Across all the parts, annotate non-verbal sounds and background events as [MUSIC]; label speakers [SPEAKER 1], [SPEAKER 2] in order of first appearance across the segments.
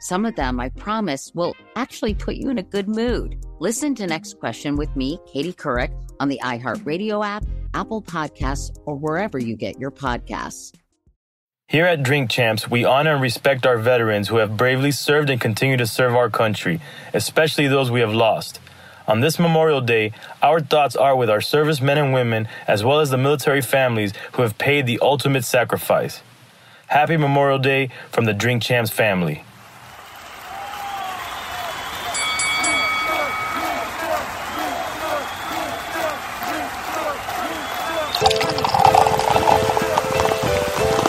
[SPEAKER 1] Some of them, I promise, will actually put you in a good mood. Listen to Next Question with me, Katie Couric, on the iHeartRadio app, Apple Podcasts, or wherever you get your podcasts.
[SPEAKER 2] Here at Drink Champs, we honor and respect our veterans who have bravely served and continue to serve our country, especially those we have lost. On this Memorial Day, our thoughts are with our servicemen and women, as well as the military families who have paid the ultimate sacrifice. Happy Memorial Day from the Drink Champs family.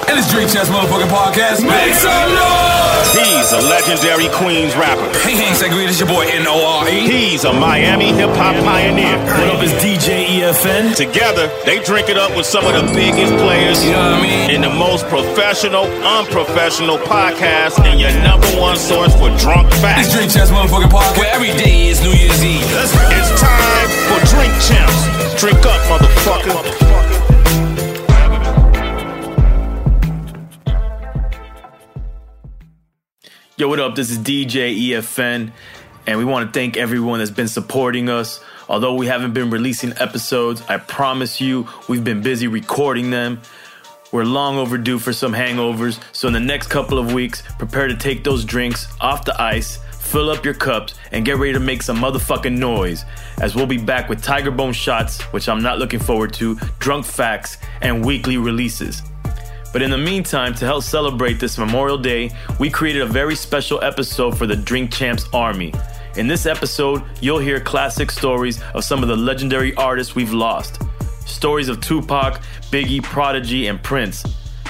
[SPEAKER 3] And it's Drink Chess Motherfucking Podcast. Make some noise!
[SPEAKER 4] He's a legendary Queens rapper.
[SPEAKER 3] Hey, gang, say greet. It's your boy N-O-R-E.
[SPEAKER 4] He's a Miami hip hop pioneer.
[SPEAKER 2] What up is DJ
[SPEAKER 3] E
[SPEAKER 2] EFN?
[SPEAKER 4] Together, they drink it up with some of the biggest players
[SPEAKER 3] You know what I mean?
[SPEAKER 4] in the most professional, unprofessional podcast, and your number one source for drunk
[SPEAKER 3] It's
[SPEAKER 4] facts.
[SPEAKER 3] Drink Chess Motherfucking Podcast, where every day is New Year's Eve.
[SPEAKER 4] It's time for Drink Champs. Drink up, motherfucker.
[SPEAKER 2] Yo, what up? This is DJ EFN, and we want to thank everyone that's been supporting us. Although we haven't been releasing episodes, I promise you, we've been busy recording them. We're long overdue for some hangovers, so in the next couple of weeks, prepare to take those drinks off the ice, fill up your cups, and get ready to make some motherfucking noise. As we'll be back with Tiger Bone shots, which I'm not looking forward to, drunk facts, and weekly releases. But in the meantime, to help celebrate this Memorial Day, we created a very special episode for the Drink Champs Army. In this episode, you'll hear classic stories of some of the legendary artists we've lost. Stories of Tupac, Biggie, Prodigy, and Prince.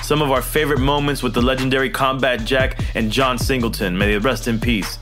[SPEAKER 2] Some of our favorite moments with the legendary Combat Jack and John Singleton. May they rest in peace.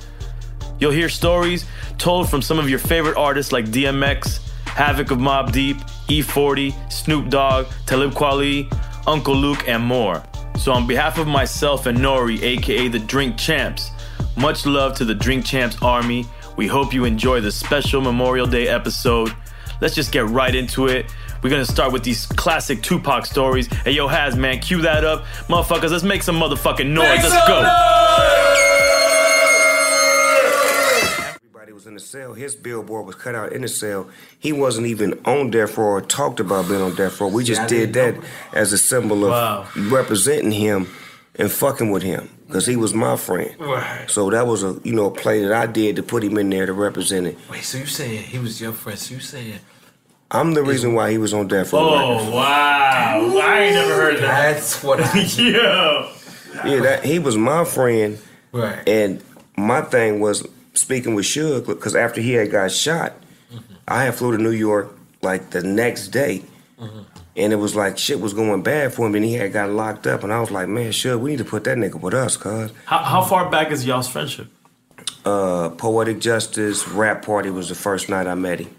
[SPEAKER 2] You'll hear stories told from some of your favorite artists like DMX, Havoc of Mob Deep, E40, Snoop Dogg, Talib Kweli, Uncle Luke, and more. So, on behalf of myself and Nori, aka the Drink Champs, much love to the Drink Champs Army. We hope you enjoy this special Memorial Day episode. Let's just get right into it. We're gonna start with these classic Tupac stories. Hey, yo, Has, man, cue that up. Motherfuckers, let's make some motherfucking noise.
[SPEAKER 3] Make
[SPEAKER 2] let's
[SPEAKER 3] some
[SPEAKER 2] go.
[SPEAKER 5] Everybody was in the cell. His billboard was cut out in the cell. He wasn't even on death row or talked about being on death row. We just did that as a symbol of
[SPEAKER 2] Wow.
[SPEAKER 5] representing him and fucking with him because he was my friend.
[SPEAKER 6] Right.
[SPEAKER 5] So that was a you know a play that I did to put him in there to represent it.
[SPEAKER 6] Wait, so you saying he was your friend? So you saying?
[SPEAKER 5] I'm the reason why he was on death row.
[SPEAKER 2] Oh, wow. I ain't never heard that.
[SPEAKER 6] That's what
[SPEAKER 2] [LAUGHS]
[SPEAKER 6] I.
[SPEAKER 2] Yeah.
[SPEAKER 5] Yeah, that he was my friend,
[SPEAKER 6] right.
[SPEAKER 5] and my thing was speaking with Suge because after he had got shot, I had flew to New York like the next day. And it was like shit was going bad for him, and he had got locked up. And I was like, "Man, Suge, we need to put that nigga with us, cuz."
[SPEAKER 2] How, how far back is
[SPEAKER 3] [LAUGHS]
[SPEAKER 2] y'all's friendship?
[SPEAKER 5] Uh, Poetic Justice Rap Party was the first night I met him,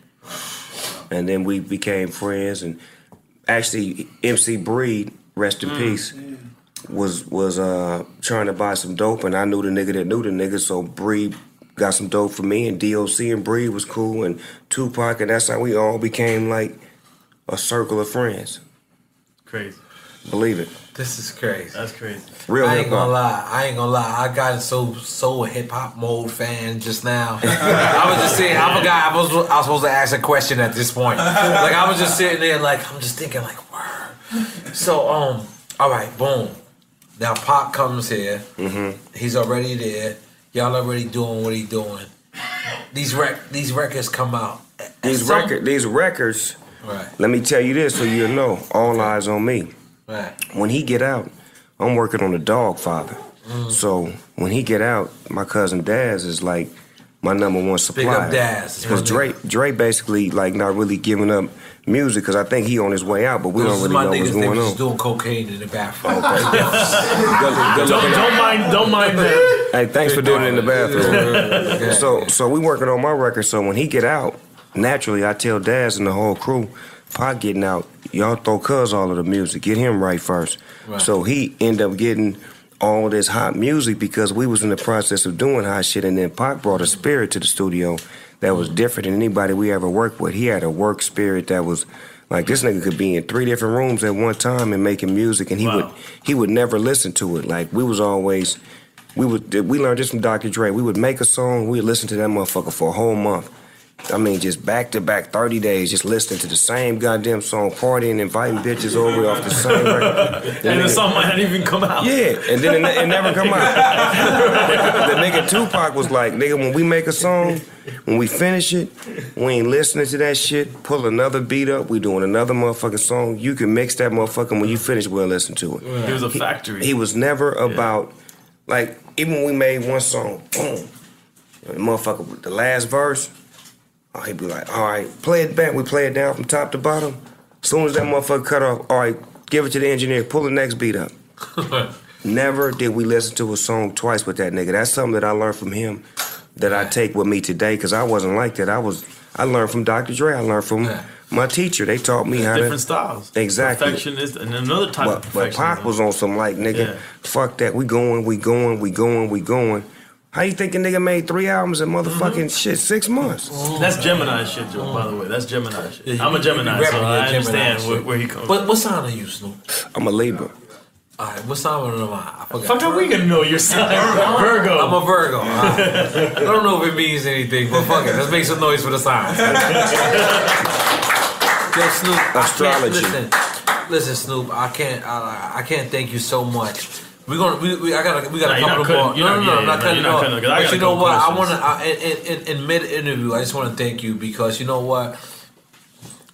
[SPEAKER 5] and then we became friends. And actually, MC Breed, rest in peace, was was uh, trying to buy some dope, and I knew the nigga that knew the nigga, so Breed got some dope for me, and DOC and Breed was cool, and Tupac, and that's how we all became like a circle of friends.
[SPEAKER 2] Crazy.
[SPEAKER 5] Believe it,
[SPEAKER 6] This is crazy.
[SPEAKER 2] That's crazy.
[SPEAKER 5] real
[SPEAKER 6] I
[SPEAKER 5] hip
[SPEAKER 6] ain't gonna
[SPEAKER 5] hop.
[SPEAKER 6] lie. I ain't gonna lie. I got so so a hip hop mode fan just now. I was just saying. I forgot. I was I was supposed to ask a question at this point. Like I was just sitting there. Like I'm just thinking. Like word. So um. All right. Boom. Now Pop comes here.
[SPEAKER 5] Mm-hmm.
[SPEAKER 6] He's already there. Y'all already doing what he doing. These rec these records come out. At
[SPEAKER 5] These
[SPEAKER 6] some-
[SPEAKER 5] record, these records.
[SPEAKER 6] Right.
[SPEAKER 5] Let me tell you this, so you'll know. All eyes on me.
[SPEAKER 6] Right.
[SPEAKER 5] when he get out, I'm working on the dog father.
[SPEAKER 6] Mm.
[SPEAKER 5] So when he get out, my cousin Daz is like my number one supplier.
[SPEAKER 6] Daz. It's my
[SPEAKER 5] Because
[SPEAKER 6] nigga.
[SPEAKER 5] Dre, Dre basically like not really giving up music because I think he on his way out, but we
[SPEAKER 6] Those
[SPEAKER 5] don't
[SPEAKER 6] is
[SPEAKER 5] really know what's
[SPEAKER 6] they was
[SPEAKER 5] going
[SPEAKER 6] just
[SPEAKER 5] on.
[SPEAKER 6] doing cocaine in the bathroom.
[SPEAKER 5] Good- good
[SPEAKER 2] Don't,
[SPEAKER 5] looking out. [LAUGHS]
[SPEAKER 2] don't mind. Don't mind that.
[SPEAKER 5] Hey, thanks for doing it in the bathroom. so, so we working on my record. So when he get out, naturally, I tell Daz and the whole crew, Pop getting out, y'all throw Cuz all of the music, get him right first. So he end up getting all this hot music because we was in the process of doing hot shit, and then Pac brought a spirit to the studio that was different than anybody we ever worked with. He had a work spirit that was. Like this nigga could be in three different rooms at one time and making music, and he
[SPEAKER 2] Wow.
[SPEAKER 5] would he would never listen to it. Like we was always we would we learned this from Dr. Dre. We would make a song, we'd listen to that motherfucker for a whole month. I mean, just back to back, thirty days, just listening to the same goddamn song, partying, inviting bitches over off the same record.
[SPEAKER 2] and the
[SPEAKER 5] nigga-
[SPEAKER 2] song might not even come out.
[SPEAKER 5] yeah, and then it, ne- it never come
[SPEAKER 2] [LAUGHS]
[SPEAKER 5] out. the nigga Tupac was like, nigga, when we make a song, when we finish it, we ain't listening to that shit. Pull another beat up, we doing another motherfucking song. You can mix that motherfucker. When you finish, we'll listen to it.
[SPEAKER 2] It was a factory.
[SPEAKER 5] He was never about like even when we made one song, boom, the motherfucker with the last verse. Oh, he'd be like, all right, play it back. We play it down from top to bottom. As soon as that motherfucker cut off, all right, give it to the engineer. Pull the next beat up.
[SPEAKER 7] [LAUGHS]
[SPEAKER 5] Never did we listen to a song twice with that nigga. That's something that I learned from him that I take with me today because I wasn't like that. I was I learned from Dr. Dre. I learned from
[SPEAKER 7] Yeah.
[SPEAKER 5] my teacher. They taught me how to
[SPEAKER 2] Different styles.
[SPEAKER 5] Exactly.
[SPEAKER 2] Perfectionist and another type
[SPEAKER 5] but,
[SPEAKER 2] of
[SPEAKER 5] but
[SPEAKER 2] perfectionism.
[SPEAKER 5] Pac was on some like nigga,
[SPEAKER 2] Yeah.
[SPEAKER 5] fuck that. We going, we going, we going, we going. How you think a nigga made three albums in motherfucking
[SPEAKER 2] Mm-hmm.
[SPEAKER 5] shit six months?
[SPEAKER 2] That's Gemini shit, Joe, by the way. That's Gemini shit.
[SPEAKER 7] Yeah, you-
[SPEAKER 2] I'm a
[SPEAKER 7] you-
[SPEAKER 2] Gemini,
[SPEAKER 7] you
[SPEAKER 2] so
[SPEAKER 7] rapping,
[SPEAKER 2] I
[SPEAKER 7] yeah, Gemini
[SPEAKER 2] understand
[SPEAKER 7] shit.
[SPEAKER 2] where, where he comes
[SPEAKER 7] What, what sign are you, Snoop?
[SPEAKER 5] I'm a Libra.
[SPEAKER 7] All right, what sign am I? I forgot.
[SPEAKER 2] Fuck, how we gonna know your sign? Virgo.
[SPEAKER 7] I'm a
[SPEAKER 2] [LAUGHS]
[SPEAKER 7] Virgo. All right. I don't know if it means anything, but fuck it. Let's make some noise for the signs.
[SPEAKER 2] [LAUGHS]
[SPEAKER 7] Yo, Snoop. I can't-
[SPEAKER 5] Astrology.
[SPEAKER 7] Listen, listen, Snoop. I can't. I, I can't thank you so much. We're gonna. We, we, I gotta. We
[SPEAKER 2] Nah,
[SPEAKER 7] gotta couple
[SPEAKER 2] you're not
[SPEAKER 7] the ball.
[SPEAKER 2] cutting- you're
[SPEAKER 7] No, no,
[SPEAKER 2] not-
[SPEAKER 7] no.
[SPEAKER 2] yeah,
[SPEAKER 7] I'm not
[SPEAKER 2] yeah,
[SPEAKER 7] cutting
[SPEAKER 2] you're
[SPEAKER 7] it
[SPEAKER 2] not
[SPEAKER 7] off.
[SPEAKER 2] cutting it, 'cause I
[SPEAKER 7] But you
[SPEAKER 2] got a
[SPEAKER 7] know
[SPEAKER 2] couple
[SPEAKER 7] what? I
[SPEAKER 2] questions.
[SPEAKER 7] wanna. I, in, in, in mid interview, I just wanna thank you because you know what.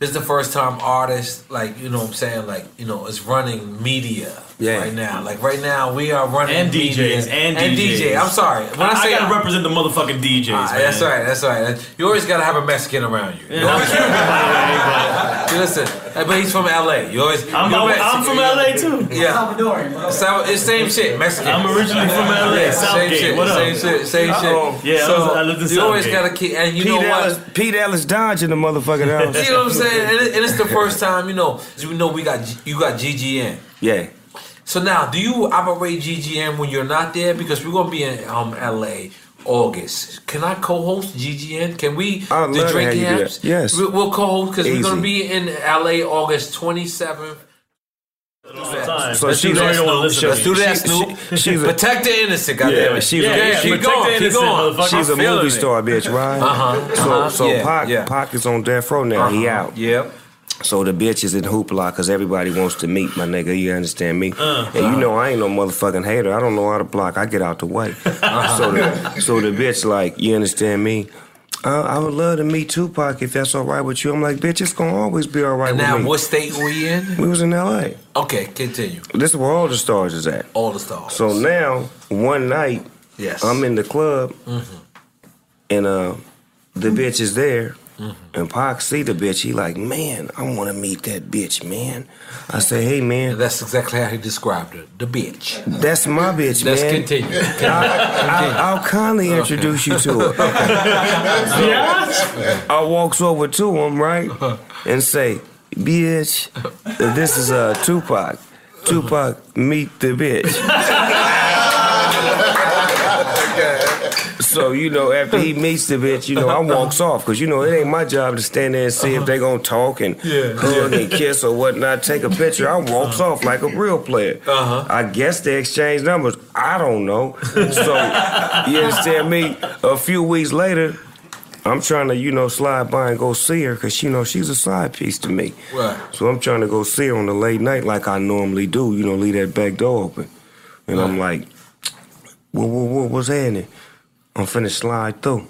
[SPEAKER 7] This is the first time artists, like, you know what I'm saying, like, you know, is running media
[SPEAKER 5] Yeah.
[SPEAKER 7] right now. Like, right now, we are running
[SPEAKER 2] and
[SPEAKER 7] media.
[SPEAKER 2] DJs and DJs.
[SPEAKER 7] And DJ, I'm sorry. When I,
[SPEAKER 2] I,
[SPEAKER 7] say
[SPEAKER 2] gotta represent the motherfucking DJs.
[SPEAKER 7] Ah,
[SPEAKER 2] man.
[SPEAKER 7] that's right, that's right. That- You always gotta have a Mexican around you. You
[SPEAKER 2] And I'm
[SPEAKER 7] always-
[SPEAKER 2] Cuban, by
[SPEAKER 7] you [LAUGHS] listen, hey, but he's from LA. You always.
[SPEAKER 2] the way, but I'm,
[SPEAKER 7] you're
[SPEAKER 2] I'm, I'm
[SPEAKER 7] Mexican.
[SPEAKER 2] from LA too.
[SPEAKER 7] Yeah, Sal- it's same shit. Mexican.
[SPEAKER 2] I'm originally from LA.
[SPEAKER 7] Yeah, same
[SPEAKER 2] Southgate.
[SPEAKER 7] shit.
[SPEAKER 2] What up?
[SPEAKER 7] Same shit. Same
[SPEAKER 5] Uh-oh.
[SPEAKER 7] shit.
[SPEAKER 2] Yeah, I
[SPEAKER 7] so
[SPEAKER 2] was- I lived in
[SPEAKER 7] you always
[SPEAKER 2] Southgate.
[SPEAKER 7] gotta keep. And you
[SPEAKER 5] Pete
[SPEAKER 7] know what?
[SPEAKER 5] Ellis, Pete Ellis Dodge in the motherfucking house.
[SPEAKER 7] [LAUGHS] You know what I'm saying? And, it, and it's
[SPEAKER 5] [LAUGHS]
[SPEAKER 7] the first time. You know. You know we got G- you got GGN.
[SPEAKER 5] yeah.
[SPEAKER 7] So now, do you operate GGN when you're not there? Because we're gonna be in um, LA August. Can I co-host GGN? Can we?
[SPEAKER 5] I'd love to have you do that. Yes.
[SPEAKER 7] We, will co-host because we're
[SPEAKER 5] Easy.
[SPEAKER 7] gonna be in LA August 27th.
[SPEAKER 2] Time.
[SPEAKER 5] So
[SPEAKER 2] Let's
[SPEAKER 5] she's-
[SPEAKER 2] do that, Snoop.
[SPEAKER 5] Let's
[SPEAKER 7] Let's do that,
[SPEAKER 5] She-
[SPEAKER 7] Snoop.
[SPEAKER 5] she- she's a-
[SPEAKER 7] protect the innocent. God damn it.
[SPEAKER 5] she's a-
[SPEAKER 7] yeah,
[SPEAKER 5] Yeah,
[SPEAKER 7] yeah, keep
[SPEAKER 2] protect the
[SPEAKER 7] going. Keep
[SPEAKER 2] innocent,
[SPEAKER 7] going.
[SPEAKER 2] motherfucker.
[SPEAKER 5] She's a
[SPEAKER 2] I'm feeling
[SPEAKER 5] movie
[SPEAKER 2] it.
[SPEAKER 5] star, bitch,
[SPEAKER 7] [LAUGHS]
[SPEAKER 5] right? Uh-huh. So, so
[SPEAKER 7] yeah,
[SPEAKER 5] Pac,
[SPEAKER 7] yeah.
[SPEAKER 5] Pac is on death row now. He out.
[SPEAKER 7] Yep.
[SPEAKER 5] So the bitch is in hoopla because everybody wants to meet my nigga. You understand me? and you know I ain't no motherfucking hater. I don't know how to block. I get out the way. so, the, so the bitch like, you understand me? Uh, I would love to meet Tupac if that's all right with you. I'm like, bitch, it's gonna always be all right
[SPEAKER 7] And
[SPEAKER 5] with
[SPEAKER 7] now,
[SPEAKER 5] me.
[SPEAKER 7] what state we in?
[SPEAKER 5] we was in L.A.
[SPEAKER 7] Okay, continue.
[SPEAKER 5] This is where all the stars is at.
[SPEAKER 7] All the stars.
[SPEAKER 5] So now, one night,
[SPEAKER 7] yes,
[SPEAKER 5] I'm in the club,
[SPEAKER 7] Mm-hmm.
[SPEAKER 5] and uh, the bitch is there,
[SPEAKER 7] Mm-hmm.
[SPEAKER 5] and Pac see the bitch. He like, man, I want to meet that bitch, man. I say, hey, man,
[SPEAKER 7] That's exactly how he described it. The bitch.
[SPEAKER 5] that's my bitch,
[SPEAKER 7] Let's
[SPEAKER 5] man.
[SPEAKER 7] continue.
[SPEAKER 5] I, will kindly introduce
[SPEAKER 7] [LAUGHS]
[SPEAKER 5] you to her. I walks over to him, right,
[SPEAKER 7] Uh-huh.
[SPEAKER 5] and say, bitch, this is uh, Tupac. Tupac, meet the bitch. So you know, after he meets the bitch, you know I walks off because you know it ain't my job to stand there and see if they gonna talk and hug and kiss or whatnot. Take a picture. I walks off like a real player.
[SPEAKER 7] Uh-huh.
[SPEAKER 5] I guess they exchange numbers. I don't know. So you understand me? A few weeks later, I'm trying to you know slide by and go see her because you know she's a side piece to me.
[SPEAKER 7] Right.
[SPEAKER 5] [LAUGHS] So I'm trying to go see her on the late night like I normally do. You know, leave that back door open, and I'm like, what, what, what, what's happening? I'm finna slide through.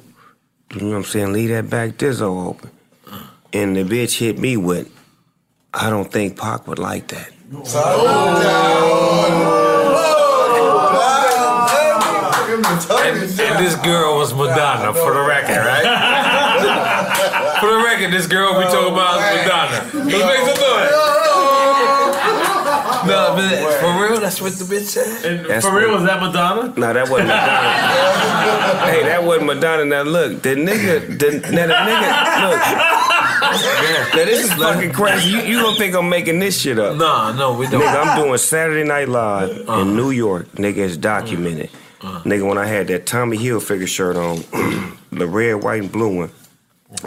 [SPEAKER 5] You know what I'm saying? Leave that back dizzo open. And the bitch hit me with, I don't think Pac would like that.
[SPEAKER 7] And this girl was Madonna, for the record, right? for the record, this girl we talking
[SPEAKER 5] Oh!
[SPEAKER 7] about is Madonna. Let's make some noise. No, but for real,
[SPEAKER 6] That's what the bitch said.
[SPEAKER 2] And
[SPEAKER 5] That's
[SPEAKER 2] for real,
[SPEAKER 5] what-
[SPEAKER 2] was that Madonna?
[SPEAKER 5] No, that
[SPEAKER 2] [LAUGHS]
[SPEAKER 5] wasn't Madonna. hey, that wasn't Madonna. Now look, the nigga, the, now the nigga, look. Now this is fucking crazy. You, you don't think I'm making this shit up?
[SPEAKER 6] Nah, no, we don't. Uh-huh.
[SPEAKER 5] Nigga, I'm doing Saturday Night Live in New York. Nigga, it's documented. Nigga, when I had that Tommy Hilfiger shirt on, [CLEARS THROAT] the red, white, and blue one,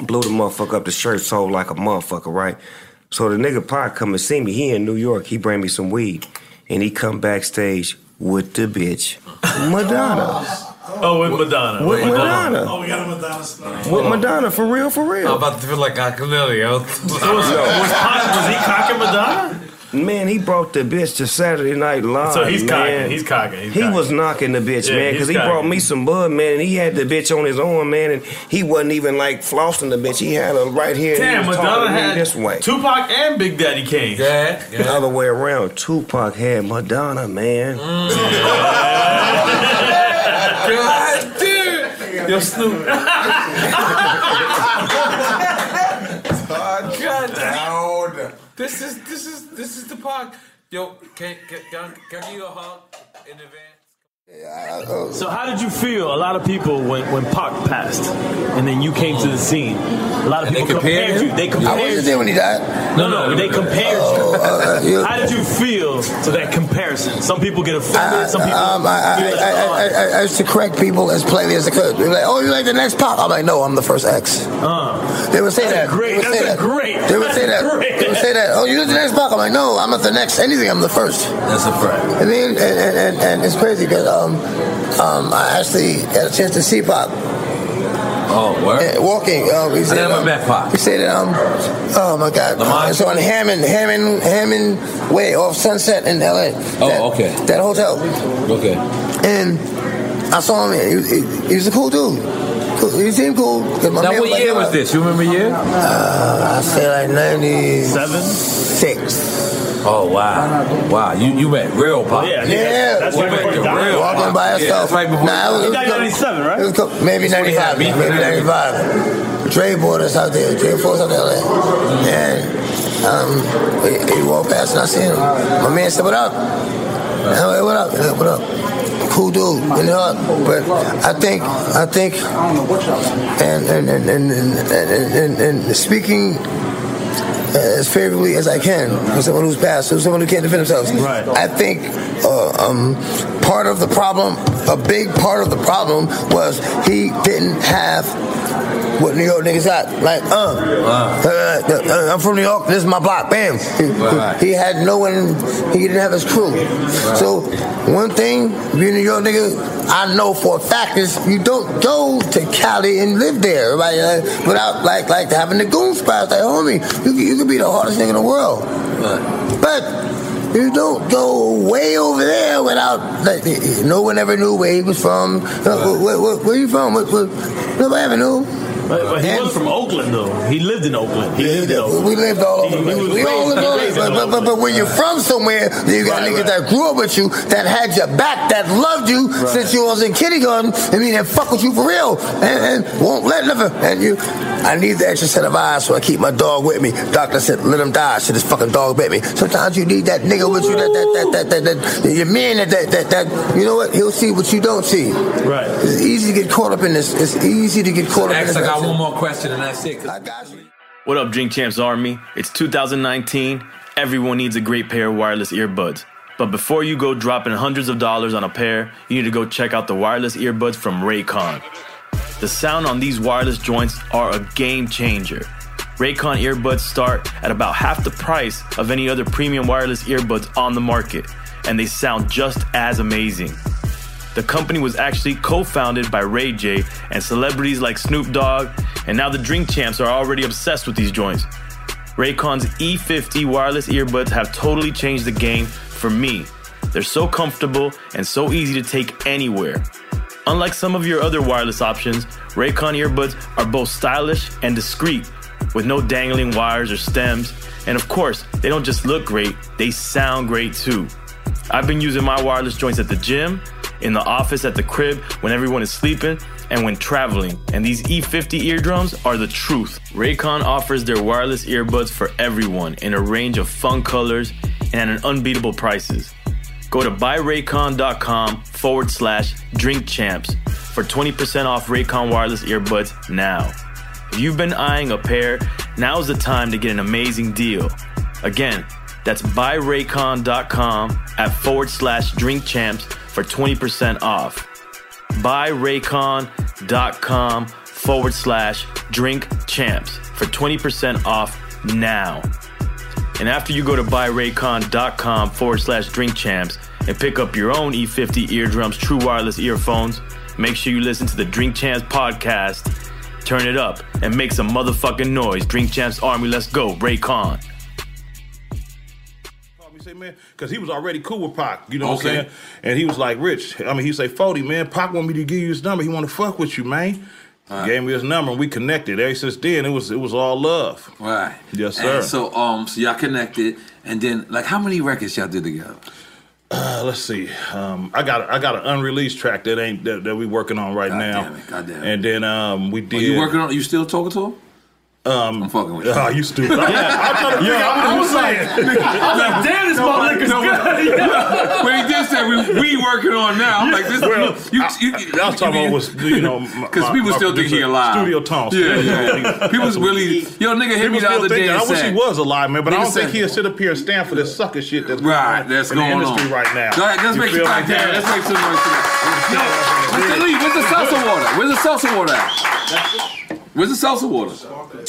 [SPEAKER 5] blew the motherfucker up. The shirt sold like a motherfucker, right? So the nigga Pac come and see me. He in New York. He bring me some weed, and he come backstage with
[SPEAKER 6] [LAUGHS]
[SPEAKER 5] the bitch Madonna.
[SPEAKER 2] Oh, with Madonna.
[SPEAKER 5] With
[SPEAKER 2] Madonna.
[SPEAKER 5] Madonna.
[SPEAKER 8] Oh, we got a Madonna song.
[SPEAKER 5] With Madonna. For real. For
[SPEAKER 6] I'm
[SPEAKER 5] real.
[SPEAKER 6] about to feel like I can literally, yo.
[SPEAKER 2] Was, Pac- was he cocking Madonna?
[SPEAKER 5] Man, he brought the bitch to Saturday Night Live.
[SPEAKER 2] So he's
[SPEAKER 5] man.
[SPEAKER 2] cocking. He's cocking. He's
[SPEAKER 5] He
[SPEAKER 2] cocking.
[SPEAKER 5] was knocking the bitch,
[SPEAKER 2] Yeah,
[SPEAKER 5] man,
[SPEAKER 2] he's
[SPEAKER 5] because he
[SPEAKER 2] got
[SPEAKER 5] brought
[SPEAKER 2] it.
[SPEAKER 5] me some bud, man, and he had the bitch on his arm, man, and he wasn't even like flossing the bitch. He had her right here. and he
[SPEAKER 2] Damn,
[SPEAKER 5] was talking
[SPEAKER 2] Madonna
[SPEAKER 5] to me
[SPEAKER 2] had
[SPEAKER 5] this way.
[SPEAKER 2] Tupac and Big Daddy Kane.
[SPEAKER 6] Yeah, yeah.
[SPEAKER 5] The other way around, Tupac had Madonna, man.
[SPEAKER 2] Mm.
[SPEAKER 6] God damn. Yo, Snoop.
[SPEAKER 7] [LAUGHS]
[SPEAKER 6] God damn. [LAUGHS] This is this is this is the pod. Yo, can can, can, can I give you a hug in advance?
[SPEAKER 2] So how did you feel? A lot of people when when Pac passed, and then you came to the scene. A lot of
[SPEAKER 6] And they
[SPEAKER 2] people
[SPEAKER 6] compared
[SPEAKER 2] compared
[SPEAKER 6] him?
[SPEAKER 2] you. They
[SPEAKER 9] I wasn't
[SPEAKER 2] compared.
[SPEAKER 9] there when he died.
[SPEAKER 2] No, no, they compared you.
[SPEAKER 9] Uh,
[SPEAKER 2] [LAUGHS]
[SPEAKER 9] yeah.
[SPEAKER 2] How did you feel to that comparison? Some people get
[SPEAKER 9] I,
[SPEAKER 2] offended. Some people.
[SPEAKER 9] um, I, I,
[SPEAKER 2] feel it's
[SPEAKER 9] I, I,
[SPEAKER 2] fine.
[SPEAKER 9] I, I used to correct people as plainly as I could. They were like, "Oh, you like the next pop?" I'm like, "No, I'm the first X."
[SPEAKER 2] Uh,
[SPEAKER 9] They would say
[SPEAKER 2] That's
[SPEAKER 9] that.
[SPEAKER 2] great.
[SPEAKER 9] They would say
[SPEAKER 2] That's
[SPEAKER 9] that.
[SPEAKER 2] great.
[SPEAKER 9] They would say
[SPEAKER 2] That's
[SPEAKER 9] that.
[SPEAKER 2] great.
[SPEAKER 9] They would say that. Oh, you're the next Pac. I'm like, no, I'm not the next anything. I'm the first.
[SPEAKER 6] That's a fact.
[SPEAKER 9] I mean, and, and, and, and it's crazy because um, um, I actually got a chance to see Pac
[SPEAKER 6] Oh, word.
[SPEAKER 9] uh, walking. Um, he said,
[SPEAKER 6] never
[SPEAKER 9] um,
[SPEAKER 6] met Pac.
[SPEAKER 9] He said, um, oh my God.
[SPEAKER 6] Lamont?
[SPEAKER 9] Uh, so on Hammond, Hammond, Hammond Way off Sunset in LA.
[SPEAKER 6] Oh,
[SPEAKER 9] That-
[SPEAKER 6] okay.
[SPEAKER 9] That hotel.
[SPEAKER 6] Okay.
[SPEAKER 9] And I saw him. He, was- he, he was a cool dude. Cool. He seemed cool. 'cause my
[SPEAKER 6] Now,
[SPEAKER 9] man
[SPEAKER 6] what
[SPEAKER 9] like,
[SPEAKER 6] year
[SPEAKER 9] "Yo,
[SPEAKER 6] was this? You remember year?
[SPEAKER 9] Uh, I say like 96.
[SPEAKER 6] Oh, wow. Wow. You you met real pop.
[SPEAKER 2] yeah, I think
[SPEAKER 9] Yeah,
[SPEAKER 2] that's, that's right
[SPEAKER 6] Woman
[SPEAKER 2] before he
[SPEAKER 6] to
[SPEAKER 2] died.
[SPEAKER 6] real.
[SPEAKER 9] Walking by
[SPEAKER 6] Yeah,
[SPEAKER 9] herself.
[SPEAKER 6] that's right before-
[SPEAKER 9] Nah, it was- it was
[SPEAKER 2] Like
[SPEAKER 9] a couple-
[SPEAKER 2] 97, right?
[SPEAKER 9] it was a couple- maybe
[SPEAKER 6] when he had
[SPEAKER 9] 95.
[SPEAKER 6] beef
[SPEAKER 9] Maybe
[SPEAKER 6] with everybody.
[SPEAKER 9] 95. Dre bought us out there. Dre bought us out there. LA. And um, he, he walked past and I seen him. My man said, What up? And I'm like, What up? He's like, What up? Cool dude, you know. what? But I think, I think, and and and and and, and, and, and speaking uh, as favorably as I can for someone who's passed, for someone who can't defend themselves.
[SPEAKER 2] Right.
[SPEAKER 9] I think uh, um, part of the problem, a big part of the problem, was he didn't have what New York niggas got. Like, uh, uh, uh, uh, I'm from New York. This is my block. Bam. He,
[SPEAKER 6] Right.
[SPEAKER 9] he had no one. He didn't have his crew. So one thing, being a New York nigga, I know for a fact is you don't go to Cali and live there, right? Uh, without like like having the goon spots. Like, homie, you could- you could be the hardest nigga in the world, but. You don't go way over there without. Like, no one ever knew where he was from. Uh, where, where, where you from? What, what, nobody ever knew.
[SPEAKER 2] But, but he
[SPEAKER 9] And-
[SPEAKER 2] was from Oakland though. He lived in Oakland. He lived in Oakland.
[SPEAKER 9] We lived all over. the
[SPEAKER 2] We
[SPEAKER 9] place.
[SPEAKER 2] was
[SPEAKER 9] We all
[SPEAKER 2] raised-
[SPEAKER 9] lived all over.
[SPEAKER 2] raised in
[SPEAKER 9] But, but, but,
[SPEAKER 2] Oakland.
[SPEAKER 9] but when you're from somewhere, you got
[SPEAKER 2] Right,
[SPEAKER 9] niggas
[SPEAKER 2] right.
[SPEAKER 9] that grew up with you, that had your back, that loved you since you was in kindergarten. I mean, that fuck with you for real, and, and won't let nothing. And you, I need the extra set of eyes, so I keep my dog with me. Doctor said, let him die. Shit, this fucking dog bit me. Sometimes you need that nigga with you, that that that that that, that your man, that, that that that. You know what? He'll see what you don't see.
[SPEAKER 2] Right.
[SPEAKER 9] It's easy to get caught up in this. It's easy to get caught up in
[SPEAKER 6] Next,
[SPEAKER 9] this.
[SPEAKER 6] I got one more question and that's it.
[SPEAKER 9] I got you.
[SPEAKER 2] What up, Drink Champs Army? It's 2019. Everyone needs a great pair of wireless earbuds. But before you go dropping hundreds of dollars on a pair, you need to go check out the wireless earbuds from Raycon. The sound on these wireless joints are a game changer. Raycon earbuds start at about half the price of any other premium wireless earbuds on the market, and they sound just as amazing. The company was actually co founded by Ray J and celebrities like Snoop Dogg, and now the drink champs are already obsessed with these joints. Raycon's E50 wireless earbuds have totally changed the game for me. They're so comfortable and so easy to take anywhere. Unlike some of your other wireless options, Raycon earbuds are both stylish and discreet, with no dangling wires or stems. And of course, they don't just look great, they sound great too. I've been using my wireless joints at the gym, in the office, at the crib, when everyone is sleeping, and when traveling. And these E50 eardrums are the truth. Raycon offers their wireless earbuds for everyone in a range of fun colors and at an unbeatable prices. Go to buyraycon.com forward slash drink champs for 20% off Raycon wireless earbuds now. If you've been eyeing a pair, now's the time to get an amazing deal. Again, that's buyraycon.com at forward slash drink champs for 20% off. Buyraycon.com forward slash drink champs for 20% off now. And after you go to buyraycon.com forward slash drink champs and pick up your own E50 eardrums, true wireless earphones, make sure you listen to the Drink Champs podcast. Turn it up and make some motherfucking noise. Drink Champs Army, let's go. Raycon.
[SPEAKER 8] called me say, man, because he was already cool with Pac, you know what I'm
[SPEAKER 7] Okay.
[SPEAKER 8] saying? And he was like, Rich, I mean, he say, 40, man, Pac want me to give you his number. He want to fuck with you, man. Gave me his number and we connected. Ever since then, it was it was all love.
[SPEAKER 6] Right.
[SPEAKER 8] Yes,
[SPEAKER 6] And
[SPEAKER 8] sir.
[SPEAKER 6] so um, so y'all connected, and then like how many records y'all did [LAUGHS] together?
[SPEAKER 8] Uh, [CLEARS THROAT] let's see. Um, I got I got an unreleased track that ain't that, that we working on right
[SPEAKER 6] God
[SPEAKER 8] now.
[SPEAKER 6] damn it, God damn it.
[SPEAKER 8] And then um, we
[SPEAKER 6] Are
[SPEAKER 8] did.
[SPEAKER 6] you working on? You still talking to him? Um, I'm fucking with you.
[SPEAKER 8] Oh, [LAUGHS] you stupid.
[SPEAKER 6] [LAUGHS]
[SPEAKER 8] I'm, I'm trying to figure out what
[SPEAKER 6] I
[SPEAKER 8] he
[SPEAKER 6] was like, I was like, [LAUGHS] damn, this motherfucker's [LAUGHS] good. when he did say we, we working on now, I'm like, this.
[SPEAKER 8] Well,
[SPEAKER 6] you,
[SPEAKER 8] I-
[SPEAKER 6] you,
[SPEAKER 8] I- I was talking about was, you
[SPEAKER 6] [LAUGHS]
[SPEAKER 8] know, my-
[SPEAKER 6] because
[SPEAKER 8] my-
[SPEAKER 6] people
[SPEAKER 8] my
[SPEAKER 6] still think he
[SPEAKER 8] producer,
[SPEAKER 6] alive.
[SPEAKER 8] Studio Tone.
[SPEAKER 6] Yeah,
[SPEAKER 8] Studio
[SPEAKER 6] yeah.
[SPEAKER 8] Tone. [LAUGHS]
[SPEAKER 6] [LAUGHS] yeah. People's really, yo, nigga, hit
[SPEAKER 8] People still
[SPEAKER 6] me the other
[SPEAKER 8] think
[SPEAKER 6] day.
[SPEAKER 8] that.
[SPEAKER 6] and
[SPEAKER 8] I wish he
[SPEAKER 6] said-
[SPEAKER 8] was alive, man, but I
[SPEAKER 6] Nigga
[SPEAKER 8] don't think
[SPEAKER 6] said-
[SPEAKER 8] he'll sit up here and stand for this sucker shit that's going
[SPEAKER 6] Right,
[SPEAKER 8] on
[SPEAKER 6] that's
[SPEAKER 8] in
[SPEAKER 6] going
[SPEAKER 8] the industry
[SPEAKER 6] on
[SPEAKER 8] right now.
[SPEAKER 6] Go ahead, let's
[SPEAKER 8] You
[SPEAKER 6] make
[SPEAKER 8] feel
[SPEAKER 6] some
[SPEAKER 8] me?
[SPEAKER 6] like that. Let's make some noise. for that. Yo, Mr. Lee, where's the salsa water? Where's the salsa water at? Where's the salsa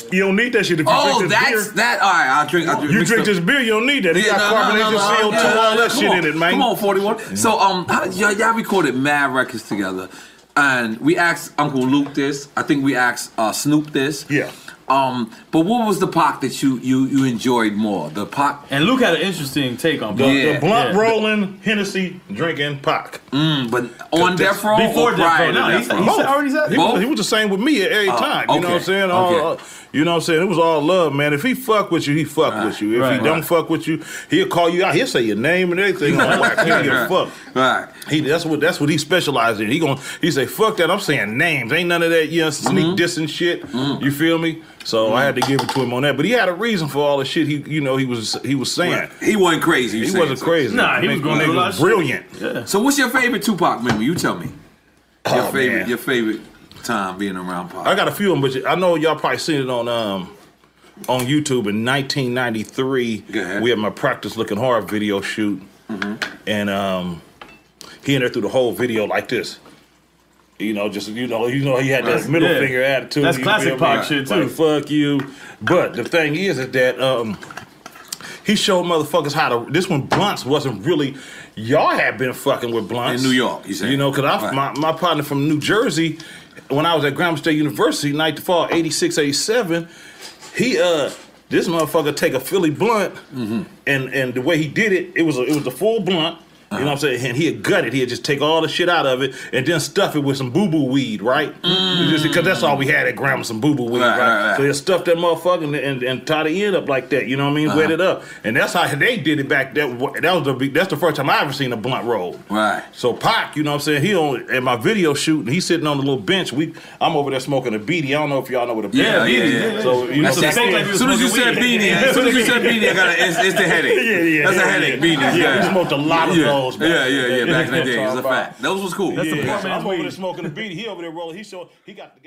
[SPEAKER 6] water?
[SPEAKER 8] You don't need that shit if you
[SPEAKER 6] Oh,
[SPEAKER 8] drink this
[SPEAKER 6] that's
[SPEAKER 8] beer.
[SPEAKER 6] that. All right, I'll drink. I'll drink
[SPEAKER 8] You
[SPEAKER 6] mix
[SPEAKER 8] drink
[SPEAKER 6] up-
[SPEAKER 8] this beer, you don't need that. It
[SPEAKER 6] Yeah,
[SPEAKER 8] got
[SPEAKER 6] no, no,
[SPEAKER 8] carbonation,
[SPEAKER 6] no, no,
[SPEAKER 8] CO2,
[SPEAKER 6] yeah,
[SPEAKER 8] all that
[SPEAKER 6] come
[SPEAKER 8] shit
[SPEAKER 6] on.
[SPEAKER 8] in it, man.
[SPEAKER 6] Come on, 41. So, um, how, y'all, y'all recorded mad records together, and we asked Uncle Luke this. I think we asked uh, Snoop this.
[SPEAKER 8] Yeah.
[SPEAKER 6] Um, but what was the Pac that you you you enjoyed more? The Pac.
[SPEAKER 2] And Luke had an interesting take on
[SPEAKER 8] The,
[SPEAKER 6] Yeah.
[SPEAKER 8] the
[SPEAKER 6] Mm,
[SPEAKER 8] blunt
[SPEAKER 2] Yeah.
[SPEAKER 8] rolling, Hennessy, drinking, Pac.
[SPEAKER 6] But on Death Row or
[SPEAKER 2] Before Death Row,
[SPEAKER 6] prior
[SPEAKER 2] no,
[SPEAKER 6] to
[SPEAKER 2] he-
[SPEAKER 6] Death Row?
[SPEAKER 2] he said- already said-
[SPEAKER 8] he
[SPEAKER 6] Both?
[SPEAKER 8] was, he was the same with me at every
[SPEAKER 6] Oh,
[SPEAKER 8] time. You know what I'm
[SPEAKER 6] okay,
[SPEAKER 8] saying? All-
[SPEAKER 6] okay.
[SPEAKER 8] all- you know what I'm saying? It was all love, man. If he fuck with you, he fuck with you. If
[SPEAKER 2] right,
[SPEAKER 8] he
[SPEAKER 2] right.
[SPEAKER 8] don't fuck with you, he'll call you out. He'll say your name and
[SPEAKER 6] [LAUGHS]
[SPEAKER 8] everything. I'm like, I can't give a fuck.
[SPEAKER 6] Right.
[SPEAKER 8] He that's what that's what he specialized in. He gon' he say fuck that. I'm saying names. Ain't none of that you know, sneak
[SPEAKER 6] Mm-hmm.
[SPEAKER 8] dissing shit. You feel me? So I had to give it to him on that. But he had a reason for all the shit he you know he was he was saying.
[SPEAKER 6] He wasn't crazy. you
[SPEAKER 8] He
[SPEAKER 6] saying,
[SPEAKER 8] wasn't
[SPEAKER 6] so.
[SPEAKER 8] crazy.
[SPEAKER 2] Nah, he was
[SPEAKER 8] Nigga-
[SPEAKER 2] going through a
[SPEAKER 8] nigga
[SPEAKER 2] lot
[SPEAKER 8] was
[SPEAKER 2] of shit.
[SPEAKER 8] Brilliant.
[SPEAKER 6] So, what's your favorite Tupac memory? You tell me. Your
[SPEAKER 8] Oh,
[SPEAKER 6] favorite.
[SPEAKER 8] man.
[SPEAKER 6] Your favorite time being around Pac.
[SPEAKER 8] I got a few of them, but I know y'all probably seen it on um on YouTube in 1993.
[SPEAKER 6] Go ahead. Mm-hmm.
[SPEAKER 8] We had my practice looking hard video shoot, and um he in there through the whole video like this. You know, just you know, you know, he had that middle
[SPEAKER 2] yeah.
[SPEAKER 8] finger attitude.
[SPEAKER 2] That's
[SPEAKER 8] you
[SPEAKER 2] classic
[SPEAKER 8] feel me?
[SPEAKER 2] Pac shit, too.
[SPEAKER 8] Like, fuck you. But the thing is, is that um. He showed motherfuckers how to. This one, blunts wasn't really. Y'all had been fucking with blunts
[SPEAKER 6] In New York, you saying.
[SPEAKER 8] You know, because I
[SPEAKER 6] Right.
[SPEAKER 8] my my partner from New Jersey, when I was at Grambling State University, night to fall, 86, 87, he, uh, this motherfucker take a Philly blunt,
[SPEAKER 10] Mm-hmm.
[SPEAKER 8] and and the way he did it, it was a, it was a full blunt. You know what I'm saying? And he'd gut it. He'd just take all the shit out of it and then stuff it with some boo boo weed, right? Because that's all we had at Grambling, some boo boo weed,
[SPEAKER 6] Mm.
[SPEAKER 8] right?
[SPEAKER 6] Right, right, right.
[SPEAKER 8] So he'd stuff that motherfucker and, and, and tie the end up like that. You know what I mean? Wet
[SPEAKER 6] Uh-huh.
[SPEAKER 8] it up. And that's how they did it back that That was the, big- that's the first time I ever seen a blunt roll.
[SPEAKER 6] Right.
[SPEAKER 8] So Pac, you know what I'm saying? He on at my video shooting, he's sitting on the little bench. We I'm over there smoking a beanie. I don't know if y'all know what a beanie
[SPEAKER 6] Yeah,
[SPEAKER 8] is.
[SPEAKER 6] yeah, yeah.
[SPEAKER 8] So you know
[SPEAKER 6] That's
[SPEAKER 8] what I'm
[SPEAKER 6] that-
[SPEAKER 8] saying?
[SPEAKER 6] as soon as you said
[SPEAKER 8] [LAUGHS]
[SPEAKER 6] beanie, as soon as you said beanie, I got a, it's, it's the headache.
[SPEAKER 8] Yeah, yeah,
[SPEAKER 6] That's a
[SPEAKER 8] yeah,
[SPEAKER 6] headache.
[SPEAKER 8] yeah.
[SPEAKER 6] Beanie.
[SPEAKER 8] Yeah, we smoked a lot of
[SPEAKER 6] yeah.
[SPEAKER 8] those back
[SPEAKER 6] Yeah, yeah, yeah.
[SPEAKER 8] in the [LAUGHS]
[SPEAKER 6] Back in the
[SPEAKER 8] day.
[SPEAKER 6] day, it was a
[SPEAKER 8] Talking
[SPEAKER 6] fact. Those was cool.
[SPEAKER 2] That's the
[SPEAKER 8] Yeah,
[SPEAKER 2] poor man's
[SPEAKER 8] I'm over there
[SPEAKER 2] weed.
[SPEAKER 8] smoking a beanie. He over there rolling. He showing he got the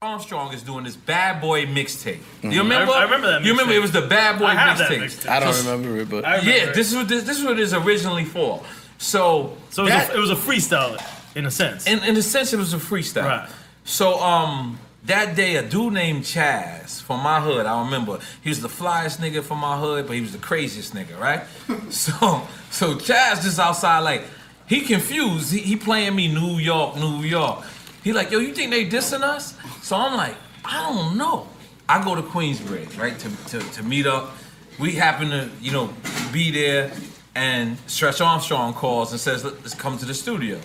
[SPEAKER 7] Armstrong is doing this Bad Boy mixtape.
[SPEAKER 8] Mm-hmm.
[SPEAKER 7] You remember?
[SPEAKER 2] I- I remember that
[SPEAKER 7] You remember
[SPEAKER 2] mixtape.
[SPEAKER 7] it was the Bad Boy
[SPEAKER 2] I have that
[SPEAKER 7] mixtape.
[SPEAKER 2] mixtape. I
[SPEAKER 7] So-
[SPEAKER 10] remember it, but
[SPEAKER 7] Yeah, this is what this, this is what it is originally for. So,
[SPEAKER 2] So it was,
[SPEAKER 7] that-
[SPEAKER 2] a, it was a freestyle, in a sense.
[SPEAKER 7] in, in a sense, it was a freestyle.
[SPEAKER 2] Right.
[SPEAKER 7] So um that day, a dude named Chaz from my hood, I remember, he was the flyest nigga from my hood, but he was the craziest nigga,
[SPEAKER 10] [LAUGHS]
[SPEAKER 7] right? so so Chaz just outside like he confused. He, he playing me New York, New York. He like, yo, you think they dissing us? So I'm like, I don't know. I go to Queensbridge, right, to, to, to meet up. We happen to, you know, be there, and Stretch Armstrong calls and says, let's come to the studio.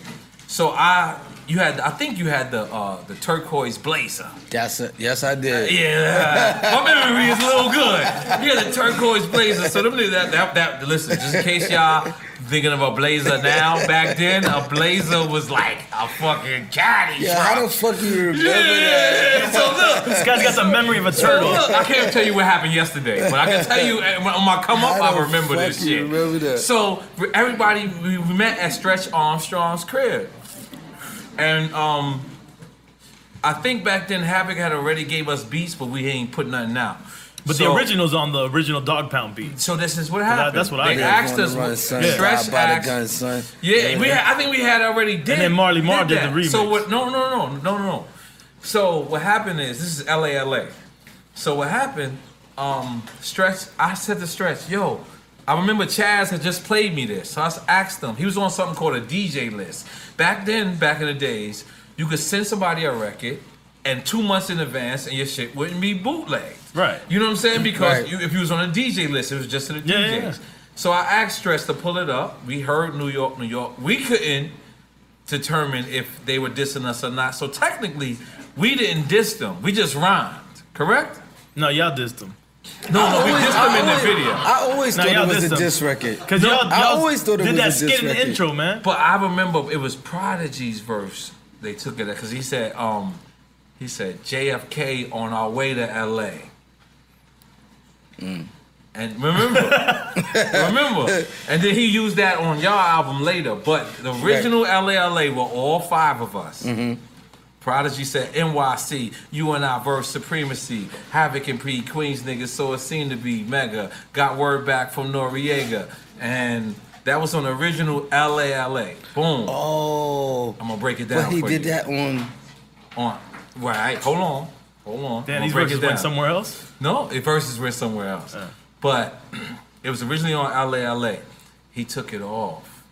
[SPEAKER 7] So I, you had, I think you had the uh, the turquoise blazer.
[SPEAKER 10] that's it. Yes, I did.
[SPEAKER 7] Yeah, my memory is a little good. You had the turquoise blazer. So them niggas that, that that listen, just in case y'all thinking of a blazer now. Back then, a blazer was like a fucking caddy.
[SPEAKER 10] Yeah, how the fuck you remember
[SPEAKER 7] Yeah,
[SPEAKER 10] that?
[SPEAKER 7] so [LAUGHS] look,
[SPEAKER 2] This guy's got the memory of a
[SPEAKER 7] So
[SPEAKER 2] turtle.
[SPEAKER 7] look, I can't tell you what happened yesterday, but I can tell you
[SPEAKER 10] eh,
[SPEAKER 7] uh, when- on my come up,
[SPEAKER 10] How
[SPEAKER 7] I
[SPEAKER 10] the
[SPEAKER 7] remember
[SPEAKER 10] fuck
[SPEAKER 7] this
[SPEAKER 10] you
[SPEAKER 7] shit.
[SPEAKER 10] remember that?
[SPEAKER 7] So we- everybody we we met at Stretch Armstrong's crib, and um, I think back then Havoc had already gave us beats, but we ain't put nothing out.
[SPEAKER 2] But
[SPEAKER 7] So-
[SPEAKER 2] the original's on the original Dog Pound beat.
[SPEAKER 7] So this is what
[SPEAKER 2] that-
[SPEAKER 7] happened.
[SPEAKER 2] that's what I
[SPEAKER 7] they
[SPEAKER 2] did.
[SPEAKER 7] asked
[SPEAKER 10] Going
[SPEAKER 7] us.
[SPEAKER 10] to run, son.
[SPEAKER 7] Stretch
[SPEAKER 10] Die by the
[SPEAKER 7] asked-
[SPEAKER 10] gun, son.
[SPEAKER 7] yeah, we had, I think we had already did.
[SPEAKER 2] And then Marley Marl did the
[SPEAKER 7] that. So
[SPEAKER 2] remix.
[SPEAKER 7] what? No, no, no, no, no, no. So what happened is this is LA, LA. So what happened? Um, Stretch. I said to Stretch, "Yo, I remember Chaz had just played me this." So I s- asked him. He was on something called a DJ list. Back then, back in the days, you could send somebody a record. And two months in advance, and your shit wouldn't be bootlegged.
[SPEAKER 2] Right.
[SPEAKER 7] You know what I'm saying? Because
[SPEAKER 10] Right.
[SPEAKER 7] you, if you was on a DJ list, it was just to the DJs.
[SPEAKER 2] Yeah, yeah, yeah.
[SPEAKER 7] So I asked Stress to pull it up. We heard New York, New York. We couldn't determine if they were dissing us or not. So technically, we didn't diss them. We just rhymed, correct?
[SPEAKER 2] No, y'all dissed him.
[SPEAKER 7] No, no, we
[SPEAKER 10] Always-
[SPEAKER 7] dissed
[SPEAKER 10] I
[SPEAKER 7] them in the
[SPEAKER 10] always-
[SPEAKER 7] video.
[SPEAKER 10] I always
[SPEAKER 2] Now
[SPEAKER 10] thought
[SPEAKER 2] y'all
[SPEAKER 10] it was
[SPEAKER 2] dissed
[SPEAKER 10] a
[SPEAKER 2] him.
[SPEAKER 10] diss record.
[SPEAKER 2] Cause
[SPEAKER 10] No,
[SPEAKER 2] y'all,
[SPEAKER 10] I
[SPEAKER 2] y'all
[SPEAKER 10] always thought it
[SPEAKER 2] did
[SPEAKER 10] was
[SPEAKER 2] that
[SPEAKER 10] a diss
[SPEAKER 2] skit in the
[SPEAKER 10] record.
[SPEAKER 2] intro, man.
[SPEAKER 7] But I remember it was Prodigy's verse. They took it because he said, um, he said JFK on our way to LA.
[SPEAKER 10] Mm.
[SPEAKER 7] And
[SPEAKER 10] [LAUGHS]
[SPEAKER 7] remember, remember, and then he used that on y'all album later. But the original LA LA were all five of us.
[SPEAKER 10] Mm-hmm.
[SPEAKER 7] Prodigy said NYC, you and I verse supremacy. Havoc and pre Queens niggas, so it seemed to be mega. Got word back from Noriega, and that was on the original LA LA. Boom.
[SPEAKER 10] Oh,
[SPEAKER 7] I'm gonna break it down.
[SPEAKER 10] but he
[SPEAKER 7] for
[SPEAKER 10] did
[SPEAKER 7] you.
[SPEAKER 10] that on.
[SPEAKER 7] on. Right, hold on, hold on. I'm
[SPEAKER 2] Damn,
[SPEAKER 7] gonna
[SPEAKER 2] these
[SPEAKER 7] break
[SPEAKER 2] verses
[SPEAKER 7] it down.
[SPEAKER 2] went somewhere else.
[SPEAKER 7] No, it verses went somewhere else. But [CLEARS THROAT] it was originally on LA LA. He took it off.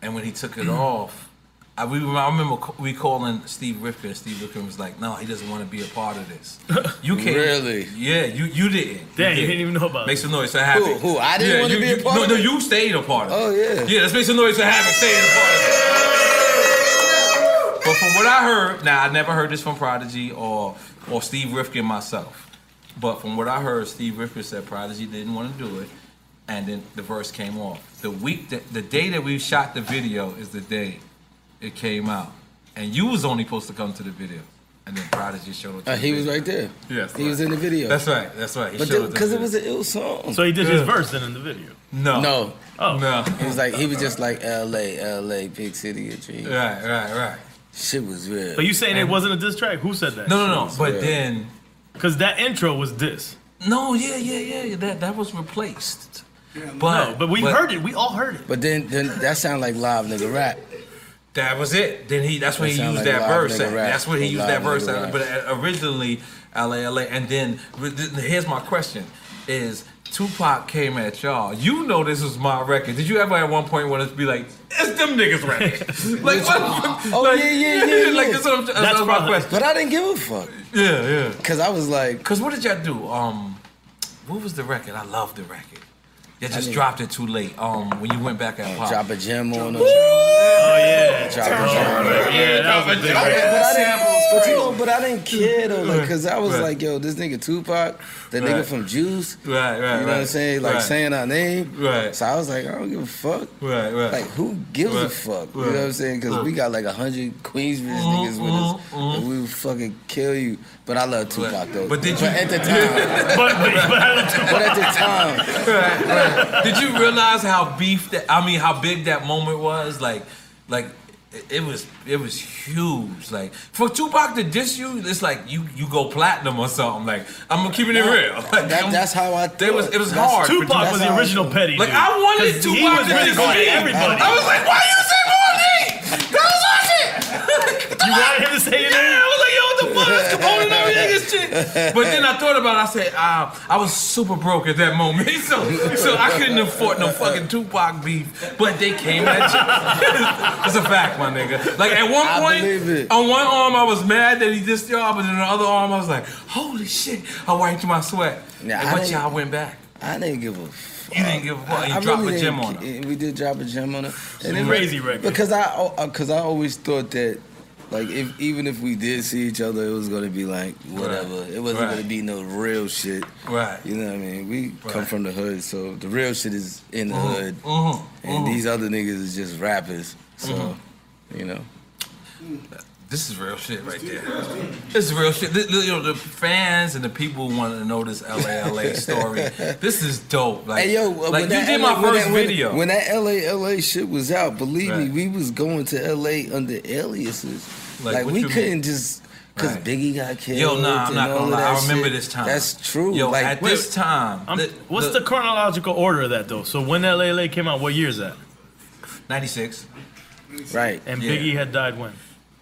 [SPEAKER 7] And when he took
[SPEAKER 2] [CLEARS THROAT]
[SPEAKER 7] it off, I, we, were- I remember c- we calling Steve Rifkin. Steve Rifkin was like, no, he doesn't want to be a part of
[SPEAKER 2] [LAUGHS]
[SPEAKER 7] this. You can't.
[SPEAKER 10] Really?
[SPEAKER 7] Yeah, you, you didn't.
[SPEAKER 2] Damn, you didn't even know about
[SPEAKER 7] Make
[SPEAKER 2] it.
[SPEAKER 7] some noise for Havoc.
[SPEAKER 10] Who- who? I didn't wanna
[SPEAKER 7] you-
[SPEAKER 10] be a
[SPEAKER 7] you-
[SPEAKER 10] part
[SPEAKER 7] no,
[SPEAKER 10] of
[SPEAKER 7] No,
[SPEAKER 10] it?
[SPEAKER 7] you stayed a part of it.
[SPEAKER 10] Oh, yeah.
[SPEAKER 7] Yeah, let's make some noise for Havoc staying a part of it. But from what I heard, now I never heard this from Prodigy or or Steve Rifkin myself. But from what I heard, Steve Rifkin said Prodigy didn't want to do it, and then the verse came off. The week that the day that we shot the video is the day it came out, and you was only supposed to come to the video, and then Prodigy showed up. to
[SPEAKER 10] Uh,
[SPEAKER 7] the
[SPEAKER 10] he was
[SPEAKER 7] video.
[SPEAKER 10] right there.
[SPEAKER 7] Yes,
[SPEAKER 10] he was in the video.
[SPEAKER 7] That's right. That's right. He
[SPEAKER 10] but
[SPEAKER 7] showed up to the
[SPEAKER 10] because it
[SPEAKER 7] video.
[SPEAKER 10] was an ill song.
[SPEAKER 2] So he did his verse then in the video.
[SPEAKER 7] no,
[SPEAKER 10] no,
[SPEAKER 2] Oh,
[SPEAKER 7] no.
[SPEAKER 10] it was like he was just like L.A., L.A., big city of dreams.
[SPEAKER 7] Right, right, right.
[SPEAKER 10] Shit was real.
[SPEAKER 2] But you saying it wasn't a diss track? Who said that?
[SPEAKER 7] No, no, no. But
[SPEAKER 10] Yeah.
[SPEAKER 7] then
[SPEAKER 2] Because that intro was diss.
[SPEAKER 7] no, yeah, yeah, yeah. That that was replaced.
[SPEAKER 2] No, but we heard it. We all heard it.
[SPEAKER 10] But then, then that sound like live nigga rap.
[SPEAKER 7] That was it. Then he that's when
[SPEAKER 10] That
[SPEAKER 7] he
[SPEAKER 10] sound
[SPEAKER 7] used
[SPEAKER 10] like
[SPEAKER 7] that
[SPEAKER 10] live
[SPEAKER 7] verse.
[SPEAKER 10] nigga
[SPEAKER 7] at.
[SPEAKER 10] rap.
[SPEAKER 7] That's when he
[SPEAKER 10] Like
[SPEAKER 7] used that
[SPEAKER 10] live
[SPEAKER 7] verse.
[SPEAKER 10] nigga
[SPEAKER 7] at.
[SPEAKER 10] rap.
[SPEAKER 7] But uh, originally, LA, LA, and then here's my question: Is Tupac came at y'all? You know this was my record. Did you ever at one point want to be like, "It's them niggas
[SPEAKER 10] [LAUGHS]
[SPEAKER 7] record"? like, what?
[SPEAKER 10] Oh,
[SPEAKER 7] like,
[SPEAKER 10] yeah,
[SPEAKER 7] [LAUGHS]
[SPEAKER 10] yeah, yeah,
[SPEAKER 7] like
[SPEAKER 10] yeah.
[SPEAKER 7] that's what I'm, that's,
[SPEAKER 2] That's
[SPEAKER 7] my
[SPEAKER 2] probably-
[SPEAKER 7] question.
[SPEAKER 10] But I didn't give a fuck
[SPEAKER 7] Yeah, yeah.
[SPEAKER 10] because I was like,
[SPEAKER 7] Cause what did y'all do? Um, what was the record? I love the record. Y'all just
[SPEAKER 10] mean-
[SPEAKER 7] dropped it too late. Um, when you went back at Pop.
[SPEAKER 10] drop a gem on him.
[SPEAKER 2] Oh yeah,
[SPEAKER 10] Drop a gem.
[SPEAKER 2] yeah, that was a big one.
[SPEAKER 10] But I didn't, but you know, but I didn't care though, like, cause I was
[SPEAKER 7] Right.
[SPEAKER 10] like, yo, this nigga Tupac, the nigga
[SPEAKER 7] Right.
[SPEAKER 10] from Juice,
[SPEAKER 7] Right, right,
[SPEAKER 10] you know what I'm
[SPEAKER 7] right.
[SPEAKER 10] saying, like
[SPEAKER 7] Right.
[SPEAKER 10] saying our name,
[SPEAKER 7] Right.
[SPEAKER 10] So I was like, I don't give a fuck,
[SPEAKER 7] Right, right.
[SPEAKER 10] Like, who gives a
[SPEAKER 7] Right.
[SPEAKER 10] fuck? You
[SPEAKER 7] Right. Mm-hmm,
[SPEAKER 10] know what I'm saying? Because we got like a hundred Queensbridge niggas with us, and we would fucking kill you. But I love Tupac
[SPEAKER 7] Right.
[SPEAKER 10] though.
[SPEAKER 7] But did you-
[SPEAKER 10] at
[SPEAKER 7] [LAUGHS]
[SPEAKER 10] the time,
[SPEAKER 2] But, but, but I don't-
[SPEAKER 10] but at the time,
[SPEAKER 7] Right, right. Did you realize how beef that? I mean, how big that moment was? Like, like it- it was it was huge. Like for Tupac to diss you, it's like you you go platinum or something. Like I'm keeping it real. Like,
[SPEAKER 10] that,
[SPEAKER 7] I'm-
[SPEAKER 10] that's how I.
[SPEAKER 7] They was-
[SPEAKER 10] thought.
[SPEAKER 7] it was
[SPEAKER 10] That's-
[SPEAKER 7] hard.
[SPEAKER 2] Tupac was
[SPEAKER 10] That's
[SPEAKER 2] the
[SPEAKER 10] how I
[SPEAKER 2] original
[SPEAKER 10] feel.
[SPEAKER 2] petty.
[SPEAKER 7] Like
[SPEAKER 2] dude.
[SPEAKER 7] I wanted
[SPEAKER 2] 'Cause
[SPEAKER 7] Tupac
[SPEAKER 2] He was
[SPEAKER 7] to
[SPEAKER 2] really
[SPEAKER 7] diss me.
[SPEAKER 2] going to everybody.
[SPEAKER 7] I was like, why you say Boogie? That was my
[SPEAKER 10] [LAUGHS]
[SPEAKER 7] shit.
[SPEAKER 2] You wanted him to say your
[SPEAKER 7] Yeah,
[SPEAKER 2] name?
[SPEAKER 7] I was like, yo, what the fuck? That's Capone and everything
[SPEAKER 10] [LAUGHS]
[SPEAKER 7] and shit. But then I thought about it. I said, ah, I was super broke at that moment. [LAUGHS] So, so I couldn't afford no fucking Tupac beef. But they came at you. [LAUGHS] That's a fact, my nigga. Like, at one
[SPEAKER 10] I believe
[SPEAKER 7] point,
[SPEAKER 10] it.
[SPEAKER 7] on one arm, I was mad that he dissed y'all. But then the other arm, I was like, holy shit. I wiped my sweat.
[SPEAKER 10] Nah,
[SPEAKER 7] and
[SPEAKER 10] I
[SPEAKER 7] but
[SPEAKER 10] didn't-
[SPEAKER 7] y'all went back.
[SPEAKER 10] I didn't give a. fuck.
[SPEAKER 7] You didn't give a fuck. You
[SPEAKER 10] I
[SPEAKER 7] dropped
[SPEAKER 10] really
[SPEAKER 7] a gem
[SPEAKER 10] didn't
[SPEAKER 7] on him.
[SPEAKER 10] ca- We did drop a gem on her.
[SPEAKER 2] Crazy record.
[SPEAKER 10] uh, Because I, because I always thought that Like if even if we did see each other, it was gonna be like whatever. It wasn't
[SPEAKER 7] Right.
[SPEAKER 10] gonna be no real shit.
[SPEAKER 7] Right.
[SPEAKER 10] You know what I mean? We come from the hood, so the real shit is in the
[SPEAKER 7] Mhm,
[SPEAKER 10] hood,
[SPEAKER 7] mhm,
[SPEAKER 10] and
[SPEAKER 7] mhm.
[SPEAKER 10] these other niggas is just rappers. So, you know.
[SPEAKER 7] Mm-hmm. This is real shit right there. This is real shit. The, the- you know, the fans and the people wanted to know this LA LA story. this is dope. Like,
[SPEAKER 10] hey yo, uh,
[SPEAKER 7] like you
[SPEAKER 10] when that
[SPEAKER 7] did
[SPEAKER 10] LA
[SPEAKER 7] my
[SPEAKER 10] when
[SPEAKER 7] first
[SPEAKER 10] that- when-
[SPEAKER 7] video.
[SPEAKER 10] When that LA LA shit was out, believe me, we was going to LA under aliases.
[SPEAKER 7] Like,
[SPEAKER 10] Like,
[SPEAKER 7] what
[SPEAKER 10] we
[SPEAKER 7] you mean?
[SPEAKER 10] couldn't just because Biggie got killed.
[SPEAKER 7] Yo, nah, I'm
[SPEAKER 10] and
[SPEAKER 7] not
[SPEAKER 10] all
[SPEAKER 7] gonna
[SPEAKER 10] of
[SPEAKER 7] lie. I
[SPEAKER 10] that
[SPEAKER 7] remember
[SPEAKER 10] shit.
[SPEAKER 7] this time.
[SPEAKER 10] That's true.
[SPEAKER 7] Yo,
[SPEAKER 10] like
[SPEAKER 7] at this time,
[SPEAKER 2] I'm- what's the, chronological order of that though? So when LALA came out, what year is that?
[SPEAKER 7] 96.
[SPEAKER 10] Right.
[SPEAKER 2] And
[SPEAKER 7] Yeah.
[SPEAKER 2] Biggie had died when?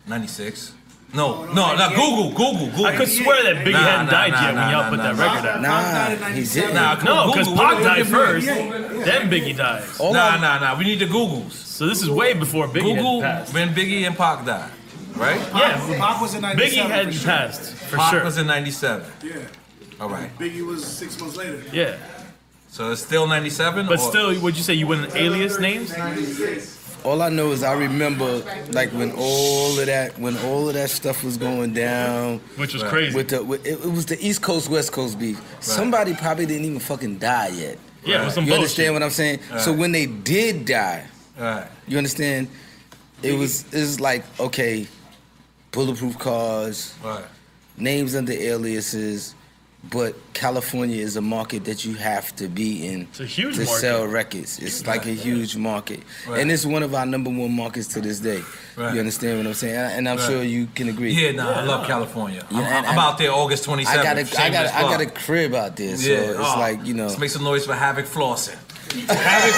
[SPEAKER 7] 96. No, no, no, Google, Google, Google.
[SPEAKER 2] I could swear that Biggie
[SPEAKER 7] Nah,
[SPEAKER 2] hadn't
[SPEAKER 7] nah,
[SPEAKER 2] died
[SPEAKER 7] nah,
[SPEAKER 2] yet
[SPEAKER 7] nah,
[SPEAKER 2] when y'all
[SPEAKER 7] nah,
[SPEAKER 2] put
[SPEAKER 7] nah,
[SPEAKER 2] that
[SPEAKER 7] nah.
[SPEAKER 2] record out.
[SPEAKER 10] Nah, he didn't.
[SPEAKER 7] Nah, come on,
[SPEAKER 2] no, because
[SPEAKER 7] Google.
[SPEAKER 2] Pac
[SPEAKER 7] What- what
[SPEAKER 2] died
[SPEAKER 7] did Biggie-
[SPEAKER 2] first,
[SPEAKER 7] yeah, yeah.
[SPEAKER 2] then Biggie dies.
[SPEAKER 7] Nah, nah, nah. We need the Googles.
[SPEAKER 2] So this is way before Biggie had
[SPEAKER 7] Google
[SPEAKER 2] passed.
[SPEAKER 7] when Biggie and Pac died, right?
[SPEAKER 2] Yeah,
[SPEAKER 11] Pac was in
[SPEAKER 2] Biggie
[SPEAKER 11] 97
[SPEAKER 2] hadn't
[SPEAKER 11] for sure.
[SPEAKER 2] passed for
[SPEAKER 7] Pac
[SPEAKER 2] sure.
[SPEAKER 7] was in '97.
[SPEAKER 11] Yeah.
[SPEAKER 7] All right.
[SPEAKER 11] Biggie was six months later.
[SPEAKER 2] Yeah.
[SPEAKER 7] So it's still 97?
[SPEAKER 2] But
[SPEAKER 7] or-
[SPEAKER 2] still, would you say you went alias names?
[SPEAKER 10] All I know is I remember like when all of that when all of that stuff was going down,
[SPEAKER 2] Which was Right. crazy.
[SPEAKER 10] With the with, it, it was the East Coast West Coast beef. Somebody probably didn't even fucking die yet.
[SPEAKER 7] Yeah, it was some
[SPEAKER 10] you
[SPEAKER 7] bullshit.
[SPEAKER 10] understand what I'm saying? So
[SPEAKER 7] Right.
[SPEAKER 10] when they did die,
[SPEAKER 7] Right.
[SPEAKER 10] you understand? It was it was like okay, bulletproof cars,
[SPEAKER 7] Right.
[SPEAKER 10] names under aliases, but California is a market that you have to be in it's
[SPEAKER 2] a huge
[SPEAKER 10] to
[SPEAKER 2] market.
[SPEAKER 10] sell records. It's like a huge market,
[SPEAKER 7] Right.
[SPEAKER 10] and it's one of our number one markets to this day.
[SPEAKER 7] Right.
[SPEAKER 10] You understand what I'm saying? And and I'm
[SPEAKER 7] Right.
[SPEAKER 10] sure you can agree.
[SPEAKER 7] Yeah, nah, I love California.
[SPEAKER 10] Yeah,
[SPEAKER 7] I'm,
[SPEAKER 10] and-
[SPEAKER 7] I'm
[SPEAKER 10] and-
[SPEAKER 7] out there August 27th.
[SPEAKER 10] I got a, I got
[SPEAKER 7] Shameless
[SPEAKER 10] a, I
[SPEAKER 7] plug.
[SPEAKER 10] got a crib out there, so it's
[SPEAKER 7] oh,
[SPEAKER 10] like you know.
[SPEAKER 7] Let's make some noise for Havoc Flossin. Havoc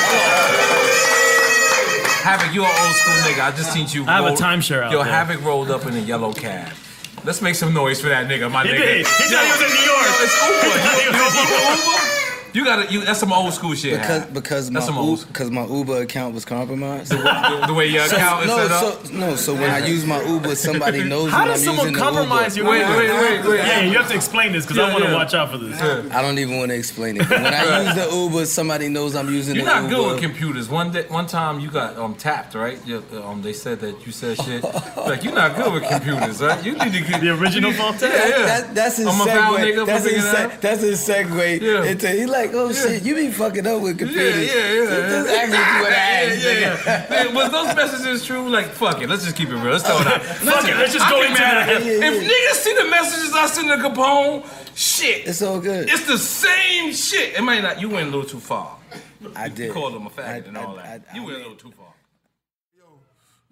[SPEAKER 7] Flossin. Havoc, you're an old school nigga. I just seen you.
[SPEAKER 2] I have a
[SPEAKER 7] roll-
[SPEAKER 2] timeshare out
[SPEAKER 7] Yo,
[SPEAKER 2] there.
[SPEAKER 7] Havoc rolled up in a yellow cab. Let's make some noise for that nigga, my
[SPEAKER 2] He
[SPEAKER 7] nigga.
[SPEAKER 2] did. He thought he was in New York.
[SPEAKER 7] Yo, It's Uber.
[SPEAKER 2] [LAUGHS] He
[SPEAKER 7] You-
[SPEAKER 2] thought he was in
[SPEAKER 7] you-
[SPEAKER 2] New
[SPEAKER 7] Uber? You gotta. You, that's some old school shit.
[SPEAKER 10] because
[SPEAKER 7] Havoc.
[SPEAKER 10] because
[SPEAKER 7] that's
[SPEAKER 10] my
[SPEAKER 7] some old.
[SPEAKER 10] Uber, because my Uber account was compromised.
[SPEAKER 7] The, the way your account is
[SPEAKER 10] no,
[SPEAKER 7] set
[SPEAKER 10] so,
[SPEAKER 7] up.
[SPEAKER 10] No, so when I use my
[SPEAKER 2] [LAUGHS]
[SPEAKER 10] Uber, somebody knows.
[SPEAKER 2] How
[SPEAKER 10] when
[SPEAKER 2] does
[SPEAKER 10] I'm
[SPEAKER 2] someone
[SPEAKER 10] using the
[SPEAKER 2] compromise your
[SPEAKER 10] Uber.
[SPEAKER 2] Uber? Wait, wait, wait, wait. Yeah, you have to
[SPEAKER 10] explain this
[SPEAKER 2] 'cause I Yeah, wanna yeah. watch out for this.
[SPEAKER 10] I don't even want to explain it. But when I use the Uber, somebody knows I'm using
[SPEAKER 7] You're
[SPEAKER 10] the
[SPEAKER 7] not
[SPEAKER 10] Uber.
[SPEAKER 7] good with computers. One day, one time you got um tapped, right? You, um, they said that you said
[SPEAKER 10] [LAUGHS]
[SPEAKER 7] shit. like you're not good with computers, right? You need to get the
[SPEAKER 2] original
[SPEAKER 7] phone
[SPEAKER 10] That-
[SPEAKER 7] Yeah, yeah.
[SPEAKER 10] that- that's his
[SPEAKER 7] I'm a foul
[SPEAKER 10] segue.
[SPEAKER 7] nigga.
[SPEAKER 10] that's,
[SPEAKER 7] for
[SPEAKER 10] his
[SPEAKER 7] figuring
[SPEAKER 10] se-
[SPEAKER 7] it out.
[SPEAKER 10] that's his segue.
[SPEAKER 7] Yeah.
[SPEAKER 10] Into, he like, oh shit, you be fucking up with computers.
[SPEAKER 7] Yeah, yeah, yeah.
[SPEAKER 10] Just ask me what I
[SPEAKER 7] Yeah,
[SPEAKER 10] asked,
[SPEAKER 7] yeah,
[SPEAKER 10] nigga.
[SPEAKER 7] yeah.
[SPEAKER 10] [LAUGHS]
[SPEAKER 7] Man, Was those messages true? Like, fuck it. Let's just keep it real. Let's throw it out.
[SPEAKER 2] Fuck it, let's just
[SPEAKER 7] I
[SPEAKER 2] go
[SPEAKER 7] can
[SPEAKER 2] into
[SPEAKER 7] tell-
[SPEAKER 2] that. Yeah,
[SPEAKER 7] If
[SPEAKER 2] yeah.
[SPEAKER 7] niggas see the messages I send to Capone, shit.
[SPEAKER 10] It's all good.
[SPEAKER 7] It's the same shit. It might not. You went a little too far.
[SPEAKER 10] I did.
[SPEAKER 7] You called him a faggot and all that. you went a little too far.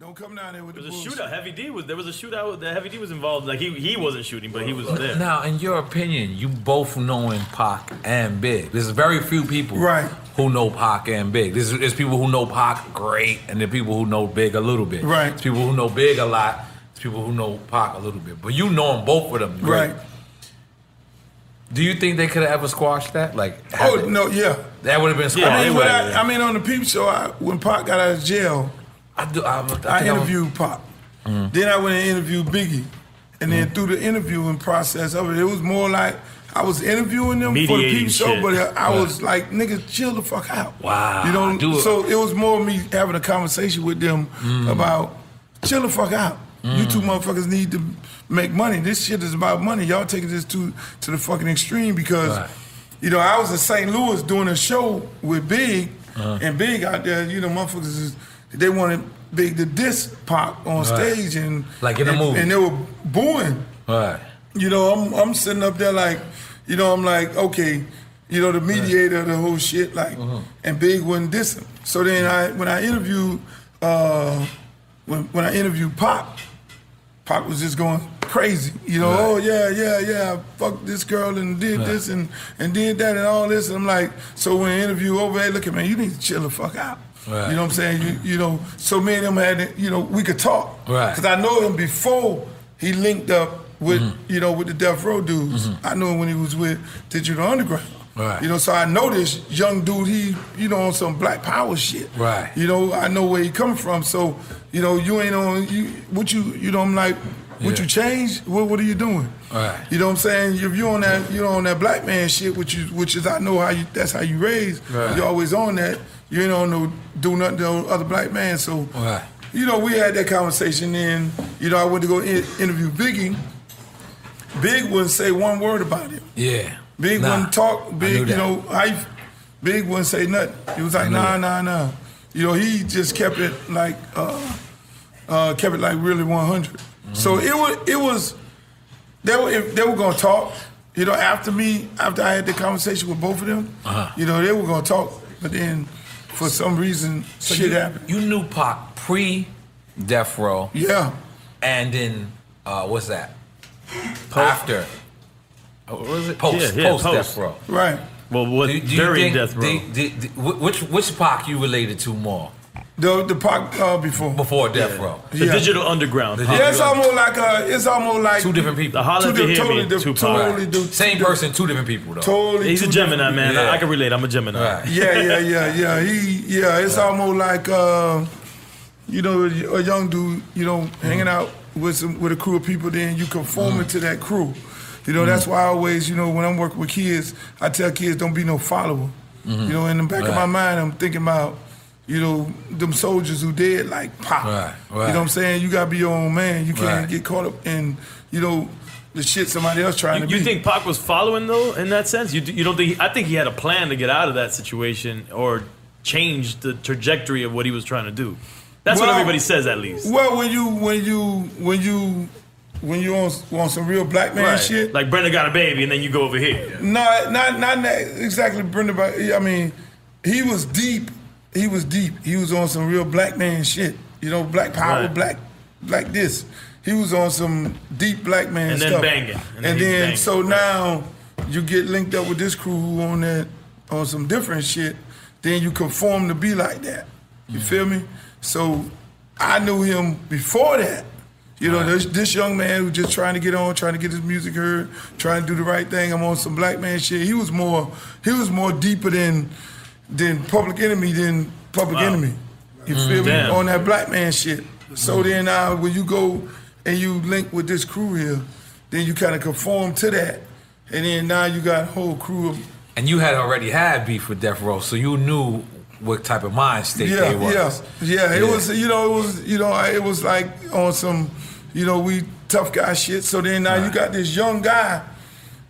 [SPEAKER 11] Don't come down there with
[SPEAKER 2] There was a shootout. Heavy D was there was a shootout. That Heavy D was involved. Like he he wasn't shooting, but he was
[SPEAKER 7] [LAUGHS]
[SPEAKER 2] there.
[SPEAKER 11] Now, in your opinion, you both knowing Pac and Big. There's very few people
[SPEAKER 2] Right.
[SPEAKER 11] who know Pac and Big. There's, there's people who know Pac great, and there are people who know Big a little bit.
[SPEAKER 7] Right.
[SPEAKER 11] There's people who know Big a lot. There's people who know Pac a little bit. But you know them both of them great. Right. Do you think they could have ever squashed that? Like,
[SPEAKER 12] Oh
[SPEAKER 11] have it-
[SPEAKER 12] no, yeah.
[SPEAKER 11] that would have been squashed.
[SPEAKER 12] I mean, when
[SPEAKER 11] anyway.
[SPEAKER 12] I, I mean, on the peep show, I, when Pac got out of jail,
[SPEAKER 11] I, do, I,
[SPEAKER 12] I
[SPEAKER 11] think I'm- Mm-hmm.
[SPEAKER 12] interviewed Pac. Then I went and interviewed Biggie, and then through the interviewing process of it, it was more like I was interviewing them for the
[SPEAKER 11] Mediating
[SPEAKER 12] peep show,
[SPEAKER 11] shit.
[SPEAKER 12] but I
[SPEAKER 11] Yeah.
[SPEAKER 12] was like, "Niggas, chill the fuck out."
[SPEAKER 11] Wow,
[SPEAKER 12] You know,
[SPEAKER 11] dude.
[SPEAKER 12] so it was more me having a conversation with them
[SPEAKER 11] Mm.
[SPEAKER 12] about chill the fuck out. You
[SPEAKER 11] Mm.
[SPEAKER 12] two motherfuckers need to make money. This shit is about money. Y'all taking this to to the fucking extreme because, you know, I was in St. Louis doing a show with Big,
[SPEAKER 2] Uh,
[SPEAKER 11] Uh-huh.
[SPEAKER 12] and Big out there, you know, motherfuckers is, they wanted Big to diss Pac on
[SPEAKER 11] Right.
[SPEAKER 12] stage and
[SPEAKER 11] Like in a
[SPEAKER 12] and-
[SPEAKER 11] movie.
[SPEAKER 12] and they were booing.
[SPEAKER 11] Right.
[SPEAKER 12] You know, I'm I'm sitting up there like, you know, I'm like, okay, you know, the mediator of the whole shit, like, and Big wouldn't diss him. So then I when I interviewed uh when when I interviewed Pop, Pop was just going crazy. You know, oh yeah, yeah, yeah, I fucked this girl and did
[SPEAKER 11] Right.
[SPEAKER 12] this and and did that and all this. And I'm like, so when the interview over, hey, look at man, you need to chill the fuck out.
[SPEAKER 11] Right.
[SPEAKER 12] You know what I'm saying? You, you know, so me and him had, you know, we could talk.
[SPEAKER 11] Right.
[SPEAKER 12] Because I know him before he linked up with,
[SPEAKER 11] Mm-hmm.
[SPEAKER 12] you know, with the Death Row dudes. I knew him when he was with Digital Underground.
[SPEAKER 11] Right.
[SPEAKER 12] You know, so I know this young dude, he, you know, on some black power shit.
[SPEAKER 11] Right.
[SPEAKER 12] You know, I know where he coming from. So, you know, you ain't on, you, what you, you know, I'm like, what
[SPEAKER 11] Yeah.
[SPEAKER 12] you change? What, what are you doing?
[SPEAKER 11] Right.
[SPEAKER 12] You know what I'm saying? If you on that, you know, on that black man shit, which you, which is I know how you, that's how you raised.
[SPEAKER 11] Right.
[SPEAKER 12] you always on that. You ain't on no do nothing to no other black man. So
[SPEAKER 11] Right.
[SPEAKER 12] you know, we had that conversation. Then, you know, I went to go in, interview Biggie. Big wouldn't say one word about it.
[SPEAKER 7] Yeah.
[SPEAKER 12] Big
[SPEAKER 7] Nah,
[SPEAKER 12] wouldn't talk.
[SPEAKER 7] knew
[SPEAKER 12] Big, you
[SPEAKER 7] that.
[SPEAKER 12] know, I. Big wouldn't say nothing. He was
[SPEAKER 7] I
[SPEAKER 12] like,
[SPEAKER 7] knew
[SPEAKER 12] nah,
[SPEAKER 7] that.
[SPEAKER 12] nah, nah. You know, he just kept it like, uh, uh, kept it like really 100. So
[SPEAKER 7] Mm-hmm.
[SPEAKER 12] it was, it was. They were, if they were gonna talk. You know, after me, after I had the conversation with both of them,
[SPEAKER 7] Uh-huh.
[SPEAKER 12] you know, they were gonna talk. But then, for some reason,
[SPEAKER 7] So
[SPEAKER 12] shit
[SPEAKER 7] you,
[SPEAKER 12] happened.
[SPEAKER 7] You knew Pac pre Death Row.
[SPEAKER 12] Yeah.
[SPEAKER 7] And then uh, what's that? After. Oh, what was it? Post,
[SPEAKER 12] Yeah, yeah,
[SPEAKER 7] post,
[SPEAKER 12] post.
[SPEAKER 7] Death Row.
[SPEAKER 12] Right.
[SPEAKER 7] Well, what
[SPEAKER 12] Do- do you during think Death Row?
[SPEAKER 7] which which Pac you related to more?
[SPEAKER 12] The the Pac uh, before
[SPEAKER 7] before Death Row.
[SPEAKER 12] The Yeah. Digital
[SPEAKER 7] Underground.
[SPEAKER 12] Yeah, it's almost like a, it's almost like
[SPEAKER 7] two different people.
[SPEAKER 12] two di- totally different, totally different.
[SPEAKER 7] Same person, two different people though.
[SPEAKER 12] Totally
[SPEAKER 7] He's
[SPEAKER 12] He's
[SPEAKER 7] a
[SPEAKER 12] a two
[SPEAKER 7] Gemini
[SPEAKER 12] different-
[SPEAKER 7] man.
[SPEAKER 2] man. I- I
[SPEAKER 7] can relate. I'm a Gemini.
[SPEAKER 12] yeah, yeah, yeah, yeah. He, yeah, it's almost like, uh, you know, a young dude, you know, hanging out with some with a crew of people. Then you
[SPEAKER 2] Mm.
[SPEAKER 12] conforming to that crew. You know, that's why I always, you know, when I'm working with kids, I tell kids don't be no follower.
[SPEAKER 7] Mhm.
[SPEAKER 2] Mm.
[SPEAKER 12] You know, in the back of my
[SPEAKER 7] Right.
[SPEAKER 12] mind, I'm thinking about, you know, them soldiers who did like pop.
[SPEAKER 7] Right,
[SPEAKER 12] You
[SPEAKER 7] right.
[SPEAKER 12] know what I'm saying? You gotta be your own man. You can't
[SPEAKER 2] Right.
[SPEAKER 12] get caught up in, you know, the shit somebody else trying to
[SPEAKER 2] You
[SPEAKER 12] be.
[SPEAKER 2] think Pac was following though in that sense? You, you don't think? I think he had a plan to get out of that situation or change the trajectory of what he was trying to do. That's what
[SPEAKER 12] Well-
[SPEAKER 2] everybody says, at least.
[SPEAKER 12] Well, when you when you when you when you on, on some real black man
[SPEAKER 2] Right.
[SPEAKER 12] shit,
[SPEAKER 2] Like Brenda got a baby, and then you go over here.
[SPEAKER 12] no, not not that exactly Brenda. But I mean, he was deep. He was deep. He was on some real black man shit. You know, black power,
[SPEAKER 2] Right.
[SPEAKER 12] black black this. He was on some deep black man
[SPEAKER 2] And then
[SPEAKER 12] stuff.
[SPEAKER 2] banging. And
[SPEAKER 12] And,
[SPEAKER 2] then he's
[SPEAKER 12] then
[SPEAKER 2] banging.
[SPEAKER 12] so now you get linked up with this crew who on that on some different shit. Then you conform to be like that.
[SPEAKER 2] Mm.
[SPEAKER 12] You feel me? So I knew him before that. You know, this, this young man who just trying to get on, trying to get his music heard, trying to do the right thing. I'm on some black man shit. He was more, he was more deeper than, than Public Enemy than Public
[SPEAKER 2] Wow.
[SPEAKER 12] Enemy. You
[SPEAKER 2] Mm,
[SPEAKER 12] feel me?
[SPEAKER 2] damn.
[SPEAKER 12] On that black man shit. So then uh, when you go and you link with this crew here, then you kind of conform to that, and then now you got a whole crew of
[SPEAKER 7] And you had already had beef with Death Row, so you knew what type of mind state
[SPEAKER 12] yeah,
[SPEAKER 7] they was.
[SPEAKER 12] yeah, yeah. It
[SPEAKER 7] Yeah.
[SPEAKER 12] was, you know, it was, you know, I- it was like on some, you know, we tough guy shit. So then now you got this young guy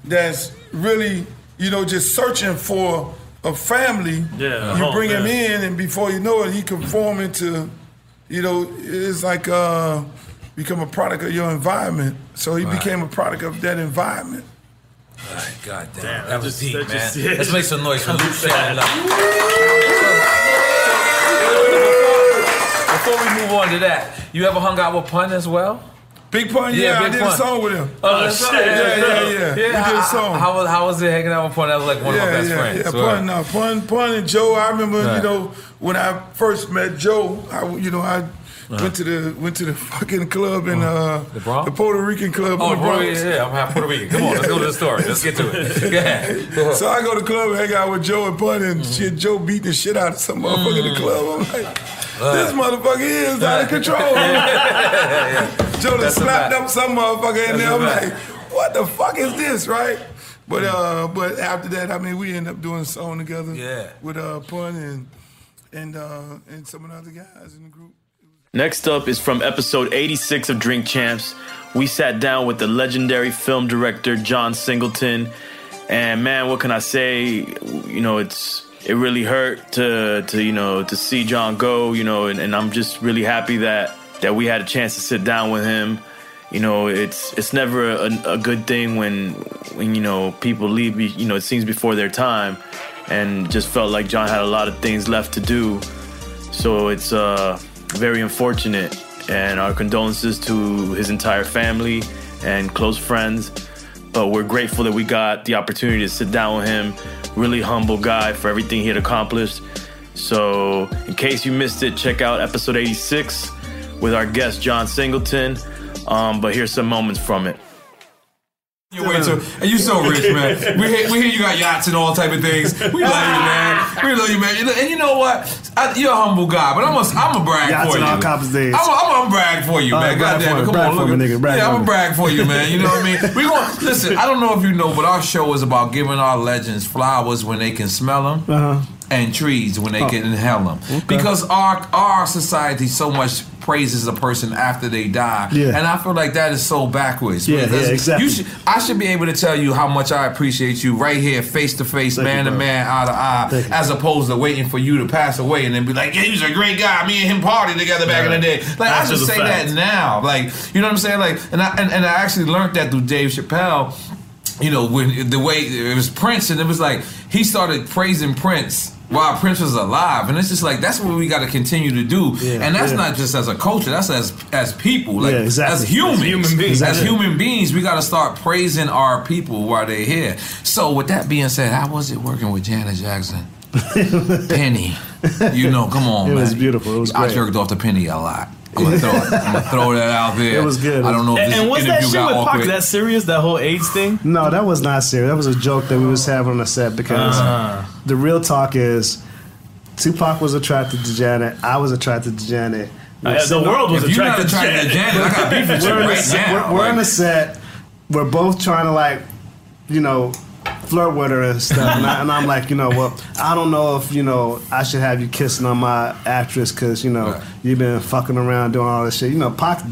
[SPEAKER 12] that's really, you know, just searching for a family.
[SPEAKER 2] Yeah, a
[SPEAKER 12] you
[SPEAKER 2] home,
[SPEAKER 12] bring him
[SPEAKER 2] yeah.
[SPEAKER 12] in, and before you know it, he conforming to, you know, it's like uh, become a product of your environment. So he
[SPEAKER 7] Right.
[SPEAKER 12] became a product of that environment.
[SPEAKER 7] God damn,
[SPEAKER 2] Damn,
[SPEAKER 7] that was
[SPEAKER 2] just-
[SPEAKER 7] deep,
[SPEAKER 2] that
[SPEAKER 7] man.
[SPEAKER 2] just-
[SPEAKER 7] Let's make some noise for Luke Shaw and Love. Before we move on to that, you ever hung out with Pun as well?
[SPEAKER 12] Big Pun, yeah, I did a song with him.
[SPEAKER 7] Oh,
[SPEAKER 12] Oh,
[SPEAKER 7] that's
[SPEAKER 12] shit,
[SPEAKER 7] right.
[SPEAKER 12] yeah, yeah, yeah. We did a
[SPEAKER 7] how-
[SPEAKER 12] song.
[SPEAKER 7] How, was how was it hanging out with Pun? That was like one of my best friends.
[SPEAKER 12] Yeah,
[SPEAKER 7] Well,
[SPEAKER 12] Pun, no, Pun, Pun and Joe. I remember,
[SPEAKER 7] Right.
[SPEAKER 12] you know, when I first met Joe, I, you know, I
[SPEAKER 7] Uh-huh.
[SPEAKER 12] went to the went to the fucking club in uh, the, Puerto Rican club
[SPEAKER 7] Oh,
[SPEAKER 12] in the Bronx.
[SPEAKER 7] yeah, yeah, I'm half Puerto Rican. Come on, let's go to the story. Let's get to it. Go ahead.
[SPEAKER 12] So I go to the club, hang out with Joe and Pun, and
[SPEAKER 7] Mm-hmm.
[SPEAKER 12] shit. Joe beat the shit out of some motherfucker
[SPEAKER 7] Mm.
[SPEAKER 12] in the club. I'm like, this motherfucker is out of control.
[SPEAKER 7] [LAUGHS]
[SPEAKER 12] Joe done
[SPEAKER 7] That's a
[SPEAKER 12] slapped
[SPEAKER 7] fact.
[SPEAKER 12] up some motherfucker
[SPEAKER 7] That's
[SPEAKER 12] in there.
[SPEAKER 7] a
[SPEAKER 12] I'm
[SPEAKER 7] fact.
[SPEAKER 12] like, what the fuck is this, right? But uh, but after that, I mean, we end up doing a song together.
[SPEAKER 7] Yeah.
[SPEAKER 12] With uh, Pun and and uh, and some of the other guys in the group.
[SPEAKER 2] Next up is from episode 86 of Drink Champs. We sat down with the legendary film director John Singleton, and man, what can I say? You know, it's it really hurt to to you know to see John go. You know, and, and I'm just really happy that that we had a chance to sit down with him. You know, it's it's never a, a good thing when when you know people leave. You know, it seems before their time, and just felt like John had a lot of things left to do. So it's uh, very unfortunate, and our condolences to his entire family and close friends. But we're grateful that we got the opportunity to sit down with him. Really humble guy for everything he had accomplished. So, in case you missed it, check out episode 86 with our guest John Singleton. Um, but here's some moments from it.
[SPEAKER 11] You're way
[SPEAKER 13] [LAUGHS]
[SPEAKER 11] too, and you so rich, man. We hear, we hear you got yachts and all type of things. We love you, man. We love you, man. You know- And you know what? I, you're a humble guy, but I'm gonna I'm a brag
[SPEAKER 13] Yachts
[SPEAKER 11] for
[SPEAKER 13] and
[SPEAKER 11] you.
[SPEAKER 13] all cops days.
[SPEAKER 11] I'm gonna brag for you,
[SPEAKER 13] All
[SPEAKER 11] man.
[SPEAKER 13] right, Uh, brag
[SPEAKER 11] God damn
[SPEAKER 13] for
[SPEAKER 11] it,
[SPEAKER 13] me,
[SPEAKER 11] come
[SPEAKER 13] brag
[SPEAKER 11] on,
[SPEAKER 13] for
[SPEAKER 11] look
[SPEAKER 13] me,
[SPEAKER 11] at-
[SPEAKER 13] nigga, brag
[SPEAKER 11] Yeah,
[SPEAKER 13] for
[SPEAKER 11] I'm gonna
[SPEAKER 13] me.
[SPEAKER 11] brag for you, man. You know what I mean? We
[SPEAKER 13] [LAUGHS]
[SPEAKER 11] going to listen. I don't know if you know, but our show is about giving our legends flowers when they can smell them.
[SPEAKER 13] Uh huh.
[SPEAKER 7] and trees when they
[SPEAKER 14] Oh.
[SPEAKER 7] get in Harlem. Because our our society so much praises a person after they die,
[SPEAKER 13] Yeah.
[SPEAKER 7] and I feel like that is so backwards.
[SPEAKER 13] Yeah, yeah,
[SPEAKER 7] Because
[SPEAKER 13] exactly.
[SPEAKER 7] You should, I should be able to tell you how much I appreciate you right here, face to face,
[SPEAKER 13] Thank you,
[SPEAKER 7] man to
[SPEAKER 13] bro.
[SPEAKER 7] man, eye to eye,
[SPEAKER 13] Thank you.
[SPEAKER 7] as opposed to waiting for you to pass away and then be like, "Yeah, he was a great guy. Me and him partied together back in the day." Like I
[SPEAKER 13] After
[SPEAKER 7] should
[SPEAKER 13] the
[SPEAKER 7] say
[SPEAKER 13] fact.
[SPEAKER 7] that now. Like you know what I'm saying? Like and I and, and I actually learned that through Dave Chappelle. You know when the way it was Prince and it was like he started praising Prince while Prince was alive and it's just like that's what we got to continue to do and that's
[SPEAKER 13] yeah.
[SPEAKER 7] not just as a culture that's as as people like
[SPEAKER 13] Yeah, exactly.
[SPEAKER 7] as humans
[SPEAKER 13] As human beings.
[SPEAKER 7] as
[SPEAKER 13] Exactly.
[SPEAKER 7] human beings we got to start praising our people while they're here so with that being said how was it working with Janet
[SPEAKER 13] [LAUGHS]
[SPEAKER 7] Jackson Penny you know come on
[SPEAKER 13] It
[SPEAKER 7] man
[SPEAKER 13] was beautiful. It was
[SPEAKER 7] I
[SPEAKER 13] great.
[SPEAKER 7] jerked off to Penny a lot. I'm gonna throw, I'm
[SPEAKER 13] [LAUGHS]
[SPEAKER 7] gonna throw that out there.
[SPEAKER 13] It was good.
[SPEAKER 7] I don't know if
[SPEAKER 13] And-
[SPEAKER 7] this
[SPEAKER 13] and was that
[SPEAKER 7] interview
[SPEAKER 13] shit
[SPEAKER 7] got
[SPEAKER 13] with Pac
[SPEAKER 7] awkward.
[SPEAKER 13] that
[SPEAKER 2] serious? That whole AIDS thing?
[SPEAKER 13] No, that was not serious. That was a joke that we was having on the set because
[SPEAKER 2] Ah.
[SPEAKER 13] the real talk is Tupac was attracted to Janet. I was attracted to Janet.
[SPEAKER 2] Uh, the
[SPEAKER 13] sitting
[SPEAKER 2] world was If you're not attracted to attracted to Janet. Janet, I got
[SPEAKER 13] [LAUGHS]
[SPEAKER 2] beef with you
[SPEAKER 13] We're in a
[SPEAKER 2] right
[SPEAKER 13] set-
[SPEAKER 2] now,
[SPEAKER 13] We're, we're in a set. We're both trying to like, you know, flirt with her and stuff. and, I, and I'm like, you know, well, I don't know if you know I should have you kissing on my actress because you know you've been fucking around doing all this shit. You know, Pac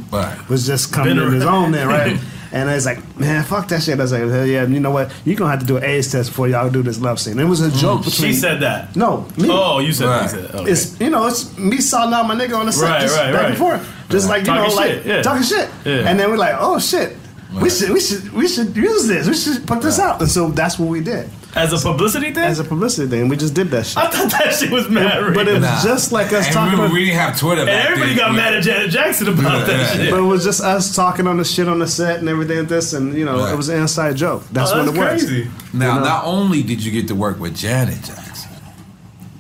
[SPEAKER 13] was just coming
[SPEAKER 2] Been
[SPEAKER 13] in his
[SPEAKER 2] around.
[SPEAKER 13] own
[SPEAKER 2] [LAUGHS]
[SPEAKER 13] there, right? And I was like, man, fuck that shit. I was like, hell yeah, you know what? You're gonna have to do an AIDS test before y'all do this love scene. It was a joke between.
[SPEAKER 2] Mm. She said that.
[SPEAKER 13] No, me.
[SPEAKER 2] Oh, you said you said that. Okay.
[SPEAKER 13] It's you know, it's me selling out my nigga on the set,
[SPEAKER 2] Right,
[SPEAKER 13] just
[SPEAKER 2] right,
[SPEAKER 13] back
[SPEAKER 2] right.
[SPEAKER 13] and forth, just
[SPEAKER 2] Yeah.
[SPEAKER 13] like you
[SPEAKER 2] Talking
[SPEAKER 13] know, like
[SPEAKER 2] shit, yeah.
[SPEAKER 13] talking shit.
[SPEAKER 2] Yeah.
[SPEAKER 13] And then we're like, oh shit, we should, we should, we should use this. We should put this out. And so that's what we did.
[SPEAKER 2] As a publicity thing?
[SPEAKER 13] As a publicity thing, we just did that shit.
[SPEAKER 2] I thought that shit was married.
[SPEAKER 13] But it was just like us
[SPEAKER 7] and
[SPEAKER 13] talking
[SPEAKER 7] remember,
[SPEAKER 13] about-
[SPEAKER 7] we didn't have Twitter.
[SPEAKER 2] And
[SPEAKER 7] back
[SPEAKER 2] everybody
[SPEAKER 7] then.
[SPEAKER 2] got
[SPEAKER 7] We-
[SPEAKER 2] mad at Janet
[SPEAKER 7] [LAUGHS]
[SPEAKER 2] Jackson about
[SPEAKER 7] Yeah,
[SPEAKER 2] that
[SPEAKER 7] yeah.
[SPEAKER 2] shit.
[SPEAKER 13] But it was just us talking on the shit on the set and everything like this, and you know, it was an inside joke. Oh, That's,
[SPEAKER 7] Oh,
[SPEAKER 13] what it was.
[SPEAKER 7] Now,
[SPEAKER 13] You know?
[SPEAKER 7] not only did you get to work with Janet Jackson,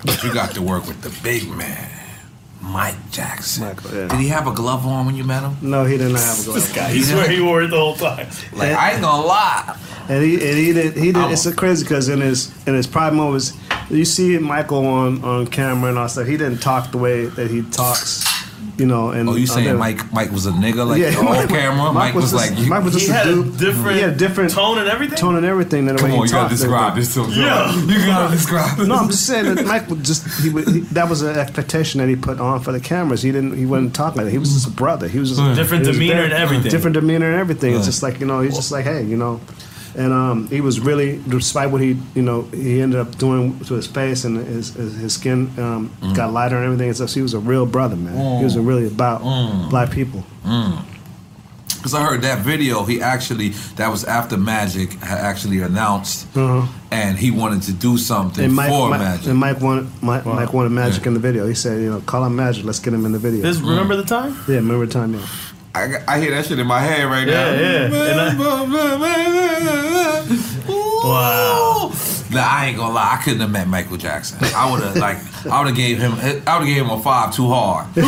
[SPEAKER 7] but you got to work with the big man, Mike Jackson. Did he have a glove on when you met him?
[SPEAKER 13] No, he did not have a glove.
[SPEAKER 7] This guy,
[SPEAKER 13] on.
[SPEAKER 7] he swear he
[SPEAKER 2] wore it the whole time.
[SPEAKER 7] Like I ain't gonna lie.
[SPEAKER 13] And he and he did he did. It's so crazy because in his in his prime moments, you see Michael on on camera and all that stuff. He didn't talk the way that he talks. You know, and
[SPEAKER 7] Oh, you saying
[SPEAKER 13] other-
[SPEAKER 7] Mike? Mike was a nigga like on camera. Mike, was,
[SPEAKER 13] just-
[SPEAKER 7] like, you,
[SPEAKER 13] Mike was just a dude.
[SPEAKER 2] different,
[SPEAKER 13] yeah, different tone and everything. Tone and everything. Than the
[SPEAKER 7] Come
[SPEAKER 13] way
[SPEAKER 7] on,
[SPEAKER 13] he
[SPEAKER 7] you gotta
[SPEAKER 13] talked.
[SPEAKER 7] describe this. To
[SPEAKER 13] Yeah.
[SPEAKER 7] you gotta describe this.
[SPEAKER 13] No, I'm just saying that Mike would just he, would- he that was an expectation that he put on for the cameras. He didn't he wasn't talking like that. He was just a brother. He was just
[SPEAKER 2] Mm. Different
[SPEAKER 13] he was
[SPEAKER 2] demeanor
[SPEAKER 13] very-
[SPEAKER 2] and everything.
[SPEAKER 13] Different demeanor and everything.
[SPEAKER 2] Mm.
[SPEAKER 13] It's just like you know he's just like hey you know, and um, he was really despite what he you know he ended up doing to his face and his his, his skin um, got lighter and everything. And stuff. So he was a real brother man. He was
[SPEAKER 7] Mm.
[SPEAKER 13] really about black people.
[SPEAKER 7] Because Mm. I heard that video, he actually, that was after Magic had actually announced
[SPEAKER 13] Uh-huh.
[SPEAKER 7] and he wanted to do something
[SPEAKER 13] And Mike,
[SPEAKER 7] for
[SPEAKER 13] Mike-
[SPEAKER 7] Magic.
[SPEAKER 13] and Mike wanted Mike, Mike wanted Magic in the video. He said, you know, call him Magic. Let's get him in the video.
[SPEAKER 7] This- remember
[SPEAKER 2] the time?
[SPEAKER 13] Yeah, remember the time. Yeah.
[SPEAKER 7] I, got- I hear that shit in my head right now.
[SPEAKER 2] uh,
[SPEAKER 13] Yeah, yeah. And
[SPEAKER 7] wow. Nah, I ain't gonna lie. I couldn't have met Michael Jackson. I would have
[SPEAKER 2] [LAUGHS]
[SPEAKER 7] like, I would have gave him, I would have gave him a five too hard.
[SPEAKER 2] Who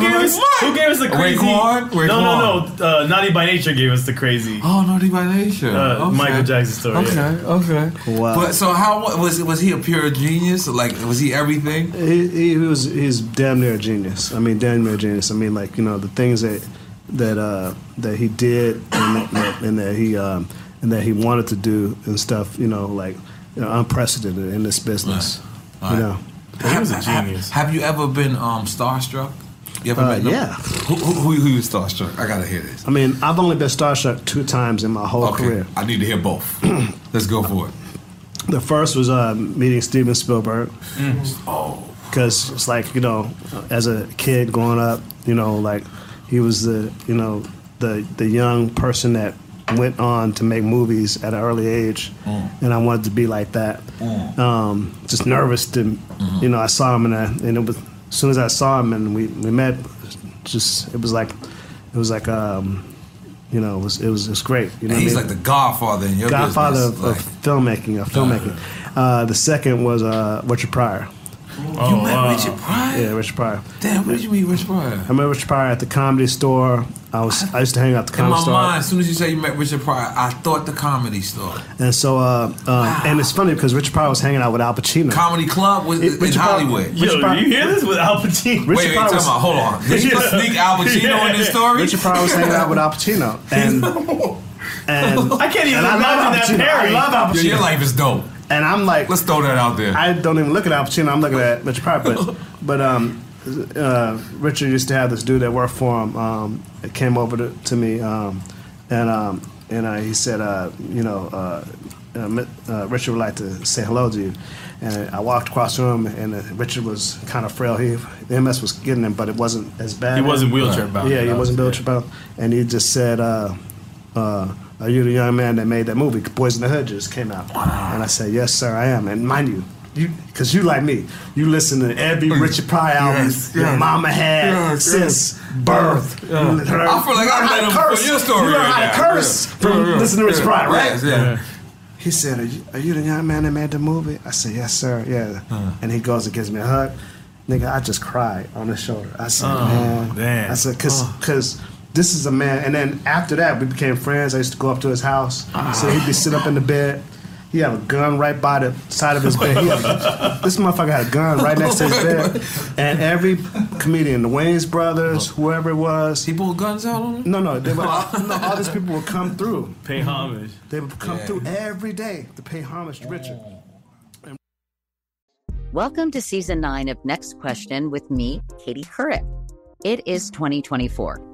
[SPEAKER 2] gave us? Who gave us the crazy?
[SPEAKER 7] Raekwon? Raekwon.
[SPEAKER 2] No, no, no. Uh, Naughty by Nature gave us the crazy.
[SPEAKER 7] Oh, Naughty by Nature.
[SPEAKER 2] Uh,
[SPEAKER 7] Okay.
[SPEAKER 2] Michael Jackson story.
[SPEAKER 7] Okay, okay.
[SPEAKER 13] Wow.
[SPEAKER 7] But so how wa- was it? Was he a pure genius? Like was he everything?
[SPEAKER 13] He, he was he's damn near a genius. I mean, damn near a genius. I mean, like you know the things that that uh, that he did and that, and that he um, and that he wanted to do and stuff. You know, like you know, unprecedented in this business.
[SPEAKER 7] Right.
[SPEAKER 13] You
[SPEAKER 7] Right.
[SPEAKER 13] know,
[SPEAKER 7] He was a genius. Have, you ever been um, starstruck? You ever
[SPEAKER 13] Uh,
[SPEAKER 7] no-
[SPEAKER 13] yeah.
[SPEAKER 7] Who, who, who, who was starstruck? I gotta hear this.
[SPEAKER 13] I mean, I've only been starstruck two times in my whole career.
[SPEAKER 7] I need to hear both. [CLEARS THROAT] Let's go for it.
[SPEAKER 13] The first was uh, meeting Steven Spielberg.
[SPEAKER 7] Oh.
[SPEAKER 13] because it's like you know, as a kid growing up, you know, like he was the you know the the young person that went on to make movies at an early age,
[SPEAKER 7] Mm.
[SPEAKER 13] and I wanted to be like that. Um, just nervous to,
[SPEAKER 7] Mm-hmm.
[SPEAKER 13] you know, I saw him and I, and it was as soon as I saw him and we we met, just it was like it was like um. You know, it was it was just great. You
[SPEAKER 7] And
[SPEAKER 13] know, what I
[SPEAKER 7] he's
[SPEAKER 13] mean?
[SPEAKER 7] like the godfather in your
[SPEAKER 13] godfather
[SPEAKER 7] business.
[SPEAKER 13] of, of filmmaking of filmmaking. Uh, the second was uh, Richard Pryor.
[SPEAKER 7] you met Richard Pryor?
[SPEAKER 13] Yeah, Richard Pryor.
[SPEAKER 7] Damn, where did you meet Richard Pryor?
[SPEAKER 13] I met Richard Pryor at the comedy store. I was I used to hang out at the
[SPEAKER 7] In
[SPEAKER 13] comedy
[SPEAKER 7] my
[SPEAKER 13] store.
[SPEAKER 7] mind, as soon as you say you met Richard Pryor, I thought the comedy store.
[SPEAKER 13] And so, uh, um, and it's funny because Richard Pryor was hanging out with Al Pacino.
[SPEAKER 7] Comedy club was
[SPEAKER 13] It-
[SPEAKER 7] in
[SPEAKER 13] Richard Pryor-
[SPEAKER 7] Hollywood.
[SPEAKER 13] Yo, Richard Pryor- you hear this?
[SPEAKER 2] With Al Pacino.
[SPEAKER 7] Wait, wait, time out. Hold on. Did you sneak Al Pacino in this story?
[SPEAKER 13] Richard Pryor was hanging out with Al Pacino, and
[SPEAKER 2] [LAUGHS]
[SPEAKER 13] and
[SPEAKER 2] I can't even
[SPEAKER 13] and I love
[SPEAKER 2] imagine that
[SPEAKER 13] Al Pacino. I
[SPEAKER 2] pairing.
[SPEAKER 13] love Al Pacino.
[SPEAKER 7] Your life is dope.
[SPEAKER 13] And I'm like,
[SPEAKER 11] let's throw that out there.
[SPEAKER 13] I don't even look at Al Pacino. I'm looking at Rich Pryor.
[SPEAKER 7] [LAUGHS]
[SPEAKER 13] But, but um, uh, Richard used to have this dude that worked for him. Um, it came over to, to me, um, and um, and uh, he said, uh, you know, uh, uh, Mi- uh, Richard would like to say hello to you. And I walked across the room, and uh, Richard was kind of frail. He the MS was getting him, but it wasn't as bad.
[SPEAKER 2] He wasn't wheelchair bound.
[SPEAKER 13] Yeah, he wasn't wheelchair bound. And he just said. Uh, uh, are you the young man that made that movie, Boys in the Hood, just came out? And I said, yes, sir, I am. And mind you, you because you like me, you listen to every Richard Pryor
[SPEAKER 11] Mm.
[SPEAKER 13] album
[SPEAKER 11] Yes,
[SPEAKER 13] your
[SPEAKER 11] yes.
[SPEAKER 13] mama had
[SPEAKER 11] Yes,
[SPEAKER 13] since birth.
[SPEAKER 11] Yeah.
[SPEAKER 13] You learn-
[SPEAKER 11] I feel like
[SPEAKER 13] you
[SPEAKER 11] I'm
[SPEAKER 13] learn how to
[SPEAKER 11] letting him
[SPEAKER 13] curse.
[SPEAKER 11] tell your story
[SPEAKER 13] You learn
[SPEAKER 11] right
[SPEAKER 13] how to
[SPEAKER 11] now.
[SPEAKER 13] curse
[SPEAKER 11] Yeah.
[SPEAKER 13] from
[SPEAKER 11] Yeah.
[SPEAKER 13] listening to Richard
[SPEAKER 11] Yeah.
[SPEAKER 13] Pryor, right?
[SPEAKER 11] Yes, yeah.
[SPEAKER 13] He said, are you, are you the young man that made the movie? I said, yes, sir, yeah.
[SPEAKER 11] Uh-huh.
[SPEAKER 13] And he goes and gives me a hug. Nigga, I just cried on his shoulder. I said,
[SPEAKER 11] Oh,
[SPEAKER 13] man.
[SPEAKER 11] damn. Oh.
[SPEAKER 13] I said, because because this is a man. And then after that, we became friends. I used to go up to his house.
[SPEAKER 11] Ah.
[SPEAKER 13] So he'd be sitting up in the bed. He had a gun right by the side of his bed. He had
[SPEAKER 11] [LAUGHS]
[SPEAKER 13] a- this motherfucker had a gun right next to
[SPEAKER 11] Oh
[SPEAKER 13] his bed. And every comedian, the Wayne's brothers, whoever it was, he pulled guns out on him. No, no, [LAUGHS] they were,
[SPEAKER 11] [LAUGHS]
[SPEAKER 13] no, all these people would come through.
[SPEAKER 2] Pay homage.
[SPEAKER 13] They would come
[SPEAKER 2] Yeah.
[SPEAKER 13] through every day to pay homage to Richard.
[SPEAKER 1] Welcome to season nine of Next Question with me, Katie Couric. It is 2024,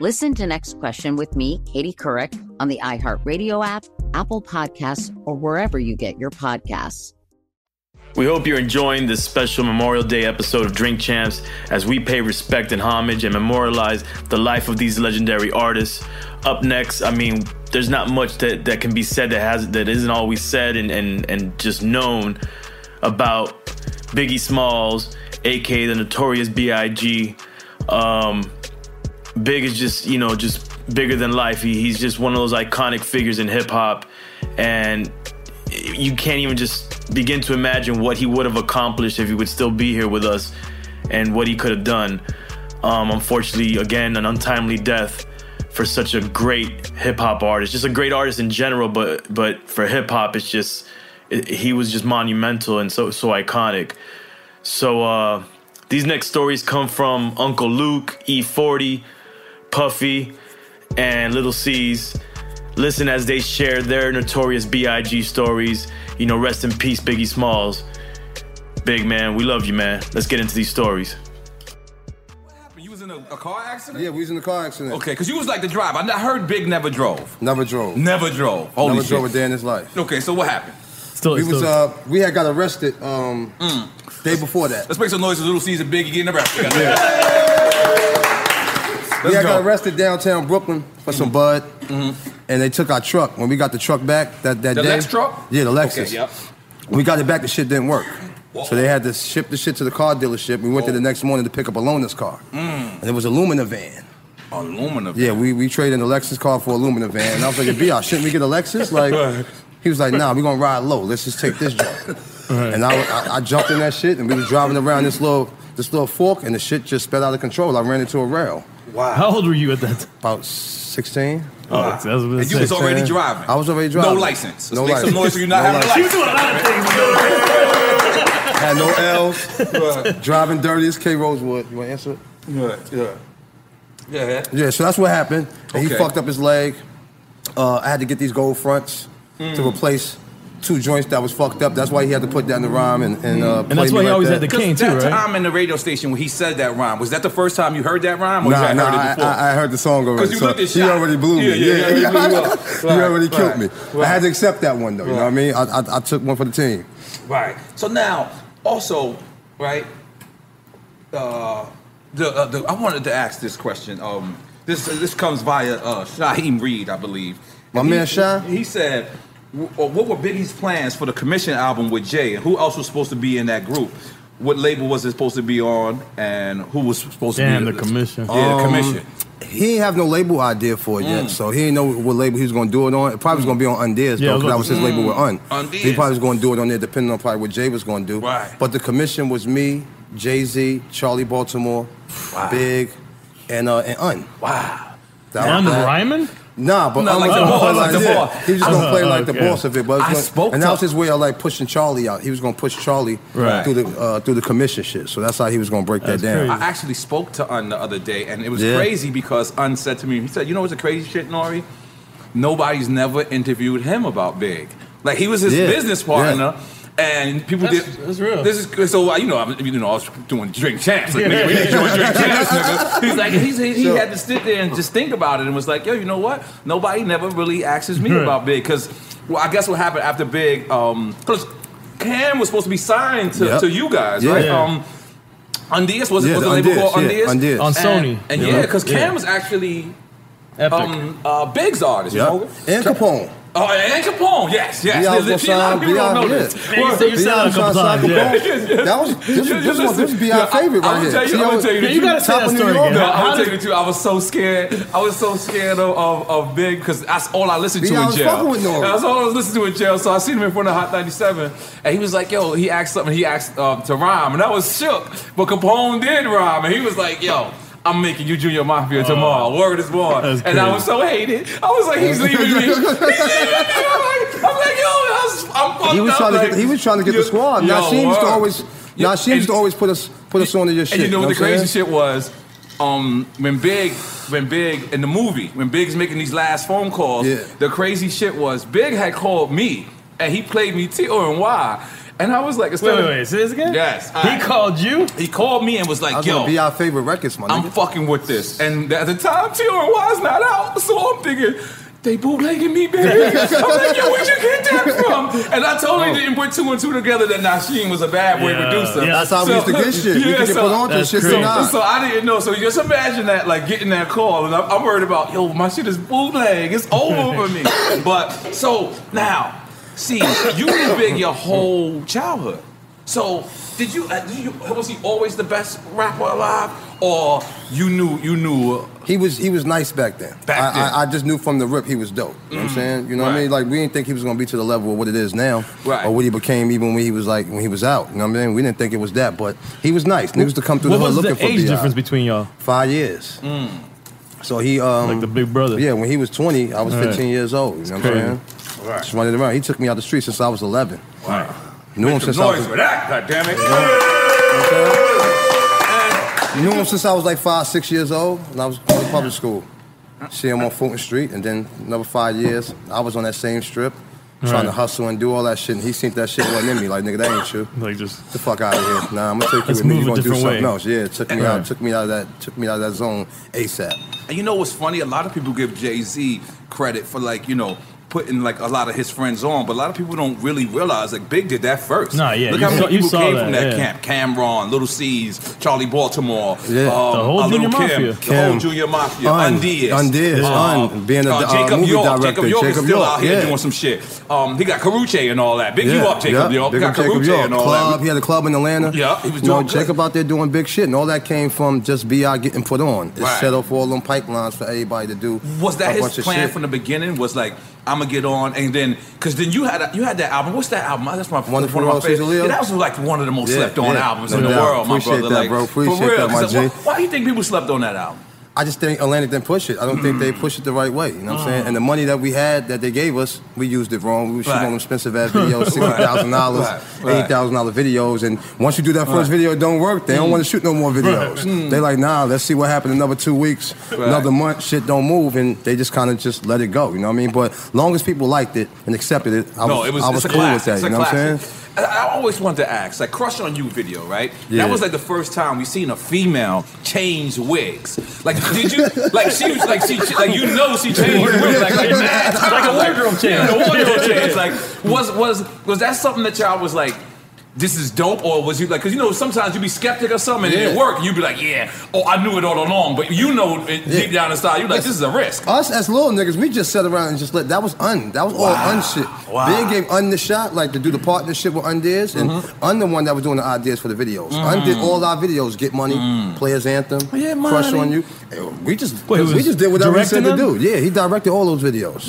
[SPEAKER 1] Listen to Next Question with me, Katie Couric, on the iHeartRadio app, Apple Podcasts, or wherever you get your podcasts. [LAUGHS]
[SPEAKER 2] We hope you're enjoying this special Memorial Day episode of Drink Champs as we pay respect and homage and memorialize the life of these legendary artists. Up next, I mean, there's not much that, that can be said that has that isn't always said and, and, and just known about Biggie Smalls, aka the notorious B.I.G. Um, Big is just you know just bigger than life. He, he's just one of those iconic figures in hip hop, and you can't even just begin to imagine what he would have accomplished if he would still be here with us, and what he could have done. Um, unfortunately, again, an untimely death for such a great hip hop artist, just a great artist in general, but but for hip hop, it's just it, he was just monumental and so so iconic. So uh, these next stories come from Uncle Luke, E40, Puffy, and Little C's. Listen as they share their notorious B.I.G. stories. You know, rest in peace, Biggie Smalls. Big man, we love you, man. Let's get into these stories.
[SPEAKER 15] You was in a, a car accident?
[SPEAKER 16] Yeah, we was in a car accident.
[SPEAKER 15] Okay, because you was like the driver. I heard Big never drove.
[SPEAKER 16] Never drove.
[SPEAKER 15] Never drove. Holy
[SPEAKER 16] Never
[SPEAKER 15] shit.
[SPEAKER 16] drove a day in his life.
[SPEAKER 15] Okay, so what happened?
[SPEAKER 16] Still, we was uh, we had got arrested um
[SPEAKER 6] Mm.
[SPEAKER 16] day before that.
[SPEAKER 15] Let's make some noise. for Little Caesar Biggie getting arrested.
[SPEAKER 16] we had got arrested downtown Brooklyn for
[SPEAKER 6] Mm-hmm.
[SPEAKER 16] some bud, and they took our truck. When we got the truck back that that
[SPEAKER 15] The
[SPEAKER 16] day,
[SPEAKER 15] Lex truck?
[SPEAKER 16] yeah, the Lexus.
[SPEAKER 15] Okay, yep.
[SPEAKER 16] When we got it back, the shit didn't work. So they had to ship the shit to the car dealership. We went there the next morning to pick up a loaner's car,
[SPEAKER 15] Mm.
[SPEAKER 16] and it was a Lumina van.
[SPEAKER 15] Aluminum.
[SPEAKER 16] Yeah, we, we traded in the Lexus car for a Lumina van. And I was like, B, shouldn't we get a Lexus? Like, he was like, nah, we're going to ride low. Let's just take this junk. And I, I, I jumped in that shit, and we was driving around this little this little fork, and the shit just sped out of control. I ran into a rail.
[SPEAKER 15] Wow.
[SPEAKER 16] How old were you at that time? About 16.
[SPEAKER 15] Oh, Wow. that's what I was And you was already driving.
[SPEAKER 16] I was already
[SPEAKER 15] No
[SPEAKER 16] driving.
[SPEAKER 15] license. Let's make some noise for you not having a
[SPEAKER 16] license.
[SPEAKER 15] license.
[SPEAKER 16] Had no
[SPEAKER 15] [LAUGHS]
[SPEAKER 16] L's. driving dirty as K. Rosewood. You want to answer it?
[SPEAKER 15] Yeah, yeah. Yeah.
[SPEAKER 16] Yeah, so that's what happened. And
[SPEAKER 15] Okay.
[SPEAKER 16] He fucked up his leg. Uh, I had to get these gold fronts to
[SPEAKER 15] Mm.
[SPEAKER 16] replace two joints that was fucked up. That's why he had to put down the rhyme and and uh, play me like that.
[SPEAKER 15] that time in the radio station when he said that rhyme, was that the first time you heard that rhyme, or you
[SPEAKER 16] Nah,
[SPEAKER 15] had
[SPEAKER 16] nah,
[SPEAKER 15] heard it
[SPEAKER 16] I,
[SPEAKER 15] before?
[SPEAKER 16] I, I heard the song already.
[SPEAKER 15] 'Cause you
[SPEAKER 16] so
[SPEAKER 15] looked at
[SPEAKER 16] he
[SPEAKER 15] Shaq.
[SPEAKER 16] already blew me.
[SPEAKER 15] Yeah, yeah, yeah, you blew up.
[SPEAKER 16] [LAUGHS] he
[SPEAKER 15] Right,
[SPEAKER 16] already killed me.
[SPEAKER 15] right,
[SPEAKER 16] I had
[SPEAKER 15] right.
[SPEAKER 16] to accept that one though. You know what I mean? I, I, I took one for the team.
[SPEAKER 15] Right. So now,
[SPEAKER 7] Also, right? Uh, the, uh, the I wanted to ask this question. Um, this this comes via uh, Shaheem Reed, I believe.
[SPEAKER 16] My
[SPEAKER 7] And
[SPEAKER 16] man Sha?
[SPEAKER 7] He said, w- uh, "What were Biggie's plans for the Commission album with Jay, and who else was supposed to be in that group? What label was it supposed to be on, and who was supposed
[SPEAKER 16] Damn,
[SPEAKER 7] to be
[SPEAKER 16] the
[SPEAKER 7] Commission? Yeah, the
[SPEAKER 16] Um,
[SPEAKER 7] Commission.
[SPEAKER 16] He didn't have no label idea for it
[SPEAKER 7] Mm.
[SPEAKER 16] yet, so he didn't know what label he was going to do it on. It probably was going to be on Undears,
[SPEAKER 7] Yeah, I was about
[SPEAKER 16] though, because that
[SPEAKER 7] to-
[SPEAKER 16] was his label with Un.
[SPEAKER 9] Mm.
[SPEAKER 7] Undears.
[SPEAKER 16] He probably was going to do it on there, depending on probably what Jay was going to do. Right. But the commission was me, Jay Z, Charlie Baltimore, Big, and uh, and Un. Wow.
[SPEAKER 9] Un Ryman?
[SPEAKER 16] Nah, but
[SPEAKER 9] Not
[SPEAKER 16] Un
[SPEAKER 9] like
[SPEAKER 16] was
[SPEAKER 9] the
[SPEAKER 16] gonna
[SPEAKER 9] boss,
[SPEAKER 16] play
[SPEAKER 9] like the
[SPEAKER 16] yeah,
[SPEAKER 9] boss.
[SPEAKER 16] He was going to
[SPEAKER 7] Oh,
[SPEAKER 9] Uh,
[SPEAKER 16] play like the
[SPEAKER 9] okay.
[SPEAKER 16] boss of it, but it was
[SPEAKER 9] I
[SPEAKER 16] gonna-
[SPEAKER 9] spoke
[SPEAKER 16] and
[SPEAKER 9] to-
[SPEAKER 16] that was his way of like pushing Charlie out. He was going to push Charlie
[SPEAKER 7] Right.
[SPEAKER 16] through the uh, through the commission shit. So that's how he was going to break that down.
[SPEAKER 7] I actually spoke to Un the other day, and it was
[SPEAKER 16] Yeah.
[SPEAKER 7] crazy because Un said to me, he said, "You know what's the crazy shit, Nori? Nobody's never interviewed him about Big. Like he was his
[SPEAKER 6] Yeah.
[SPEAKER 7] business partner." And people
[SPEAKER 6] That's-
[SPEAKER 7] did.
[SPEAKER 6] that's real.
[SPEAKER 7] This is so. I- You know, I'm, you know, I was doing drink champs. Like, nigga, we need to do a
[SPEAKER 6] [LAUGHS]
[SPEAKER 7] drink champs. nigga. He's like, he's, he, he
[SPEAKER 6] Sure.
[SPEAKER 7] had to sit there and just think about it, and was like, yo, you know what? Nobody never really asks me
[SPEAKER 6] Right.
[SPEAKER 7] about Big because, well, I guess what happened after Big, um, because Cam was supposed to be signed to,
[SPEAKER 16] Yep.
[SPEAKER 7] to you guys,
[SPEAKER 16] Yeah.
[SPEAKER 7] right?
[SPEAKER 16] Yeah.
[SPEAKER 7] Um, Undies was it
[SPEAKER 16] Yeah,
[SPEAKER 7] was
[SPEAKER 16] the
[SPEAKER 7] the label
[SPEAKER 16] Undies,
[SPEAKER 7] called
[SPEAKER 16] yeah,
[SPEAKER 7] Undies?
[SPEAKER 16] Undies. On
[SPEAKER 7] And-
[SPEAKER 16] Sony.
[SPEAKER 7] And
[SPEAKER 16] Yeah.
[SPEAKER 7] yeah, because
[SPEAKER 16] Yeah.
[SPEAKER 7] Cam was actually
[SPEAKER 16] Epic.
[SPEAKER 7] um uh Big's artist,
[SPEAKER 16] Yep.
[SPEAKER 7] you know?
[SPEAKER 16] And Capone.
[SPEAKER 7] Oh, and Capone, yes, yes.
[SPEAKER 16] Beyonce
[SPEAKER 7] There's a-
[SPEAKER 16] sign,
[SPEAKER 7] a lot of people don't know
[SPEAKER 16] Beyonce,
[SPEAKER 7] this.
[SPEAKER 16] yeah. Man, you said you said that a couple
[SPEAKER 7] Beyonce
[SPEAKER 16] times,
[SPEAKER 7] sign
[SPEAKER 16] yeah.
[SPEAKER 7] Capone.
[SPEAKER 16] That was- this was-
[SPEAKER 7] You-
[SPEAKER 16] this
[SPEAKER 7] you
[SPEAKER 16] was-
[SPEAKER 7] listen-
[SPEAKER 16] this was Beyonce
[SPEAKER 7] Yeah, I-
[SPEAKER 16] favorite right
[SPEAKER 7] I'm gonna
[SPEAKER 16] here.
[SPEAKER 7] tell you,
[SPEAKER 16] See,
[SPEAKER 7] I'm
[SPEAKER 16] I
[SPEAKER 7] gonna
[SPEAKER 16] was-
[SPEAKER 7] tell you,
[SPEAKER 16] Yeah, you gotta say
[SPEAKER 7] top
[SPEAKER 16] that
[SPEAKER 7] of New
[SPEAKER 16] story
[SPEAKER 7] York.
[SPEAKER 16] again.
[SPEAKER 7] No,
[SPEAKER 16] How
[SPEAKER 7] I'm gonna
[SPEAKER 16] did-
[SPEAKER 7] tell you too. I was so scared. I was so scared of of, of Big because that's all I listened to
[SPEAKER 16] Yeah, I
[SPEAKER 7] in
[SPEAKER 16] was
[SPEAKER 7] jail.
[SPEAKER 16] fucking with Nori.
[SPEAKER 7] That's all I was listening to in jail. So I seen him in front of Hot 97, and he was like, "Yo," he asked something. He asked uh, to rhyme, and I was shook. But Capone did rhyme, and he was like, "Yo." I'm making you Junior Mafia
[SPEAKER 16] Oh.
[SPEAKER 7] tomorrow. Word is born.
[SPEAKER 6] That's
[SPEAKER 7] And I
[SPEAKER 6] crazy.
[SPEAKER 7] was so hated. I was like, he's leaving
[SPEAKER 16] [LAUGHS]
[SPEAKER 7] me. He's leaving me. I'm like, I'm like, yo, I was, I'm fucked
[SPEAKER 16] He was
[SPEAKER 7] up,
[SPEAKER 16] trying to
[SPEAKER 7] like,
[SPEAKER 16] get. He was trying to get
[SPEAKER 7] yo-
[SPEAKER 16] the squad.
[SPEAKER 7] yo,
[SPEAKER 16] Nasheem used to
[SPEAKER 7] word.
[SPEAKER 16] always. Nasheem used to always put us put us on to your shit.
[SPEAKER 7] And you know what the
[SPEAKER 16] what I'm
[SPEAKER 7] crazy
[SPEAKER 16] saying?
[SPEAKER 7] shit was? Um, when Big, when Big in the movie, when Big's making these last phone calls,
[SPEAKER 16] Yeah.
[SPEAKER 7] the crazy shit was Big had called me and he played me T O and Y, and I was like,
[SPEAKER 16] Wait, wait, wait,
[SPEAKER 7] say this again? Yes, he called you. He called me and was like,
[SPEAKER 16] I was
[SPEAKER 7] "Yo,
[SPEAKER 16] gonna be our favorite records, my nigga.
[SPEAKER 7] I'm fucking with this. And at the time, T.R. and Y's not out, so I'm thinking, they bootlegging me, baby. [LAUGHS] I'm like, yo, where'd you get that from? And I totally
[SPEAKER 16] Oh.
[SPEAKER 7] didn't put two and two together that Nasheem was a bad boy
[SPEAKER 16] Yeah.
[SPEAKER 7] producer.
[SPEAKER 16] Yeah, that's how we used to [LAUGHS] get shit. We could get put on to That's shit,
[SPEAKER 7] So,
[SPEAKER 16] so nah.
[SPEAKER 7] so I didn't know. So just imagine that, like getting that call, and I'm, I'm worried about, yo, my shit is bootleg. It's over
[SPEAKER 16] [LAUGHS]
[SPEAKER 7] for me. But so now, see, you were big your whole childhood. So did you, uh, you? Was he always the best rapper alive, or you knew you knew? uh,
[SPEAKER 16] He was he was nice back then. I, I, I just knew from the rip he was dope. You know what I'm
[SPEAKER 7] Mm,
[SPEAKER 16] saying? You know what I mean? Like we didn't think he was gonna be to the level of what it is now.
[SPEAKER 7] Right.
[SPEAKER 16] Or what he became even when he was like when he was out. You know what I mean? We didn't think it was that, but he was nice. Niggas to come through
[SPEAKER 9] what
[SPEAKER 16] the uh, Mm.
[SPEAKER 9] was
[SPEAKER 16] hood looking
[SPEAKER 9] the age
[SPEAKER 16] for B.I..
[SPEAKER 9] difference between y'all?
[SPEAKER 16] Five years. So he um like the big brother. Yeah, when he was 20, I was
[SPEAKER 9] Right.
[SPEAKER 16] 15 years old. You know what I'm saying? Just running around. He took me out the street since I was 11.
[SPEAKER 7] Wow.
[SPEAKER 16] Knew him since I was
[SPEAKER 7] that, goddammit.
[SPEAKER 16] Knew him since I was like five, six years old, and I was going to public school. See him on Fulton Street, and then another five years, I was on that same strip, trying to
[SPEAKER 9] Right.
[SPEAKER 16] hustle and do all that shit, and he seen that shit wasn't in me. Like, nigga, that ain't you. Like, just the fuck out of here. Nah, I'm gonna take you
[SPEAKER 9] Let's
[SPEAKER 16] with me.
[SPEAKER 9] move
[SPEAKER 16] You
[SPEAKER 9] a
[SPEAKER 16] gonna do
[SPEAKER 9] different
[SPEAKER 16] something
[SPEAKER 9] way.
[SPEAKER 16] else? Yeah, took me
[SPEAKER 7] Right.
[SPEAKER 16] out, took me out of that, took me out of that zone ASAP.
[SPEAKER 7] And you know what's funny? A lot of people give Jay Z credit for like you know putting like a lot of his friends on, but a lot of people don't really realize like Big did that first.
[SPEAKER 9] Nah, yeah,
[SPEAKER 7] Look
[SPEAKER 9] you
[SPEAKER 7] how many
[SPEAKER 9] saw- you
[SPEAKER 7] people
[SPEAKER 9] saw
[SPEAKER 7] came
[SPEAKER 9] that,
[SPEAKER 7] from that
[SPEAKER 9] yeah.
[SPEAKER 7] camp: Cameron, Little C's, Charlie Baltimore,
[SPEAKER 16] Yeah.
[SPEAKER 7] um,
[SPEAKER 16] The whole
[SPEAKER 7] uh,
[SPEAKER 16] Junior
[SPEAKER 7] Lil' Kim,
[SPEAKER 16] Mafia.
[SPEAKER 7] the whole
[SPEAKER 16] Kim.
[SPEAKER 7] Junior Mafia,
[SPEAKER 16] Un.
[SPEAKER 7] Undies,
[SPEAKER 16] Undies,
[SPEAKER 7] um,
[SPEAKER 16] Un, being a- uh,
[SPEAKER 7] Jacob
[SPEAKER 16] movie
[SPEAKER 7] York.
[SPEAKER 16] director,
[SPEAKER 7] Jacob York is
[SPEAKER 16] Jacob
[SPEAKER 7] still
[SPEAKER 16] York,
[SPEAKER 7] out here
[SPEAKER 16] yeah.
[SPEAKER 7] doing some shit. Um, he got Karrueche and all that. Big you up, Jacob
[SPEAKER 16] yeah,
[SPEAKER 7] York.
[SPEAKER 16] Big
[SPEAKER 7] got
[SPEAKER 16] up Jacob
[SPEAKER 7] Karrueche
[SPEAKER 16] York.
[SPEAKER 7] and all
[SPEAKER 16] club.
[SPEAKER 7] that.
[SPEAKER 16] He had a club in Atlanta.
[SPEAKER 7] Yeah, he was
[SPEAKER 16] You know,
[SPEAKER 7] doing good.
[SPEAKER 16] Jacob out there doing big shit, and all that came from just Bi getting put on. It
[SPEAKER 7] Right.
[SPEAKER 16] set off all them pipelines for everybody to do.
[SPEAKER 7] Was that
[SPEAKER 16] a bunch
[SPEAKER 7] his
[SPEAKER 16] of
[SPEAKER 7] plan
[SPEAKER 16] shit.
[SPEAKER 7] from the beginning? Was like I'm gonna get on, and then because then you had a, you had that album. What's that album? That's my
[SPEAKER 16] Wonderful
[SPEAKER 7] one of my
[SPEAKER 16] World, Cesar
[SPEAKER 7] favorite-
[SPEAKER 16] Leo?
[SPEAKER 7] Yeah, that was like one of the most
[SPEAKER 16] Yeah,
[SPEAKER 7] slept on
[SPEAKER 16] yeah,
[SPEAKER 7] albums
[SPEAKER 16] no
[SPEAKER 7] in the
[SPEAKER 16] doubt.
[SPEAKER 7] world, my
[SPEAKER 16] Appreciate
[SPEAKER 7] brother.
[SPEAKER 16] that,
[SPEAKER 7] like
[SPEAKER 16] bro. Appreciate
[SPEAKER 7] for real,
[SPEAKER 16] that, my
[SPEAKER 7] [LAUGHS] 'cause why,
[SPEAKER 16] G.
[SPEAKER 7] why do you think people slept on that album?
[SPEAKER 16] I just think Atlanta didn't push it. I don't think
[SPEAKER 7] Hmm.
[SPEAKER 16] they pushed it the right way. You know what I'm saying?
[SPEAKER 7] Mm.
[SPEAKER 16] And the money that we had that they gave us, we used it wrong. We were shooting
[SPEAKER 7] [LAUGHS] Right.
[SPEAKER 16] on expensive ass videos, sixty thousand dollars,
[SPEAKER 7] Right, right.
[SPEAKER 16] eight thousand dollar videos. And once you do that
[SPEAKER 7] Right.
[SPEAKER 16] first video, it don't work. They don't
[SPEAKER 7] Mm.
[SPEAKER 16] want to shoot no more videos.
[SPEAKER 7] Right. Mm.
[SPEAKER 16] They like, nah, let's see what happened another two weeks,
[SPEAKER 7] Right.
[SPEAKER 16] another month. Shit don't move, and they just kind of just let it go. You know what I mean? But long as people liked it and accepted it, I was,
[SPEAKER 7] no, it was,
[SPEAKER 16] I was
[SPEAKER 7] it's a
[SPEAKER 16] cool with
[SPEAKER 7] classic.
[SPEAKER 16] that.
[SPEAKER 7] It's a
[SPEAKER 16] you know what I'm saying?
[SPEAKER 7] classic. And I always wanted to ask, like Crush on You video, right?
[SPEAKER 16] Yeah.
[SPEAKER 7] That was like the first time we seen a female change wigs. Like, did you? like she was like she like you know she changed wigs like like, mad times, [LAUGHS]
[SPEAKER 9] Like a wardrobe change.
[SPEAKER 7] Like, a wardrobe change. Like was was was that something that y'all was like?
[SPEAKER 15] this is dope, or was you like, because you know sometimes you be skeptic or something, and then it
[SPEAKER 16] Yeah.
[SPEAKER 15] work, and you be like, yeah, oh, I knew it all along, but you know it, deep down inside, you like, this is a risk.
[SPEAKER 16] Us as little niggas, we just sat around and just let that was un. That was all un shit.
[SPEAKER 15] Wow.
[SPEAKER 16] Big gave un the shot, like to do the partnership with Undears, and un the one that was doing the ideas for the videos. Un did
[SPEAKER 11] Mm.
[SPEAKER 16] all our videos, get money, players anthem,
[SPEAKER 11] Yeah,
[SPEAKER 16] crush
[SPEAKER 11] Money.
[SPEAKER 16] on you. And We just
[SPEAKER 11] Wait, he
[SPEAKER 16] we
[SPEAKER 11] was
[SPEAKER 16] just did whatever we said
[SPEAKER 11] directing
[SPEAKER 16] to
[SPEAKER 11] them?
[SPEAKER 16] do. Yeah, he directed all those videos.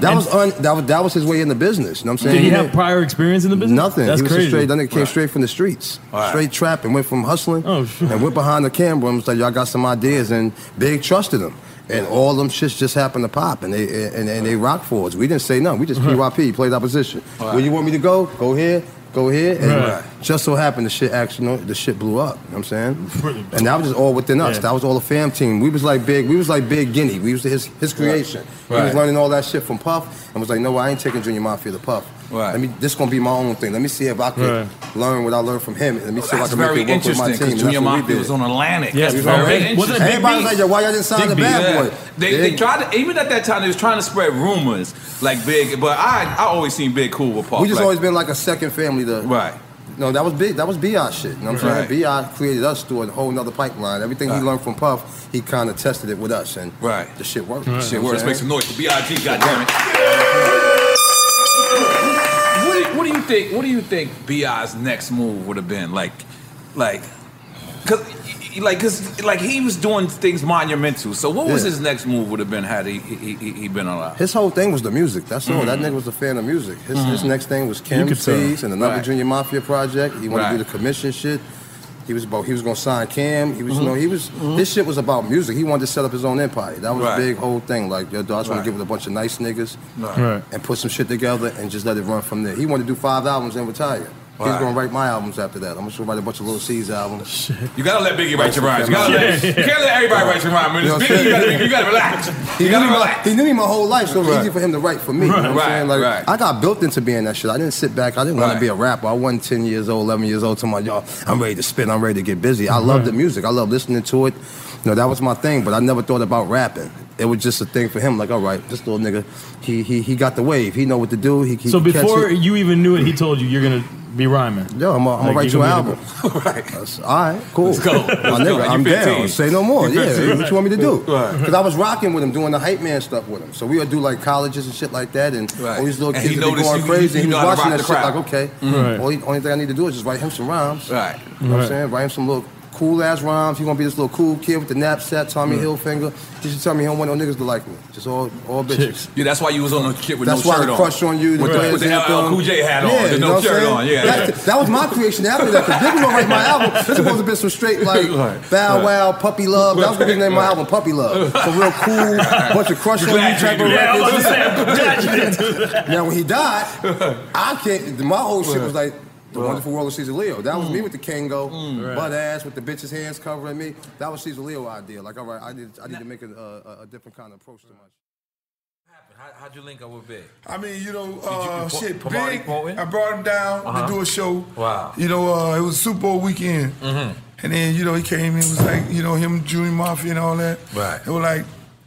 [SPEAKER 16] That was un. That was that was his way in the business. You know what I'm saying?
[SPEAKER 10] Did he
[SPEAKER 16] Yeah.
[SPEAKER 10] have prior experience in the business?
[SPEAKER 16] Nothing.
[SPEAKER 10] That's
[SPEAKER 16] he was
[SPEAKER 10] crazy.
[SPEAKER 16] a straight. That nigga came
[SPEAKER 10] Right.
[SPEAKER 16] straight from the streets,
[SPEAKER 10] All right.
[SPEAKER 16] straight trap, and went from hustling and went behind the camera and was like, "Y'all got some ideas," and Big trusted him. And all them shits just happened to pop, and they and, and they rock for us. We didn't say nothing. We just PYP played our position.
[SPEAKER 11] All
[SPEAKER 16] Where you want me to go? Go here. Go here. And
[SPEAKER 11] Right.
[SPEAKER 16] just so happened, the shit actually, you know, the shit blew up. You know what I'm saying? and that was just all within us.
[SPEAKER 11] Yeah.
[SPEAKER 16] That was all the fam team. We was like big. We was like Big Guinea. We was his his creation. He was
[SPEAKER 11] Right.
[SPEAKER 16] learning all that shit from Puff, and was like, "No, I ain't taking Junior Mafia to Puff.
[SPEAKER 11] Right.
[SPEAKER 16] Let me. This gonna be my own thing. Let me see if I can learn what I learned from him. and Let me see if I
[SPEAKER 11] That's
[SPEAKER 16] can make
[SPEAKER 11] very
[SPEAKER 16] it work with my
[SPEAKER 11] interesting
[SPEAKER 16] team. And
[SPEAKER 11] because
[SPEAKER 16] that's
[SPEAKER 11] Junior
[SPEAKER 16] what we
[SPEAKER 11] Mafia
[SPEAKER 16] did.
[SPEAKER 11] was on Atlantic.
[SPEAKER 16] Yes,
[SPEAKER 11] That's
[SPEAKER 16] we were.
[SPEAKER 11] very
[SPEAKER 16] Wasn't
[SPEAKER 11] interesting.
[SPEAKER 16] it Big Everybody's B's? like, yo, why y'all didn't sign
[SPEAKER 15] Big
[SPEAKER 16] the
[SPEAKER 15] B's.
[SPEAKER 16] bad boy?
[SPEAKER 15] They, they
[SPEAKER 16] Big-
[SPEAKER 15] tried to, even at that time, they was trying to spread rumors, like Big, but I I always seen Big cool with Paul.
[SPEAKER 16] We just
[SPEAKER 15] like,
[SPEAKER 16] always been like a second family to. Right. No, that was big. That was Bi shit. You know what I'm
[SPEAKER 15] Right.
[SPEAKER 16] saying? Bi created us through a whole nother pipeline. Everything he learned from Puff, he kind of tested it with us, and right. the shit worked.
[SPEAKER 15] Right.
[SPEAKER 16] You know
[SPEAKER 15] Shit
[SPEAKER 16] what
[SPEAKER 15] worked.
[SPEAKER 16] I'm saying?
[SPEAKER 15] Let's make some noise for B.I.G. goddammit.
[SPEAKER 7] What do, you, what do you think? What do you think Bi's next move would have been? Like, like,
[SPEAKER 15] cause, like, cause, like he was doing things monumental. So what was
[SPEAKER 16] Yeah.
[SPEAKER 15] his next move would have been had he he, he, he been alive?
[SPEAKER 16] His whole thing was the music. That's all. That
[SPEAKER 15] Mhm.
[SPEAKER 16] nigga was a fan of music. His, his
[SPEAKER 15] Mhm.
[SPEAKER 16] next thing was Kim
[SPEAKER 15] You could tell.
[SPEAKER 16] C's and another
[SPEAKER 15] Right.
[SPEAKER 16] Junior Mafia project. He wanted to do
[SPEAKER 15] Right.
[SPEAKER 16] the commission shit. He was about, he was gonna sign Cam. He was you know
[SPEAKER 11] Mhm.
[SPEAKER 16] he was
[SPEAKER 15] Mm-hmm.
[SPEAKER 16] his shit was about music. He wanted to set up his own empire. That was
[SPEAKER 11] Right.
[SPEAKER 16] a big whole thing. Like yo, dog, I just want
[SPEAKER 11] Right.
[SPEAKER 16] to get with a bunch of nice niggas
[SPEAKER 11] Right. Right.
[SPEAKER 16] and put some shit together and just let it run from there. He wanted to do five albums and retire. He's
[SPEAKER 15] Right.
[SPEAKER 16] gonna write my albums after that. I'm just gonna write a bunch of Little C's albums.
[SPEAKER 15] You gotta let Biggie write your rhymes. You gotta let you can't let everybody write your rhymes. When it's Biggie, you gotta, you gotta relax.
[SPEAKER 16] He knew, me my, he knew me my whole life, so it was
[SPEAKER 15] Right.
[SPEAKER 16] easy for him to write for me. You know what
[SPEAKER 15] Right,
[SPEAKER 16] I'm saying? Like,
[SPEAKER 15] right.
[SPEAKER 16] I got built into being that shit. I didn't sit back. I didn't want
[SPEAKER 11] Right.
[SPEAKER 16] to be a rapper. I wasn't 10 years old, 11 years old, to my y'all, I'm ready to spin. I'm ready to get busy. I love the music. I love listening to it. You know, that was my thing, but I never thought about rapping. It was just a thing for him. Like, all right, this little nigga, he he he got the wave. He know what to do. He, he
[SPEAKER 10] So
[SPEAKER 16] can catch
[SPEAKER 10] before
[SPEAKER 16] it.
[SPEAKER 10] you even knew it, he told you you're gonna be rhyming.
[SPEAKER 16] Yo, I'm gonna write you an album. right. All right, cool. [LAUGHS]
[SPEAKER 10] Let's go.
[SPEAKER 16] My
[SPEAKER 10] Let's
[SPEAKER 16] nigga,
[SPEAKER 10] go. You
[SPEAKER 16] I'm
[SPEAKER 10] 15.
[SPEAKER 16] down. Say no more.
[SPEAKER 10] You
[SPEAKER 16] Yeah,
[SPEAKER 10] 15,
[SPEAKER 16] what you want me to do?
[SPEAKER 10] right.
[SPEAKER 16] Because I was rocking with him, doing the hype man stuff with him. So we would do like colleges and shit like that, and all these little
[SPEAKER 11] And
[SPEAKER 16] kids
[SPEAKER 11] he
[SPEAKER 16] would be
[SPEAKER 11] noticed
[SPEAKER 16] going
[SPEAKER 11] you-
[SPEAKER 16] crazy.
[SPEAKER 11] you
[SPEAKER 16] and he
[SPEAKER 11] know
[SPEAKER 16] was
[SPEAKER 11] how to rock
[SPEAKER 16] watching that
[SPEAKER 11] the
[SPEAKER 16] shit
[SPEAKER 11] crowd.
[SPEAKER 16] like, okay,
[SPEAKER 11] Mhm. Right.
[SPEAKER 16] only, only thing I need to do is just write him some rhymes. Right. You know what I'm
[SPEAKER 11] Right.
[SPEAKER 16] saying? Write him some little cool ass rhymes. He gonna be this little cool kid with the knapsack, Tommy
[SPEAKER 11] Right.
[SPEAKER 16] Hilfiger. He should tell me he don't want no niggas to like me. Just all all bitches.
[SPEAKER 15] Yeah, that's why you was on the kid with
[SPEAKER 16] That's
[SPEAKER 15] no
[SPEAKER 16] why
[SPEAKER 15] shirt
[SPEAKER 16] the
[SPEAKER 15] on.
[SPEAKER 16] crush on you, the
[SPEAKER 15] with, the, with the
[SPEAKER 16] Players
[SPEAKER 15] LL
[SPEAKER 16] Anthem.
[SPEAKER 15] Cool J hat
[SPEAKER 16] Yeah,
[SPEAKER 15] on, the
[SPEAKER 16] you know
[SPEAKER 15] no
[SPEAKER 16] what I'm
[SPEAKER 15] shirt
[SPEAKER 16] saying?
[SPEAKER 15] on. Yeah, yeah.
[SPEAKER 16] That, that was my creation after that. Because Biggie gonna write my
[SPEAKER 11] [LAUGHS]
[SPEAKER 16] album. This was supposed to be some straight like
[SPEAKER 11] Right.
[SPEAKER 16] Bow
[SPEAKER 11] Right.
[SPEAKER 16] Wow, Puppy Love. That was gonna be the name of my
[SPEAKER 11] Right.
[SPEAKER 16] album, Puppy Love. So real cool, [LAUGHS] bunch of crush on you
[SPEAKER 11] Glad you
[SPEAKER 16] type
[SPEAKER 11] didn't
[SPEAKER 16] of
[SPEAKER 11] do that. I was about to say, I'm glad you
[SPEAKER 16] records.
[SPEAKER 11] didn't do that.
[SPEAKER 16] [LAUGHS] Now when he died,
[SPEAKER 11] [LAUGHS]
[SPEAKER 16] I can't. My whole shit was like. The
[SPEAKER 11] Right. Mm.
[SPEAKER 16] Wonderful World of Caesar Leo. That was me with the Kango,
[SPEAKER 11] Right.
[SPEAKER 16] butt ass with the bitch's hands covering me. That was Caesar Leo idea. Like, all right, I need, I need to make a, a, a different kind of approach to my
[SPEAKER 7] how, how'd you link up with Big?
[SPEAKER 12] I mean, you know,
[SPEAKER 7] you pro-
[SPEAKER 12] uh, shit,
[SPEAKER 7] promote
[SPEAKER 12] big.
[SPEAKER 7] it, promote it?
[SPEAKER 12] I brought him down
[SPEAKER 7] Uh-huh.
[SPEAKER 12] to do a show.
[SPEAKER 7] Wow.
[SPEAKER 12] You know, uh, it was Super Bowl weekend.
[SPEAKER 3] [LAUGHS]
[SPEAKER 7] Mm-hmm.
[SPEAKER 12] Mm. And then, you know, he came in, was like, you know, him, Junior Mafia and all that.
[SPEAKER 7] Right.
[SPEAKER 12] It was like,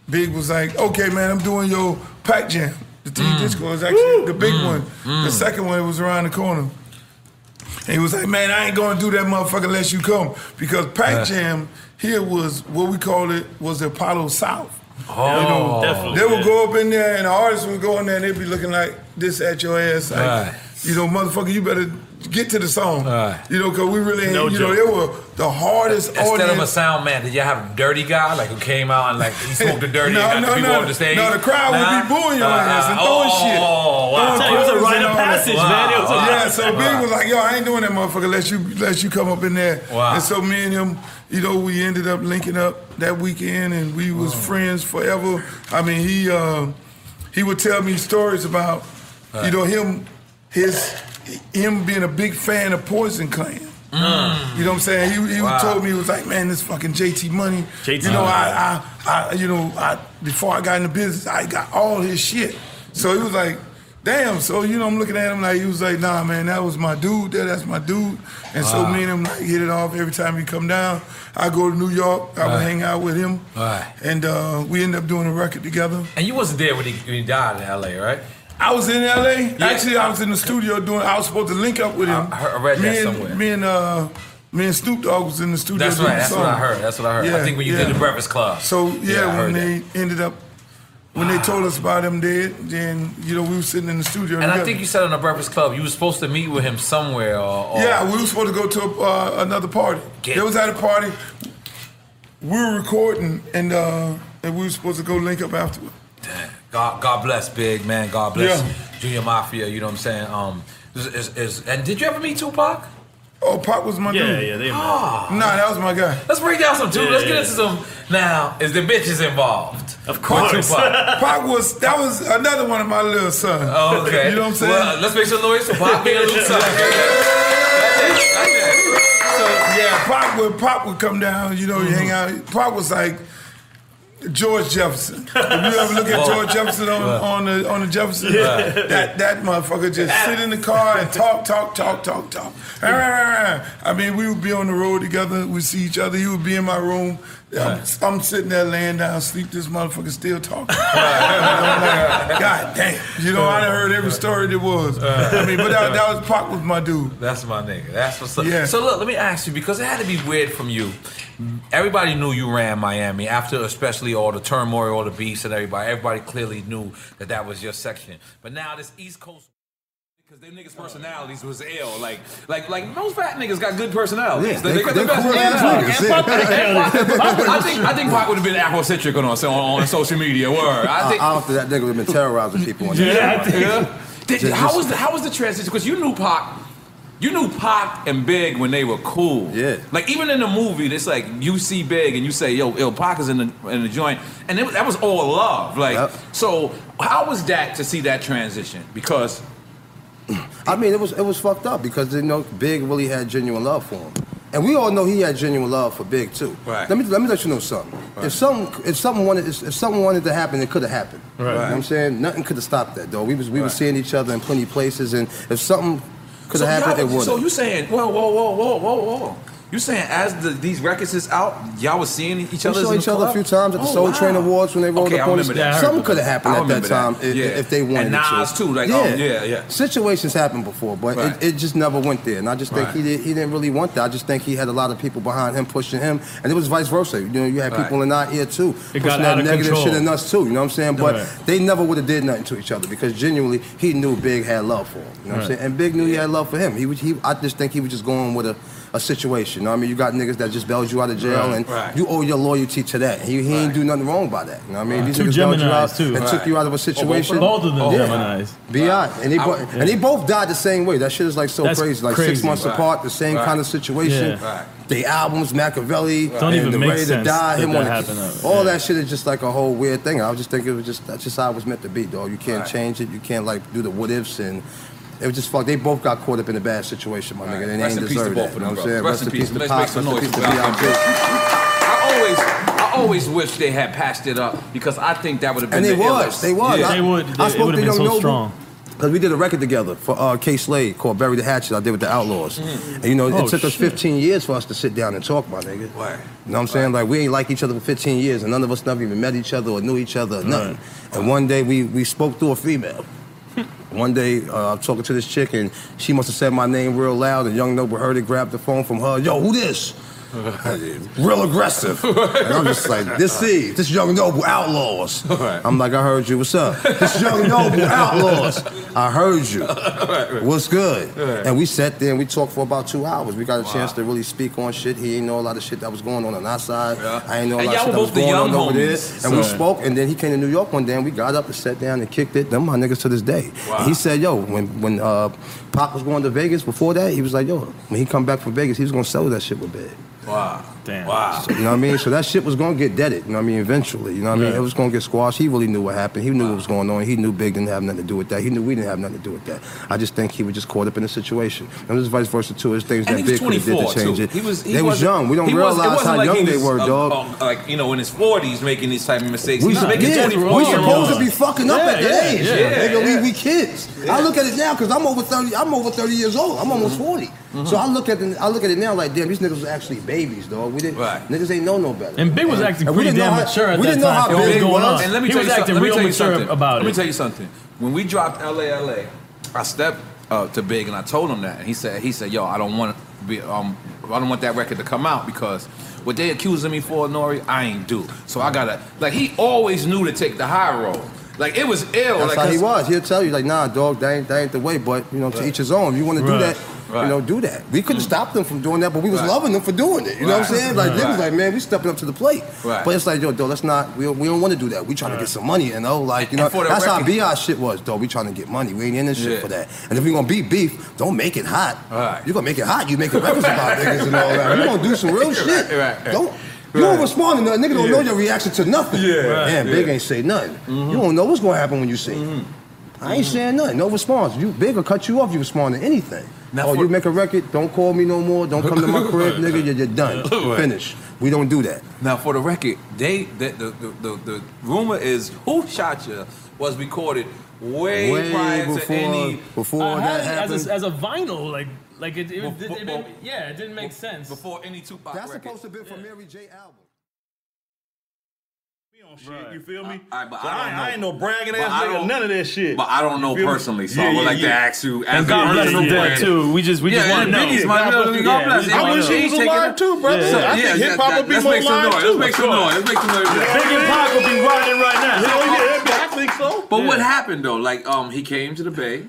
[SPEAKER 12] Big was like, okay, man, I'm doing your pack jam. The
[SPEAKER 7] Mm.
[SPEAKER 12] T Disco is actually the big one. The second one was around the corner. And he was like, man, I ain't gonna do that motherfucker unless you come. Because pack
[SPEAKER 7] Uh.
[SPEAKER 12] jam here was what we called it was the Apollo South.
[SPEAKER 7] Oh, definitely,
[SPEAKER 12] They would
[SPEAKER 7] yeah.
[SPEAKER 12] go up in there and the artists would go in there and they'd be looking like this at your ass. Like,
[SPEAKER 7] Right.
[SPEAKER 12] You know, motherfucker, you better get to the song.
[SPEAKER 7] Right.
[SPEAKER 12] You know, because we really, ain't
[SPEAKER 7] No
[SPEAKER 12] you know,
[SPEAKER 7] joke.
[SPEAKER 12] they were the hardest
[SPEAKER 7] Instead
[SPEAKER 12] audience.
[SPEAKER 7] of a sound man, did y'all have a dirty guy like who came out and like
[SPEAKER 12] [LAUGHS]
[SPEAKER 7] he smoked a dirty
[SPEAKER 12] No,
[SPEAKER 7] and got
[SPEAKER 12] no,
[SPEAKER 7] the people
[SPEAKER 12] no.
[SPEAKER 7] off the stage?
[SPEAKER 12] No, the crowd would be booing your ass and
[SPEAKER 7] oh,
[SPEAKER 12] throwing shit.
[SPEAKER 7] Oh, wow.
[SPEAKER 12] Throwing quarters and all that. Yeah, so Big
[SPEAKER 7] Wow.
[SPEAKER 12] was like, yo, I ain't doing that motherfucker unless you unless you come up in there.
[SPEAKER 7] Wow.
[SPEAKER 12] And so me and him, you know, we ended up linking up that weekend and we was friends forever. I mean, he um, he would tell me stories about, you know, him his him being a big fan of Poison Clan.
[SPEAKER 7] Mm.
[SPEAKER 12] You know what I'm saying? He, he
[SPEAKER 7] Wow.
[SPEAKER 12] told me he was like, man, this fucking JT money.
[SPEAKER 7] JT.
[SPEAKER 12] You know, I, I, I, you know, I before I got in the business, I got all his shit. So he was like, damn. So you know, I'm looking at him like he was like, nah, man, that was my dude. There, that's my dude. And so
[SPEAKER 7] Wow.
[SPEAKER 12] me and him like hit it off every time he come down. I go to New York. I would
[SPEAKER 7] Right.
[SPEAKER 12] hang out with him,
[SPEAKER 7] All right.
[SPEAKER 12] and uh, we end up doing a record together.
[SPEAKER 7] And you wasn't there when he, when he died in L.A., right?
[SPEAKER 12] I was in LA. Actually, I was in the studio doing. I was supposed to link up with him.
[SPEAKER 7] I read that
[SPEAKER 12] me and,
[SPEAKER 7] somewhere.
[SPEAKER 12] Me and uh, me and Snoop Dogg was in the studio.
[SPEAKER 7] That's
[SPEAKER 12] doing
[SPEAKER 7] right.
[SPEAKER 12] the
[SPEAKER 7] That's what I
[SPEAKER 12] song.
[SPEAKER 7] heard. That's what I heard. I
[SPEAKER 12] Yeah,
[SPEAKER 7] think when you
[SPEAKER 12] yeah.
[SPEAKER 7] did the Breakfast Club.
[SPEAKER 12] So yeah,
[SPEAKER 7] I heard
[SPEAKER 12] when
[SPEAKER 7] that.
[SPEAKER 12] they ended up, when they told us about him dead, then you know we were sitting in the studio.
[SPEAKER 7] And I
[SPEAKER 12] together.
[SPEAKER 7] think you said on the Breakfast Club you were supposed to meet with him somewhere. Or, or
[SPEAKER 12] Yeah, we were supposed to go to uh, another party. They was at a party. We were recording, and uh, and we were supposed to go link up afterward.
[SPEAKER 7] God, God bless, big man. God bless
[SPEAKER 12] Yeah.
[SPEAKER 7] Junior Mafia. You know what I'm saying? Um, is, is, is, and did you ever meet Tupac?
[SPEAKER 12] Oh, Pac was my dude.
[SPEAKER 7] Ah.
[SPEAKER 12] Nah, that was my guy.
[SPEAKER 7] Let's break down some too.
[SPEAKER 12] Yeah,
[SPEAKER 7] Let's get
[SPEAKER 12] yeah.
[SPEAKER 7] into some. Now, is the bitches involved? Of
[SPEAKER 12] [LAUGHS]
[SPEAKER 7] Tupac.
[SPEAKER 12] Pac was that was another one of my little sons.
[SPEAKER 7] Oh, okay.
[SPEAKER 12] you know what I'm saying?
[SPEAKER 7] Well, let's make some noise [LAUGHS] for Pac being a loose
[SPEAKER 12] [LAUGHS]
[SPEAKER 7] son.
[SPEAKER 12] So yeah, Pop would Pop would come down. You know, you hang
[SPEAKER 7] Mm-hmm.
[SPEAKER 12] out. Pop was like George Jefferson. If you ever look at
[SPEAKER 7] Whoa.
[SPEAKER 12] George Jefferson on,
[SPEAKER 7] Right.
[SPEAKER 12] on the on the Jefferson,
[SPEAKER 7] Right.
[SPEAKER 12] that that motherfucker just sit in the car and talk, talk, talk, talk,
[SPEAKER 7] [LAUGHS]
[SPEAKER 12] talk. Rah, rah, rah, rah. I mean, we would be on the road together. We see each other. He would be in my room. I'm, I'm sitting there laying down, sleep. This motherfucker
[SPEAKER 7] [LAUGHS]
[SPEAKER 12] still talking. [LAUGHS] I'm like, God damn! You know, I done heard every story there was. I mean, but that, that was Pop was my dude.
[SPEAKER 7] That's my nigga. That's what's up.
[SPEAKER 12] Yeah.
[SPEAKER 7] So look, let me ask you because it had to be weird from you. Everybody knew you ran Miami after, especially all the turmoil, all the beefs, and everybody. Everybody clearly knew that that was your section. But now this East Coast.
[SPEAKER 15] Because them niggas' personalities was ill. Like, like, like most fat niggas got good personalities.
[SPEAKER 7] Yeah,
[SPEAKER 15] they, they got
[SPEAKER 7] they-
[SPEAKER 15] the
[SPEAKER 7] they
[SPEAKER 15] best
[SPEAKER 7] cool
[SPEAKER 15] personalities.
[SPEAKER 7] ass niggas,
[SPEAKER 15] And Pac-
[SPEAKER 7] yeah.
[SPEAKER 15] and Pac- Pac- I think, I think Pac would have been Afrocentric on, on, on social media. Word. I think.
[SPEAKER 16] I, I don't think that nigga would have
[SPEAKER 11] [LAUGHS]
[SPEAKER 16] been terrorizing people. On that
[SPEAKER 15] Yeah, I
[SPEAKER 16] shit.
[SPEAKER 15] think- Did-
[SPEAKER 16] Just-
[SPEAKER 15] how
[SPEAKER 16] just-
[SPEAKER 15] was the how was the transition? Because you knew Pac, you knew Pac and Big when they were cool. Yeah. Like even in the movie, it's like you see Big and you say, "Yo, Yo Pac is in the in the joint," and it, was- that was all love. Like so, how was that to see that transition? Because
[SPEAKER 16] I mean, it was it was fucked up because you know Big really had genuine love for him, and we all know he had genuine love for Big too.
[SPEAKER 7] Right.
[SPEAKER 16] Let me let me let you know something. If something if something wanted if, if something wanted to happen, it could have happened.
[SPEAKER 7] Right.
[SPEAKER 16] You know what I'm saying nothing could have stopped that though. We was we were seeing each other in plenty of places, and if something could
[SPEAKER 15] so
[SPEAKER 16] have happened,
[SPEAKER 15] y'all-
[SPEAKER 16] it would.
[SPEAKER 15] So
[SPEAKER 16] have
[SPEAKER 15] you saying, whoa, whoa, whoa, whoa, whoa, whoa. You saying as the, these records is out, y'all was seeing each
[SPEAKER 16] we
[SPEAKER 15] other.
[SPEAKER 16] saw each other a few times at the Soul Train Awards when they
[SPEAKER 15] Oh,
[SPEAKER 16] rolled
[SPEAKER 15] Okay,
[SPEAKER 16] up
[SPEAKER 15] I
[SPEAKER 16] on us.
[SPEAKER 15] remember that.
[SPEAKER 16] Something could have happened
[SPEAKER 15] I
[SPEAKER 16] at that
[SPEAKER 15] remember that.
[SPEAKER 16] time if,
[SPEAKER 15] Yeah.
[SPEAKER 16] if they wanted
[SPEAKER 15] And Nas
[SPEAKER 16] to.
[SPEAKER 15] too, like, oh, yeah, yeah.
[SPEAKER 16] Situations happened before, but
[SPEAKER 15] Right.
[SPEAKER 16] it, it just never went there. And I just think
[SPEAKER 15] Right.
[SPEAKER 16] he did, he didn't really want that. I just think he had a lot of people behind him pushing him, and it was vice versa. You know, you had
[SPEAKER 7] Right.
[SPEAKER 16] people in our ear too, pushing
[SPEAKER 7] got out
[SPEAKER 16] that
[SPEAKER 7] of
[SPEAKER 16] negative
[SPEAKER 7] control.
[SPEAKER 16] shit in us too. You know what I'm saying? But
[SPEAKER 7] Right.
[SPEAKER 16] they never would have did nothing to each other because genuinely he knew Big had love for him. You know what I'm
[SPEAKER 7] Right.
[SPEAKER 16] saying? And Big knew he had love for him. He was he. I just think he was just going with a. A situation. You know what I mean, you got niggas that just bailed you out of jail,
[SPEAKER 7] Right.
[SPEAKER 16] and
[SPEAKER 7] Right.
[SPEAKER 16] you owe your loyalty to that. He, he ain't do nothing wrong by that. You know what I mean?
[SPEAKER 7] Right.
[SPEAKER 16] These
[SPEAKER 7] Two
[SPEAKER 16] niggas bailed you
[SPEAKER 7] Geminis,
[SPEAKER 16] out
[SPEAKER 7] too.
[SPEAKER 16] and took
[SPEAKER 7] Right.
[SPEAKER 16] you out of
[SPEAKER 7] Oh,
[SPEAKER 16] a
[SPEAKER 7] both
[SPEAKER 16] situation.
[SPEAKER 7] of them? Both of them Geminis.
[SPEAKER 16] Bi and they
[SPEAKER 7] I-
[SPEAKER 16] bo- and they both died the same way. That shit is like so
[SPEAKER 7] That's
[SPEAKER 16] crazy. Like six
[SPEAKER 7] crazy.
[SPEAKER 16] months
[SPEAKER 7] Right.
[SPEAKER 16] apart, the same
[SPEAKER 7] Right.
[SPEAKER 16] kind of situation.
[SPEAKER 7] Yeah. Right.
[SPEAKER 16] The albums, Machiavelli,
[SPEAKER 7] Don't
[SPEAKER 16] and
[SPEAKER 7] even
[SPEAKER 16] the
[SPEAKER 7] make
[SPEAKER 16] Ready to
[SPEAKER 7] sense
[SPEAKER 16] Die,
[SPEAKER 7] that
[SPEAKER 16] him
[SPEAKER 7] that
[SPEAKER 16] on the-
[SPEAKER 7] happened, uh,
[SPEAKER 16] all that shit is just like a whole weird thing. I was just thinking it was just that's just how it was meant to be, dog. You can't
[SPEAKER 7] Right.
[SPEAKER 16] change it. You can't like do the what ifs and. It was just fuck. They both got caught up in a bad situation, my nigga. And they
[SPEAKER 7] Rest
[SPEAKER 16] ain't
[SPEAKER 7] in peace to
[SPEAKER 16] deserve
[SPEAKER 7] both
[SPEAKER 16] that.
[SPEAKER 7] of
[SPEAKER 16] You
[SPEAKER 7] them,
[SPEAKER 16] know what I'm
[SPEAKER 7] bro.
[SPEAKER 16] saying?
[SPEAKER 7] Rest in peace. Let's make some noise for Malcolm
[SPEAKER 16] B.I.G.
[SPEAKER 15] I always, I always wish they had passed it up because I think that would have been.
[SPEAKER 16] And they
[SPEAKER 15] the
[SPEAKER 16] was,
[SPEAKER 15] illest.
[SPEAKER 16] they was. I, I spoke to Young Noble because we did a record together for uh, K. Slade called "Bury the Hatchet." I did with the Outlaws, and you know
[SPEAKER 7] Oh,
[SPEAKER 16] it took us
[SPEAKER 7] shit.
[SPEAKER 16] 15 years for us to sit down and talk, my nigga.
[SPEAKER 7] Right.
[SPEAKER 16] You know what I'm saying? Like we ain't like each other for 15 years, and none of us never even met each other or knew each other or nothing. And one day we we spoke through a female. One day, uh, I'm talking to this chick, and she must have said my name real loud, and Young Noble heard it, grabbed the phone from her. Yo, who this?
[SPEAKER 7] [LAUGHS]
[SPEAKER 16] real [LAUGHS] aggressive. And I'm just like, [LAUGHS] this is this young noble outlaws. I'm like, I heard you. What's up?
[SPEAKER 7] [LAUGHS]
[SPEAKER 16] This young noble outlaws. I heard you. What's good?
[SPEAKER 7] Right.
[SPEAKER 16] And we sat there and we talked for about two hours. We got a chance to really speak on shit. He ain't know a lot of shit that was going on on our side. I ain't know a
[SPEAKER 7] And
[SPEAKER 16] lot of
[SPEAKER 7] y'all
[SPEAKER 16] shit that
[SPEAKER 7] both
[SPEAKER 16] was
[SPEAKER 7] the
[SPEAKER 16] going
[SPEAKER 7] young
[SPEAKER 16] on over there. And
[SPEAKER 7] homies,
[SPEAKER 16] we
[SPEAKER 7] so-
[SPEAKER 16] spoke. And then he came to New York one day and we got up and sat down and kicked it. Them my niggas to this day. And he said, yo, when when uh, Pop was going to Vegas before that, he was like, yo, when he come back from Vegas, he was gonna sell that shit with Big.
[SPEAKER 7] Wow. Damn. Wow.
[SPEAKER 16] You know what I mean? So that shit was gonna get deaded. You know what I mean? Eventually, you know what I mean?
[SPEAKER 7] Yeah.
[SPEAKER 16] It was gonna get squashed. He really knew what happened. He knew what was going on. He knew Big didn't have nothing to do with that. He knew we didn't have nothing to do with that. I just think he was just caught up in the situation. And this is vice versa too. There's things
[SPEAKER 15] And
[SPEAKER 16] that
[SPEAKER 15] he
[SPEAKER 16] Big
[SPEAKER 15] was
[SPEAKER 16] could have did
[SPEAKER 15] 24
[SPEAKER 16] to change
[SPEAKER 15] too.
[SPEAKER 16] it.
[SPEAKER 15] He was he
[SPEAKER 16] they was
[SPEAKER 15] wasn't-
[SPEAKER 16] young. We don't
[SPEAKER 15] he wasn't- it
[SPEAKER 16] realize
[SPEAKER 15] wasn't
[SPEAKER 16] how
[SPEAKER 15] like
[SPEAKER 16] young
[SPEAKER 15] he
[SPEAKER 16] they
[SPEAKER 15] was,
[SPEAKER 16] were,
[SPEAKER 15] uh,
[SPEAKER 16] dog.
[SPEAKER 15] uh, like you know, in his forties, making these type of mistakes.
[SPEAKER 16] We,
[SPEAKER 15] He's making
[SPEAKER 16] yeah,
[SPEAKER 15] 24
[SPEAKER 16] we
[SPEAKER 15] year
[SPEAKER 16] supposed to
[SPEAKER 15] olds.
[SPEAKER 16] be fucking up
[SPEAKER 15] Yeah,
[SPEAKER 16] at that
[SPEAKER 15] yeah,
[SPEAKER 16] age.
[SPEAKER 15] yeah,
[SPEAKER 16] nigga,
[SPEAKER 15] yeah.
[SPEAKER 16] We, we kids. I look at it now because I'm over 30. I'm over 30 years old. I'm almost 40. So I look at it, I look at it now like, damn, these niggas was actually babies, dog. We didn't niggas ain't know no better.
[SPEAKER 10] And Big was acting
[SPEAKER 16] and we
[SPEAKER 10] pretty
[SPEAKER 16] didn't know
[SPEAKER 10] damn
[SPEAKER 16] how-
[SPEAKER 10] mature at
[SPEAKER 16] we
[SPEAKER 10] that
[SPEAKER 16] didn't know
[SPEAKER 10] time.
[SPEAKER 16] how
[SPEAKER 10] for what was
[SPEAKER 16] big
[SPEAKER 10] going
[SPEAKER 16] was.
[SPEAKER 10] on.
[SPEAKER 16] And let me
[SPEAKER 10] he
[SPEAKER 16] tell
[SPEAKER 10] was
[SPEAKER 16] you
[SPEAKER 10] acting
[SPEAKER 16] something- let me
[SPEAKER 10] real
[SPEAKER 16] tell you
[SPEAKER 10] mature
[SPEAKER 16] something.
[SPEAKER 10] about
[SPEAKER 16] Let
[SPEAKER 10] it.
[SPEAKER 17] Let
[SPEAKER 16] me
[SPEAKER 17] me tell you something. When we dropped LALA, I stepped uh, to Big and I told him that, and he said, "He said, yo, I don't want to be, um, I don't want that record to come out because what they accusing me for, Nori, I ain't do. So I gotta like he always knew to take the high road. Like it was ill. like,
[SPEAKER 16] That's how he
[SPEAKER 17] 'cause-
[SPEAKER 16] was. He'll tell you like, nah, dog, that ain't, that ain't the way. But you know, to each his own. If you want to do
[SPEAKER 17] Right.
[SPEAKER 16] that,
[SPEAKER 17] Right.
[SPEAKER 16] you know, do that. We couldn't stop them from doing that, but we was loving them for doing it. You know what I'm
[SPEAKER 17] Right.
[SPEAKER 16] saying? Like they was
[SPEAKER 17] Right.
[SPEAKER 16] like, man, we stepping up to the plate.
[SPEAKER 17] Right.
[SPEAKER 16] But it's like, yo, dog, let's not. We, we don't want to do that. We trying to get some money. You know, like you know,
[SPEAKER 17] And for the
[SPEAKER 16] that's how
[SPEAKER 17] record-
[SPEAKER 16] bi shit was, though. We trying to get money. We ain't in this shit
[SPEAKER 17] Yeah.
[SPEAKER 16] for that. And if we gonna be beef, don't make it hot.
[SPEAKER 17] Right.
[SPEAKER 16] You gonna make it hot. You making
[SPEAKER 17] [LAUGHS]
[SPEAKER 16] records about niggas and all that. You
[SPEAKER 17] Right. [LAUGHS]
[SPEAKER 16] gonna
[SPEAKER 7] [LAUGHS]
[SPEAKER 16] do some real
[SPEAKER 17] Right,
[SPEAKER 16] shit.
[SPEAKER 17] right, right.
[SPEAKER 16] Don't. You don't respond to nothing. Nigga don't
[SPEAKER 17] Yeah.
[SPEAKER 16] know your reaction to nothing.
[SPEAKER 17] Yeah. Mm-hmm. Right.
[SPEAKER 16] Man, Big
[SPEAKER 17] Yeah.
[SPEAKER 16] ain't say nothing. You don't know what's gonna happen when you see it.
[SPEAKER 17] Mm-hmm.
[SPEAKER 16] I ain't saying nothing. No response. You big or cut you off. You respond to anything. oh, you make a record. Don't call me no more. Don't come to my crib, nigga. You're, you're done. You're
[SPEAKER 17] [LAUGHS] Right.
[SPEAKER 16] finished. We don't do that.
[SPEAKER 17] Now, for the record, they the the, the, the, the rumor is "Who Shot Ya" was recorded way, prior to any.
[SPEAKER 16] before
[SPEAKER 2] uh,
[SPEAKER 17] I had
[SPEAKER 16] that
[SPEAKER 17] it as
[SPEAKER 16] happened.
[SPEAKER 17] a-
[SPEAKER 10] as a, as a vinyl, like like it, it, it,
[SPEAKER 17] Before-
[SPEAKER 10] it didn't, yeah, it didn't make sense
[SPEAKER 17] before any Tupac.
[SPEAKER 16] That's supposed to be from Mary J. album.
[SPEAKER 8] Oh, You feel me?
[SPEAKER 17] but
[SPEAKER 8] So
[SPEAKER 17] I
[SPEAKER 8] I,
[SPEAKER 17] don't
[SPEAKER 8] I
[SPEAKER 17] know.
[SPEAKER 8] ain't no bragging
[SPEAKER 17] But
[SPEAKER 8] ass
[SPEAKER 17] I
[SPEAKER 8] nigga,
[SPEAKER 17] don't-
[SPEAKER 8] none of that shit.
[SPEAKER 17] but I don't
[SPEAKER 8] You
[SPEAKER 17] know
[SPEAKER 8] feel me?
[SPEAKER 17] personally, so I would like to ask you as a personal friend. Yeah, yeah, Biggie's my middle name. God bless him.
[SPEAKER 8] I wish he was
[SPEAKER 17] He's
[SPEAKER 8] alive
[SPEAKER 17] taking-
[SPEAKER 8] too, brother.
[SPEAKER 17] Yeah,
[SPEAKER 8] I
[SPEAKER 17] yeah,
[SPEAKER 8] think hip hop
[SPEAKER 17] that-
[SPEAKER 8] would be
[SPEAKER 17] let's
[SPEAKER 8] more
[SPEAKER 17] make some
[SPEAKER 8] alive
[SPEAKER 17] noise.
[SPEAKER 8] too.
[SPEAKER 17] Let's make some noise. Let's make some noise. Big and Pac would be
[SPEAKER 8] riding right now. Hell yeah, I think so.
[SPEAKER 17] But what happened though? Like, um, he came to the Bay.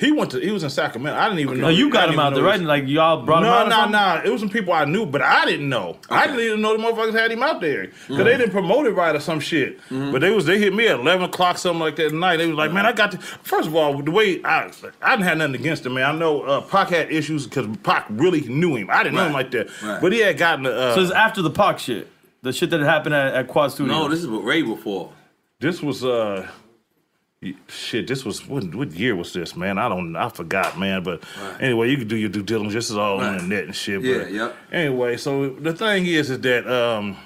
[SPEAKER 8] He went to. He was in Sacramento. I didn't even
[SPEAKER 17] Okay.
[SPEAKER 8] know.
[SPEAKER 17] No, Oh, you got him out there, right?
[SPEAKER 8] Like y'all
[SPEAKER 17] brought him out or
[SPEAKER 8] No,
[SPEAKER 17] something?
[SPEAKER 8] no, no. It was some people I knew, but I didn't know. I didn't even know the motherfuckers had him out there because they
[SPEAKER 17] Mm.
[SPEAKER 8] didn't promote it right or some shit.
[SPEAKER 17] Mm-hmm.
[SPEAKER 8] But they was they hit me at eleven o'clock something like that at night. They was like, man, I got to. First of all, the way I I didn't have nothing against him, man. I know uh, Pac had issues because Pac really knew him. I didn't know him
[SPEAKER 10] Right.
[SPEAKER 8] like that,
[SPEAKER 10] Right.
[SPEAKER 8] but he had gotten. Uh,
[SPEAKER 10] So it's after the Pac shit, the shit that happened at, at Quad Studios.
[SPEAKER 8] No, this is
[SPEAKER 17] what Ray before.
[SPEAKER 8] This was uh y- shit, this was what what year was this, man? I don't I forgot, man. But anyway, you can do your due diligence. This is all on
[SPEAKER 17] Right.
[SPEAKER 8] the net and shit.
[SPEAKER 17] Yeah,
[SPEAKER 8] but
[SPEAKER 17] yep.
[SPEAKER 8] anyway, so the thing is is that um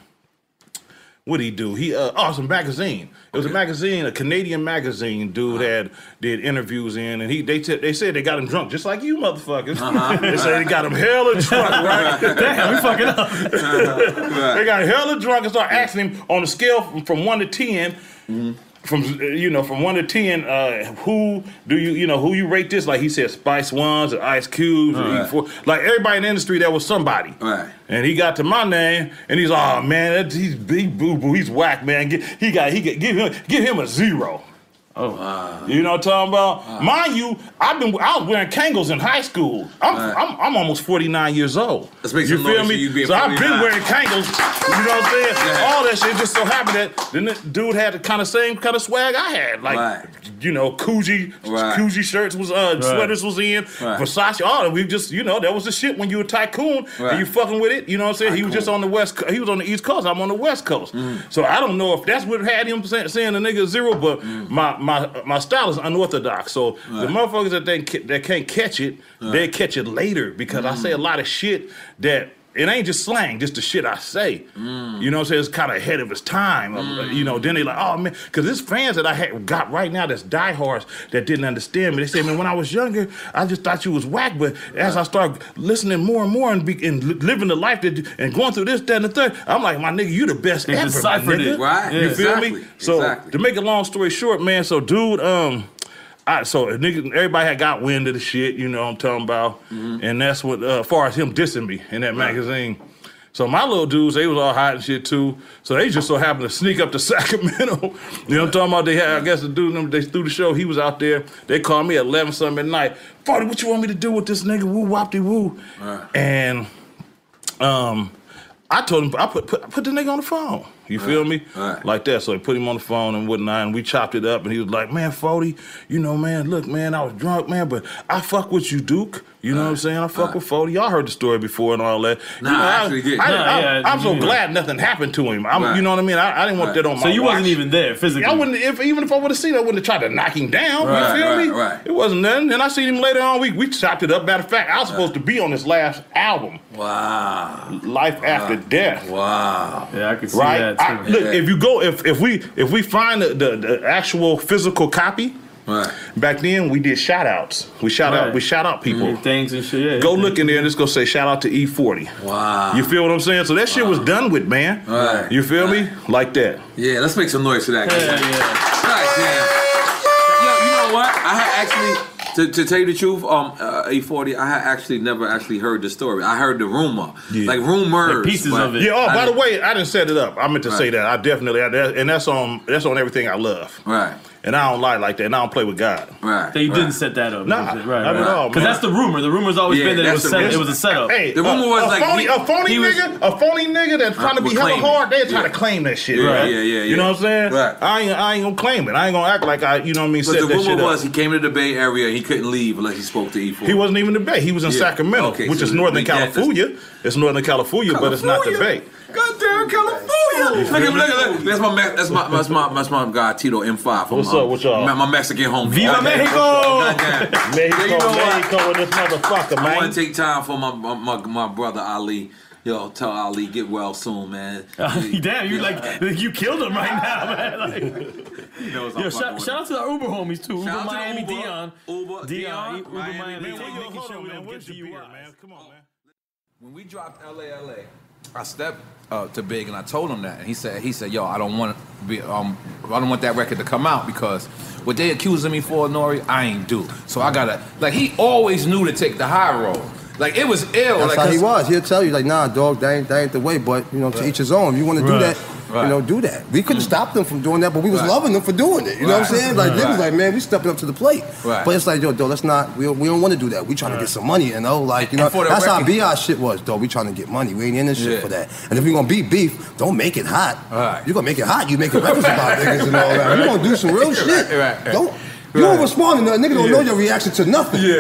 [SPEAKER 8] what he do? He uh, oh, it's a magazine. It was a magazine, a Canadian magazine. Dude
[SPEAKER 17] Uh-huh.
[SPEAKER 8] had did interviews in, and he they t- they said they got him drunk, just like you motherfuckers.
[SPEAKER 17] Uh-huh.
[SPEAKER 8] they said they got him hella
[SPEAKER 17] [LAUGHS]
[SPEAKER 8] drunk, right?
[SPEAKER 17] Damn, we fucking
[SPEAKER 8] up. they got hella drunk and started asking him on a scale from, from one to 10
[SPEAKER 17] Mm-hmm.
[SPEAKER 8] From uh, you know, from one to ten, uh, who do you you know who you rate this? Like he said, Spice Ones or Ice Cubes, or
[SPEAKER 17] Right.
[SPEAKER 8] E4. like everybody in the industry that was somebody.
[SPEAKER 17] Right.
[SPEAKER 8] And he got to my name, and he's oh man, that, he's big boo boo, he's whack man. Get, he got he got, give him give him a zero. Oh, you know what I'm talking about? Mind you, I've been I was wearing Kangles in high school. I'm I'm, I'm almost 49 years old.
[SPEAKER 17] Let's make
[SPEAKER 8] you
[SPEAKER 17] some
[SPEAKER 8] feel
[SPEAKER 17] noise for
[SPEAKER 8] me?
[SPEAKER 17] you being
[SPEAKER 8] so I've been
[SPEAKER 17] 49.
[SPEAKER 8] wearing Kangles. You know what I'm saying? All that shit just so happened that then the dude had the kind of same kind of swag I had, like
[SPEAKER 17] Right.
[SPEAKER 8] you know, Coogee
[SPEAKER 17] Right.
[SPEAKER 8] Coogee shirts was uh
[SPEAKER 17] Right.
[SPEAKER 8] sweaters was in
[SPEAKER 17] Right.
[SPEAKER 8] Versace. All that we just you know that was the shit when you were tycoon
[SPEAKER 17] Right.
[SPEAKER 8] and you fucking with it. You know what I'm saying? He was just on the west. Co- He was on the east coast. I'm on the west coast.
[SPEAKER 17] Mm.
[SPEAKER 8] So I don't know if that's what had him say- saying the nigga zero, but
[SPEAKER 17] Mm.
[SPEAKER 8] my my my style is unorthodox. So the motherfuckers that they ca- that can't catch it, they catch it later because
[SPEAKER 17] Mm.
[SPEAKER 8] I say a lot of shit that it ain't just slang, just the shit I say. You know what I'm saying? It's kind of ahead of its time. Um, You know, then they like, oh man, because there's fans that I had got right now that's diehards that didn't understand me. They say, man, when I was younger, I just thought you was whack, but as I start listening more and more and, be, and li- living the life that you- and going through this, that, and the third, I'm like, my nigga, you the best
[SPEAKER 17] They
[SPEAKER 8] ever, my
[SPEAKER 17] deciphered
[SPEAKER 8] nigga.
[SPEAKER 17] it. Right.
[SPEAKER 8] You
[SPEAKER 17] Yeah.
[SPEAKER 8] feel
[SPEAKER 17] Exactly.
[SPEAKER 8] me? So to make a long story short, man, so dude, um. I, so a nigga, everybody had got wind of the shit, you know what I'm talking about,
[SPEAKER 17] Mm-hmm.
[SPEAKER 8] and that's what uh, as far as him dissing me in that magazine. So my little dudes, they was all hot and shit too. So they just so happened to sneak up to [LAUGHS] Sacramento. you know what I'm talking about? They had, I guess the dude, them, they threw the show. He was out there. They called me at 11 something at night. Farty, what you want me to do with this nigga? Woo wop de woo. And um, I told him I put, put put the nigga on the phone. You feel me? Like that. So I put him on the phone and whatnot, and we chopped it up. And he was like, "Man, Fody, you know, man, look, man, I was drunk, man, but I fuck with you, Duke. You know what I'm saying? I fuck with Fody. Y'all heard the story before and all that.
[SPEAKER 17] Nah,
[SPEAKER 8] you know,
[SPEAKER 17] I actually didn't.
[SPEAKER 8] I,
[SPEAKER 17] Nah,
[SPEAKER 8] I,
[SPEAKER 17] yeah,
[SPEAKER 8] am so
[SPEAKER 17] you-
[SPEAKER 8] glad nothing happened to him. I'm,
[SPEAKER 17] Right.
[SPEAKER 8] you know what I mean? I, I didn't want
[SPEAKER 17] Right.
[SPEAKER 8] that on my.
[SPEAKER 17] So you wasn't
[SPEAKER 8] watch.
[SPEAKER 17] even there physically?
[SPEAKER 8] I wouldn't. If even if I would have seen, it, I wouldn't have tried to knock him down.
[SPEAKER 17] Right,
[SPEAKER 8] you feel
[SPEAKER 17] right,
[SPEAKER 8] me?
[SPEAKER 17] right.
[SPEAKER 8] It wasn't nothing. And I seen him later on. We we chopped it up. Matter of fact, I was supposed to be on his last album.
[SPEAKER 17] Wow.
[SPEAKER 8] Life after death.
[SPEAKER 17] Wow.
[SPEAKER 10] Yeah, I could see
[SPEAKER 8] right?
[SPEAKER 10] that
[SPEAKER 8] I-
[SPEAKER 10] too.
[SPEAKER 8] look, if you go, if if we if we find the, the, the actual physical copy, Right. Back then, we did shout outs. We shout out.
[SPEAKER 2] Right.
[SPEAKER 8] We shout out people.
[SPEAKER 2] Mhm, Things and shit. Yeah.
[SPEAKER 8] Go look in there and it's gonna say shout out to E40. Wow. You feel what I'm saying? So that shit was done with, man.
[SPEAKER 18] Right.
[SPEAKER 8] You feel me? Like that.
[SPEAKER 18] Yeah, let's make some noise for that. Yeah, Yo, you know what? I had actually. To, to tell you the truth, um, uh, A40, I had actually never actually heard the story. I heard the rumor, like rumors, but
[SPEAKER 8] Yeah. Oh,
[SPEAKER 18] I
[SPEAKER 8] by the
[SPEAKER 18] didn't-
[SPEAKER 8] way, I didn't set it up. I meant to say
[SPEAKER 18] Right.
[SPEAKER 8] that. I definitely. I, that, and that's on. That's on everything I love.
[SPEAKER 18] Right.
[SPEAKER 8] And I don't lie like that. And I don't play with God.
[SPEAKER 18] Right.
[SPEAKER 2] They didn't set that up.
[SPEAKER 8] Nah,
[SPEAKER 2] right,
[SPEAKER 8] not at all,
[SPEAKER 2] Because
[SPEAKER 8] man.
[SPEAKER 2] that's the rumor. The rumor's always
[SPEAKER 8] Yeah,
[SPEAKER 2] been that it
[SPEAKER 8] that's
[SPEAKER 2] was
[SPEAKER 8] the
[SPEAKER 2] set, it
[SPEAKER 8] rumor.
[SPEAKER 2] was a setup.
[SPEAKER 8] Hey, the rumor was a, like phony, a phony nigga, a phony nigga that's
[SPEAKER 18] Uh,
[SPEAKER 8] trying to be
[SPEAKER 2] was
[SPEAKER 8] hella
[SPEAKER 2] claiming.
[SPEAKER 8] hard. They're trying
[SPEAKER 2] Yeah.
[SPEAKER 8] to claim that shit.
[SPEAKER 18] Yeah,
[SPEAKER 8] right?
[SPEAKER 18] yeah, yeah,
[SPEAKER 8] You
[SPEAKER 18] yeah.
[SPEAKER 8] know what I'm saying? I ain't, I ain't gonna claim it. I ain't gonna act like I, you know what I mean.
[SPEAKER 18] But
[SPEAKER 8] set
[SPEAKER 18] the
[SPEAKER 8] that shit
[SPEAKER 18] rumor
[SPEAKER 8] up.
[SPEAKER 18] was he came to the Bay Area and he couldn't leave unless he spoke to E40.
[SPEAKER 8] He wasn't even the Bay. He was in
[SPEAKER 18] Yeah.
[SPEAKER 8] Sacramento,
[SPEAKER 18] Okay,
[SPEAKER 8] which
[SPEAKER 18] so
[SPEAKER 8] is
[SPEAKER 18] we-
[SPEAKER 8] Northern
[SPEAKER 18] we got this-
[SPEAKER 8] California. It's Northern California, but it's not the Bay.
[SPEAKER 18] Goddamn California! Look at look at look. That's my Me- that's my that's my that's my guy Tito M5. From,
[SPEAKER 8] What's
[SPEAKER 18] um,
[SPEAKER 8] up with y'all?
[SPEAKER 18] My, my Mexican home.
[SPEAKER 8] Viva Mexico! Mexico,
[SPEAKER 18] you know what?
[SPEAKER 8] Mexico with this motherfucker,
[SPEAKER 18] I
[SPEAKER 8] man.
[SPEAKER 18] want to take time for my my, my my brother Ali. Yo, tell Ali get well
[SPEAKER 8] [LAUGHS]
[SPEAKER 18] soon, man.
[SPEAKER 2] Damn, you like like, you killed him right now, man. [LAUGHS]
[SPEAKER 8] [LAUGHS]
[SPEAKER 2] Like,
[SPEAKER 18] knows I'm
[SPEAKER 2] yo,
[SPEAKER 18] fucking
[SPEAKER 2] shout,
[SPEAKER 18] with
[SPEAKER 2] shout out to our Uber homies too. Uber
[SPEAKER 18] Shout out to the
[SPEAKER 2] Miami
[SPEAKER 18] Uber,
[SPEAKER 2] Dion, Dion,
[SPEAKER 18] Uber Dion,
[SPEAKER 2] Uber
[SPEAKER 18] Miami,
[SPEAKER 2] Miami.
[SPEAKER 18] man,
[SPEAKER 2] Dion.
[SPEAKER 18] we
[SPEAKER 2] Making sure we don't get DUIs.
[SPEAKER 8] Come on, man.
[SPEAKER 19] When we dropped LALA,
[SPEAKER 7] I stepped
[SPEAKER 19] uh, to Big and I told him that.
[SPEAKER 7] and he said he said yo I don't want to be um I don't want that record to come out because what they accusing me for Nori I ain't do so I gotta like he always knew to take the high road like it was ill
[SPEAKER 16] That's
[SPEAKER 7] like
[SPEAKER 16] how he
[SPEAKER 7] 'cause-
[SPEAKER 16] was. He'll tell you like, nah, dog, that ain't, that ain't the way. But you know, to each his own. You want to do
[SPEAKER 7] Right.
[SPEAKER 16] that,
[SPEAKER 7] Right. Mm.
[SPEAKER 16] you know, do that. We couldn't stop them from doing that, but we was
[SPEAKER 7] Right.
[SPEAKER 16] loving them for doing it. You know what I'm
[SPEAKER 7] Right.
[SPEAKER 16] saying? Like they was
[SPEAKER 7] Right.
[SPEAKER 16] like, man, we stepping up to the plate.
[SPEAKER 7] Right.
[SPEAKER 16] But it's like, yo, dog, that's not. We, don't- we don't want to do that. We trying to get some money, you know. Like you know,
[SPEAKER 7] for the
[SPEAKER 16] that's how
[SPEAKER 7] record-
[SPEAKER 16] bi shit was, dog. We trying to get money. We ain't in this shit
[SPEAKER 7] Yeah.
[SPEAKER 16] for that. And if we gonna be beef, don't make it hot.
[SPEAKER 7] Right.
[SPEAKER 16] You gonna make it hot. You making records about niggas and all that. You gonna do some real shit.
[SPEAKER 7] [LAUGHS] Right, right.
[SPEAKER 16] Don't. You don't respond to nothing. Nigga don't know your reaction to nothing. Yeah,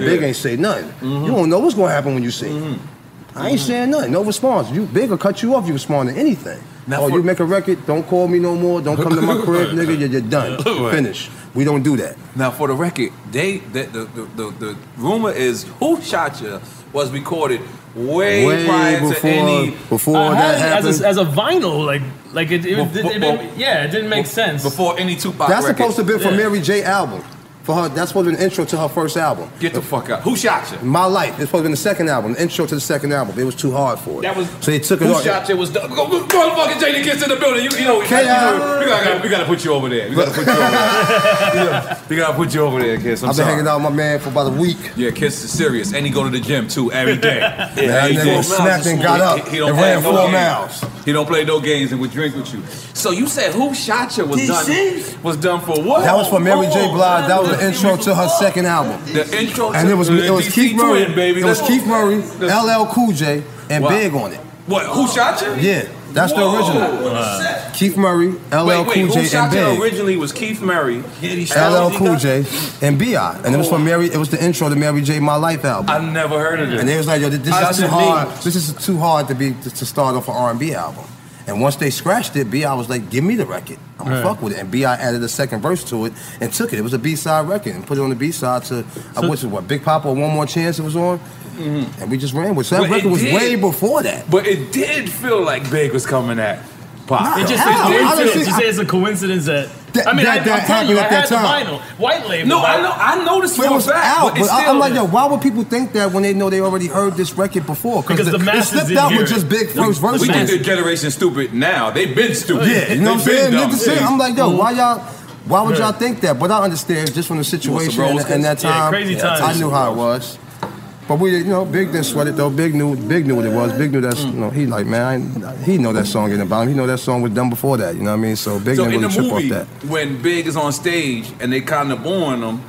[SPEAKER 7] Right.
[SPEAKER 16] big
[SPEAKER 7] Yeah. Mm-hmm.
[SPEAKER 16] ain't say nothing. You don't know what's gonna happen when you see. it. I ain't saying nothing. No response. You big or cut you off. You respond to anything.
[SPEAKER 7] Now
[SPEAKER 16] oh,
[SPEAKER 7] for-
[SPEAKER 16] you make a record. Don't call me no more. Don't come
[SPEAKER 7] [LAUGHS]
[SPEAKER 16] to my crib, nigga. You're, you're done.
[SPEAKER 7] Right.
[SPEAKER 16] Finish. We don't do that.
[SPEAKER 7] Now, for the record, they the the, the, the, the rumor is "Who Shot Ya" was recorded way,
[SPEAKER 16] Way
[SPEAKER 7] prior to
[SPEAKER 16] before-
[SPEAKER 7] any
[SPEAKER 16] before
[SPEAKER 7] I had it
[SPEAKER 16] that happened.
[SPEAKER 7] as a,
[SPEAKER 2] Uh, as a vinyl, like like it, it, it,
[SPEAKER 7] Before-
[SPEAKER 2] it didn't- yeah, it didn't make sense
[SPEAKER 7] before any Tupac.
[SPEAKER 16] That's
[SPEAKER 7] record.
[SPEAKER 16] supposed to be for
[SPEAKER 7] Yeah.
[SPEAKER 16] Mary J. album. For her, that's supposed to be an intro to her first album.
[SPEAKER 7] Get the fuck out. Who shot you?
[SPEAKER 16] My life. It's supposed to be the second album. The intro to the second album. It was too hard for it.
[SPEAKER 7] That was
[SPEAKER 16] so they took it
[SPEAKER 7] Who
[SPEAKER 16] off.
[SPEAKER 7] shot you was done. Go- go- Motherfucking Jada gets in the building. You, you know, you, know, we gotta we gotta put you over there. We gotta put you over
[SPEAKER 16] [LAUGHS]
[SPEAKER 7] there. We gotta put you over there, kids. I'm
[SPEAKER 16] I've been
[SPEAKER 7] sorry.
[SPEAKER 16] hanging out with my man for about a week.
[SPEAKER 7] Yeah, kids is serious, and he go to the gym too every day.
[SPEAKER 16] [LAUGHS] Yeah,
[SPEAKER 7] Every
[SPEAKER 16] that nigga
[SPEAKER 7] day.
[SPEAKER 16] was snapped and got up and
[SPEAKER 7] play
[SPEAKER 16] ran four
[SPEAKER 7] games.
[SPEAKER 16] miles.
[SPEAKER 7] He don't play no games and would drink with you. So you said who shot you was done was done for what?
[SPEAKER 16] That was for Mary J. Blige. That was the intro to her second album.
[SPEAKER 7] The intro,
[SPEAKER 16] And it was
[SPEAKER 7] to the
[SPEAKER 16] it was
[SPEAKER 7] DC
[SPEAKER 16] Keith Murray.
[SPEAKER 7] Twin, baby.
[SPEAKER 16] It was
[SPEAKER 7] That's-
[SPEAKER 16] Keith Murray, LL Cool J, and
[SPEAKER 7] Wow.
[SPEAKER 16] Big on it.
[SPEAKER 7] What? Who shot you?
[SPEAKER 16] Yeah, that's
[SPEAKER 7] Whoa.
[SPEAKER 16] the original.
[SPEAKER 7] Wow.
[SPEAKER 16] Keith Murray,
[SPEAKER 7] wait,
[SPEAKER 16] LL
[SPEAKER 7] wait,
[SPEAKER 16] Cool
[SPEAKER 7] who
[SPEAKER 16] J, and
[SPEAKER 7] shot you
[SPEAKER 16] Big.
[SPEAKER 7] originally was Keith Murray.
[SPEAKER 16] LL Cool J and Bi, and it was for Mary. It was the intro to Mary J. My Life album.
[SPEAKER 7] I never heard of this.
[SPEAKER 16] And they was like, "Yo, this, this
[SPEAKER 7] I
[SPEAKER 16] is too
[SPEAKER 7] said,
[SPEAKER 16] hard.
[SPEAKER 7] "Me."
[SPEAKER 16] This is too hard to be to, to start off an R&B album." And once they scratched it, Bi was like, "Give me the record. I'm gonna
[SPEAKER 7] Right.
[SPEAKER 16] fuck with it." And Bi added a second verse to it and took it. It was a B-side record and put it on the B-side to I wish it what Big Papa One More Chance it was on, and we just ran with. it. So that
[SPEAKER 7] But Mm-hmm. it
[SPEAKER 16] record was
[SPEAKER 7] did.
[SPEAKER 16] way before that.
[SPEAKER 7] But it did feel like Big was coming at Pop.
[SPEAKER 2] It just it's
[SPEAKER 16] How? I don't
[SPEAKER 2] coincidence.
[SPEAKER 16] think-
[SPEAKER 2] you say it's a coincidence that.
[SPEAKER 16] That-
[SPEAKER 2] I mean,
[SPEAKER 16] that-
[SPEAKER 2] I,
[SPEAKER 16] that
[SPEAKER 2] I'm telling you, I
[SPEAKER 16] happened
[SPEAKER 2] had
[SPEAKER 16] at that
[SPEAKER 2] the
[SPEAKER 16] time.
[SPEAKER 2] vinyl, white label.
[SPEAKER 7] No, I
[SPEAKER 2] but-
[SPEAKER 7] know. I noticed
[SPEAKER 16] But it
[SPEAKER 7] for a
[SPEAKER 16] was
[SPEAKER 7] fact.
[SPEAKER 16] out.
[SPEAKER 7] But it's
[SPEAKER 16] But I,
[SPEAKER 7] still,
[SPEAKER 16] am like, yo, why would people think that when they know they already heard this record before?
[SPEAKER 7] Because the
[SPEAKER 16] it
[SPEAKER 7] masses
[SPEAKER 16] slipped
[SPEAKER 7] didn't
[SPEAKER 16] out
[SPEAKER 7] hear
[SPEAKER 16] with
[SPEAKER 7] it.
[SPEAKER 16] just big
[SPEAKER 7] We-
[SPEAKER 16] first verses.
[SPEAKER 7] We think the generation stupid now. They've been stupid.
[SPEAKER 16] Yeah, you know what
[SPEAKER 7] They
[SPEAKER 16] I'm
[SPEAKER 7] been
[SPEAKER 16] saying?
[SPEAKER 7] dumb.
[SPEAKER 16] Niggas saying- I'm like, yo, why y'all? Why would
[SPEAKER 7] Yeah.
[SPEAKER 16] y'all think that? But I understand just from the situation
[SPEAKER 7] rolls,
[SPEAKER 16] and, and that
[SPEAKER 7] kids? Yeah,
[SPEAKER 16] time.
[SPEAKER 7] crazy times.
[SPEAKER 16] I knew how it was. But we, you know, Big didn't sweat it though. Big knew, Big knew what it was. Big knew
[SPEAKER 7] Mm.
[SPEAKER 16] that's, you know, he like, man, I ain't- he know that song in the bottom. He know that song was done before that. You know what I mean? So Big
[SPEAKER 7] so
[SPEAKER 16] didn't
[SPEAKER 7] in the
[SPEAKER 16] really trip
[SPEAKER 7] movie,
[SPEAKER 16] off that.
[SPEAKER 7] when Big is on stage and they kind of booing him,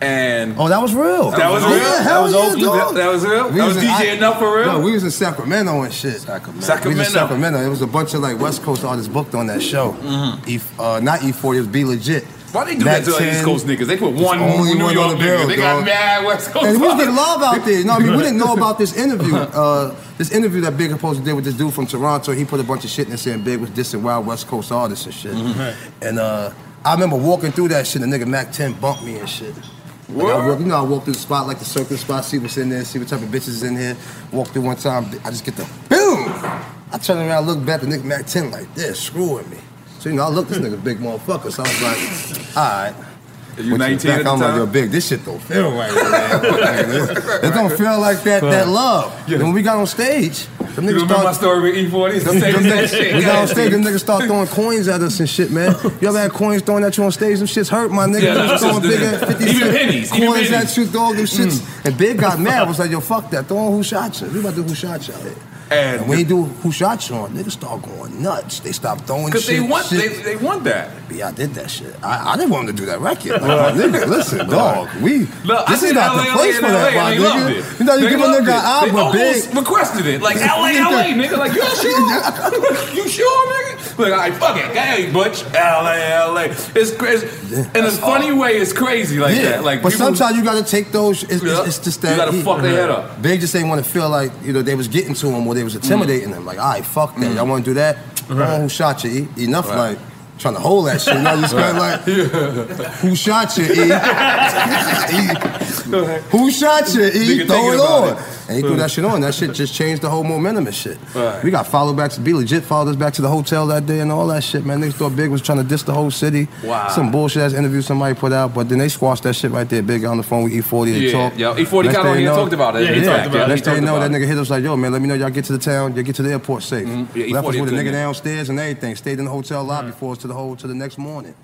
[SPEAKER 7] and
[SPEAKER 16] Oh, that was real.
[SPEAKER 7] That was real?
[SPEAKER 16] Yeah,
[SPEAKER 7] That
[SPEAKER 16] hell
[SPEAKER 7] was
[SPEAKER 16] yeah,
[SPEAKER 7] Oakland?
[SPEAKER 16] dog.
[SPEAKER 7] That- that was real? That was
[SPEAKER 16] in-
[SPEAKER 7] DJ Enough for real?
[SPEAKER 16] No, we was in Sacramento and shit. Sacramento. We was in
[SPEAKER 7] Sacramento.
[SPEAKER 16] Sacramento. It was a bunch of like West Coast artists booked on that show.
[SPEAKER 7] Mm-hmm.
[SPEAKER 16] E, uh, not E40, it was Be Legit.
[SPEAKER 7] Why they do that to the East Coast niggas? They put one New York nigga. They got mad West Coast
[SPEAKER 16] And we was getting
[SPEAKER 7] artists.
[SPEAKER 16] love out there. You know what I mean? We didn't know
[SPEAKER 7] [LAUGHS]
[SPEAKER 16] about this interview. Uh, this interview that Big Composer did with this dude from Toronto. He put a bunch of shit in there saying Big was dissing wild West Coast artists and shit.
[SPEAKER 7] Mm-hmm.
[SPEAKER 16] And uh, I remember walking through that shit, and nigga Mac 10 bumped me and shit. Like, I walk- you know, I walk through the spot, like the circus spot, see what's in there, see what type of bitches is in here. Walk through one time, I just get the boom. I turn around, look back, the nigga Mac 10 like this, screwing me. So, you know, I look, this nigga big motherfucker. So I was like, all right. If you 19 back, I'm like, yo, big, this shit don't feel right, man. it don't feel like that that love. And when we got on stage, them
[SPEAKER 6] You
[SPEAKER 16] niggas
[SPEAKER 6] remember my
[SPEAKER 16] start.
[SPEAKER 6] story with E40? It's the
[SPEAKER 16] them-
[SPEAKER 6] same
[SPEAKER 16] them
[SPEAKER 6] exact shit.
[SPEAKER 16] niggas- we got on stage, them niggas start throwing coins at us and shit, man. You ever had coins thrown at you on stage? Them shits hurt, my nigga.
[SPEAKER 6] Yeah,
[SPEAKER 16] Them
[SPEAKER 6] that's
[SPEAKER 16] throwing
[SPEAKER 6] just-
[SPEAKER 16] big ass 50
[SPEAKER 6] even
[SPEAKER 16] cent
[SPEAKER 6] pennies, even
[SPEAKER 16] coins
[SPEAKER 6] pennies. Mm.
[SPEAKER 16] at you, dog, them shits. And Big got mad. was like, yo, fuck that. Throw on who shot you. We about to do who shot you. And, and when you do who shot you on, niggas start going nuts. They stop throwing shit.
[SPEAKER 12] Because they want
[SPEAKER 16] shit.
[SPEAKER 12] they, they want that.
[SPEAKER 16] Yeah, I did that shit. I, I didn't want him to do that record. Like, my
[SPEAKER 6] [LAUGHS]
[SPEAKER 16] nigga, listen, dog. We
[SPEAKER 6] Look,
[SPEAKER 16] this
[SPEAKER 6] I
[SPEAKER 16] is
[SPEAKER 6] did
[SPEAKER 16] not the
[SPEAKER 6] LA,
[SPEAKER 16] place
[SPEAKER 6] LA,
[SPEAKER 16] for that,
[SPEAKER 6] LA,
[SPEAKER 16] my
[SPEAKER 6] and they loved it.
[SPEAKER 16] nigga. You know, you
[SPEAKER 6] They
[SPEAKER 16] give a nigga
[SPEAKER 6] loved it.
[SPEAKER 16] an
[SPEAKER 6] They
[SPEAKER 16] album,
[SPEAKER 6] almost
[SPEAKER 16] big.
[SPEAKER 6] requested it. Like, LA, LA, nigga. Like, you sure? [LAUGHS] you sure, nigga? Like, all right, fuck it. Hey, Butch, LA, LA. It's crazy. In a funny way, it's crazy like
[SPEAKER 16] yeah,
[SPEAKER 6] that. Like,
[SPEAKER 16] but
[SPEAKER 6] people-
[SPEAKER 16] sometimes you gotta take those. It's,
[SPEAKER 6] Yeah.
[SPEAKER 16] it's, it's just
[SPEAKER 6] You
[SPEAKER 16] that
[SPEAKER 6] gotta fuck their head up.
[SPEAKER 16] Big just ain't want to feel like you know they was getting to him or they was intimidating him. Like, all right, fuck
[SPEAKER 6] Mm.
[SPEAKER 16] that. Y'all want to do that? Right. Who shot you? E? Enough like trying to hold that shit. Now you just
[SPEAKER 12] Right.
[SPEAKER 16] kinda
[SPEAKER 6] [LAUGHS]
[SPEAKER 16] like, who shot you? E? Who shot you? E?
[SPEAKER 12] Nigga
[SPEAKER 16] Throw
[SPEAKER 12] thinking
[SPEAKER 16] it
[SPEAKER 12] about
[SPEAKER 16] on.
[SPEAKER 12] it.
[SPEAKER 16] And he threw that shit on. That shit just changed the whole momentum and shit.
[SPEAKER 12] Right.
[SPEAKER 16] We got followed back to be legit followed us back to the hotel that day and all that shit, man. Niggas thought Big was trying to diss the whole city.
[SPEAKER 6] Wow.
[SPEAKER 16] Some bullshit ass interview somebody put out, but then they squashed that shit right there. Big got on the phone with E E40. They
[SPEAKER 6] Yeah, E
[SPEAKER 16] talked.
[SPEAKER 6] yeah. E40
[SPEAKER 16] Next
[SPEAKER 6] got on
[SPEAKER 16] thing
[SPEAKER 6] here and
[SPEAKER 16] know-
[SPEAKER 6] talked about it.
[SPEAKER 16] Yeah,
[SPEAKER 6] Yeah, he talked about it. He
[SPEAKER 16] Next thing
[SPEAKER 6] talked
[SPEAKER 16] you know,
[SPEAKER 6] about
[SPEAKER 16] that
[SPEAKER 6] it.
[SPEAKER 16] nigga hit us like, yo, man, let me know y'all get to the town, y'all get to the airport safe.
[SPEAKER 6] Mm-hmm. Yeah,
[SPEAKER 16] Left us
[SPEAKER 6] E40
[SPEAKER 16] with a
[SPEAKER 6] couldn't-
[SPEAKER 16] nigga downstairs and everything. Stayed in the hotel lobby
[SPEAKER 6] Mm.
[SPEAKER 16] for us to the whole to the next morning.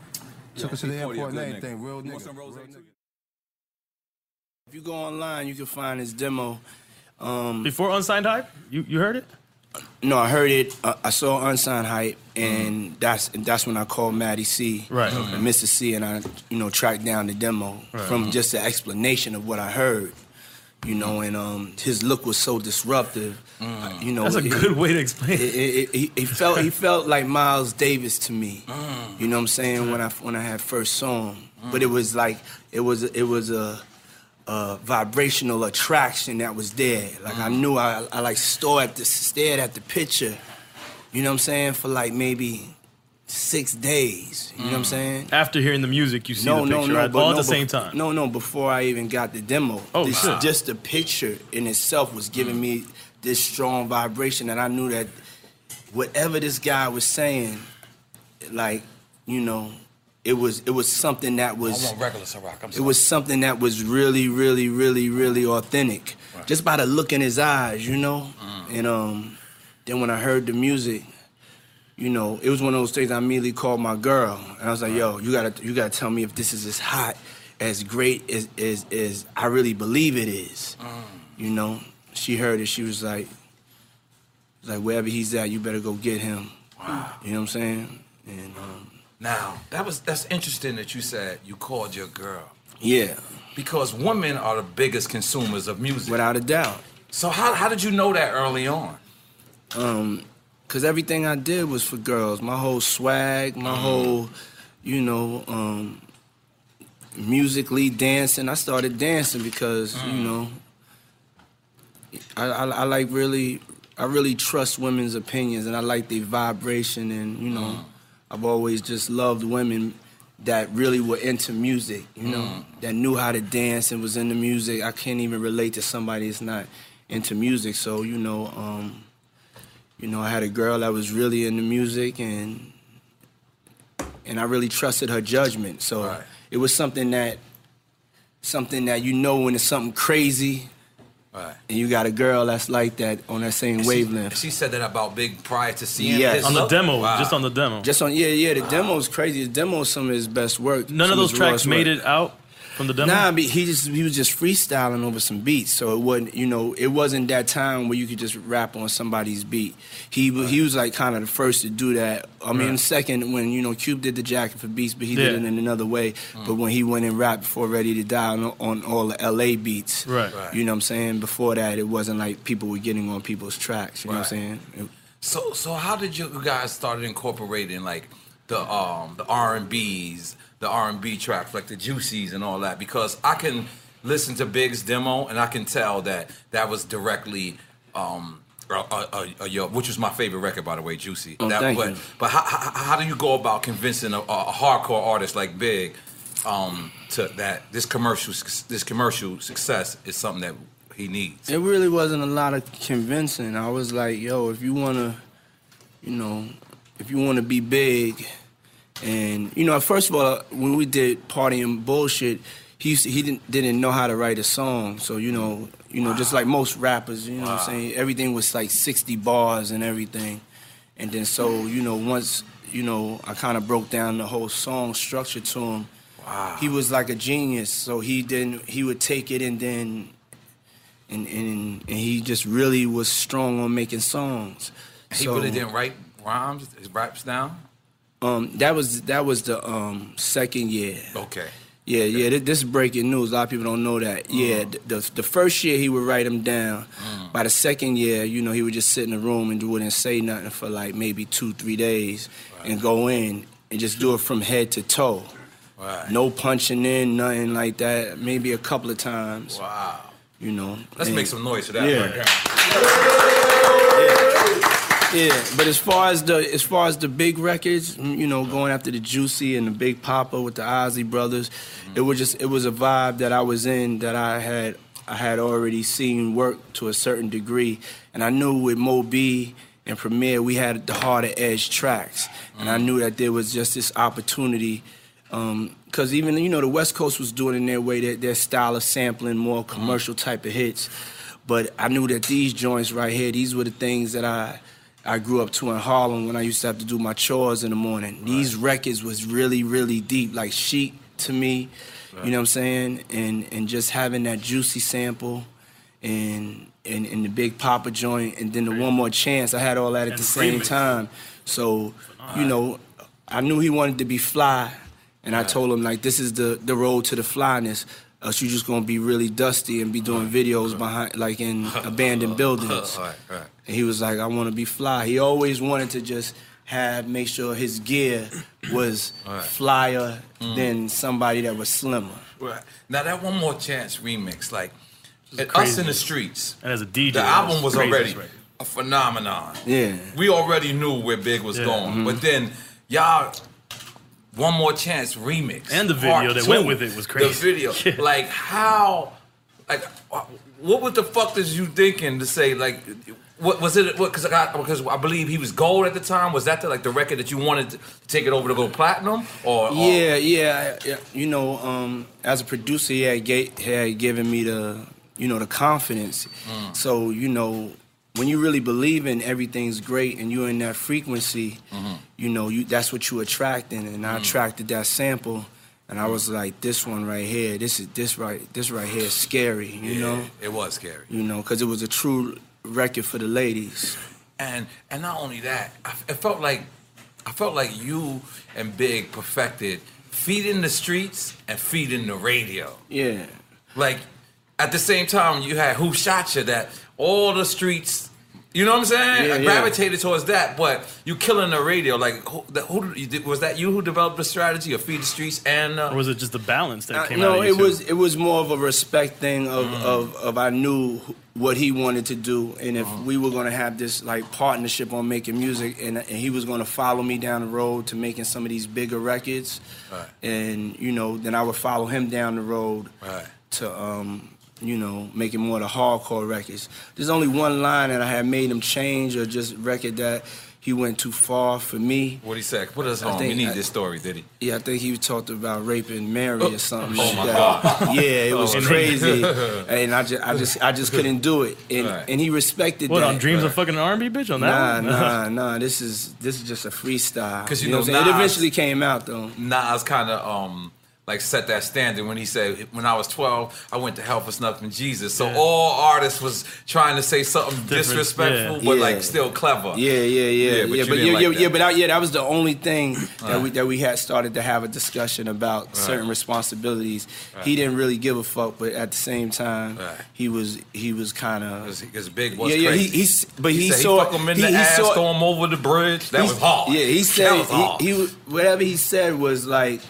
[SPEAKER 16] Took us to the airport and everything. Real nigga.
[SPEAKER 20] If you go online, you can find his demo. Um,
[SPEAKER 10] Before Unsigned Hype? You, you heard it?
[SPEAKER 20] No, I heard it. Uh, I saw unsigned hype, and that's and that's when I called Maddie C,
[SPEAKER 10] Mm-hmm. Right.
[SPEAKER 20] and
[SPEAKER 10] Mhm.
[SPEAKER 20] Mr. C, and I you know tracked down the demo
[SPEAKER 10] Right.
[SPEAKER 20] from
[SPEAKER 10] Mhm.
[SPEAKER 20] just the explanation of what I heard, you know, and um, his look was so disruptive, you know.
[SPEAKER 10] That's a
[SPEAKER 20] it-
[SPEAKER 10] good way to explain
[SPEAKER 20] it. it- it- He felt he felt like Miles Davis to
[SPEAKER 7] Mm.
[SPEAKER 20] me, you know what I'm saying when I when I had first saw him, but it was like it was it was a uh, vibrational attraction that was there. Like I knew I, I like stared at the stared at the picture. You know what I'm saying? For like maybe six days. You know what I'm saying?
[SPEAKER 10] After hearing the music, you see
[SPEAKER 20] no,
[SPEAKER 10] the
[SPEAKER 20] no,
[SPEAKER 10] picture
[SPEAKER 20] no,
[SPEAKER 10] right?
[SPEAKER 20] but
[SPEAKER 10] all
[SPEAKER 20] no,
[SPEAKER 10] at the same
[SPEAKER 20] bef-
[SPEAKER 10] time.
[SPEAKER 20] No, no, before I even got the demo.
[SPEAKER 10] Oh, Mm.
[SPEAKER 20] this,
[SPEAKER 10] wow.
[SPEAKER 20] just the picture in itself was giving me this strong vibration and I knew that whatever this guy was saying, like, you know, it was it was something that was
[SPEAKER 7] I want regular Ciroc. I'm
[SPEAKER 20] it was something that was really, really, really, really authentic. Just by the look in his eyes, you know?
[SPEAKER 7] Mm.
[SPEAKER 20] And um, then when I heard the music, you know, it was one of those things I immediately called my girl. And I was like, yo, you gotta you gotta tell me if this is as hot, as great as as, as I really believe it is.
[SPEAKER 7] Mm.
[SPEAKER 20] You know? She heard it, she was like, like wherever he's at, you better go get him. You know what I'm saying? And um,
[SPEAKER 7] Now that was that's interesting that you said you called your girl.
[SPEAKER 20] yeah.
[SPEAKER 7] Because women are the biggest consumers of music.
[SPEAKER 20] Without a doubt.
[SPEAKER 7] So how, how did you know that early on?
[SPEAKER 20] Um, cause everything I did was for girls. My whole swag, my whole, you know, um, musically dancing. I started dancing because you know, I, I, I like really, I really trust women's opinions and I like their vibration and you know, I've always just loved women that really were into music. You know, that knew how to dance and was into music. I can't even relate to somebody that's not into music. So you know. um you know, I had a girl that was really into music and and I really trusted her judgment. So it was something that something that you know when it's something crazy
[SPEAKER 7] Right.
[SPEAKER 20] and you got a girl that's like that on that same
[SPEAKER 7] And she-
[SPEAKER 20] wavelength.
[SPEAKER 7] She, said that about Big prior to seeing
[SPEAKER 20] Yes.
[SPEAKER 7] this.
[SPEAKER 20] On the
[SPEAKER 10] demo, just on the demo.
[SPEAKER 20] Just on yeah, yeah, the demo's crazy. The demo's some of his best work.
[SPEAKER 10] None of
[SPEAKER 20] some
[SPEAKER 10] those
[SPEAKER 20] his
[SPEAKER 10] tracks
[SPEAKER 20] rawest
[SPEAKER 10] made
[SPEAKER 20] work.
[SPEAKER 10] it out from the demo?
[SPEAKER 20] Nah, I mean, he just he was just freestyling over some beats, so it wasn't you know it wasn't that time where you could just rap on somebody's beat. He wa- he was like kind of the first to do that. I mean,
[SPEAKER 10] Right.
[SPEAKER 20] second when you know Cube did the jacket for beats, but he
[SPEAKER 10] Yeah.
[SPEAKER 20] did it in another way.
[SPEAKER 7] Mm.
[SPEAKER 20] But when he went and rapped for Ready to Die on, on all the L.A. beats,
[SPEAKER 10] Right. Right.
[SPEAKER 20] You know what I'm saying? Before that, it wasn't like people were getting on people's tracks. You know what I'm
[SPEAKER 7] Right.
[SPEAKER 20] saying?
[SPEAKER 7] So so how did you guys started incorporating like the um the R and B's, the R and B tracks, like the Juicies and all that? Because I can listen to Big's demo and I can tell that that was directly um uh, uh, uh, uh, your, which was my favorite record, by the way, Juicy.
[SPEAKER 20] Oh,
[SPEAKER 7] that,
[SPEAKER 20] thank
[SPEAKER 7] but
[SPEAKER 20] you.
[SPEAKER 7] but how, how, how do you go about convincing a, a hardcore artist like Big um, to that this commercial suc- this commercial success is something that he needs?
[SPEAKER 20] It really wasn't a lot of convincing. I was like, yo, if you wanna, you know, if you wanna be big And you know, first of all, when we did party and bullshit, he used to, he didn't didn't know how to write a song. So you know, you know, just like most rappers, you know what I'm saying. Everything was like 60 bars and everything. And then so you know, once you know, I kind of broke down the whole song structure to him. Wow. He was like a genius. So he didn't. He would take it and then and and, and he just really was strong on making songs.
[SPEAKER 7] He
[SPEAKER 20] So-
[SPEAKER 7] really didn't write rhymes, his raps down.
[SPEAKER 20] um, that was that was the um second year.
[SPEAKER 7] Okay.
[SPEAKER 20] Yeah, yeah. This, this is breaking news. A lot of people don't know that. Yeah,
[SPEAKER 7] Mm.
[SPEAKER 20] th- the the first year he would write them down. By the second year, you know, he would just sit in the room and wouldn't say nothing for like maybe two, three days, and go in and just do it from head to toe. No punching in, nothing like that. Maybe a couple of times.
[SPEAKER 7] Wow.
[SPEAKER 20] You know.
[SPEAKER 7] Let's
[SPEAKER 20] and-
[SPEAKER 7] make some noise for that.
[SPEAKER 20] Yeah.
[SPEAKER 7] right there.
[SPEAKER 20] Yeah, but as far as the as far as the big records, mm, you know, going after the Juicy and the Big Papa with the Ozzy brothers, it was just it was a vibe that I was in that I had I had already seen work to a certain degree, and I knew with Mo B and Premier we had the harder edge tracks, and I knew that there was just this opportunity. Um, Cause even you know the West Coast was doing it in their way their, their style of sampling more commercial type of hits, but I knew that these joints right here, these were the things that I I grew up to in Harlem when I used to have to do my chores in the morning. These records was really, really deep, like chic to me. You know what I'm saying? And and just having that juicy sample and and, and the big Papa joint and then the one more chance. I had all that at the same
[SPEAKER 7] remix.
[SPEAKER 20] time. So, you know, I knew he wanted to be fly. And I told him like this is the the road to the flyness. Else you just gonna be really dusty and be doing videos behind like in
[SPEAKER 7] [LAUGHS]
[SPEAKER 20] abandoned buildings.
[SPEAKER 7] Oh, All right, all right.
[SPEAKER 20] And he was like, I want to be fly. He always wanted to just have make sure his
[SPEAKER 7] [CLEARS THROAT]
[SPEAKER 20] gear was flyer
[SPEAKER 7] Mm.
[SPEAKER 20] than somebody that was slimmer.
[SPEAKER 7] Right. Now that one more chance remix, like
[SPEAKER 20] is
[SPEAKER 7] us
[SPEAKER 20] crazy.
[SPEAKER 7] in the streets.
[SPEAKER 10] And as a DJ,
[SPEAKER 7] the album was
[SPEAKER 10] crazy.
[SPEAKER 7] already a phenomenon.
[SPEAKER 20] Yeah.
[SPEAKER 7] We already knew where Big was
[SPEAKER 10] Yeah.
[SPEAKER 7] going,
[SPEAKER 10] Mhm.
[SPEAKER 7] but then y'all. One more chance remix
[SPEAKER 10] And the video
[SPEAKER 7] part
[SPEAKER 10] that
[SPEAKER 7] two.
[SPEAKER 10] went with it was crazy.
[SPEAKER 7] The
[SPEAKER 10] [LAUGHS]
[SPEAKER 7] video, like how, like, uh, what what the fuck is you thinking to say? Like, what was it? What because I got because I believe he was gold at the time. Was that the like the record that you wanted to take it over to go platinum? Or, or
[SPEAKER 20] yeah, yeah, yeah. You know, um, as a producer, he had, ga- had given me the, you know, the confidence.
[SPEAKER 7] Mm.
[SPEAKER 20] So you know, when you really believe in everything's great and you're in that frequency,
[SPEAKER 7] Mm-hmm.
[SPEAKER 20] you know, you that's what you attracting, and
[SPEAKER 7] Mm.
[SPEAKER 20] I attracted that sample. And I was like, this one right here, this is this right, this right here is scary, you
[SPEAKER 7] Yeah,
[SPEAKER 20] know,
[SPEAKER 7] it was scary.
[SPEAKER 20] you know, because it was a true record for the ladies.
[SPEAKER 7] and and not only that, I, f- it felt like I felt like you and Big perfected feeding the streets and feeding the radio.
[SPEAKER 20] Yeah.
[SPEAKER 7] Like at the same time, you had Who Shot You that all the streets. You know what I'm saying?
[SPEAKER 20] Yeah,
[SPEAKER 7] I
[SPEAKER 20] yeah.
[SPEAKER 7] gravitated towards that, but you killing the radio. Like, who, the, who did- you did- was that? You who developed the strategy of feed the streets, and uh, or
[SPEAKER 10] was it just the balance that
[SPEAKER 7] Uh,
[SPEAKER 10] came out?
[SPEAKER 20] no,
[SPEAKER 10] of
[SPEAKER 20] it
[SPEAKER 10] you two?
[SPEAKER 20] was it was more of a respect thing of
[SPEAKER 7] Mm.
[SPEAKER 20] of, of I knew wh- what he wanted to do, and if
[SPEAKER 7] Mm.
[SPEAKER 20] we were gonna have this like partnership on making music, and, and he was gonna follow me down the road to making some of these bigger records, and you know then I would follow him down the road to um you know making more of the hardcore records. There's only one line that I had made him change or just record that he went too far for me.
[SPEAKER 7] what he said? Put us
[SPEAKER 20] I
[SPEAKER 7] on. We
[SPEAKER 20] think
[SPEAKER 7] need
[SPEAKER 20] I-
[SPEAKER 7] this story, did he?
[SPEAKER 20] Yeah, I think he talked about raping Mary or something.
[SPEAKER 7] oh
[SPEAKER 20] like
[SPEAKER 7] my
[SPEAKER 20] that.
[SPEAKER 7] God.
[SPEAKER 20] Yeah,
[SPEAKER 7] [LAUGHS]
[SPEAKER 20] it was
[SPEAKER 7] Oh,
[SPEAKER 20] crazy,
[SPEAKER 7] man.
[SPEAKER 20] and I just, I just, I just couldn't do it. And
[SPEAKER 10] Right.
[SPEAKER 20] and he respected
[SPEAKER 10] what
[SPEAKER 20] that.
[SPEAKER 10] on Dreams of Fucking an R&B bitch on
[SPEAKER 20] Nah,
[SPEAKER 10] that one?
[SPEAKER 20] nah,
[SPEAKER 10] [LAUGHS]
[SPEAKER 20] nah. This is this is just a freestyle.
[SPEAKER 7] 'Cause you
[SPEAKER 20] what
[SPEAKER 7] know
[SPEAKER 20] I'm saying? it
[SPEAKER 7] Nas-
[SPEAKER 20] eventually came out though.
[SPEAKER 7] Nas kind of um like set that standard when he said when I was 12 I went to hell for snuffing Jesus. So all artists was trying to say something
[SPEAKER 20] Different,
[SPEAKER 7] disrespectful
[SPEAKER 20] yeah.
[SPEAKER 7] but
[SPEAKER 20] Yeah.
[SPEAKER 7] like still clever.
[SPEAKER 20] Yeah, yeah, yeah, yeah.
[SPEAKER 7] but
[SPEAKER 20] But,
[SPEAKER 7] you didn't
[SPEAKER 20] yeah,
[SPEAKER 7] like
[SPEAKER 20] yeah,
[SPEAKER 7] that.
[SPEAKER 20] yeah, but I, yeah, that was the only thing
[SPEAKER 7] Right.
[SPEAKER 20] that we that we had started to have a discussion about certain responsibilities. He didn't really give a fuck, but at the same time, he was he was kind of
[SPEAKER 7] because big was
[SPEAKER 20] yeah, yeah.
[SPEAKER 7] crazy.
[SPEAKER 20] He, he's but
[SPEAKER 7] He
[SPEAKER 20] he,
[SPEAKER 7] said he
[SPEAKER 20] saw
[SPEAKER 7] fuck 'em in the ass, throw 'em over the bridge. That
[SPEAKER 20] he-
[SPEAKER 7] was hard.
[SPEAKER 20] Yeah, he
[SPEAKER 7] That
[SPEAKER 20] said
[SPEAKER 7] was hard.
[SPEAKER 20] he, he was- whatever he said was like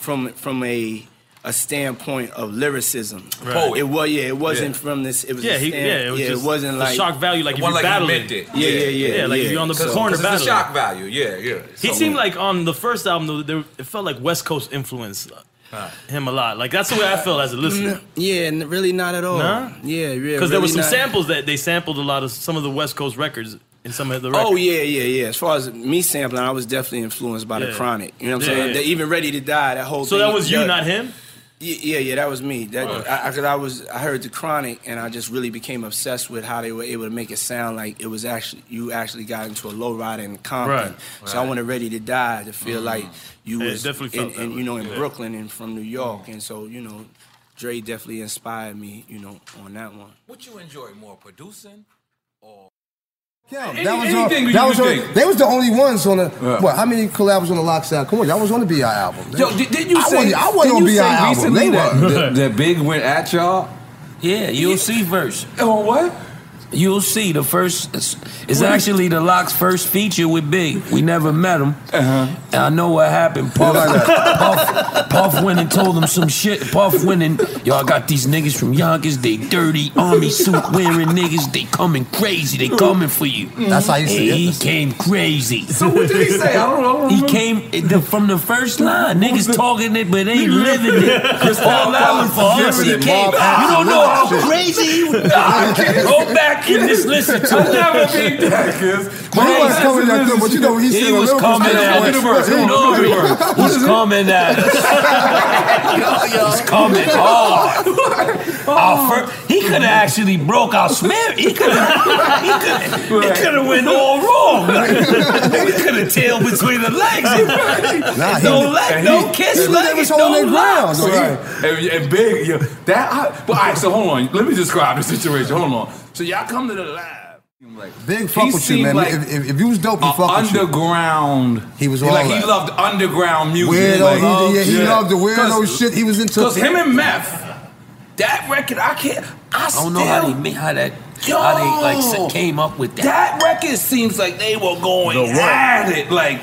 [SPEAKER 20] from from a a standpoint of lyricism.
[SPEAKER 7] Right. Poet.
[SPEAKER 20] It was yeah, it wasn't
[SPEAKER 7] Yeah.
[SPEAKER 20] from this. It was
[SPEAKER 7] Yeah,
[SPEAKER 20] a
[SPEAKER 7] he-
[SPEAKER 20] stand-
[SPEAKER 7] yeah, it was just
[SPEAKER 20] it wasn't
[SPEAKER 7] the
[SPEAKER 20] like
[SPEAKER 7] shock value, like if One you like he battling. meant it.
[SPEAKER 20] Yeah, yeah,
[SPEAKER 7] Yeah.
[SPEAKER 20] yeah.
[SPEAKER 10] Yeah, like if you're on the
[SPEAKER 7] Cause-
[SPEAKER 10] corner
[SPEAKER 7] 'cause it's the
[SPEAKER 10] battling.
[SPEAKER 7] shock value. Yeah, yeah.
[SPEAKER 10] He
[SPEAKER 7] So-
[SPEAKER 10] seemed like on the first album, though, there, it felt like West Coast influence uh, him a lot. Like that's the way I felt as a listener.
[SPEAKER 20] Yeah, n- really not at all.
[SPEAKER 10] Nah?
[SPEAKER 20] Yeah, yeah.
[SPEAKER 10] Because there
[SPEAKER 20] really
[SPEAKER 10] were some
[SPEAKER 20] not.
[SPEAKER 10] samples that they sampled a lot of some of the West Coast records
[SPEAKER 2] in some of the records?
[SPEAKER 20] Oh yeah, yeah, yeah. As far as me sampling, I was definitely influenced by
[SPEAKER 2] Yeah.
[SPEAKER 20] the Chronic. You know what I'm
[SPEAKER 2] Yeah,
[SPEAKER 20] saying?
[SPEAKER 2] yeah.
[SPEAKER 20] They even ready to die. That whole.
[SPEAKER 2] So
[SPEAKER 20] thing-
[SPEAKER 2] that was you, not him? Oh.
[SPEAKER 20] Yeah, yeah, yeah, that was me. That
[SPEAKER 2] Wow.
[SPEAKER 20] I, I, 'cause I was I heard the Chronic, and I just really became obsessed with how they were able to make it sound like it was actually you actually got into a low rider in Compton.
[SPEAKER 2] Right.
[SPEAKER 20] So I wanted Ready to Die to feel
[SPEAKER 2] Mm.
[SPEAKER 20] like you
[SPEAKER 2] Yeah, it
[SPEAKER 20] was
[SPEAKER 2] definitely
[SPEAKER 20] in,
[SPEAKER 2] felt that
[SPEAKER 20] in,
[SPEAKER 2] way.
[SPEAKER 20] you know in
[SPEAKER 2] Yeah. Mm.
[SPEAKER 20] Brooklyn and from New York, and so you know, Dre definitely inspired me. You know, on that one.
[SPEAKER 21] What you enjoy more, producing or
[SPEAKER 16] That was
[SPEAKER 21] anything
[SPEAKER 16] on,
[SPEAKER 21] we
[SPEAKER 16] that
[SPEAKER 21] can
[SPEAKER 16] was
[SPEAKER 21] do.
[SPEAKER 16] on, they was the only ones on the.
[SPEAKER 21] Yeah.
[SPEAKER 16] What? How many collabs on the Lock Sound? Come on, y'all was on the Bi album.
[SPEAKER 20] Yo, did,
[SPEAKER 21] didn't you
[SPEAKER 16] I
[SPEAKER 21] say-
[SPEAKER 16] Wasn't, I
[SPEAKER 21] didn't
[SPEAKER 16] wasn't on
[SPEAKER 21] you
[SPEAKER 16] Bi
[SPEAKER 21] say
[SPEAKER 16] album.
[SPEAKER 21] recently
[SPEAKER 16] They
[SPEAKER 21] that-
[SPEAKER 16] were.
[SPEAKER 21] that-
[SPEAKER 9] that big went at y'all. Yeah, you'll see version.
[SPEAKER 21] On Oh, what?
[SPEAKER 9] You'll see the first. It's, it's
[SPEAKER 16] What?
[SPEAKER 9] actually the Lock's first feature with Big. We never met him. Uh-huh. And I know what happened. Puff, Puff, Puff went and told him some shit. Puff went and y'all got these niggas from Yonkers. They dirty army suit wearing niggas. They coming crazy. They coming for you.
[SPEAKER 16] That's how you see
[SPEAKER 9] And He
[SPEAKER 16] it.
[SPEAKER 9] came crazy.
[SPEAKER 16] So what did he say? I don't- I don't
[SPEAKER 9] He
[SPEAKER 16] remember.
[SPEAKER 9] came it- the- from the first line. Niggas talking it, but ain't living it.
[SPEAKER 16] Chris
[SPEAKER 9] All
[SPEAKER 16] Paul
[SPEAKER 9] that was
[SPEAKER 16] was
[SPEAKER 9] for us.
[SPEAKER 16] giving
[SPEAKER 9] He
[SPEAKER 16] it.
[SPEAKER 9] came.
[SPEAKER 16] Bob Fosse
[SPEAKER 9] You don't know
[SPEAKER 16] was
[SPEAKER 9] how
[SPEAKER 16] shit.
[SPEAKER 9] crazy he [LAUGHS] was. Nah, Go back and just listen to it.
[SPEAKER 16] I
[SPEAKER 9] [LAUGHS]
[SPEAKER 16] never think that, But he was coming that good, but you know what he said
[SPEAKER 9] He
[SPEAKER 16] on
[SPEAKER 9] was
[SPEAKER 16] Lyrical
[SPEAKER 9] coming
[SPEAKER 16] Stage
[SPEAKER 9] at
[SPEAKER 16] was-
[SPEAKER 9] us.
[SPEAKER 16] was-
[SPEAKER 9] No,
[SPEAKER 16] was-
[SPEAKER 9] he
[SPEAKER 16] was-
[SPEAKER 9] was coming at [LAUGHS] us. He's coming Oh. hard. Our fir- he
[SPEAKER 16] [LAUGHS]
[SPEAKER 9] could have actually broke our smear. He could have. He could. He could have went all wrong. he could have tail between the legs.
[SPEAKER 16] [LAUGHS] Nah, he-
[SPEAKER 9] no leg,
[SPEAKER 16] and
[SPEAKER 9] no
[SPEAKER 16] he-
[SPEAKER 9] kiss,
[SPEAKER 16] and he
[SPEAKER 9] leg,
[SPEAKER 16] was
[SPEAKER 9] no
[SPEAKER 16] holding their ground,
[SPEAKER 9] locks.
[SPEAKER 16] though. Right.
[SPEAKER 7] And, and big, you know, that. I, but all right, so hold on. Let me describe the situation. Hold on. So y'all come to the lab. I'm like,
[SPEAKER 16] Big fuck
[SPEAKER 7] He
[SPEAKER 16] with you,
[SPEAKER 7] seemed
[SPEAKER 16] man.
[SPEAKER 7] like
[SPEAKER 16] if, if, if you was dope, he fuck with you.
[SPEAKER 7] underground.
[SPEAKER 16] He was all
[SPEAKER 7] like
[SPEAKER 16] that.
[SPEAKER 7] he loved underground music.
[SPEAKER 16] Weirdo,
[SPEAKER 7] like,
[SPEAKER 16] he, yeah, he
[SPEAKER 7] yeah.
[SPEAKER 16] loved the weirdo
[SPEAKER 7] 'Cause-
[SPEAKER 16] shit. He was into.
[SPEAKER 7] Cause him and Meth, that record, I can't. I,
[SPEAKER 9] I don't know how
[SPEAKER 7] still-
[SPEAKER 9] they made how that how they like
[SPEAKER 7] Yo.
[SPEAKER 9] s- came up with
[SPEAKER 7] That record seems like they were going
[SPEAKER 9] The what?
[SPEAKER 7] at it, like.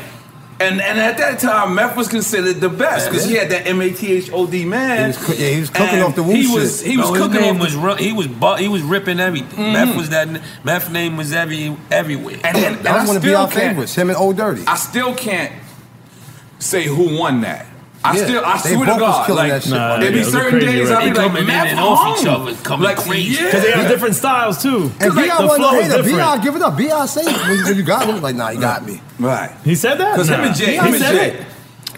[SPEAKER 7] And, and at that time, Meth was considered the best because he had that M A T H O D man.
[SPEAKER 16] He was coo- yeah, he was cooking
[SPEAKER 7] And
[SPEAKER 16] off the
[SPEAKER 7] He was he was
[SPEAKER 9] No, his
[SPEAKER 7] cooking
[SPEAKER 9] name
[SPEAKER 7] off Mm-hmm.
[SPEAKER 9] was ru- he was bu- he was ripping everything. Meth was that Meth name was every everywhere.
[SPEAKER 7] And, and, and
[SPEAKER 16] That
[SPEAKER 7] I
[SPEAKER 16] was one of
[SPEAKER 7] still
[SPEAKER 16] B.I.
[SPEAKER 7] can't-
[SPEAKER 16] favorites. Him and Old Dirty.
[SPEAKER 7] I still can't say who won that. I
[SPEAKER 16] Yeah,
[SPEAKER 7] still, I
[SPEAKER 16] they
[SPEAKER 7] swear
[SPEAKER 16] both
[SPEAKER 7] to
[SPEAKER 16] was
[SPEAKER 7] God,
[SPEAKER 16] killing
[SPEAKER 7] like
[SPEAKER 16] that shit. Nah,
[SPEAKER 7] there
[SPEAKER 16] yeah,
[SPEAKER 7] be
[SPEAKER 16] it was a
[SPEAKER 7] certain
[SPEAKER 16] crazy
[SPEAKER 7] days
[SPEAKER 16] record.
[SPEAKER 7] I'll be
[SPEAKER 16] They
[SPEAKER 7] like,
[SPEAKER 16] coming in
[SPEAKER 7] Math
[SPEAKER 16] and off each
[SPEAKER 7] home."
[SPEAKER 16] other, coming
[SPEAKER 7] like,
[SPEAKER 16] crazy.
[SPEAKER 7] yeah.
[SPEAKER 16] Because they got different
[SPEAKER 2] styles too.
[SPEAKER 16] And
[SPEAKER 7] Like,
[SPEAKER 16] B.I.
[SPEAKER 7] the
[SPEAKER 16] wasn't
[SPEAKER 7] flow is
[SPEAKER 16] hater. B.I.
[SPEAKER 7] different.
[SPEAKER 16] give it up. B.I. say when, when you got him, like, nah, he got me.
[SPEAKER 7] Right.
[SPEAKER 2] He said that?
[SPEAKER 7] Because him and Jay, him and Jay.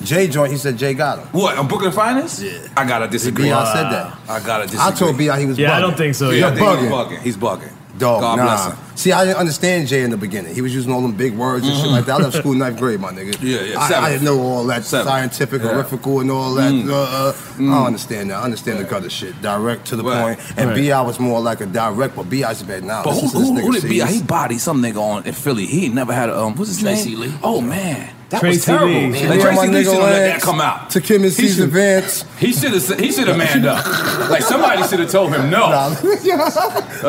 [SPEAKER 16] Jay joint, he said Jay got him.
[SPEAKER 7] What on Brooklyn Finance? Yeah, I gotta disagree.
[SPEAKER 16] B.I. said that.
[SPEAKER 7] I gotta disagree.
[SPEAKER 16] I told B.I. he was bugging.
[SPEAKER 7] Yeah, I
[SPEAKER 16] He's
[SPEAKER 7] think he's
[SPEAKER 16] bugging.
[SPEAKER 7] bugging. He's bugging.
[SPEAKER 16] Dog,
[SPEAKER 7] God
[SPEAKER 16] nah.
[SPEAKER 7] bless him.
[SPEAKER 16] See, I didn't understand Jay in the beginning. He was using all them big words and shit
[SPEAKER 7] Mhm.
[SPEAKER 16] like that. I left school ninth grade, my nigga.
[SPEAKER 7] Yeah, yeah,
[SPEAKER 16] I, I
[SPEAKER 7] seventh.
[SPEAKER 16] didn't know all that
[SPEAKER 7] Seventh.
[SPEAKER 16] scientific,
[SPEAKER 7] Yeah.
[SPEAKER 16] horrifical, and all that.
[SPEAKER 7] Mm.
[SPEAKER 16] Uh, uh, I
[SPEAKER 7] Mm.
[SPEAKER 16] don't understand that. I understand the other shit, direct to the
[SPEAKER 7] Right.
[SPEAKER 16] point. And
[SPEAKER 7] Right.
[SPEAKER 16] B.I. was more like a direct, but B.I.'s bad now.
[SPEAKER 7] But who,
[SPEAKER 16] listen
[SPEAKER 7] who,
[SPEAKER 16] to this
[SPEAKER 7] who
[SPEAKER 16] nigga,
[SPEAKER 7] did
[SPEAKER 16] see,
[SPEAKER 7] B.I.? He
[SPEAKER 16] he's-
[SPEAKER 7] bodied some nigga on in Philly. He ain't never had a um. What's his
[SPEAKER 16] Tracy
[SPEAKER 7] name?
[SPEAKER 16] Lee.
[SPEAKER 7] Oh man, that was
[SPEAKER 16] Tracy
[SPEAKER 7] terrible.
[SPEAKER 16] Lee.
[SPEAKER 7] Like,
[SPEAKER 16] Yeah, my
[SPEAKER 7] Tracy Lee
[SPEAKER 16] nigga
[SPEAKER 7] should have let that
[SPEAKER 16] Lance
[SPEAKER 7] come out.
[SPEAKER 16] took him and Caesar Vance.
[SPEAKER 7] [LAUGHS] He should have. He should have manned
[SPEAKER 16] [LAUGHS]
[SPEAKER 7] up. Like somebody should have told him no.
[SPEAKER 3] [LAUGHS]
[SPEAKER 16] Nah,
[SPEAKER 7] A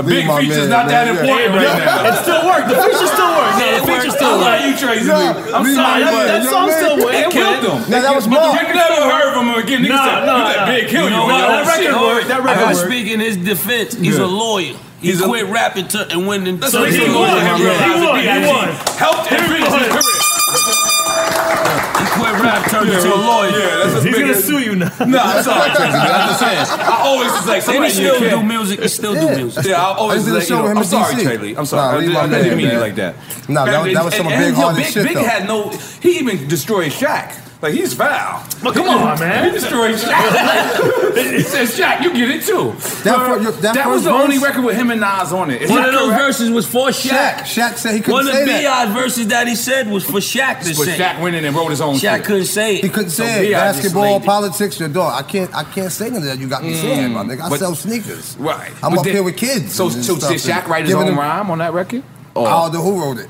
[SPEAKER 16] Leave
[SPEAKER 7] big
[SPEAKER 16] my
[SPEAKER 7] feature's
[SPEAKER 16] man,
[SPEAKER 7] not that
[SPEAKER 16] man.
[SPEAKER 7] important
[SPEAKER 16] Yeah.
[SPEAKER 7] right now.
[SPEAKER 16] It
[SPEAKER 7] [LAUGHS]
[SPEAKER 16] still worked. The feature still
[SPEAKER 7] Yeah,
[SPEAKER 16] worked. No, the
[SPEAKER 7] it
[SPEAKER 16] feature
[SPEAKER 7] worked.
[SPEAKER 16] still
[SPEAKER 7] I love
[SPEAKER 16] worked.
[SPEAKER 7] you, Tracy
[SPEAKER 16] Yeah,
[SPEAKER 7] Lee. I'm sorry.
[SPEAKER 16] leave my
[SPEAKER 7] That,
[SPEAKER 16] man,
[SPEAKER 7] that
[SPEAKER 16] you know
[SPEAKER 7] song
[SPEAKER 16] what I
[SPEAKER 7] still
[SPEAKER 16] mean?
[SPEAKER 7] worked. It killed him.
[SPEAKER 16] Nah, that was
[SPEAKER 7] But
[SPEAKER 16] Mark.
[SPEAKER 7] You never heard from him again. Nigga
[SPEAKER 16] Nah,
[SPEAKER 7] said,
[SPEAKER 16] nah,
[SPEAKER 7] you let
[SPEAKER 16] nah.
[SPEAKER 7] Big kill you.
[SPEAKER 9] No,
[SPEAKER 7] on
[SPEAKER 9] no,
[SPEAKER 7] your own
[SPEAKER 9] that
[SPEAKER 7] shit.
[SPEAKER 9] record worked. That record I
[SPEAKER 7] worked.
[SPEAKER 9] was speaking his defense. He's
[SPEAKER 7] Yeah.
[SPEAKER 9] a lawyer. He
[SPEAKER 7] He's a-
[SPEAKER 9] quit rapping to and when the
[SPEAKER 7] That's what he wanted. He won. He won. Helped him finish his career.
[SPEAKER 9] He quit rap, turned into a lawyer.
[SPEAKER 7] Yeah, that's a big-
[SPEAKER 9] you now.
[SPEAKER 7] [LAUGHS] No, I'm sorry, Tracy. Lee. I'm just saying. I always was like,
[SPEAKER 9] And
[SPEAKER 7] somebody
[SPEAKER 9] he still
[SPEAKER 7] you
[SPEAKER 9] do
[SPEAKER 7] can't-
[SPEAKER 9] music. He still
[SPEAKER 7] Yeah.
[SPEAKER 9] do music.
[SPEAKER 7] Yeah, I always
[SPEAKER 9] I did
[SPEAKER 7] was
[SPEAKER 9] a
[SPEAKER 7] like,
[SPEAKER 9] show
[SPEAKER 7] you
[SPEAKER 9] with
[SPEAKER 7] know,
[SPEAKER 9] him
[SPEAKER 7] I'm
[SPEAKER 9] in
[SPEAKER 7] sorry,
[SPEAKER 9] DC.
[SPEAKER 7] Trey Lee. I'm sorry.
[SPEAKER 16] Nah,
[SPEAKER 7] I,
[SPEAKER 16] leave
[SPEAKER 7] did,
[SPEAKER 16] my
[SPEAKER 7] I didn't
[SPEAKER 16] man,
[SPEAKER 7] mean it
[SPEAKER 16] man.
[SPEAKER 7] like that.
[SPEAKER 16] Nah, that
[SPEAKER 7] And-
[SPEAKER 16] was- that was some
[SPEAKER 7] and-
[SPEAKER 16] of Big
[SPEAKER 7] and, yo,
[SPEAKER 16] Hardy's
[SPEAKER 7] Big,
[SPEAKER 16] shit,
[SPEAKER 7] Big
[SPEAKER 16] though.
[SPEAKER 7] had no. He even destroyed Shaq. Like he's foul. But
[SPEAKER 16] come on, man.
[SPEAKER 7] He destroyed
[SPEAKER 9] [LAUGHS]
[SPEAKER 7] Shaq. he says, Shaq, you get it too.
[SPEAKER 16] That fir- your- that
[SPEAKER 7] That, was
[SPEAKER 16] first
[SPEAKER 7] the only
[SPEAKER 16] verse-
[SPEAKER 7] record with him and Nas on it. Is
[SPEAKER 9] One
[SPEAKER 7] that
[SPEAKER 9] of those
[SPEAKER 7] correct?
[SPEAKER 9] verses was for Shaq.
[SPEAKER 16] Shaq said he couldn't
[SPEAKER 9] One of
[SPEAKER 7] say
[SPEAKER 9] the
[SPEAKER 7] that.
[SPEAKER 9] B.I. verses that he said was for Shaq to
[SPEAKER 7] But
[SPEAKER 9] say.
[SPEAKER 7] Shaq went in and wrote his own
[SPEAKER 9] Shaq
[SPEAKER 7] shit.
[SPEAKER 9] couldn't say it.
[SPEAKER 16] He couldn't
[SPEAKER 9] So
[SPEAKER 16] say it.
[SPEAKER 9] B.I. just
[SPEAKER 16] Basketball,
[SPEAKER 9] laid it.
[SPEAKER 16] politics, your dog. I can't. I can't say none of that. You got me saying, my nigga. I
[SPEAKER 7] Mm. But-
[SPEAKER 16] sell sneakers.
[SPEAKER 7] Right.
[SPEAKER 16] I'm
[SPEAKER 7] But
[SPEAKER 16] up
[SPEAKER 7] did-
[SPEAKER 16] here with kids.
[SPEAKER 7] So,
[SPEAKER 16] and
[SPEAKER 7] so
[SPEAKER 16] stuff
[SPEAKER 7] did Shaq
[SPEAKER 16] and
[SPEAKER 7] write his
[SPEAKER 16] giving
[SPEAKER 7] own
[SPEAKER 16] them-
[SPEAKER 7] ride? on that record?
[SPEAKER 16] Oh. I don't know who wrote it.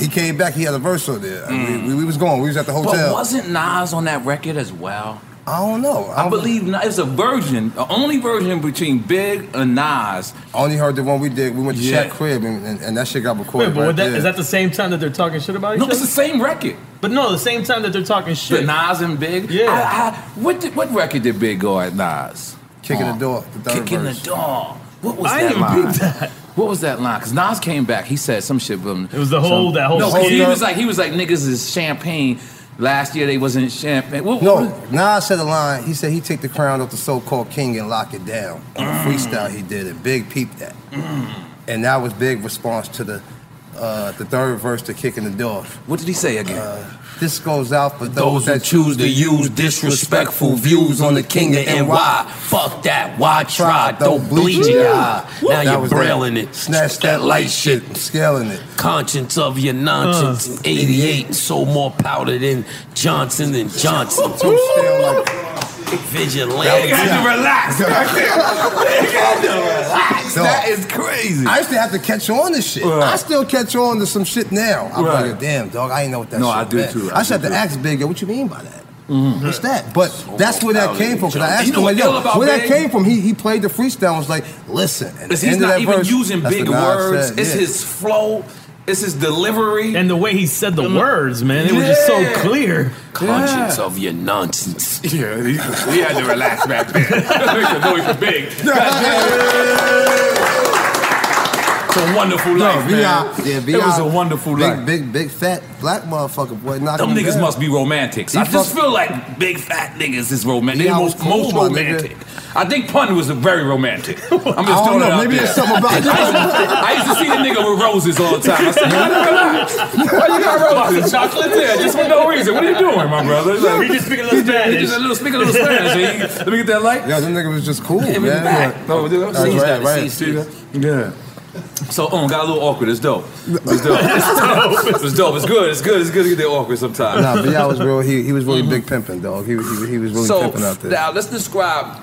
[SPEAKER 16] He came back. He had a verse on there. And We, we, we was going. We was at the
[SPEAKER 7] Mm. But
[SPEAKER 16] hotel. Oh,
[SPEAKER 7] wasn't Nas on that record as well?
[SPEAKER 16] I don't know. I,
[SPEAKER 7] believe Nas, it's a version, the only version between Big and Nas.
[SPEAKER 16] Only heard the one we did. We went to
[SPEAKER 7] Yeah.
[SPEAKER 16] Shaq crib and, and, and that shit got
[SPEAKER 2] Wait,
[SPEAKER 16] recorded.
[SPEAKER 2] but would
[SPEAKER 16] right
[SPEAKER 2] that,
[SPEAKER 16] there.
[SPEAKER 2] is that the same time that they're talking shit about each
[SPEAKER 7] No,
[SPEAKER 2] other?
[SPEAKER 7] it's the same record.
[SPEAKER 2] But no, the same time that they're talking
[SPEAKER 7] The
[SPEAKER 2] shit.
[SPEAKER 7] Nas and Big.
[SPEAKER 2] Yeah.
[SPEAKER 7] I, I, what did, what record did Big go at Nas? Oh.
[SPEAKER 16] Kicking
[SPEAKER 7] On.
[SPEAKER 16] the door. The third
[SPEAKER 7] Kicking
[SPEAKER 16] verse.
[SPEAKER 7] the door. What was
[SPEAKER 16] I
[SPEAKER 7] that
[SPEAKER 16] didn't
[SPEAKER 7] line?
[SPEAKER 16] peep
[SPEAKER 7] What was that line? Because Nas came back. He said some shit. But it was
[SPEAKER 16] the whole- that whole
[SPEAKER 7] No, 'cause he
[SPEAKER 16] scheme.
[SPEAKER 7] was like he was like niggas is champagne. Last year they wasn't champagne. What,
[SPEAKER 16] No,
[SPEAKER 9] [LAUGHS]
[SPEAKER 7] what-
[SPEAKER 16] Nas said a line. He said he take the crown off the so-called king and lock it down.
[SPEAKER 9] Mm.
[SPEAKER 16] On a freestyle he did it. Big peeped that, and that was big response to the uh, the third verse to kicking the door. What did he say again? this goes out for
[SPEAKER 9] Those
[SPEAKER 16] those,
[SPEAKER 9] who
[SPEAKER 16] that
[SPEAKER 9] choose to use disrespectful views on the king of NY. Fuck that. Why try? Don't bleed in your eye. Now
[SPEAKER 16] That
[SPEAKER 9] you're
[SPEAKER 16] was that.
[SPEAKER 9] brailing it. Snatch that light shit.
[SPEAKER 16] Scaling it.
[SPEAKER 9] Conscience of your nonsense. 88. So more powder than Johnson and Johnson.
[SPEAKER 16] [LAUGHS]
[SPEAKER 9] Vigilante.
[SPEAKER 16] They got to relax. They got to
[SPEAKER 9] relax.
[SPEAKER 16] That
[SPEAKER 9] is
[SPEAKER 16] crazy. I used to have to catch on to [LAUGHS] shit.
[SPEAKER 9] Right.
[SPEAKER 16] I still catch on to some shit now. I'm
[SPEAKER 9] Right.
[SPEAKER 16] like, damn, dog, I ain't know what that
[SPEAKER 9] No,
[SPEAKER 16] shit
[SPEAKER 9] I do
[SPEAKER 16] meant.
[SPEAKER 9] too. I
[SPEAKER 16] I, just
[SPEAKER 9] do
[SPEAKER 16] had to
[SPEAKER 9] too. Mm-hmm.
[SPEAKER 16] ask Big, yo, what you mean by that? What's that? But that's where that
[SPEAKER 9] Powder
[SPEAKER 16] came from. Because I
[SPEAKER 9] Johnson.
[SPEAKER 16] asked
[SPEAKER 9] You know
[SPEAKER 16] him, like,
[SPEAKER 9] what ill
[SPEAKER 16] yo,
[SPEAKER 9] about
[SPEAKER 16] where that
[SPEAKER 9] Big?
[SPEAKER 16] came from? He he played the freestyle. and was like, listen. at the
[SPEAKER 9] Because he's
[SPEAKER 16] end of
[SPEAKER 9] not
[SPEAKER 16] that
[SPEAKER 9] even
[SPEAKER 16] verse,
[SPEAKER 9] using
[SPEAKER 16] that's
[SPEAKER 9] big
[SPEAKER 16] what God
[SPEAKER 9] words.
[SPEAKER 16] said,
[SPEAKER 9] It's
[SPEAKER 16] yeah.
[SPEAKER 9] his
[SPEAKER 7] flow. It's his delivery.
[SPEAKER 18] And the way he said the words, man, it was just so
[SPEAKER 9] Yeah.
[SPEAKER 18] clear.
[SPEAKER 9] Conscience of your
[SPEAKER 16] [LAUGHS]
[SPEAKER 9] nonsense. Yeah, he,
[SPEAKER 7] had to relax back
[SPEAKER 9] [LAUGHS]
[SPEAKER 7] then.
[SPEAKER 9] big. It's a wonderful life, man.
[SPEAKER 16] Yo, B.I. Yeah,
[SPEAKER 9] It
[SPEAKER 16] B.I.
[SPEAKER 9] was a wonderful
[SPEAKER 16] big,
[SPEAKER 9] life.
[SPEAKER 16] Big, big, fat black motherfucker boy. knocking
[SPEAKER 7] Them
[SPEAKER 16] you
[SPEAKER 7] niggas
[SPEAKER 16] down.
[SPEAKER 7] must be romantics.
[SPEAKER 16] He
[SPEAKER 7] I just
[SPEAKER 16] fuck-
[SPEAKER 7] feel like big fat niggas is romantic.
[SPEAKER 16] Yeah,
[SPEAKER 7] They
[SPEAKER 16] I
[SPEAKER 7] most,
[SPEAKER 16] was cool,
[SPEAKER 7] most
[SPEAKER 16] my nigga.
[SPEAKER 7] romantic. I think Pun was very
[SPEAKER 16] [LAUGHS]
[SPEAKER 7] romantic. I'm just
[SPEAKER 16] I don't
[SPEAKER 7] throwing
[SPEAKER 16] know,
[SPEAKER 7] it out
[SPEAKER 16] maybe
[SPEAKER 7] there.
[SPEAKER 16] it's something about-
[SPEAKER 7] I, used to, [LAUGHS] I used to see the nigga with roses all the time. I said, "Why
[SPEAKER 16] [LAUGHS]
[SPEAKER 7] you got roses? Why you got roses? Chocolate there, just for no reason. What are you doing,
[SPEAKER 16] [LAUGHS]
[SPEAKER 7] my brother? It's
[SPEAKER 16] We
[SPEAKER 7] [LAUGHS]
[SPEAKER 16] just speak a little
[SPEAKER 7] He just- He
[SPEAKER 16] Spanish.
[SPEAKER 7] just a little speak a little Spanish. Let me get that light.
[SPEAKER 16] Yo, them nigga was just cool,
[SPEAKER 7] Give me
[SPEAKER 16] man.
[SPEAKER 7] back. No, dude, I'm
[SPEAKER 16] That's
[SPEAKER 7] serious,
[SPEAKER 16] right,
[SPEAKER 7] I'm
[SPEAKER 16] right.
[SPEAKER 7] serious. Yeah. So, um, got a little awkward. It's dope. [LAUGHS] It's dope.
[SPEAKER 16] It's dope.
[SPEAKER 7] It's dope. It's good. It's good. It's good to get that awkward sometimes.
[SPEAKER 16] Nah, B.I. was real. He, he was really big pimping, dog. He, was- he, was- he was really
[SPEAKER 7] so
[SPEAKER 16] pimping out there.
[SPEAKER 7] now let's describe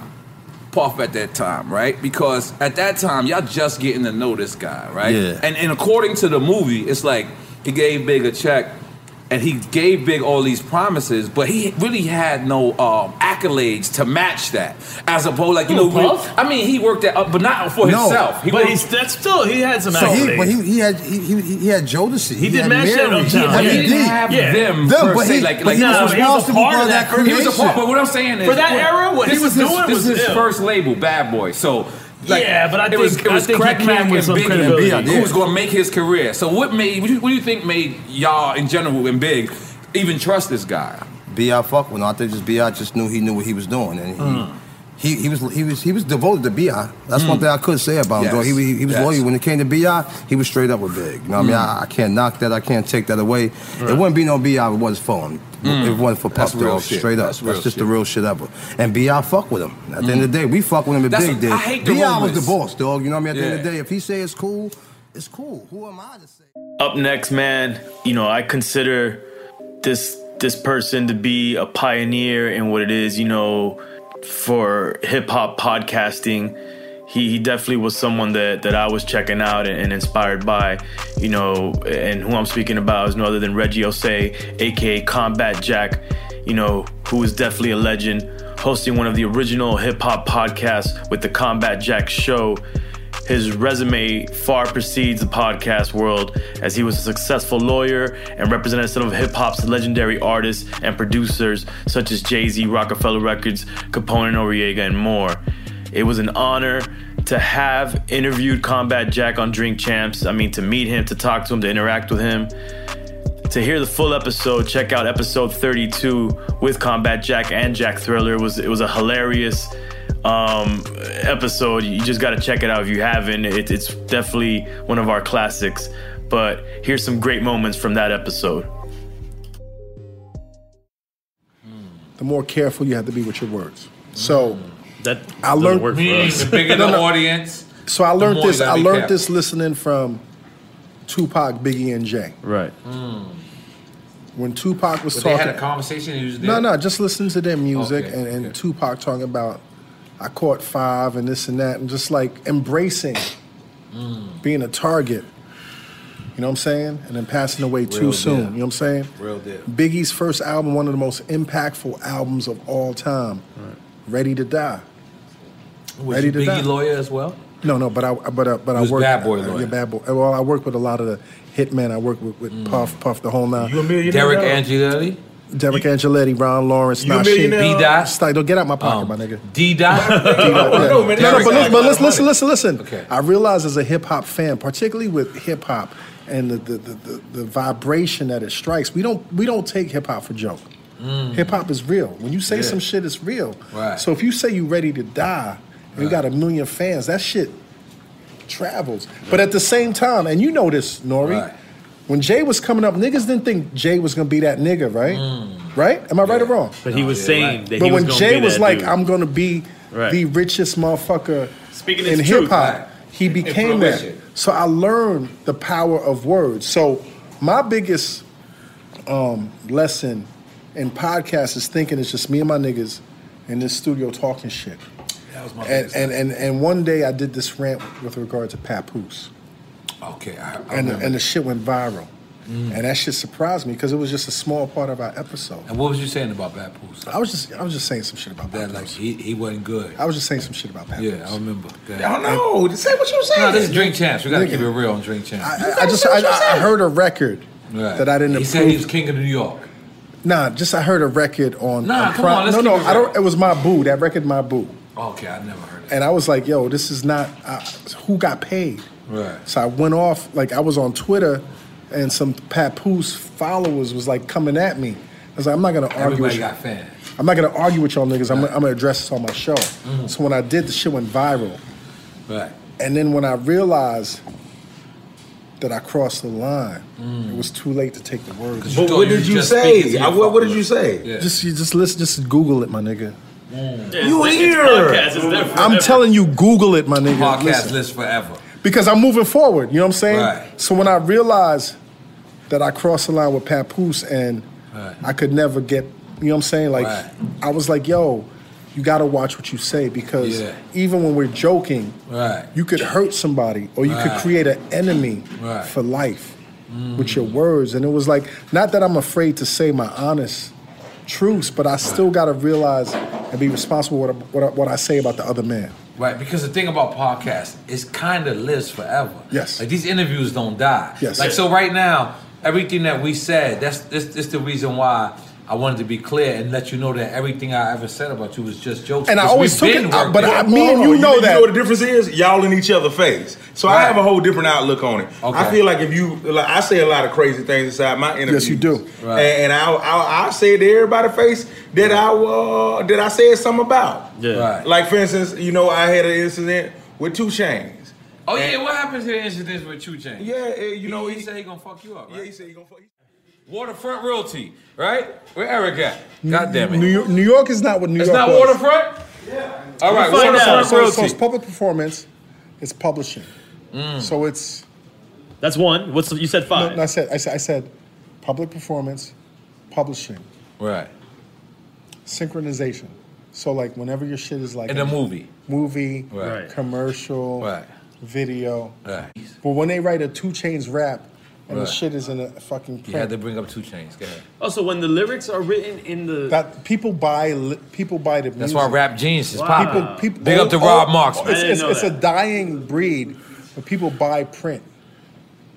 [SPEAKER 7] Puff at that time, right? Because at that time, y'all just getting to know this guy, right?
[SPEAKER 16] Yeah.
[SPEAKER 7] And and according to the movie, it's like he gave Big a check, and he gave Big all these promises, but he really had no um, accolades to match that. As opposed, like you
[SPEAKER 18] Who,
[SPEAKER 7] know, we-
[SPEAKER 18] Puff?
[SPEAKER 7] I mean, he worked that up, but not for
[SPEAKER 16] No.
[SPEAKER 7] himself.
[SPEAKER 16] But
[SPEAKER 7] worked-
[SPEAKER 16] he's-
[SPEAKER 18] that's still he had some
[SPEAKER 16] so he,
[SPEAKER 7] accolades.
[SPEAKER 16] but he, he had he, he, he had Jodeci. He,
[SPEAKER 7] did
[SPEAKER 16] had
[SPEAKER 7] mash that
[SPEAKER 16] Mary.
[SPEAKER 7] up down.
[SPEAKER 16] But
[SPEAKER 7] Yeah,
[SPEAKER 16] he
[SPEAKER 7] he didn't have them per
[SPEAKER 16] but
[SPEAKER 7] se,
[SPEAKER 16] he,
[SPEAKER 7] like-
[SPEAKER 16] but
[SPEAKER 7] like,
[SPEAKER 16] he
[SPEAKER 7] no, he
[SPEAKER 16] was
[SPEAKER 7] was a
[SPEAKER 16] responsible
[SPEAKER 7] part
[SPEAKER 16] for
[SPEAKER 7] of
[SPEAKER 16] all that
[SPEAKER 7] that creation.
[SPEAKER 16] creation.
[SPEAKER 7] He was a part, but what I'm saying is-
[SPEAKER 18] for that era, what
[SPEAKER 7] this
[SPEAKER 18] he was
[SPEAKER 7] is his,
[SPEAKER 18] doing
[SPEAKER 7] this
[SPEAKER 18] was
[SPEAKER 7] is his
[SPEAKER 18] ill.
[SPEAKER 7] first label, Bad Boy. So. Like,
[SPEAKER 18] Yeah, but I
[SPEAKER 7] it was,
[SPEAKER 18] think-
[SPEAKER 7] it
[SPEAKER 18] I
[SPEAKER 7] was
[SPEAKER 18] think he
[SPEAKER 7] Crack
[SPEAKER 18] came
[SPEAKER 7] Mac
[SPEAKER 18] with
[SPEAKER 7] and
[SPEAKER 18] some
[SPEAKER 7] Big
[SPEAKER 18] credibility.
[SPEAKER 7] and who was going to make his career. So what made what do you, what do you think made y'all in general and Big even trust this guy?
[SPEAKER 16] Bi fuck with him. I think just Bi just knew he knew what he was doing, and he,
[SPEAKER 7] Mm.
[SPEAKER 16] he, he was he was he was devoted to Bi. That's one
[SPEAKER 7] Mm.
[SPEAKER 16] thing I could say about him. though.
[SPEAKER 7] Yes.
[SPEAKER 16] He, he, he was
[SPEAKER 7] Yes.
[SPEAKER 16] loyal when it came to Bi. He was straight up with Big. You know what I mean?
[SPEAKER 7] Mm.
[SPEAKER 16] I, I can't knock that. I can't take that away. It
[SPEAKER 7] Right.
[SPEAKER 16] wouldn't be no Bi if it wasn't for him.
[SPEAKER 7] Mm.
[SPEAKER 16] If it wasn't for Puff
[SPEAKER 7] That's real
[SPEAKER 16] Dog,
[SPEAKER 7] shit.
[SPEAKER 16] straight up.
[SPEAKER 7] That's
[SPEAKER 16] That's,
[SPEAKER 7] real
[SPEAKER 16] just the
[SPEAKER 7] shit. Mm.
[SPEAKER 16] real shit ever. And Bi fuck with him. At the end of the day, we fuck with him. And
[SPEAKER 7] That's
[SPEAKER 16] Big
[SPEAKER 7] what-
[SPEAKER 16] did.
[SPEAKER 7] I hate the
[SPEAKER 16] Bi was the
[SPEAKER 7] rumors.
[SPEAKER 16] boss, dog. You know what I mean? At the end of
[SPEAKER 7] Yeah.
[SPEAKER 16] the day, if he say it's cool, it's cool. Who am I to say?
[SPEAKER 2] Up next, man, you know, I consider this this person to be a pioneer in what it is, you know, for hip hop podcasting. He, he definitely was someone that, that I was checking out and, and inspired by, you know, and who I'm speaking about is no other than Reggie Osei, aka Combat Jack, you know, who is definitely a legend, hosting one of the original hip hop podcasts with the Combat Jack Show. His resume far precedes the podcast world as he was a successful lawyer and represented some of hip hop's legendary artists and producers such as Jay Z, Rockefeller Records, Capone and Noriega, and more. It was an honor to have interviewed Combat Jack on Drink Champs. I mean, to meet him, to talk to him, to interact with him. To hear the full episode, check out episode 32 with Combat Jack and Jack Thriller. It was it was a hilarious um, episode. You just got to check it out if you haven't. It, it's definitely one of our classics. But here's some great moments from that episode.
[SPEAKER 3] the more careful you have to be with your words. So
[SPEAKER 18] That
[SPEAKER 3] I learned
[SPEAKER 18] work for Mm, us. the
[SPEAKER 3] [LAUGHS]
[SPEAKER 18] bigger
[SPEAKER 3] No,
[SPEAKER 18] the
[SPEAKER 3] no.
[SPEAKER 18] audience,
[SPEAKER 3] So I
[SPEAKER 18] the
[SPEAKER 3] learned
[SPEAKER 18] more you
[SPEAKER 3] this.
[SPEAKER 18] gotta
[SPEAKER 3] I
[SPEAKER 18] be
[SPEAKER 3] learned
[SPEAKER 18] careful.
[SPEAKER 3] this listening from Tupac, Biggie, and Jay.
[SPEAKER 18] Right.
[SPEAKER 7] Mm.
[SPEAKER 3] When Tupac was
[SPEAKER 20] But they
[SPEAKER 3] talking,
[SPEAKER 20] had a conversation. You just
[SPEAKER 3] no,
[SPEAKER 20] did?
[SPEAKER 3] no, just listen to their music
[SPEAKER 20] Okay,
[SPEAKER 3] and, and Tupac talking about I caught five and this and that, and just like embracing being a target. You know what I'm saying? And then passing away
[SPEAKER 20] Real
[SPEAKER 3] too soon.
[SPEAKER 20] deal.
[SPEAKER 3] You know what I'm saying?
[SPEAKER 20] Real deal.
[SPEAKER 3] Biggie's first album, one of the most impactful albums of all time. Ready to Die.
[SPEAKER 20] Was
[SPEAKER 3] Ready
[SPEAKER 20] you
[SPEAKER 3] to
[SPEAKER 20] Biggie
[SPEAKER 3] die.
[SPEAKER 20] lawyer as well?
[SPEAKER 3] No, no, but I but I, but
[SPEAKER 20] You
[SPEAKER 3] I
[SPEAKER 20] was
[SPEAKER 3] work
[SPEAKER 20] bad boy lawyer.
[SPEAKER 3] yeah, bad boy. Well, I work with a lot of the hitmen. I work with, with Puff, Puff, the whole nine.
[SPEAKER 20] Mm. Derek Angeletti,
[SPEAKER 3] Derek Angeletti, Ron Lawrence,
[SPEAKER 20] You a
[SPEAKER 3] Nasheed.
[SPEAKER 20] millionaire?
[SPEAKER 3] B Dot. It's like, don't get out my
[SPEAKER 20] Oh,
[SPEAKER 7] Um,
[SPEAKER 3] pocket, my nigga. [LAUGHS]
[SPEAKER 20] D Dot.
[SPEAKER 3] No, no, but listen, but listen, listen, listen, listen.
[SPEAKER 20] Okay.
[SPEAKER 3] I realize as a hip hop fan, particularly with hip hop and the the, the, the the vibration that it strikes, we don't we don't take hip hop for joke. Hip hop is real. When you say
[SPEAKER 20] Mm-hmm. Yeah.
[SPEAKER 3] some shit, it's real.
[SPEAKER 20] Right.
[SPEAKER 3] So if you say you ready to die, and you got a million fans, that shit travels. But at the same time, and you know this, Nori, When Jay was coming up, niggas didn't think Jay was gonna be that nigga, right?
[SPEAKER 20] Mm.
[SPEAKER 3] Right? Am I right or wrong?
[SPEAKER 2] But he was saying that
[SPEAKER 3] but
[SPEAKER 2] he was
[SPEAKER 3] when
[SPEAKER 2] gonna
[SPEAKER 3] Jay
[SPEAKER 2] be
[SPEAKER 3] was
[SPEAKER 2] that
[SPEAKER 3] like,
[SPEAKER 2] dude.
[SPEAKER 3] "I'm gonna be
[SPEAKER 2] Right.
[SPEAKER 3] the richest motherfucker
[SPEAKER 2] Speaking
[SPEAKER 3] in
[SPEAKER 2] his truth,
[SPEAKER 3] hip hop,"
[SPEAKER 2] right.
[SPEAKER 3] he became that.
[SPEAKER 2] fruition.
[SPEAKER 3] So I learned the power of words. So my biggest um, lesson in podcast is thinking it's just me and my niggas in this studio talking shit.
[SPEAKER 7] That was my
[SPEAKER 3] And and, and and one day I did this rant with regard to Papoose,
[SPEAKER 7] Okay, I, I
[SPEAKER 3] and
[SPEAKER 7] remember.
[SPEAKER 3] and the shit went viral, and that shit surprised me because it was just a small part of our episode.
[SPEAKER 7] Mm. And what was you saying about Bad Pools?
[SPEAKER 3] I was just I was just saying some shit about
[SPEAKER 7] that. Like he, he wasn't good.
[SPEAKER 3] I was just saying some shit about Pat.
[SPEAKER 7] Yeah, I remember. That.
[SPEAKER 3] I don't know.
[SPEAKER 7] Say what you
[SPEAKER 3] saying.
[SPEAKER 7] No, this is Drink Champs. We gotta
[SPEAKER 3] Nigga.
[SPEAKER 7] keep it real on Drink Champs.
[SPEAKER 3] I, I just I, I heard a record
[SPEAKER 7] Right.
[SPEAKER 3] that I didn't
[SPEAKER 7] He
[SPEAKER 3] approve.
[SPEAKER 7] said he was king of New York.
[SPEAKER 3] nah, just I heard a record on.
[SPEAKER 7] Nah,
[SPEAKER 3] on
[SPEAKER 7] come on, let's
[SPEAKER 3] no, no,
[SPEAKER 7] keep it
[SPEAKER 3] I don't. It was my boo. That record, my boo.
[SPEAKER 7] Okay, I never heard.
[SPEAKER 3] And I was like, yo, this is not I, who got paid.
[SPEAKER 7] Right.
[SPEAKER 3] So I went off, like I was on Twitter and some Papoose followers was like coming at me. I was like, I'm not gonna argue with
[SPEAKER 7] Everybody
[SPEAKER 3] you.
[SPEAKER 7] got fans.
[SPEAKER 3] I'm not gonna argue with y'all niggas. I'm, gonna, I'm gonna address this on my show.
[SPEAKER 7] Mm-hmm.
[SPEAKER 3] So when I did, the shit went viral.
[SPEAKER 7] Right.
[SPEAKER 3] And then when I realized that I crossed the line, it was too late to take the words.
[SPEAKER 22] But what did you say? I, what, what did you say?
[SPEAKER 3] Just you just listen, just Google it, my nigga.
[SPEAKER 7] Mm.
[SPEAKER 22] You here?
[SPEAKER 3] I'm telling you, Google it, my nigga.
[SPEAKER 7] Podcast
[SPEAKER 3] Listen.
[SPEAKER 7] list forever.
[SPEAKER 3] because I'm moving forward. You know what I'm saying?
[SPEAKER 7] Right.
[SPEAKER 3] So when I realized that I crossed the line with Papoose and
[SPEAKER 7] Right.
[SPEAKER 3] I could never get, you know what I'm saying? Like,
[SPEAKER 7] Right.
[SPEAKER 3] I was like, yo, you gotta watch what you say because
[SPEAKER 7] Yeah.
[SPEAKER 3] even when we're joking,
[SPEAKER 7] Right.
[SPEAKER 3] you could hurt somebody or you could
[SPEAKER 7] Right.
[SPEAKER 3] create an enemy
[SPEAKER 7] Right. Mm.
[SPEAKER 3] for life with your words. And it was like, not that I'm afraid to say my honest truths, but I still gotta realize and be responsible what I, what I, what I say about the other man.
[SPEAKER 7] Right, because the thing about podcasts is kind of lives forever.
[SPEAKER 3] Yes.
[SPEAKER 7] Like these interviews don't die.
[SPEAKER 3] Yes.
[SPEAKER 7] Like so right now, everything that we said, that's this this the reason why I wanted to be clear and let you know that everything I ever said about you was just jokes.
[SPEAKER 3] And I
[SPEAKER 7] 'Cause
[SPEAKER 3] always
[SPEAKER 7] we've
[SPEAKER 3] took
[SPEAKER 7] been
[SPEAKER 3] it-
[SPEAKER 6] uh,
[SPEAKER 3] I-
[SPEAKER 7] working
[SPEAKER 3] but I- me and you know that.
[SPEAKER 6] You know what the difference is? Y'all in each other's face. So I have a whole different outlook on it. I
[SPEAKER 7] Okay.
[SPEAKER 6] feel like if you, like I say a lot of crazy things inside my interview.
[SPEAKER 3] Yes, you do.
[SPEAKER 7] Right.
[SPEAKER 6] And, and I, I, I say to everybody's face that I, uh, that I said something about.
[SPEAKER 2] Yeah.
[SPEAKER 7] Right.
[SPEAKER 6] Like for instance, you know, I had an incident with two chains.
[SPEAKER 7] Oh yeah, what happens to the incidents with Chu Chang?
[SPEAKER 6] Yeah, you know
[SPEAKER 7] he, said he gonna fuck you up. Right? Yeah, he
[SPEAKER 6] said he gonna fuck.
[SPEAKER 7] Waterfront Realty, right? Where Eric at? God damn it.
[SPEAKER 3] New York, New York is not what New
[SPEAKER 7] It's
[SPEAKER 3] York
[SPEAKER 7] not
[SPEAKER 3] was.
[SPEAKER 7] waterfront. Yeah. All right, waterfront
[SPEAKER 3] So, so
[SPEAKER 7] realty. Mm.
[SPEAKER 3] it's public performance, it's publishing. So it's
[SPEAKER 2] That's one. What's the, you
[SPEAKER 3] no,
[SPEAKER 2] said five?
[SPEAKER 3] no, I said I said I said public performance, publishing,
[SPEAKER 7] Right.
[SPEAKER 3] synchronization. So like whenever your shit is like
[SPEAKER 7] In a movie.
[SPEAKER 3] movie,
[SPEAKER 7] Right.
[SPEAKER 3] commercial,
[SPEAKER 7] Right.
[SPEAKER 3] video.
[SPEAKER 7] Right.
[SPEAKER 3] But when they write a two chains rap and
[SPEAKER 7] Right.
[SPEAKER 3] the shit is in a fucking
[SPEAKER 7] You had
[SPEAKER 3] print,
[SPEAKER 7] to bring up two chains. Go ahead.
[SPEAKER 2] Also, Oh, when the lyrics are written in the
[SPEAKER 3] that people buy li- people buy the
[SPEAKER 7] That's
[SPEAKER 3] music.
[SPEAKER 7] why rap genius is
[SPEAKER 3] Wow.
[SPEAKER 7] popular.
[SPEAKER 3] People, people,
[SPEAKER 7] Big up to
[SPEAKER 3] oh,
[SPEAKER 7] Rob
[SPEAKER 3] oh,
[SPEAKER 7] Marks. man.
[SPEAKER 3] It's, it's, it's a dying breed, but people buy print.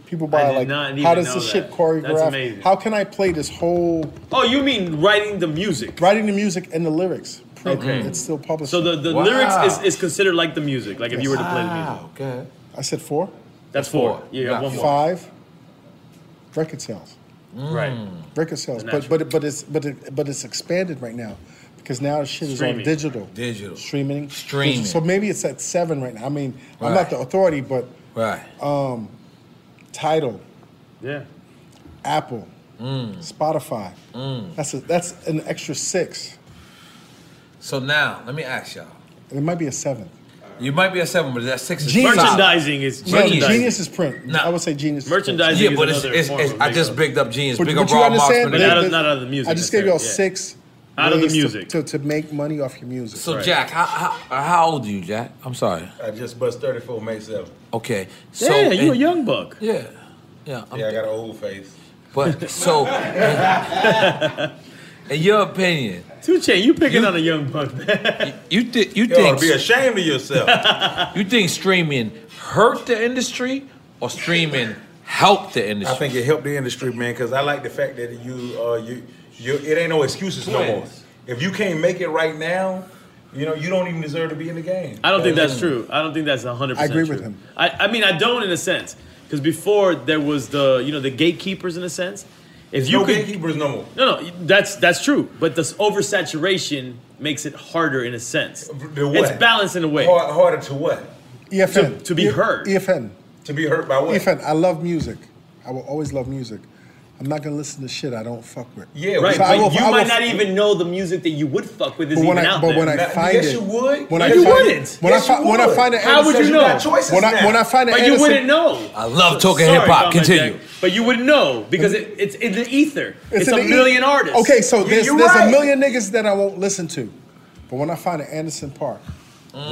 [SPEAKER 3] People buy
[SPEAKER 2] did
[SPEAKER 3] like,
[SPEAKER 2] not even
[SPEAKER 3] how does
[SPEAKER 2] know
[SPEAKER 3] this shit
[SPEAKER 2] that. That's
[SPEAKER 3] choreograph?
[SPEAKER 2] amazing.
[SPEAKER 3] How can I play this whole
[SPEAKER 2] oh, you mean writing the music?
[SPEAKER 3] writing the music and the lyrics? Print,
[SPEAKER 2] Okay.
[SPEAKER 3] it's still published.
[SPEAKER 2] So the, the
[SPEAKER 3] Wow.
[SPEAKER 2] lyrics is, is considered like the music. Like if you were to play the
[SPEAKER 3] Wow,
[SPEAKER 2] music,
[SPEAKER 3] I said four,
[SPEAKER 2] that's four. Yeah, you got one more.
[SPEAKER 3] five. Record sales,
[SPEAKER 7] Mm,
[SPEAKER 2] Right.
[SPEAKER 3] record sales,
[SPEAKER 2] The
[SPEAKER 3] but but but it's but it, but it's expanded right now because now shit is on
[SPEAKER 7] Streaming.
[SPEAKER 3] digital,
[SPEAKER 7] Digital.
[SPEAKER 3] streaming,
[SPEAKER 7] Streaming.
[SPEAKER 3] So maybe it's at seven right now. I mean, I'm
[SPEAKER 7] Right.
[SPEAKER 3] not the authority, but
[SPEAKER 7] Right.
[SPEAKER 3] um, title,
[SPEAKER 2] Yeah.
[SPEAKER 3] Apple,
[SPEAKER 7] Mm.
[SPEAKER 3] Spotify. That's a, that's an extra six.
[SPEAKER 7] So now, let me ask y'all.
[SPEAKER 3] It might be a seven.
[SPEAKER 7] You might be a seven, but that six is
[SPEAKER 3] Genius.
[SPEAKER 2] Merchandising is
[SPEAKER 3] No,
[SPEAKER 7] Merchandising.
[SPEAKER 3] genius is print. I would say genius. is print.
[SPEAKER 7] Yeah, but it's, it's, it's, I just bigged up genius. Big up
[SPEAKER 3] you
[SPEAKER 7] Rob Marks.
[SPEAKER 3] understand?
[SPEAKER 7] for
[SPEAKER 3] Like,
[SPEAKER 7] that.
[SPEAKER 3] the- I just gave y'all six.
[SPEAKER 7] Out of the
[SPEAKER 3] ways to-
[SPEAKER 7] music.
[SPEAKER 3] to, to, make money off your music.
[SPEAKER 7] So Jack, how, how how old are you, Jack? I'm sorry.
[SPEAKER 6] I just bust 34 May 7th.
[SPEAKER 7] Okay.
[SPEAKER 6] Yeah, you a
[SPEAKER 2] young buck.
[SPEAKER 7] Yeah. Yeah. I'm-
[SPEAKER 6] yeah, I got an old face.
[SPEAKER 7] But
[SPEAKER 2] [LAUGHS]
[SPEAKER 7] so, in your opinion,
[SPEAKER 2] Two Chain, you picking on a young buck, man.
[SPEAKER 7] You think you
[SPEAKER 2] You
[SPEAKER 7] think
[SPEAKER 2] oughta be ashamed of yourself.
[SPEAKER 7] you think streaming hurt the industry or streaming helped the industry?
[SPEAKER 6] I think it helped the industry, man, because I like the fact that you, uh, you, you, it ain't no excuses no more. If you can't make it right now, you know you don't even deserve to be in the game.
[SPEAKER 2] I don't think that's true. I don't think that's 100%
[SPEAKER 6] I agree
[SPEAKER 2] true.
[SPEAKER 6] with him.
[SPEAKER 2] I, I mean, I don't in a sense. Because before there was the, you know, the gatekeepers in a sense. If you
[SPEAKER 6] no
[SPEAKER 2] could,
[SPEAKER 6] gatekeepers no more.
[SPEAKER 2] No, no, that's that's true. But this oversaturation makes it harder in a sense.
[SPEAKER 6] The what?
[SPEAKER 2] It's balanced in a way.
[SPEAKER 6] Hard, harder to what?
[SPEAKER 3] EFN
[SPEAKER 2] to be heard.
[SPEAKER 3] EFN
[SPEAKER 6] To be hurt by what?
[SPEAKER 3] EFN. I love music. I will always love music. I'm not gonna listen to shit I don't fuck with.
[SPEAKER 23] Yeah, right.
[SPEAKER 3] So I
[SPEAKER 23] but
[SPEAKER 3] will-
[SPEAKER 23] you
[SPEAKER 3] I will-
[SPEAKER 23] might not even know the music that you would fuck with is
[SPEAKER 3] But
[SPEAKER 23] even
[SPEAKER 3] when I,
[SPEAKER 23] out
[SPEAKER 3] but
[SPEAKER 23] there.
[SPEAKER 3] when I find
[SPEAKER 23] yes,
[SPEAKER 3] it,
[SPEAKER 23] you would.
[SPEAKER 3] When
[SPEAKER 23] No,
[SPEAKER 3] I
[SPEAKER 23] you
[SPEAKER 3] find,
[SPEAKER 23] wouldn't.
[SPEAKER 3] When
[SPEAKER 23] Yes,
[SPEAKER 3] I
[SPEAKER 23] you
[SPEAKER 3] find, when I
[SPEAKER 23] would.
[SPEAKER 3] find an
[SPEAKER 23] How would
[SPEAKER 3] Anderson,
[SPEAKER 23] you know?
[SPEAKER 3] When I when I find an
[SPEAKER 23] but
[SPEAKER 3] Anderson,
[SPEAKER 23] you wouldn't know.
[SPEAKER 7] I love
[SPEAKER 23] talking
[SPEAKER 7] hip hop. Continue.
[SPEAKER 23] But you would know because it, it's in the ether. It's,
[SPEAKER 3] in
[SPEAKER 23] a
[SPEAKER 3] the e-
[SPEAKER 23] million artists.
[SPEAKER 3] Okay, so
[SPEAKER 23] You-
[SPEAKER 3] there's,
[SPEAKER 23] you're
[SPEAKER 3] there's
[SPEAKER 23] right.
[SPEAKER 3] a million niggas that I won't listen to, but when I find an Anderson Park,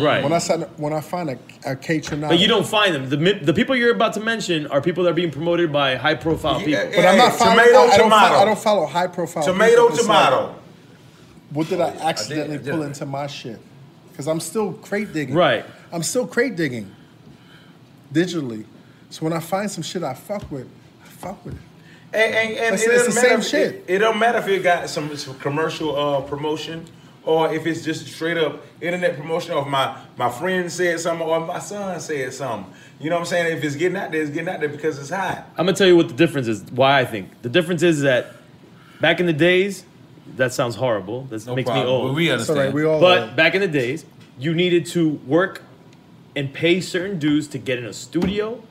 [SPEAKER 2] Right.
[SPEAKER 3] When I find when I find a, a K Trinata,
[SPEAKER 2] But you don't find them. The, mi- the people you're about to mention are people that are being promoted by high profile people.
[SPEAKER 3] But I'm not following.
[SPEAKER 2] Tomato,
[SPEAKER 3] I, I don't
[SPEAKER 2] tomato.
[SPEAKER 3] Follow, I don't follow high profile.
[SPEAKER 2] Tomato,
[SPEAKER 3] people. It's like,
[SPEAKER 2] tomato.
[SPEAKER 3] what
[SPEAKER 23] Oh,
[SPEAKER 3] did I accidentally pull into my shit? Because I'm still crate digging.
[SPEAKER 2] Right.
[SPEAKER 3] I'm still crate digging. Digitally. So when I find some shit I fuck with, I fuck with it.
[SPEAKER 6] And, and, and
[SPEAKER 3] That's-
[SPEAKER 6] it
[SPEAKER 3] that's
[SPEAKER 6] doesn't
[SPEAKER 3] the
[SPEAKER 6] matter
[SPEAKER 3] same
[SPEAKER 6] if,
[SPEAKER 3] shit.
[SPEAKER 6] It, it don't matter if it got some, some commercial uh, promotion or if it's just straight up internet promotion or if my, my friend said something or my son said something. You know what I'm saying? If it's getting out there, it's getting out there because it's hot.
[SPEAKER 2] I'm gonna tell you what the difference is. Why I think the difference is that back in the days, that sounds horrible. That makes me
[SPEAKER 7] problem.
[SPEAKER 2] old.
[SPEAKER 7] We understand. That's all right. We all
[SPEAKER 2] but
[SPEAKER 7] old.
[SPEAKER 2] back in the days, you needed to work and pay certain dues to get in a studio,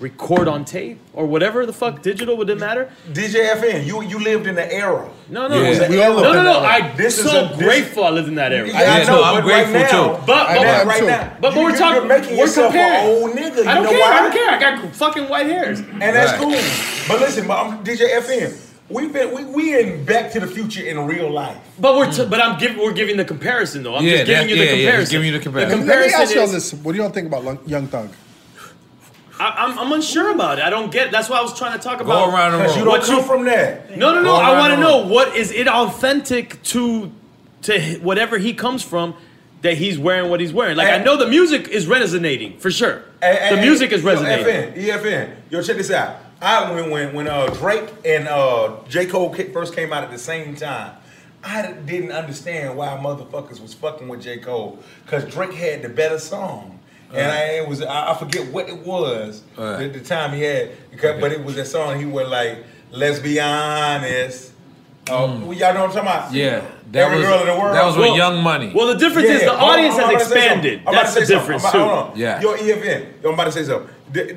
[SPEAKER 2] record on tape, or whatever the fuck digital. Would it matter?
[SPEAKER 6] DJ FN, you you lived in the era.
[SPEAKER 2] No, no,
[SPEAKER 6] Yeah.
[SPEAKER 2] it was-
[SPEAKER 6] We all
[SPEAKER 2] no,
[SPEAKER 6] lived
[SPEAKER 2] no,
[SPEAKER 6] in
[SPEAKER 2] no.
[SPEAKER 6] that era.
[SPEAKER 2] I
[SPEAKER 6] This is
[SPEAKER 2] so
[SPEAKER 6] a- this-
[SPEAKER 2] grateful I lived in that era.
[SPEAKER 6] Yeah, I Yeah, know, no, I'm but right grateful now- too.
[SPEAKER 2] But, but,
[SPEAKER 6] I am
[SPEAKER 2] but-
[SPEAKER 6] too.
[SPEAKER 2] but, but
[SPEAKER 6] You-
[SPEAKER 2] we're
[SPEAKER 6] you're
[SPEAKER 2] talking.
[SPEAKER 6] making
[SPEAKER 2] we're
[SPEAKER 6] yourself a
[SPEAKER 2] comparing.
[SPEAKER 7] Oh,
[SPEAKER 6] old nigga, you
[SPEAKER 2] I don't
[SPEAKER 6] know
[SPEAKER 2] care.
[SPEAKER 6] why?
[SPEAKER 2] I don't care. I got fucking white hairs.
[SPEAKER 6] And that's cool. But listen, but I'm DJ FM. We've been we, we in Back to the Future in real life.
[SPEAKER 2] But we're t- but I'm giving we're giving the comparison though. I'm
[SPEAKER 6] Mm. Yeah,
[SPEAKER 2] just giving
[SPEAKER 6] that-
[SPEAKER 2] you the
[SPEAKER 6] yeah, yeah,
[SPEAKER 2] comparison.
[SPEAKER 6] just giving you the comparison.
[SPEAKER 3] Let
[SPEAKER 2] The
[SPEAKER 3] me
[SPEAKER 2] comparison
[SPEAKER 3] ask y'all
[SPEAKER 2] is-
[SPEAKER 3] this. What do y'all think about Lung- Young Thug?
[SPEAKER 2] I, I'm, I'm unsure about it. I don't get. It. That's why I was trying to talk
[SPEAKER 3] Go
[SPEAKER 2] about.
[SPEAKER 3] around the Because room. you don't come
[SPEAKER 6] from there.
[SPEAKER 2] No, no, no.
[SPEAKER 3] Go
[SPEAKER 2] I
[SPEAKER 3] around
[SPEAKER 2] want to
[SPEAKER 3] the
[SPEAKER 2] know what is it authentic to to h- whatever he comes from that he's wearing what he's wearing. Like I know the music is resonating for sure. the music is resonating.
[SPEAKER 6] Yo, E FN, EFN, yo, check this out. I when when when uh, Drake and uh, J Cole ca- first came out at the same time. I didn't understand why motherfuckers was fucking with J Cole because Drake had the better song. And
[SPEAKER 2] Uh-huh.
[SPEAKER 6] I it was I I forget what it was
[SPEAKER 7] Alright.
[SPEAKER 6] at the time he had, because, but it was that song he was like, "Let's be honest." Oh,
[SPEAKER 2] Mm.
[SPEAKER 6] y'all know what I'm talking about?
[SPEAKER 7] Yeah, that
[SPEAKER 6] Every
[SPEAKER 7] was
[SPEAKER 6] girl in the world.
[SPEAKER 7] that was with Young Money.
[SPEAKER 2] well, the difference is the
[SPEAKER 6] hold on,
[SPEAKER 2] audience
[SPEAKER 6] I'm
[SPEAKER 2] has
[SPEAKER 6] about to say
[SPEAKER 2] expanded.
[SPEAKER 6] something. I'm about
[SPEAKER 2] That's
[SPEAKER 6] to
[SPEAKER 2] the
[SPEAKER 6] say something.
[SPEAKER 2] difference,
[SPEAKER 6] I'm about-
[SPEAKER 2] too.
[SPEAKER 6] Hold on. Your EFN. Yo, I'm about to say something. The-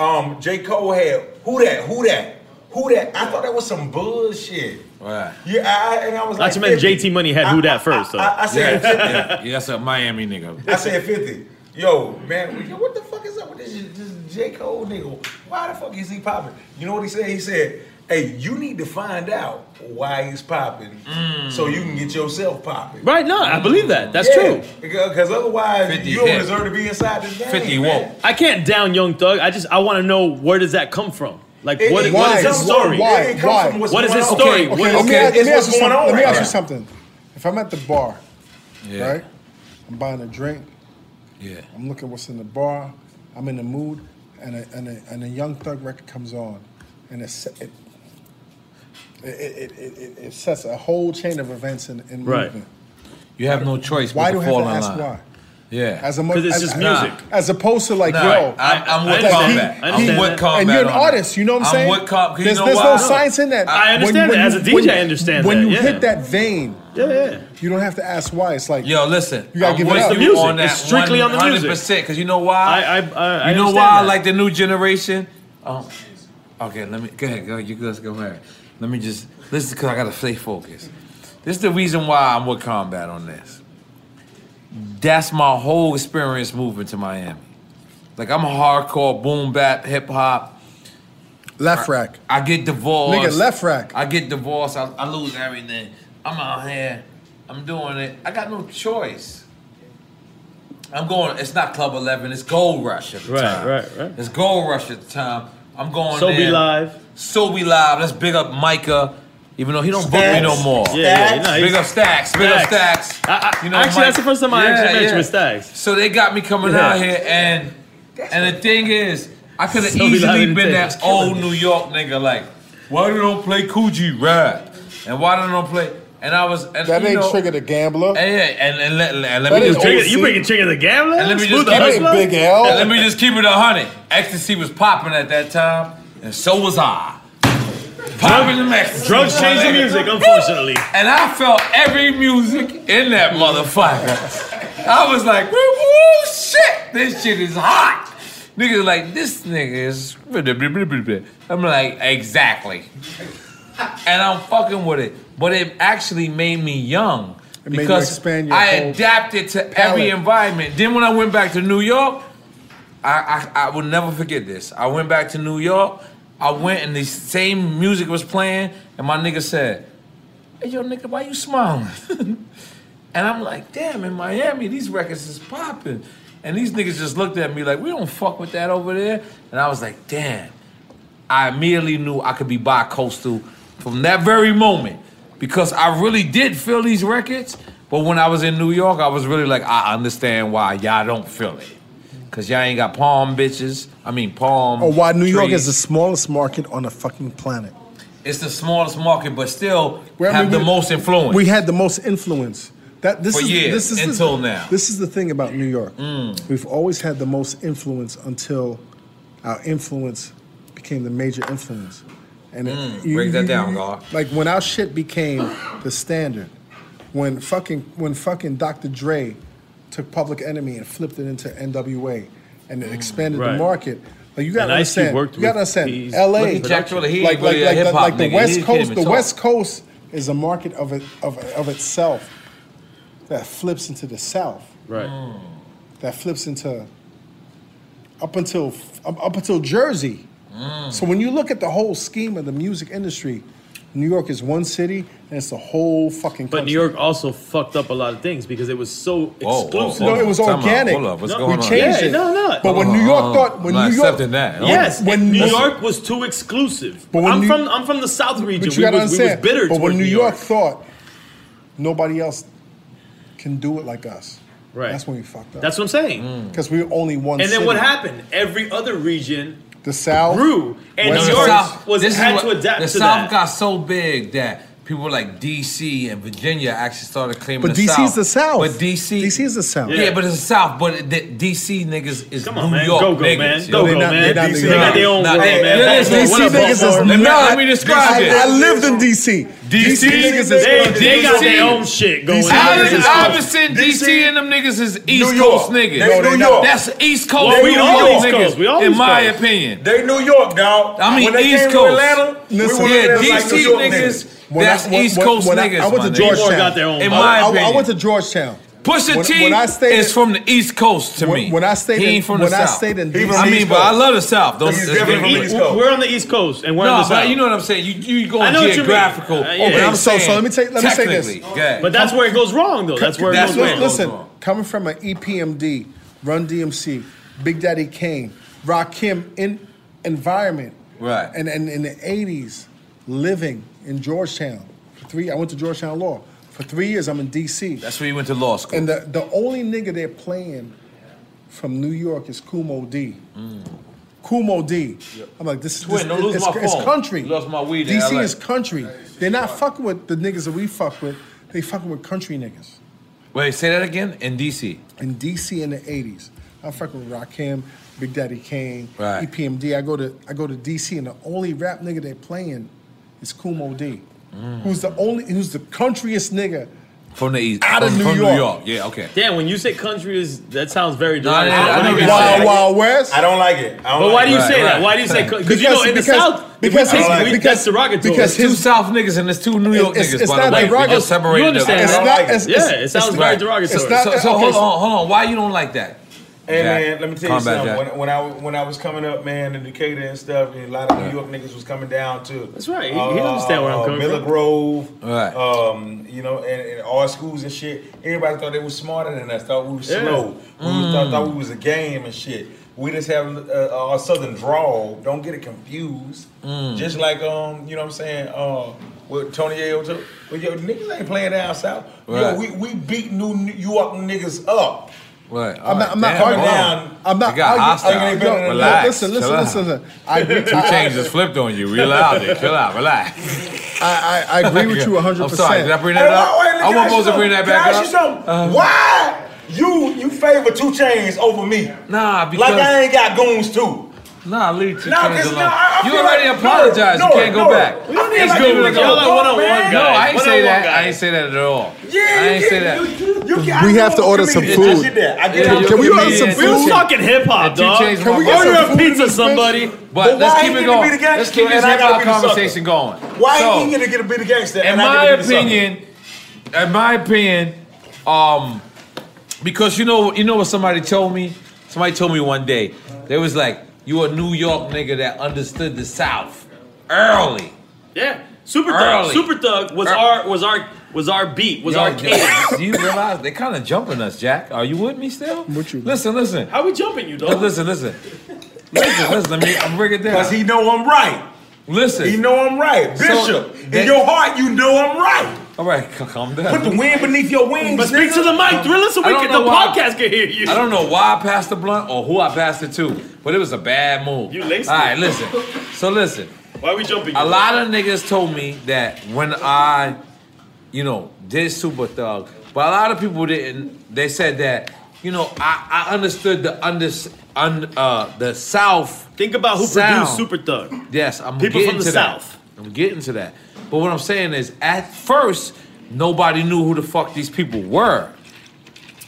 [SPEAKER 6] um, J. Cole had who that? Who that? Who that? I thought that was some bullshit.
[SPEAKER 7] Right.
[SPEAKER 6] Yeah, I, I- and I was
[SPEAKER 2] Not
[SPEAKER 6] like,
[SPEAKER 2] to mention
[SPEAKER 6] 50.
[SPEAKER 2] JT Money had who that first though.
[SPEAKER 6] I- I said
[SPEAKER 7] yeah.
[SPEAKER 6] 50.
[SPEAKER 7] yeah, yeah, that's a Miami nigga.
[SPEAKER 6] I said 50. Yo, man, yo, what the fuck is up with this, this J. Cole nigga? Why the fuck is he popping? You know what he said? He said, hey, you need to find out why he's popping
[SPEAKER 2] Mm.
[SPEAKER 6] so you can get yourself popping.
[SPEAKER 2] Right? No, I believe that. That's true.
[SPEAKER 6] Because otherwise,
[SPEAKER 2] 50
[SPEAKER 6] you don't
[SPEAKER 2] hit.
[SPEAKER 6] deserve to be inside this game. man.
[SPEAKER 2] I can't down Young Thug. I just I want to know where does that come from. Like
[SPEAKER 6] It-
[SPEAKER 2] what,
[SPEAKER 6] it-
[SPEAKER 2] what is
[SPEAKER 6] why?
[SPEAKER 2] his story?
[SPEAKER 6] Why? It comes Why? from what's
[SPEAKER 2] What is
[SPEAKER 6] going
[SPEAKER 2] his
[SPEAKER 6] on.
[SPEAKER 2] story?
[SPEAKER 6] Okay,
[SPEAKER 2] What
[SPEAKER 3] Okay,
[SPEAKER 2] is-
[SPEAKER 3] let me, ask- let
[SPEAKER 6] it's
[SPEAKER 3] me ask you
[SPEAKER 6] what's going
[SPEAKER 3] something.
[SPEAKER 6] on
[SPEAKER 3] Let me
[SPEAKER 6] right
[SPEAKER 3] ask you
[SPEAKER 6] now.
[SPEAKER 3] something. If I'm at the bar, right? I'm buying a drink.
[SPEAKER 7] Yeah.
[SPEAKER 3] I'm looking what's in the bar. I'm in the mood, and a, and a, and a Young Thug record comes on, and it's, it, it, it, it, it, it sets a whole chain of events in, in
[SPEAKER 7] Right.
[SPEAKER 3] movement.
[SPEAKER 7] You have no choice but
[SPEAKER 3] Why do
[SPEAKER 7] to
[SPEAKER 3] I have
[SPEAKER 7] fall
[SPEAKER 3] to
[SPEAKER 7] in
[SPEAKER 3] ask
[SPEAKER 7] line.
[SPEAKER 3] why?
[SPEAKER 7] Yeah,
[SPEAKER 3] As a mo- as, as-
[SPEAKER 7] Nah.
[SPEAKER 3] as opposed to like,
[SPEAKER 7] Nah,
[SPEAKER 3] yo,
[SPEAKER 7] I, I'm with
[SPEAKER 3] like, he-
[SPEAKER 7] combat.
[SPEAKER 3] he-
[SPEAKER 7] I'm with combat.
[SPEAKER 3] And you're an
[SPEAKER 7] on that.
[SPEAKER 3] artist, you know what I'm saying?
[SPEAKER 7] I'm with combat.
[SPEAKER 3] There's,
[SPEAKER 7] you know
[SPEAKER 3] there's
[SPEAKER 7] why?
[SPEAKER 3] no science in that.
[SPEAKER 7] I understand that. As a
[SPEAKER 3] when
[SPEAKER 7] DJ, I
[SPEAKER 3] you-
[SPEAKER 7] understand
[SPEAKER 3] When
[SPEAKER 7] that,
[SPEAKER 3] you
[SPEAKER 7] yeah.
[SPEAKER 3] hit that vein,
[SPEAKER 2] yeah, yeah,
[SPEAKER 3] you don't have to ask why. It's like,
[SPEAKER 7] Yo, listen.
[SPEAKER 3] You gotta
[SPEAKER 7] I'm
[SPEAKER 3] give it
[SPEAKER 7] with
[SPEAKER 3] up.
[SPEAKER 7] you On that 100%, because you know why?
[SPEAKER 2] I, I, I
[SPEAKER 7] you know
[SPEAKER 2] understand
[SPEAKER 7] why I
[SPEAKER 2] that.
[SPEAKER 7] like the new generation? Um, okay, let me, go ahead, go, you guys go ahead. Let me just, listen, because I got to stay focused. This is the reason why I'm with Combat on this. That's my whole experience moving to Miami. Like, I'm hardcore, boom bap, hip hop.
[SPEAKER 3] Left rack.
[SPEAKER 7] I get divorced.
[SPEAKER 3] Nigga, left rack.
[SPEAKER 7] I get divorced. I, I lose everything. I'm out here. I'm doing it. I got no choice. I'm going. It's not Club Eleven. It's Gold Rush at the
[SPEAKER 2] Right,
[SPEAKER 7] time.
[SPEAKER 2] right, right.
[SPEAKER 7] It's Gold Rush at the time. I'm going.
[SPEAKER 2] So Be
[SPEAKER 7] there.
[SPEAKER 2] Live.
[SPEAKER 7] So be live. Let's big up Micah. Even though he don't book me
[SPEAKER 2] Stacks.
[SPEAKER 7] no more.
[SPEAKER 2] Yeah, yeah, no, he's-
[SPEAKER 7] big up Stacks. Big up
[SPEAKER 2] Stacks.
[SPEAKER 7] Stacks.
[SPEAKER 2] I- actually, that's the first time I actually met you with Stacks.
[SPEAKER 7] So they got me coming
[SPEAKER 2] Yeah.
[SPEAKER 7] out here, and and the thing is, I could have
[SPEAKER 2] So Be Live
[SPEAKER 7] easily
[SPEAKER 2] in the
[SPEAKER 7] been
[SPEAKER 2] Tank.
[SPEAKER 7] that old New York nigga, like, why they don't play Coogee Rap, and why they don't play, and I was and
[SPEAKER 3] That
[SPEAKER 7] you
[SPEAKER 3] ain't
[SPEAKER 7] know,
[SPEAKER 3] Trigger the
[SPEAKER 7] and,
[SPEAKER 3] Gambler.
[SPEAKER 7] yeah, and, and let, and let
[SPEAKER 3] That
[SPEAKER 7] me
[SPEAKER 3] ain't
[SPEAKER 7] just
[SPEAKER 3] Trigger- you bringing
[SPEAKER 2] Trigger the Gambler?
[SPEAKER 7] And let me just
[SPEAKER 3] Smooth the
[SPEAKER 7] keep it,
[SPEAKER 3] Hustler? Big L.
[SPEAKER 7] And let me just keep it a hundred. Ecstasy was popping at that time, and so was I. Popping the ecstasy.
[SPEAKER 2] Drugs change the music, unfortunately.
[SPEAKER 7] And I felt every music in that motherfucker. I was like, woo, woo, shit, this shit is hot. Niggas like, this nigga is. I'm like, exactly. And I'm fucking with it. But it actually made me young.
[SPEAKER 3] It made you
[SPEAKER 7] because
[SPEAKER 3] expand your
[SPEAKER 7] I
[SPEAKER 3] whole
[SPEAKER 7] adapted to every
[SPEAKER 3] palate.
[SPEAKER 7] environment. Then when I went back to New York, I, I, I will never forget this. I went back to New York. I went and the same music was playing, and my nigga said, Hey, yo, nigga, why you smiling? [LAUGHS] and I'm like, damn, in Miami, these records is popping. And these niggas just looked at me like, we don't fuck with that over there. And I was like, damn. I immediately knew I could be bi coastal from that very moment because I really did feel these records. But when I was in New York, I was really like, I understand why y'all don't feel it. Because y'all ain't got palm bitches. I mean, palm.
[SPEAKER 3] Or Oh, why New York
[SPEAKER 7] um, trees.
[SPEAKER 3] is the smallest market on the fucking planet.
[SPEAKER 7] It's the smallest market, but still
[SPEAKER 3] Well, I
[SPEAKER 7] have
[SPEAKER 3] mean,
[SPEAKER 7] the
[SPEAKER 3] we-
[SPEAKER 7] most influence.
[SPEAKER 3] We had the most influence. That this
[SPEAKER 7] For
[SPEAKER 3] is
[SPEAKER 7] years,
[SPEAKER 3] this is the-
[SPEAKER 7] until now. Mm.
[SPEAKER 3] This is the thing about New York. We've always had the most influence until our influence became the major influence. And it-
[SPEAKER 7] Mm, break that down, God.
[SPEAKER 3] Like when our shit became the standard, when fucking when fucking Dr. Dre took Public Enemy and flipped it into N.W.A. and it expanded the
[SPEAKER 2] right.
[SPEAKER 3] market. Like you gotta
[SPEAKER 2] And Ice Cube
[SPEAKER 3] understand.
[SPEAKER 2] worked
[SPEAKER 3] you gotta
[SPEAKER 2] with-
[SPEAKER 3] understand.
[SPEAKER 2] he's-
[SPEAKER 3] L.A.
[SPEAKER 2] look at Jack Thriller, he
[SPEAKER 3] like
[SPEAKER 2] ain't
[SPEAKER 3] like
[SPEAKER 2] really a
[SPEAKER 3] like, the,
[SPEAKER 2] hip-hop
[SPEAKER 3] like the
[SPEAKER 2] nigga. He
[SPEAKER 3] West
[SPEAKER 2] can't
[SPEAKER 3] Coast.
[SPEAKER 2] even
[SPEAKER 3] The
[SPEAKER 2] talk.
[SPEAKER 3] West Coast is a market of it of of itself that flips into the South.
[SPEAKER 2] Right.
[SPEAKER 3] That flips into up until up up until Jersey.
[SPEAKER 7] Mm.
[SPEAKER 2] Hmm.
[SPEAKER 3] So when you look at the whole scheme of the music industry, New York is one city and it's the whole fucking.
[SPEAKER 2] But
[SPEAKER 3] Country.
[SPEAKER 2] New York also fucked up a lot of things because it was so
[SPEAKER 3] whoa,
[SPEAKER 2] exclusive.
[SPEAKER 3] whoa, No, it was time out. organic. Hold up, what's No, going we on? changed
[SPEAKER 2] Yeah,
[SPEAKER 3] it.
[SPEAKER 2] No, no.
[SPEAKER 3] But when New York Hold on, thought- when I'm not New York- accepting that.
[SPEAKER 2] Yes,
[SPEAKER 3] When-
[SPEAKER 2] when New
[SPEAKER 3] listen.
[SPEAKER 2] York was too exclusive.
[SPEAKER 3] But when
[SPEAKER 2] I'm
[SPEAKER 3] New-
[SPEAKER 2] from I'm from the South region.
[SPEAKER 3] But you
[SPEAKER 2] we,
[SPEAKER 3] gotta
[SPEAKER 2] was, we was
[SPEAKER 3] understand.
[SPEAKER 2] bitter
[SPEAKER 3] but
[SPEAKER 2] toward
[SPEAKER 3] when New
[SPEAKER 2] New
[SPEAKER 3] York, thought nobody else can do it like us,
[SPEAKER 2] Right.
[SPEAKER 3] That's when we fucked up.
[SPEAKER 2] That's what I'm saying.
[SPEAKER 12] Hmm.
[SPEAKER 3] Because we were only one.
[SPEAKER 2] And then
[SPEAKER 3] city.
[SPEAKER 2] what happened? Every other region
[SPEAKER 3] The South
[SPEAKER 2] grew, and
[SPEAKER 3] West
[SPEAKER 2] New York
[SPEAKER 3] Coast.
[SPEAKER 2] was
[SPEAKER 12] This is
[SPEAKER 2] had
[SPEAKER 12] what-
[SPEAKER 2] to adapt
[SPEAKER 12] the
[SPEAKER 2] to
[SPEAKER 12] South
[SPEAKER 2] that.
[SPEAKER 12] got so big that people like DC and Virginia actually started claiming
[SPEAKER 3] But
[SPEAKER 12] the
[SPEAKER 3] DC's
[SPEAKER 12] South.
[SPEAKER 3] the South.
[SPEAKER 12] But DC,
[SPEAKER 3] DC is the South.
[SPEAKER 12] Yeah, but it's the South. But it- the DC niggas is
[SPEAKER 2] on,
[SPEAKER 12] New
[SPEAKER 2] man.
[SPEAKER 12] York
[SPEAKER 2] Go-go,
[SPEAKER 12] niggas.
[SPEAKER 2] man.
[SPEAKER 12] yo.
[SPEAKER 2] Go-go, They're not- man. they're not New They got York. their own world,
[SPEAKER 12] they-
[SPEAKER 2] man.
[SPEAKER 12] yeah,
[SPEAKER 2] Back
[SPEAKER 12] it's
[SPEAKER 2] home.
[SPEAKER 12] DC
[SPEAKER 2] What up,
[SPEAKER 12] niggas
[SPEAKER 2] Buffalo?
[SPEAKER 12] is
[SPEAKER 2] Let me-
[SPEAKER 12] not-
[SPEAKER 2] let me describe
[SPEAKER 3] I,
[SPEAKER 2] it.
[SPEAKER 3] I lived in DC.
[SPEAKER 2] DC,
[SPEAKER 3] niggas is
[SPEAKER 2] they,
[SPEAKER 3] good.
[SPEAKER 2] they got their
[SPEAKER 3] DC.
[SPEAKER 2] own shit going
[SPEAKER 3] DC
[SPEAKER 2] on.
[SPEAKER 3] niggas is
[SPEAKER 7] Iverson, DC, and them niggas is East Coast niggas.
[SPEAKER 2] They New York.
[SPEAKER 7] That's East Coast.
[SPEAKER 2] Well, we
[SPEAKER 7] New
[SPEAKER 2] all
[SPEAKER 7] York
[SPEAKER 2] East Coast. We all
[SPEAKER 7] in
[SPEAKER 2] East
[SPEAKER 7] my
[SPEAKER 2] Coast.
[SPEAKER 7] opinion.
[SPEAKER 6] They New York, dog.
[SPEAKER 7] I mean,
[SPEAKER 6] When they
[SPEAKER 7] East
[SPEAKER 6] came to
[SPEAKER 7] Coast.
[SPEAKER 6] Atlanta, we
[SPEAKER 7] Listen,
[SPEAKER 6] were
[SPEAKER 7] yeah,
[SPEAKER 6] looking like
[SPEAKER 7] DC
[SPEAKER 6] New York
[SPEAKER 7] niggas,
[SPEAKER 3] When I-
[SPEAKER 7] that's
[SPEAKER 3] when-
[SPEAKER 7] East
[SPEAKER 3] when-
[SPEAKER 7] Coast
[SPEAKER 3] when I-
[SPEAKER 7] niggas.
[SPEAKER 3] I went to
[SPEAKER 7] my nigga.
[SPEAKER 3] Georgetown.
[SPEAKER 7] In
[SPEAKER 3] I-
[SPEAKER 7] my
[SPEAKER 3] I-
[SPEAKER 7] opinion,
[SPEAKER 3] I went to Georgetown.
[SPEAKER 7] Pusha
[SPEAKER 3] When-
[SPEAKER 7] T
[SPEAKER 3] when I stayed
[SPEAKER 7] is
[SPEAKER 3] in-
[SPEAKER 7] from the East Coast to me.
[SPEAKER 3] when I stayed
[SPEAKER 7] he
[SPEAKER 3] in-
[SPEAKER 7] ain't from
[SPEAKER 3] when
[SPEAKER 7] the
[SPEAKER 3] I
[SPEAKER 7] South.
[SPEAKER 3] stayed in He from DC. the
[SPEAKER 7] I mean,
[SPEAKER 3] East
[SPEAKER 7] but I
[SPEAKER 3] Coast.
[SPEAKER 7] love the South. Those- those niggas-
[SPEAKER 2] We're on the East Coast, and we're
[SPEAKER 7] no,
[SPEAKER 2] on the South.
[SPEAKER 7] but you know what I'm saying. You you go
[SPEAKER 2] I know what you mean.
[SPEAKER 7] geographical.
[SPEAKER 2] Uh, yeah.
[SPEAKER 7] but I'm
[SPEAKER 3] So, so
[SPEAKER 7] saying
[SPEAKER 3] let me take let me say this.
[SPEAKER 7] technically, yeah.
[SPEAKER 2] But that's where it goes wrong, though. That's where it goes wrong.
[SPEAKER 3] Listen, coming from an
[SPEAKER 2] E
[SPEAKER 3] EPMD, Run DMC, Big Daddy Kane, Rakim in environment,
[SPEAKER 12] Right.
[SPEAKER 3] and and in the '80s, living in Georgetown for three. I went to Georgetown Law for three years. I'm in DC.
[SPEAKER 12] That's where you went to law school.
[SPEAKER 3] And the, the only nigga they're playing from New York is Kumo D. Kumo D. am like, this is this,
[SPEAKER 7] Twin, don't lose
[SPEAKER 3] it's,
[SPEAKER 7] my
[SPEAKER 3] it's
[SPEAKER 7] phone.
[SPEAKER 3] country.
[SPEAKER 7] Lost my weed in
[SPEAKER 3] DC
[SPEAKER 7] LA.
[SPEAKER 3] is country. They're not fucking with the niggas that we fuck with. They fucking with country niggas.
[SPEAKER 12] Wait, say that again. In DC,
[SPEAKER 3] In DC in the 80s, I'm fucking with Rakim, Big Daddy Kane, E
[SPEAKER 12] Right.
[SPEAKER 3] EPMD. I go to I go to DC and the only rap nigga they're playing is Kumo D.
[SPEAKER 7] Hmm.
[SPEAKER 3] Who's the only who's the countryest nigga
[SPEAKER 12] from the East,
[SPEAKER 3] Out of
[SPEAKER 12] from,
[SPEAKER 3] New
[SPEAKER 12] from
[SPEAKER 3] York.
[SPEAKER 12] New York. Yeah, okay.
[SPEAKER 2] Damn, when you say country is that sounds very
[SPEAKER 12] I
[SPEAKER 2] derogatory.
[SPEAKER 12] didn't- I didn't
[SPEAKER 2] Wild,
[SPEAKER 12] say it.
[SPEAKER 3] Wild West.
[SPEAKER 6] I don't like it. I don't
[SPEAKER 2] But
[SPEAKER 6] like
[SPEAKER 2] why do you
[SPEAKER 6] it.
[SPEAKER 2] say that? Why do you say because you know in the South
[SPEAKER 3] because
[SPEAKER 2] we
[SPEAKER 3] his-
[SPEAKER 2] take- we-
[SPEAKER 3] because-
[SPEAKER 2] that's derogatory.
[SPEAKER 3] because
[SPEAKER 2] There's two
[SPEAKER 3] his-
[SPEAKER 12] South niggas and there's two New York
[SPEAKER 3] It's-
[SPEAKER 12] niggas.
[SPEAKER 3] it's
[SPEAKER 12] by
[SPEAKER 3] not
[SPEAKER 12] the way,
[SPEAKER 3] derogatory.
[SPEAKER 12] We just separated
[SPEAKER 3] You understand.
[SPEAKER 12] them.
[SPEAKER 3] It's
[SPEAKER 12] I don't
[SPEAKER 3] not-
[SPEAKER 12] like
[SPEAKER 3] it's-
[SPEAKER 12] it.
[SPEAKER 3] it's- Yeah, it sounds it's very not- derogatory. it's not-
[SPEAKER 12] so so
[SPEAKER 3] okay,
[SPEAKER 12] hold
[SPEAKER 3] so-
[SPEAKER 12] on, hold on. Why you don't like that?
[SPEAKER 6] Hey
[SPEAKER 12] Jack.
[SPEAKER 6] man, let me tell you
[SPEAKER 12] Combat
[SPEAKER 6] something.
[SPEAKER 12] Jack.
[SPEAKER 6] When, when I when I was coming up, man, in Decatur and stuff, and a lot of New York niggas was coming down too. That's
[SPEAKER 2] right. He- he understand where I'm coming
[SPEAKER 6] Miller
[SPEAKER 7] Uh,
[SPEAKER 2] from.
[SPEAKER 6] Grove,
[SPEAKER 2] Right.
[SPEAKER 6] um, you know, and, and all schools and shit. Everybody thought they was smarter than us. Thought we was
[SPEAKER 2] Yeah.
[SPEAKER 6] slow. We was, thought,
[SPEAKER 12] Mm.
[SPEAKER 6] thought we was a game and shit. We just have uh, our southern drawl. Don't get it confused.
[SPEAKER 12] Mm.
[SPEAKER 6] Just like um, you know what I'm saying? Uh, with Tony L too. But yo, niggas ain't playing down south.
[SPEAKER 12] Right.
[SPEAKER 6] Yo, we, we beat New York niggas up.
[SPEAKER 12] What?
[SPEAKER 3] I'm not. I'm not arguing. I'm not.
[SPEAKER 12] They got hostile.
[SPEAKER 3] arguing. No, no, no,
[SPEAKER 12] Relax.
[SPEAKER 3] Listen, listen,
[SPEAKER 12] Chill
[SPEAKER 3] listen,
[SPEAKER 12] out.
[SPEAKER 3] listen. I agree.
[SPEAKER 12] [LAUGHS] Two chains just flipped on you. We allowed it. Chill out. Relax.
[SPEAKER 3] I, I, I agree
[SPEAKER 12] [LAUGHS]
[SPEAKER 3] with you 100.
[SPEAKER 12] I'm
[SPEAKER 3] percent
[SPEAKER 12] sorry. Did I bring that up? I wasn't supposed to bring that back
[SPEAKER 6] Can I
[SPEAKER 12] up.
[SPEAKER 6] ask you something?
[SPEAKER 12] Uh-huh.
[SPEAKER 6] Why you you favor two chains over me?
[SPEAKER 12] Nah,
[SPEAKER 6] like
[SPEAKER 12] because-
[SPEAKER 6] I ain't got goons too.
[SPEAKER 7] Nah, leave two
[SPEAKER 6] No,
[SPEAKER 7] chains
[SPEAKER 6] 'cause
[SPEAKER 7] alone.
[SPEAKER 6] no, I- I
[SPEAKER 7] you
[SPEAKER 6] feel
[SPEAKER 7] already
[SPEAKER 6] like- no,
[SPEAKER 7] apologized.
[SPEAKER 6] no,
[SPEAKER 7] you can't go
[SPEAKER 6] no.
[SPEAKER 7] back.
[SPEAKER 6] We don't need like people to go,
[SPEAKER 7] Y'all are
[SPEAKER 6] "Oh,
[SPEAKER 7] 101
[SPEAKER 6] man."
[SPEAKER 7] No, I ain't
[SPEAKER 6] 101
[SPEAKER 7] say that.
[SPEAKER 6] guy.
[SPEAKER 7] I ain't say that at all.
[SPEAKER 6] Yeah,
[SPEAKER 7] I
[SPEAKER 6] you
[SPEAKER 7] ain't
[SPEAKER 6] can-
[SPEAKER 7] say that.
[SPEAKER 6] I
[SPEAKER 11] We have
[SPEAKER 6] know
[SPEAKER 11] to order
[SPEAKER 6] what you
[SPEAKER 11] some
[SPEAKER 6] mean.
[SPEAKER 11] food.
[SPEAKER 6] I get that. I get that.
[SPEAKER 11] Can we
[SPEAKER 6] Yeah,
[SPEAKER 11] order
[SPEAKER 6] yeah,
[SPEAKER 11] some
[SPEAKER 6] yeah.
[SPEAKER 11] food?
[SPEAKER 6] We was talking
[SPEAKER 2] hip hop,
[SPEAKER 6] dog. Can we get some food in this
[SPEAKER 7] But,
[SPEAKER 6] bitch? But
[SPEAKER 7] let's
[SPEAKER 6] why
[SPEAKER 7] keep
[SPEAKER 6] he
[SPEAKER 7] it
[SPEAKER 6] gonna
[SPEAKER 7] going.
[SPEAKER 6] be the gangster
[SPEAKER 7] Let's keep
[SPEAKER 6] and
[SPEAKER 7] this
[SPEAKER 6] I
[SPEAKER 7] hip
[SPEAKER 6] gotta
[SPEAKER 7] hop
[SPEAKER 6] be the sucker?
[SPEAKER 7] conversation going.
[SPEAKER 6] Why
[SPEAKER 7] So,
[SPEAKER 6] ain't he gonna get to be the gangster?
[SPEAKER 7] in
[SPEAKER 6] and I
[SPEAKER 7] my
[SPEAKER 6] get to be the sucker?
[SPEAKER 7] opinion, in my opinion, um, because you know, you know what somebody told me. Somebody told me one day. They was like, "You a New York nigga that understood the South early."
[SPEAKER 2] Yeah, Super
[SPEAKER 7] Early.
[SPEAKER 2] Thug. Super Thug was our was our was our beat was
[SPEAKER 7] Yo,
[SPEAKER 2] our
[SPEAKER 7] Jack,
[SPEAKER 2] cadence.
[SPEAKER 7] Do you realize they kind of jumping us, Jack? Are you with me still? What you? Listen, listen.
[SPEAKER 2] How we jumping you, dog?
[SPEAKER 7] Listen, listen, listen, listen. Let me I'm break it down.
[SPEAKER 6] Cause he know I'm right.
[SPEAKER 7] Listen,
[SPEAKER 6] he know I'm right,
[SPEAKER 7] So,
[SPEAKER 6] Bishop.
[SPEAKER 7] that-
[SPEAKER 6] in your heart, you know I'm right.
[SPEAKER 7] All right, [LAUGHS] c- calm down.
[SPEAKER 6] Put the wind beneath your wings.
[SPEAKER 7] But speak to the mic,
[SPEAKER 6] Drill
[SPEAKER 7] Thriller, so we I don't can- the know why. podcast
[SPEAKER 2] can hear you.
[SPEAKER 7] I don't know why I passed the blunt or who I passed it to, but it was a bad move.
[SPEAKER 2] You laced
[SPEAKER 7] All right,
[SPEAKER 2] it.
[SPEAKER 7] listen. So
[SPEAKER 2] [LAUGHS]
[SPEAKER 7] listen.
[SPEAKER 2] Why we jumping?
[SPEAKER 7] A lot of niggas told me that when I, you know, did Super Thug, but a lot of people didn't. They said that, you know, I, I understood the under, un, uh, the South.
[SPEAKER 2] Think about who
[SPEAKER 7] sound.
[SPEAKER 2] produced Super Thug.
[SPEAKER 7] Yes, I'm
[SPEAKER 2] People
[SPEAKER 7] getting
[SPEAKER 2] from the
[SPEAKER 7] to that.
[SPEAKER 2] South.
[SPEAKER 7] I'm getting to that. But what I'm saying is, at first, nobody knew who the fuck these people were.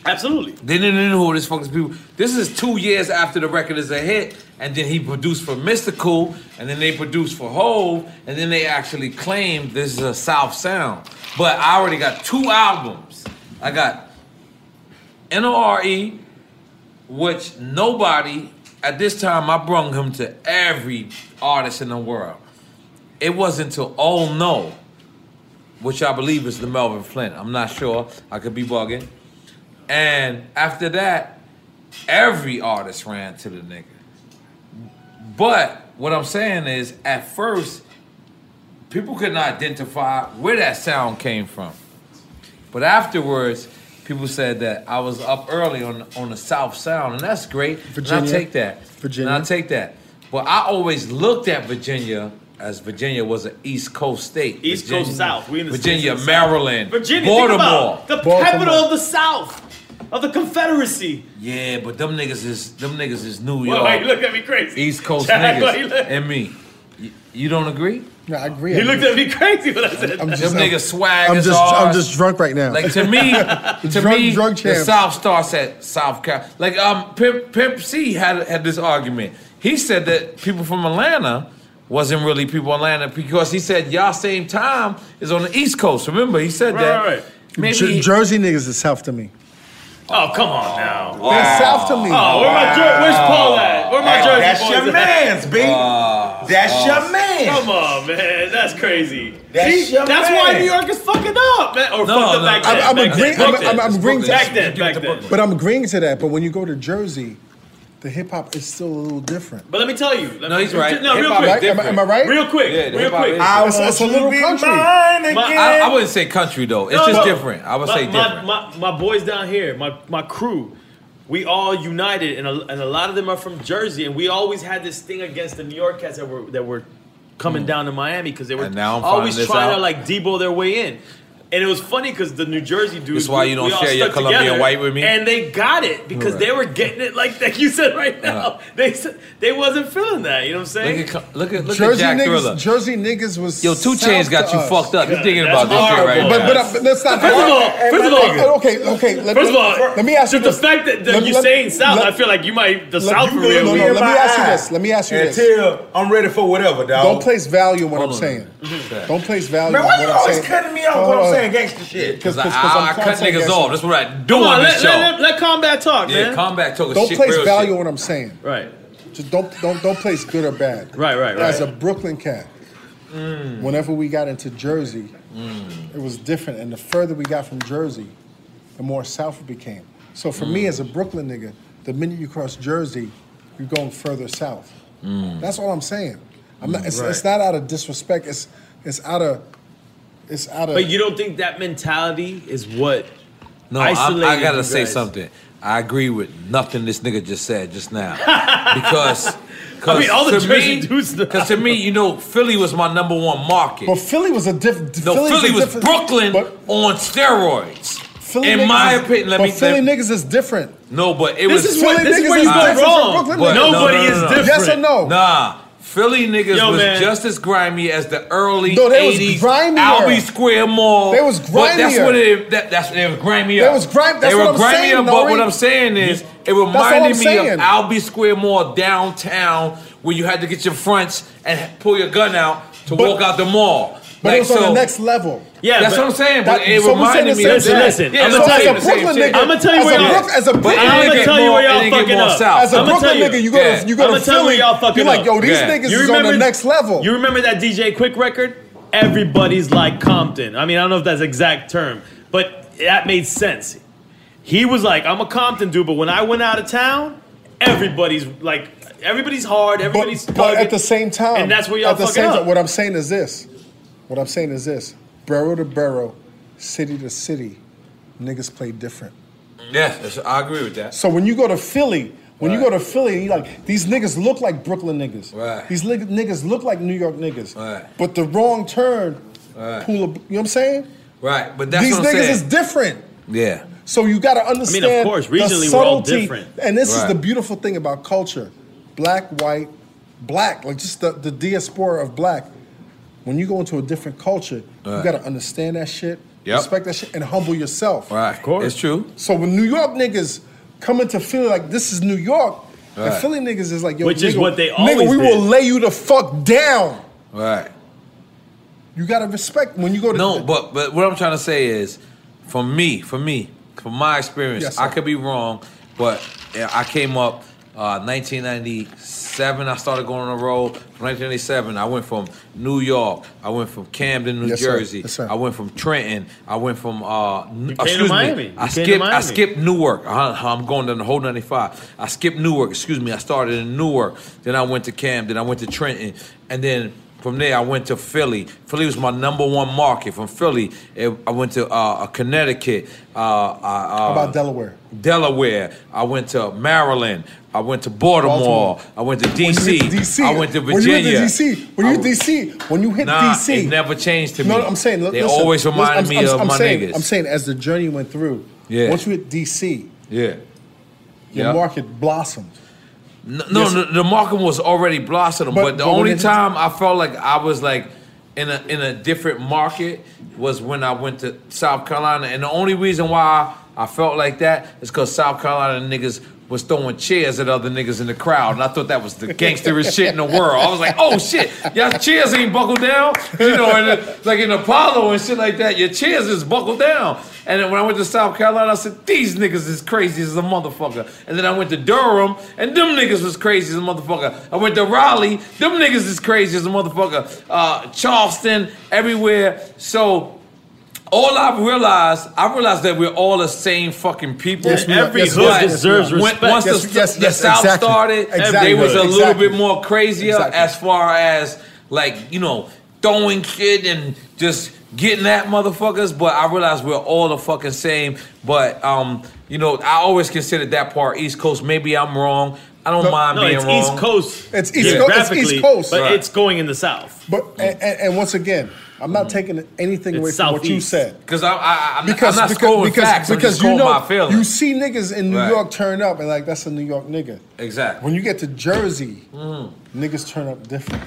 [SPEAKER 2] Absolutely.
[SPEAKER 7] They didn't know who this fuck these people. This is two years after the record is a hit, and then he produced for Mystical, and then they produced for Hove, and then they actually claimed this is a South sound. But I already got two albums. I got N.O.R.E., which nobody at this time I brung him to every artist in the world. It wasn't until Oh No, which I believe is the Melvin Flint. I'm not sure. I could be bugging. And after that, every artist ran to the nigga. But what I'm saying is, at first, people couldn't identify where that sound came from. But afterwards, people said that I was up early on on the South Sound, and that's great. And
[SPEAKER 11] Virginia.
[SPEAKER 7] I take that. Virginia. And I take that. But I always looked at Virginia as Virginia was an East Coast state.
[SPEAKER 2] East
[SPEAKER 7] Virginia,
[SPEAKER 2] Coast South. We in the
[SPEAKER 7] Virginia,
[SPEAKER 2] States.
[SPEAKER 7] Maryland,
[SPEAKER 2] Virginia,
[SPEAKER 7] Baltimore.
[SPEAKER 2] Think about the capital of the South, of the Confederacy.
[SPEAKER 7] Yeah, but them niggas is them niggas is New
[SPEAKER 2] Why
[SPEAKER 7] York,
[SPEAKER 2] you look at me crazy?
[SPEAKER 7] East
[SPEAKER 2] [LAUGHS]
[SPEAKER 7] Coast
[SPEAKER 2] Jack, why you
[SPEAKER 7] niggas,
[SPEAKER 2] look-
[SPEAKER 7] and me. You, you don't agree?
[SPEAKER 3] No, I agree.
[SPEAKER 2] He looked at me crazy when I said that.
[SPEAKER 7] them niggas swag
[SPEAKER 11] I'm
[SPEAKER 7] is
[SPEAKER 11] just,
[SPEAKER 7] ours.
[SPEAKER 11] I'm just drunk right now.
[SPEAKER 7] Like to
[SPEAKER 3] [LAUGHS]
[SPEAKER 7] me, [LAUGHS] to
[SPEAKER 11] Drunk-
[SPEAKER 7] me,
[SPEAKER 11] drunk
[SPEAKER 7] the
[SPEAKER 11] champs.
[SPEAKER 7] South starts at South Carolina. Like um, Pimp, Pimp C had had this argument. He said that people from Atlanta wasn't really people in Atlanta because he said y'all same time is on the East Coast. Remember, he said that. Maybe
[SPEAKER 3] Jer- Jersey niggas is south to me.
[SPEAKER 2] Oh, come on now.
[SPEAKER 3] They're south to me.
[SPEAKER 2] Oh, where my jer- where's Paul at? Where my
[SPEAKER 6] Hey,
[SPEAKER 2] jersey
[SPEAKER 6] that's
[SPEAKER 2] boys
[SPEAKER 6] your
[SPEAKER 2] at?
[SPEAKER 6] man's, B. That's your man.
[SPEAKER 2] Oh. Come on, man. That's crazy.
[SPEAKER 6] That's
[SPEAKER 2] See,
[SPEAKER 6] your
[SPEAKER 2] that's
[SPEAKER 6] man.
[SPEAKER 2] why New York is fucking up, man. Or fucked up back then.
[SPEAKER 3] I'm, I'm
[SPEAKER 2] back
[SPEAKER 3] agreeing.
[SPEAKER 2] then,
[SPEAKER 3] I'm,
[SPEAKER 2] back
[SPEAKER 3] I'm-
[SPEAKER 2] then.
[SPEAKER 3] I'm agreeing to
[SPEAKER 2] Back then, back then.
[SPEAKER 3] But I'm agreeing to that. But when you go to Jersey, the hip hop is still a little different.
[SPEAKER 2] But let me tell you.
[SPEAKER 3] No, he's right.
[SPEAKER 2] No, real
[SPEAKER 3] Hip-hop
[SPEAKER 2] quick.
[SPEAKER 3] is Am I- am I right?
[SPEAKER 2] Real quick.
[SPEAKER 3] Yeah, the
[SPEAKER 2] real
[SPEAKER 3] hip-hop
[SPEAKER 2] quick.
[SPEAKER 3] is I different. want you to be mine again.
[SPEAKER 2] My-
[SPEAKER 7] I, I wouldn't say country though. It's
[SPEAKER 2] No,
[SPEAKER 7] just
[SPEAKER 2] no.
[SPEAKER 7] different. I would
[SPEAKER 2] My-
[SPEAKER 7] say
[SPEAKER 2] my-
[SPEAKER 7] different.
[SPEAKER 2] My, my, boys down here, my, my crew, we all united, and a, and a lot of them are from Jersey, and we always had this thing against the New York cats that were that were coming down to Miami because they were
[SPEAKER 7] Mm. And now I'm
[SPEAKER 2] always
[SPEAKER 7] finding this
[SPEAKER 2] trying to
[SPEAKER 7] out.
[SPEAKER 2] like debo their way in. And it was funny because the New Jersey dudes.
[SPEAKER 7] This why
[SPEAKER 2] we-
[SPEAKER 7] you don't
[SPEAKER 2] we all
[SPEAKER 7] share your
[SPEAKER 2] stuck
[SPEAKER 7] Colombian
[SPEAKER 2] together,
[SPEAKER 7] white with me?
[SPEAKER 2] And they got it because
[SPEAKER 7] Right.
[SPEAKER 2] they were getting it like like you said right now. [LAUGHS] They said they wasn't feeling that. You know what I'm saying?
[SPEAKER 7] Look at look at look
[SPEAKER 3] Jersey
[SPEAKER 7] at Jack
[SPEAKER 3] niggas,
[SPEAKER 7] Thriller.
[SPEAKER 3] Jersey niggas was
[SPEAKER 7] Yo, Two
[SPEAKER 3] south
[SPEAKER 7] Chains
[SPEAKER 3] to
[SPEAKER 7] got you
[SPEAKER 3] us.
[SPEAKER 7] fuckking fucked up. You're thinking about this shit
[SPEAKER 3] Horrible.
[SPEAKER 7] right
[SPEAKER 3] but,
[SPEAKER 7] now.
[SPEAKER 3] but uh, let's not.
[SPEAKER 2] First of all,
[SPEAKER 3] Hey,
[SPEAKER 2] first of
[SPEAKER 3] my
[SPEAKER 2] all-
[SPEAKER 3] nigga, okay, okay. Let,
[SPEAKER 2] First of
[SPEAKER 3] let-
[SPEAKER 2] all,
[SPEAKER 3] let me ask you this.
[SPEAKER 2] just the fact that, that
[SPEAKER 3] Let-
[SPEAKER 2] you
[SPEAKER 3] let-
[SPEAKER 2] saying South,
[SPEAKER 3] let-
[SPEAKER 2] I feel like you might the
[SPEAKER 3] let-
[SPEAKER 2] South
[SPEAKER 3] you
[SPEAKER 2] for real.
[SPEAKER 3] know-
[SPEAKER 2] we-
[SPEAKER 3] no, let me ask you this. Let me ask you this.
[SPEAKER 6] Until I'm ready for whatever, dog.
[SPEAKER 3] Don't place value on what I'm saying. Don't place value
[SPEAKER 6] Man,
[SPEAKER 3] on
[SPEAKER 6] why
[SPEAKER 3] what
[SPEAKER 6] you
[SPEAKER 3] I'm
[SPEAKER 6] always
[SPEAKER 3] saying.
[SPEAKER 6] cutting me off
[SPEAKER 3] Hold
[SPEAKER 6] when I'm
[SPEAKER 3] on.
[SPEAKER 6] saying gangster shit?
[SPEAKER 7] Cause, I,
[SPEAKER 3] Cause- 'cause
[SPEAKER 7] Ah, I,
[SPEAKER 3] I'm
[SPEAKER 7] cut
[SPEAKER 3] content
[SPEAKER 7] niggas
[SPEAKER 3] guessing.
[SPEAKER 7] off. That's what I do
[SPEAKER 2] Come on,
[SPEAKER 7] on
[SPEAKER 2] let,
[SPEAKER 7] this show.
[SPEAKER 2] let, let, let combat talk,
[SPEAKER 7] Yeah,
[SPEAKER 2] man.
[SPEAKER 7] combat talk is
[SPEAKER 3] Don't
[SPEAKER 7] shit,
[SPEAKER 3] place
[SPEAKER 7] real
[SPEAKER 3] value on what I'm saying.
[SPEAKER 2] Right.
[SPEAKER 3] Just don't don't don't place good or bad.
[SPEAKER 2] Right, right, right.
[SPEAKER 3] As a Brooklyn cat,
[SPEAKER 7] Mm.
[SPEAKER 3] whenever we got into Jersey,
[SPEAKER 2] Mm.
[SPEAKER 3] it was different. And the further we got from Jersey, the more south it became. So for
[SPEAKER 7] Mm.
[SPEAKER 3] me, as a Brooklyn nigga, the minute you cross Jersey, you're going further south.
[SPEAKER 16] Mm.
[SPEAKER 3] That's all I'm saying. I'm not.
[SPEAKER 2] Mm,
[SPEAKER 3] It's, it's
[SPEAKER 2] right.
[SPEAKER 3] not out of disrespect. It's it's out of it's out of.
[SPEAKER 2] But you don't think that mentality is what
[SPEAKER 7] No, I, I
[SPEAKER 2] isolated
[SPEAKER 7] gotta
[SPEAKER 2] you
[SPEAKER 7] say
[SPEAKER 2] guys?
[SPEAKER 7] something. I agree with nothing this nigga just said just
[SPEAKER 3] [LAUGHS]
[SPEAKER 7] now because. Cause
[SPEAKER 2] I mean, all the
[SPEAKER 7] to
[SPEAKER 2] Jersey
[SPEAKER 7] me, Because to me, you know, Philly was my number one market.
[SPEAKER 3] But Philly was a different.
[SPEAKER 7] no,
[SPEAKER 3] Philly's
[SPEAKER 7] Philly
[SPEAKER 3] a
[SPEAKER 7] was
[SPEAKER 3] different-
[SPEAKER 7] Brooklyn on steroids.
[SPEAKER 3] Philly
[SPEAKER 7] In
[SPEAKER 3] niggas
[SPEAKER 7] my
[SPEAKER 3] is-
[SPEAKER 7] opinion, let
[SPEAKER 3] but
[SPEAKER 7] me
[SPEAKER 3] Philly
[SPEAKER 7] let me-
[SPEAKER 3] niggas is different.
[SPEAKER 7] No, but it
[SPEAKER 3] This
[SPEAKER 7] was
[SPEAKER 3] is what- this is where you go
[SPEAKER 7] Nah,
[SPEAKER 3] wrong.
[SPEAKER 7] but-
[SPEAKER 3] Nobody is different. Yes or no?
[SPEAKER 18] Nah.
[SPEAKER 24] Philly
[SPEAKER 18] niggas
[SPEAKER 3] Yo,
[SPEAKER 18] was
[SPEAKER 3] man.
[SPEAKER 18] just
[SPEAKER 24] as grimy as the early
[SPEAKER 3] No, they was
[SPEAKER 18] 80s
[SPEAKER 3] grimier.
[SPEAKER 18] Albee Square Mall.
[SPEAKER 3] They was
[SPEAKER 18] Oh, But that's
[SPEAKER 3] grimier.
[SPEAKER 18] what it that, that's they was grimier.
[SPEAKER 3] They was grime- that's
[SPEAKER 18] they were
[SPEAKER 3] what I'm
[SPEAKER 18] grimier,
[SPEAKER 3] saying,
[SPEAKER 18] but
[SPEAKER 3] Nori.
[SPEAKER 18] what I'm saying is it
[SPEAKER 24] all I'm
[SPEAKER 18] reminded me
[SPEAKER 24] saying.
[SPEAKER 18] of Albee Square Mall downtown where you had to get your fronts and pull your gun out to walk out the mall.
[SPEAKER 3] But
[SPEAKER 18] Like,
[SPEAKER 3] it was on
[SPEAKER 18] so-
[SPEAKER 3] the next level.
[SPEAKER 18] Yeah, That's but- what I'm saying, but it
[SPEAKER 3] so we're saying
[SPEAKER 18] reminded
[SPEAKER 3] the
[SPEAKER 18] me
[SPEAKER 3] same
[SPEAKER 18] of
[SPEAKER 3] shit.
[SPEAKER 18] that. Listen,
[SPEAKER 3] Yeah,
[SPEAKER 18] I'ma
[SPEAKER 3] so
[SPEAKER 18] tell
[SPEAKER 3] as
[SPEAKER 18] you
[SPEAKER 3] a
[SPEAKER 18] the same
[SPEAKER 3] Brooklyn
[SPEAKER 18] shit.
[SPEAKER 3] nigga,
[SPEAKER 18] I'ma tell you
[SPEAKER 3] as
[SPEAKER 18] where
[SPEAKER 3] a
[SPEAKER 18] y'all-
[SPEAKER 3] Brook- as a
[SPEAKER 18] But
[SPEAKER 3] Brooklyn
[SPEAKER 18] I'ma
[SPEAKER 3] nigga-
[SPEAKER 18] tell you where y'all fucking up.
[SPEAKER 3] As a
[SPEAKER 18] I'ma
[SPEAKER 3] Brooklyn
[SPEAKER 18] tell you.
[SPEAKER 3] nigga, you go
[SPEAKER 18] Yeah.
[SPEAKER 3] to you go
[SPEAKER 18] I'ma
[SPEAKER 3] to
[SPEAKER 18] tell you
[SPEAKER 3] Philly.
[SPEAKER 18] y'all fucking
[SPEAKER 3] You're like,
[SPEAKER 18] up.
[SPEAKER 3] yo, these
[SPEAKER 18] Yeah.
[SPEAKER 3] niggas is
[SPEAKER 18] You
[SPEAKER 3] on the
[SPEAKER 18] remember-
[SPEAKER 3] next level.
[SPEAKER 10] You remember that DJ Quick record? Everybody's like Compton. I mean, I don't know if that's the exact term, but that made sense. He was like, I'm a Compton dude, but when I went out of town, everybody's like, everybody's hard, everybody's
[SPEAKER 3] But
[SPEAKER 10] thugging.
[SPEAKER 3] at the same time,
[SPEAKER 10] and that's where y'all
[SPEAKER 3] at the
[SPEAKER 10] fucking
[SPEAKER 3] same
[SPEAKER 10] up.
[SPEAKER 3] time- what I'm saying is this. What I'm saying is this. Borough to borough, city to city, niggas play different.
[SPEAKER 7] Yeah, that's- I agree with that.
[SPEAKER 3] So when you go to Philly, when you go to Philly, you like these niggas look like Brooklyn niggas.
[SPEAKER 7] Right.
[SPEAKER 3] These lig- niggas look like New York niggas.
[SPEAKER 7] Right.
[SPEAKER 3] But the wrong turn,
[SPEAKER 7] Right.
[SPEAKER 3] pool of, you know what I'm saying?
[SPEAKER 7] Right, but that's
[SPEAKER 3] these
[SPEAKER 7] what I'm
[SPEAKER 3] niggas
[SPEAKER 7] saying.
[SPEAKER 3] is different.
[SPEAKER 7] yeah.
[SPEAKER 3] So you got to
[SPEAKER 7] of
[SPEAKER 3] understand.
[SPEAKER 7] course,
[SPEAKER 3] the
[SPEAKER 7] regionally we're all
[SPEAKER 3] subtlety.
[SPEAKER 7] different.
[SPEAKER 3] And this
[SPEAKER 7] Right.
[SPEAKER 3] is the beautiful thing about culture, black, white, black, like just the, the diaspora of black. When you go into a different culture, you
[SPEAKER 7] Right.
[SPEAKER 3] got to understand that shit,
[SPEAKER 7] Yep.
[SPEAKER 3] respect that shit, and humble yourself.
[SPEAKER 7] Right, of course. It's true.
[SPEAKER 3] So when New York niggas come into Philly like this is New York, and
[SPEAKER 7] Right.
[SPEAKER 3] Philly niggas is like, yo,
[SPEAKER 7] Which
[SPEAKER 3] nigga,
[SPEAKER 7] is what they
[SPEAKER 3] nigga,
[SPEAKER 7] always
[SPEAKER 3] we
[SPEAKER 7] did.
[SPEAKER 3] will lay you the fuck down.
[SPEAKER 7] Right.
[SPEAKER 3] You gotta respect when you go to
[SPEAKER 24] No,
[SPEAKER 7] but
[SPEAKER 24] but what I'm trying to say is, for me, for me,
[SPEAKER 7] from my experience,
[SPEAKER 24] Yes, sir.
[SPEAKER 7] I could be wrong, but yeah, I came up uh, 1997. I started going on the road. From 1997, I went from New York. I went from Camden, New
[SPEAKER 24] Yes, sir.
[SPEAKER 7] Jersey.
[SPEAKER 24] Yes, sir.
[SPEAKER 7] I went from Trenton. I went from uh, n-
[SPEAKER 24] came to
[SPEAKER 7] excuse me.
[SPEAKER 24] Miami. You came
[SPEAKER 7] I
[SPEAKER 24] to
[SPEAKER 7] skipped. I
[SPEAKER 24] Miami.
[SPEAKER 7] skipped Newark. I, I'm going down the whole 95. I skipped Newark. Excuse me. I started in Newark. Then I went to Camden. I went to Trenton, and then. From there, I went to Philly. Philly was my number one market. From Philly, it, I went to uh, Connecticut. Uh, I, uh,
[SPEAKER 3] How [LAUGHS] about Delaware?
[SPEAKER 7] Delaware. I went to Maryland. I went to Baltimore.
[SPEAKER 3] Baltimore.
[SPEAKER 7] I went to
[SPEAKER 3] When you
[SPEAKER 7] DC.
[SPEAKER 3] hit DC,
[SPEAKER 7] I went to
[SPEAKER 3] when you
[SPEAKER 7] Virginia.
[SPEAKER 3] hit to DC, when you hit DC, when you hit
[SPEAKER 7] nah,
[SPEAKER 3] DC,
[SPEAKER 7] it never changed to me.
[SPEAKER 3] No, no, I'm saying li-
[SPEAKER 7] they
[SPEAKER 3] listen,
[SPEAKER 7] always
[SPEAKER 3] listen,
[SPEAKER 7] reminded
[SPEAKER 3] I'm-
[SPEAKER 7] me
[SPEAKER 3] I'm-
[SPEAKER 7] of
[SPEAKER 3] I'm
[SPEAKER 7] my
[SPEAKER 3] saying,
[SPEAKER 7] niggas.
[SPEAKER 3] I'm saying as the journey went through.
[SPEAKER 7] Yeah.
[SPEAKER 3] Once you hit DC,
[SPEAKER 7] yeah.
[SPEAKER 3] your
[SPEAKER 7] Yeah.
[SPEAKER 3] market blossomed.
[SPEAKER 7] No, no,
[SPEAKER 3] Yes.
[SPEAKER 7] the, the market was already blossoming,
[SPEAKER 3] But-
[SPEAKER 7] but, the
[SPEAKER 3] but when
[SPEAKER 7] only
[SPEAKER 3] it-
[SPEAKER 7] time I felt like I was like in a in a different market was when I went to South Carolina, and the only reason why I felt like that is because South Carolina niggas was throwing chairs at other niggas in the crowd, and I thought that was the gangsterest shit in the world. I was like, oh shit, y'all chairs ain't buckled down, you know, and it- like in Apollo and shit like that, your chairs is buckled down. And then when I went to South Carolina, I said, these niggas is crazy as a motherfucker. And then I went to Durham, and them niggas was crazy as a motherfucker. I went to Raleigh, them niggas is crazy as a motherfucker. Uh, Charleston, everywhere. So all I realized, I realized that we're all the same fucking people.
[SPEAKER 10] Yes, we are. Every Yes, we hood are. deserves
[SPEAKER 7] When-
[SPEAKER 10] respect.
[SPEAKER 7] Once
[SPEAKER 10] Yes,
[SPEAKER 7] the,
[SPEAKER 10] yes,
[SPEAKER 7] the
[SPEAKER 10] yes,
[SPEAKER 7] South
[SPEAKER 10] exactly.
[SPEAKER 7] started, they
[SPEAKER 10] Exactly.
[SPEAKER 7] was a little
[SPEAKER 10] Exactly.
[SPEAKER 7] bit more crazier
[SPEAKER 10] Exactly.
[SPEAKER 7] as far as like you know throwing shit and just getting at motherfuckers. But I realized we're all the fucking same. But um, you know, I always considered that part East Coast. Maybe I'm wrong. I don't mind
[SPEAKER 10] no,
[SPEAKER 7] being
[SPEAKER 10] it's
[SPEAKER 7] wrong.
[SPEAKER 10] East Coast.
[SPEAKER 3] It's East Coast- it's East
[SPEAKER 10] geographically,
[SPEAKER 3] Coast.
[SPEAKER 10] but
[SPEAKER 3] Right.
[SPEAKER 10] it's going in the South.
[SPEAKER 3] But and, and, and once again, I'm
[SPEAKER 7] Mm.
[SPEAKER 3] not taking anything away from
[SPEAKER 10] It's
[SPEAKER 3] what you
[SPEAKER 10] Southeast.
[SPEAKER 3] said.
[SPEAKER 7] Because I'm, I, I'm,
[SPEAKER 3] Because
[SPEAKER 7] I'm not
[SPEAKER 3] because
[SPEAKER 7] scoring
[SPEAKER 3] because,
[SPEAKER 7] facts. I'm
[SPEAKER 3] because
[SPEAKER 7] just
[SPEAKER 3] you
[SPEAKER 7] scoring
[SPEAKER 3] know
[SPEAKER 7] my feelings.
[SPEAKER 3] you see niggas in New
[SPEAKER 7] Right.
[SPEAKER 3] York turn up and like that's a New York nigga.
[SPEAKER 7] exactly. Mm.
[SPEAKER 3] When you get to Jersey, niggas turn up different.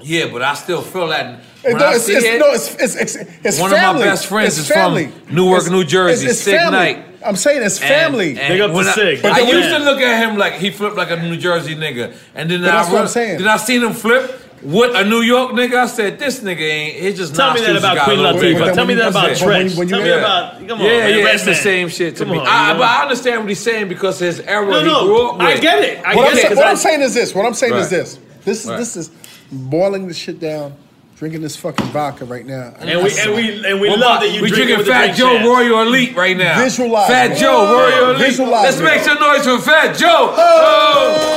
[SPEAKER 7] Yeah, but I still feel that.
[SPEAKER 3] It
[SPEAKER 7] When
[SPEAKER 3] no,
[SPEAKER 7] I
[SPEAKER 3] it's,
[SPEAKER 7] see
[SPEAKER 3] it's,
[SPEAKER 7] it,
[SPEAKER 3] no, it's, it's, it's, it's
[SPEAKER 7] one
[SPEAKER 3] family.
[SPEAKER 7] of my best friends
[SPEAKER 3] It's
[SPEAKER 7] is
[SPEAKER 3] family.
[SPEAKER 7] from Newark,
[SPEAKER 3] It's-
[SPEAKER 7] New Jersey.
[SPEAKER 3] It's, it's
[SPEAKER 7] Sig
[SPEAKER 3] family.
[SPEAKER 7] Knight.
[SPEAKER 3] I'm saying it's family.
[SPEAKER 7] And, and when I,
[SPEAKER 3] But
[SPEAKER 7] I
[SPEAKER 3] then when-
[SPEAKER 7] used to look at him like he flipped like a New Jersey nigga, and then
[SPEAKER 3] But
[SPEAKER 7] I
[SPEAKER 3] that's what I'm
[SPEAKER 7] re-
[SPEAKER 3] saying.
[SPEAKER 7] then I seen him flip with a New York nigga. I said, "This nigga ain't. He just
[SPEAKER 10] Tell me that
[SPEAKER 7] nostrils
[SPEAKER 10] about
[SPEAKER 7] got
[SPEAKER 10] Queen
[SPEAKER 7] a little
[SPEAKER 10] Latifah.
[SPEAKER 7] bigger."
[SPEAKER 10] Tell me that
[SPEAKER 7] That's
[SPEAKER 10] about
[SPEAKER 7] it.
[SPEAKER 10] Trex. Tell me
[SPEAKER 7] Yeah.
[SPEAKER 10] about- come on,
[SPEAKER 7] yeah,
[SPEAKER 10] man,
[SPEAKER 7] yeah,
[SPEAKER 10] Red
[SPEAKER 7] it's the
[SPEAKER 10] Man.
[SPEAKER 7] same shit to
[SPEAKER 10] Come
[SPEAKER 7] me.
[SPEAKER 10] on,
[SPEAKER 7] I,
[SPEAKER 10] you know?
[SPEAKER 7] but I understand what he's saying because his era
[SPEAKER 10] No,
[SPEAKER 7] he
[SPEAKER 10] no,
[SPEAKER 7] grew up with.
[SPEAKER 10] I get it. I
[SPEAKER 3] what I'm,
[SPEAKER 7] get
[SPEAKER 3] saying,
[SPEAKER 7] it.
[SPEAKER 3] what I'm saying is this. What I'm saying is
[SPEAKER 7] Right.
[SPEAKER 3] this. This is
[SPEAKER 7] Right.
[SPEAKER 3] this is boiling the shit down, drinking this fucking vodka right now.
[SPEAKER 7] And we- and we- and we
[SPEAKER 3] Well,
[SPEAKER 7] love
[SPEAKER 3] my-
[SPEAKER 7] that you We drink it drinking with a Fat drink Joe chance. Royal Elite right now.
[SPEAKER 3] Visualize.
[SPEAKER 7] Fat
[SPEAKER 3] it.
[SPEAKER 7] Joe Royal Elite.
[SPEAKER 3] Visualize.
[SPEAKER 7] Let's make some noise for Fat Joe.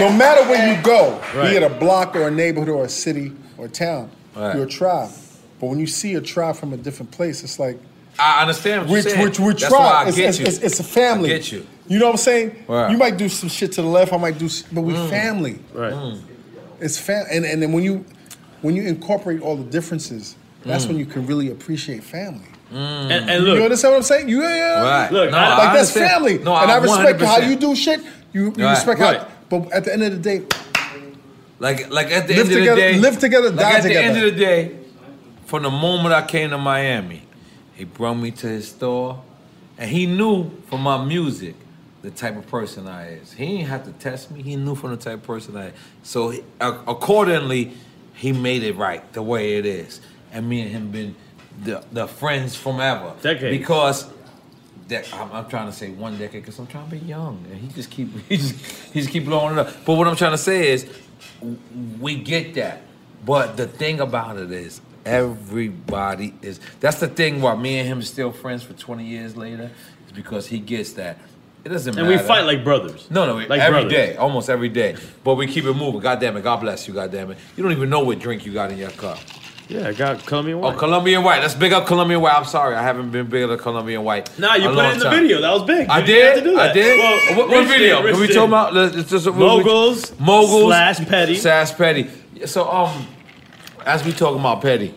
[SPEAKER 3] No matter where you go,
[SPEAKER 7] Right.
[SPEAKER 3] be it a block or a neighborhood or a city or town,
[SPEAKER 7] Right.
[SPEAKER 3] you're a tribe. But when you see a tribe from a different place, it's like
[SPEAKER 7] I understand what
[SPEAKER 3] which
[SPEAKER 7] you're saying.
[SPEAKER 3] which which
[SPEAKER 7] That's why
[SPEAKER 3] tribe.
[SPEAKER 7] I
[SPEAKER 3] It's,
[SPEAKER 7] get
[SPEAKER 3] it's,
[SPEAKER 7] you.
[SPEAKER 3] it's, it's a family.
[SPEAKER 7] I get you.
[SPEAKER 3] You know what I'm saying?
[SPEAKER 7] Right.
[SPEAKER 3] You might do some shit to the left. I might do, s- but we
[SPEAKER 10] Mm.
[SPEAKER 3] family.
[SPEAKER 10] Right.
[SPEAKER 3] It's fam, and and then when you when you incorporate all the differences, that's
[SPEAKER 10] Mm.
[SPEAKER 3] when you can really appreciate family.
[SPEAKER 7] Mm.
[SPEAKER 10] And, and look,
[SPEAKER 3] you understand what I'm saying? You, yeah, yeah.
[SPEAKER 10] Right. Look, No, I-
[SPEAKER 3] like
[SPEAKER 10] I
[SPEAKER 3] that's
[SPEAKER 10] understand.
[SPEAKER 3] family,
[SPEAKER 10] No,
[SPEAKER 3] and
[SPEAKER 10] I
[SPEAKER 3] I respect how
[SPEAKER 10] 100%.
[SPEAKER 3] you do shit. You, you
[SPEAKER 7] Right,
[SPEAKER 3] respect
[SPEAKER 7] right.
[SPEAKER 3] how, but at the end of the day,
[SPEAKER 7] Like like at the
[SPEAKER 3] Live
[SPEAKER 7] end of
[SPEAKER 3] together-
[SPEAKER 7] the day,
[SPEAKER 3] live together,
[SPEAKER 7] like
[SPEAKER 3] die
[SPEAKER 7] at
[SPEAKER 3] together.
[SPEAKER 7] the end of the day, from the moment I came to Miami, he brought me to his store, and he knew from my music the type of person I is. He didn't have to test me. He knew from the type of person I. So he, ac- accordingly, he made it right the way it is, and me and him been the, the friends from ever.
[SPEAKER 5] Decades.
[SPEAKER 7] Because dec- I'm, I'm trying to say one decade because I'm trying to be young, and he just keep [LAUGHS] he just he just keep blowing it up. But what I'm trying to say is, w- we get that. But the thing about it is, everybody is. That's the thing why me and him are still friends for 20 years later, is because he gets that. It doesn't
[SPEAKER 10] And
[SPEAKER 7] matter.
[SPEAKER 10] we fight like brothers.
[SPEAKER 7] No, no, every day,
[SPEAKER 10] Like brothers.
[SPEAKER 7] almost every day. But we keep it moving. God damn it, God bless you. God damn it, you don't even know what drink you got in your cup.
[SPEAKER 10] Yeah, I got Colombian
[SPEAKER 7] Oh, Colombian White. Let's big up Colombian White. I'm sorry, I haven't been bigger than Colombian White.
[SPEAKER 10] Nah, you
[SPEAKER 7] a
[SPEAKER 10] put
[SPEAKER 7] long
[SPEAKER 10] it in the
[SPEAKER 7] time.
[SPEAKER 10] video. That was big.
[SPEAKER 7] I
[SPEAKER 10] You didn't have
[SPEAKER 7] did.
[SPEAKER 10] to do
[SPEAKER 7] I
[SPEAKER 10] that.
[SPEAKER 7] did.
[SPEAKER 10] Well,
[SPEAKER 7] what what
[SPEAKER 10] Rich
[SPEAKER 7] video?
[SPEAKER 10] did, Rich
[SPEAKER 7] Can we
[SPEAKER 10] did.
[SPEAKER 7] talk about let's- let's just-
[SPEAKER 10] Moguls
[SPEAKER 7] Moguls
[SPEAKER 10] slash Petty.
[SPEAKER 7] Slash Petty. So um, as we talking about Petty,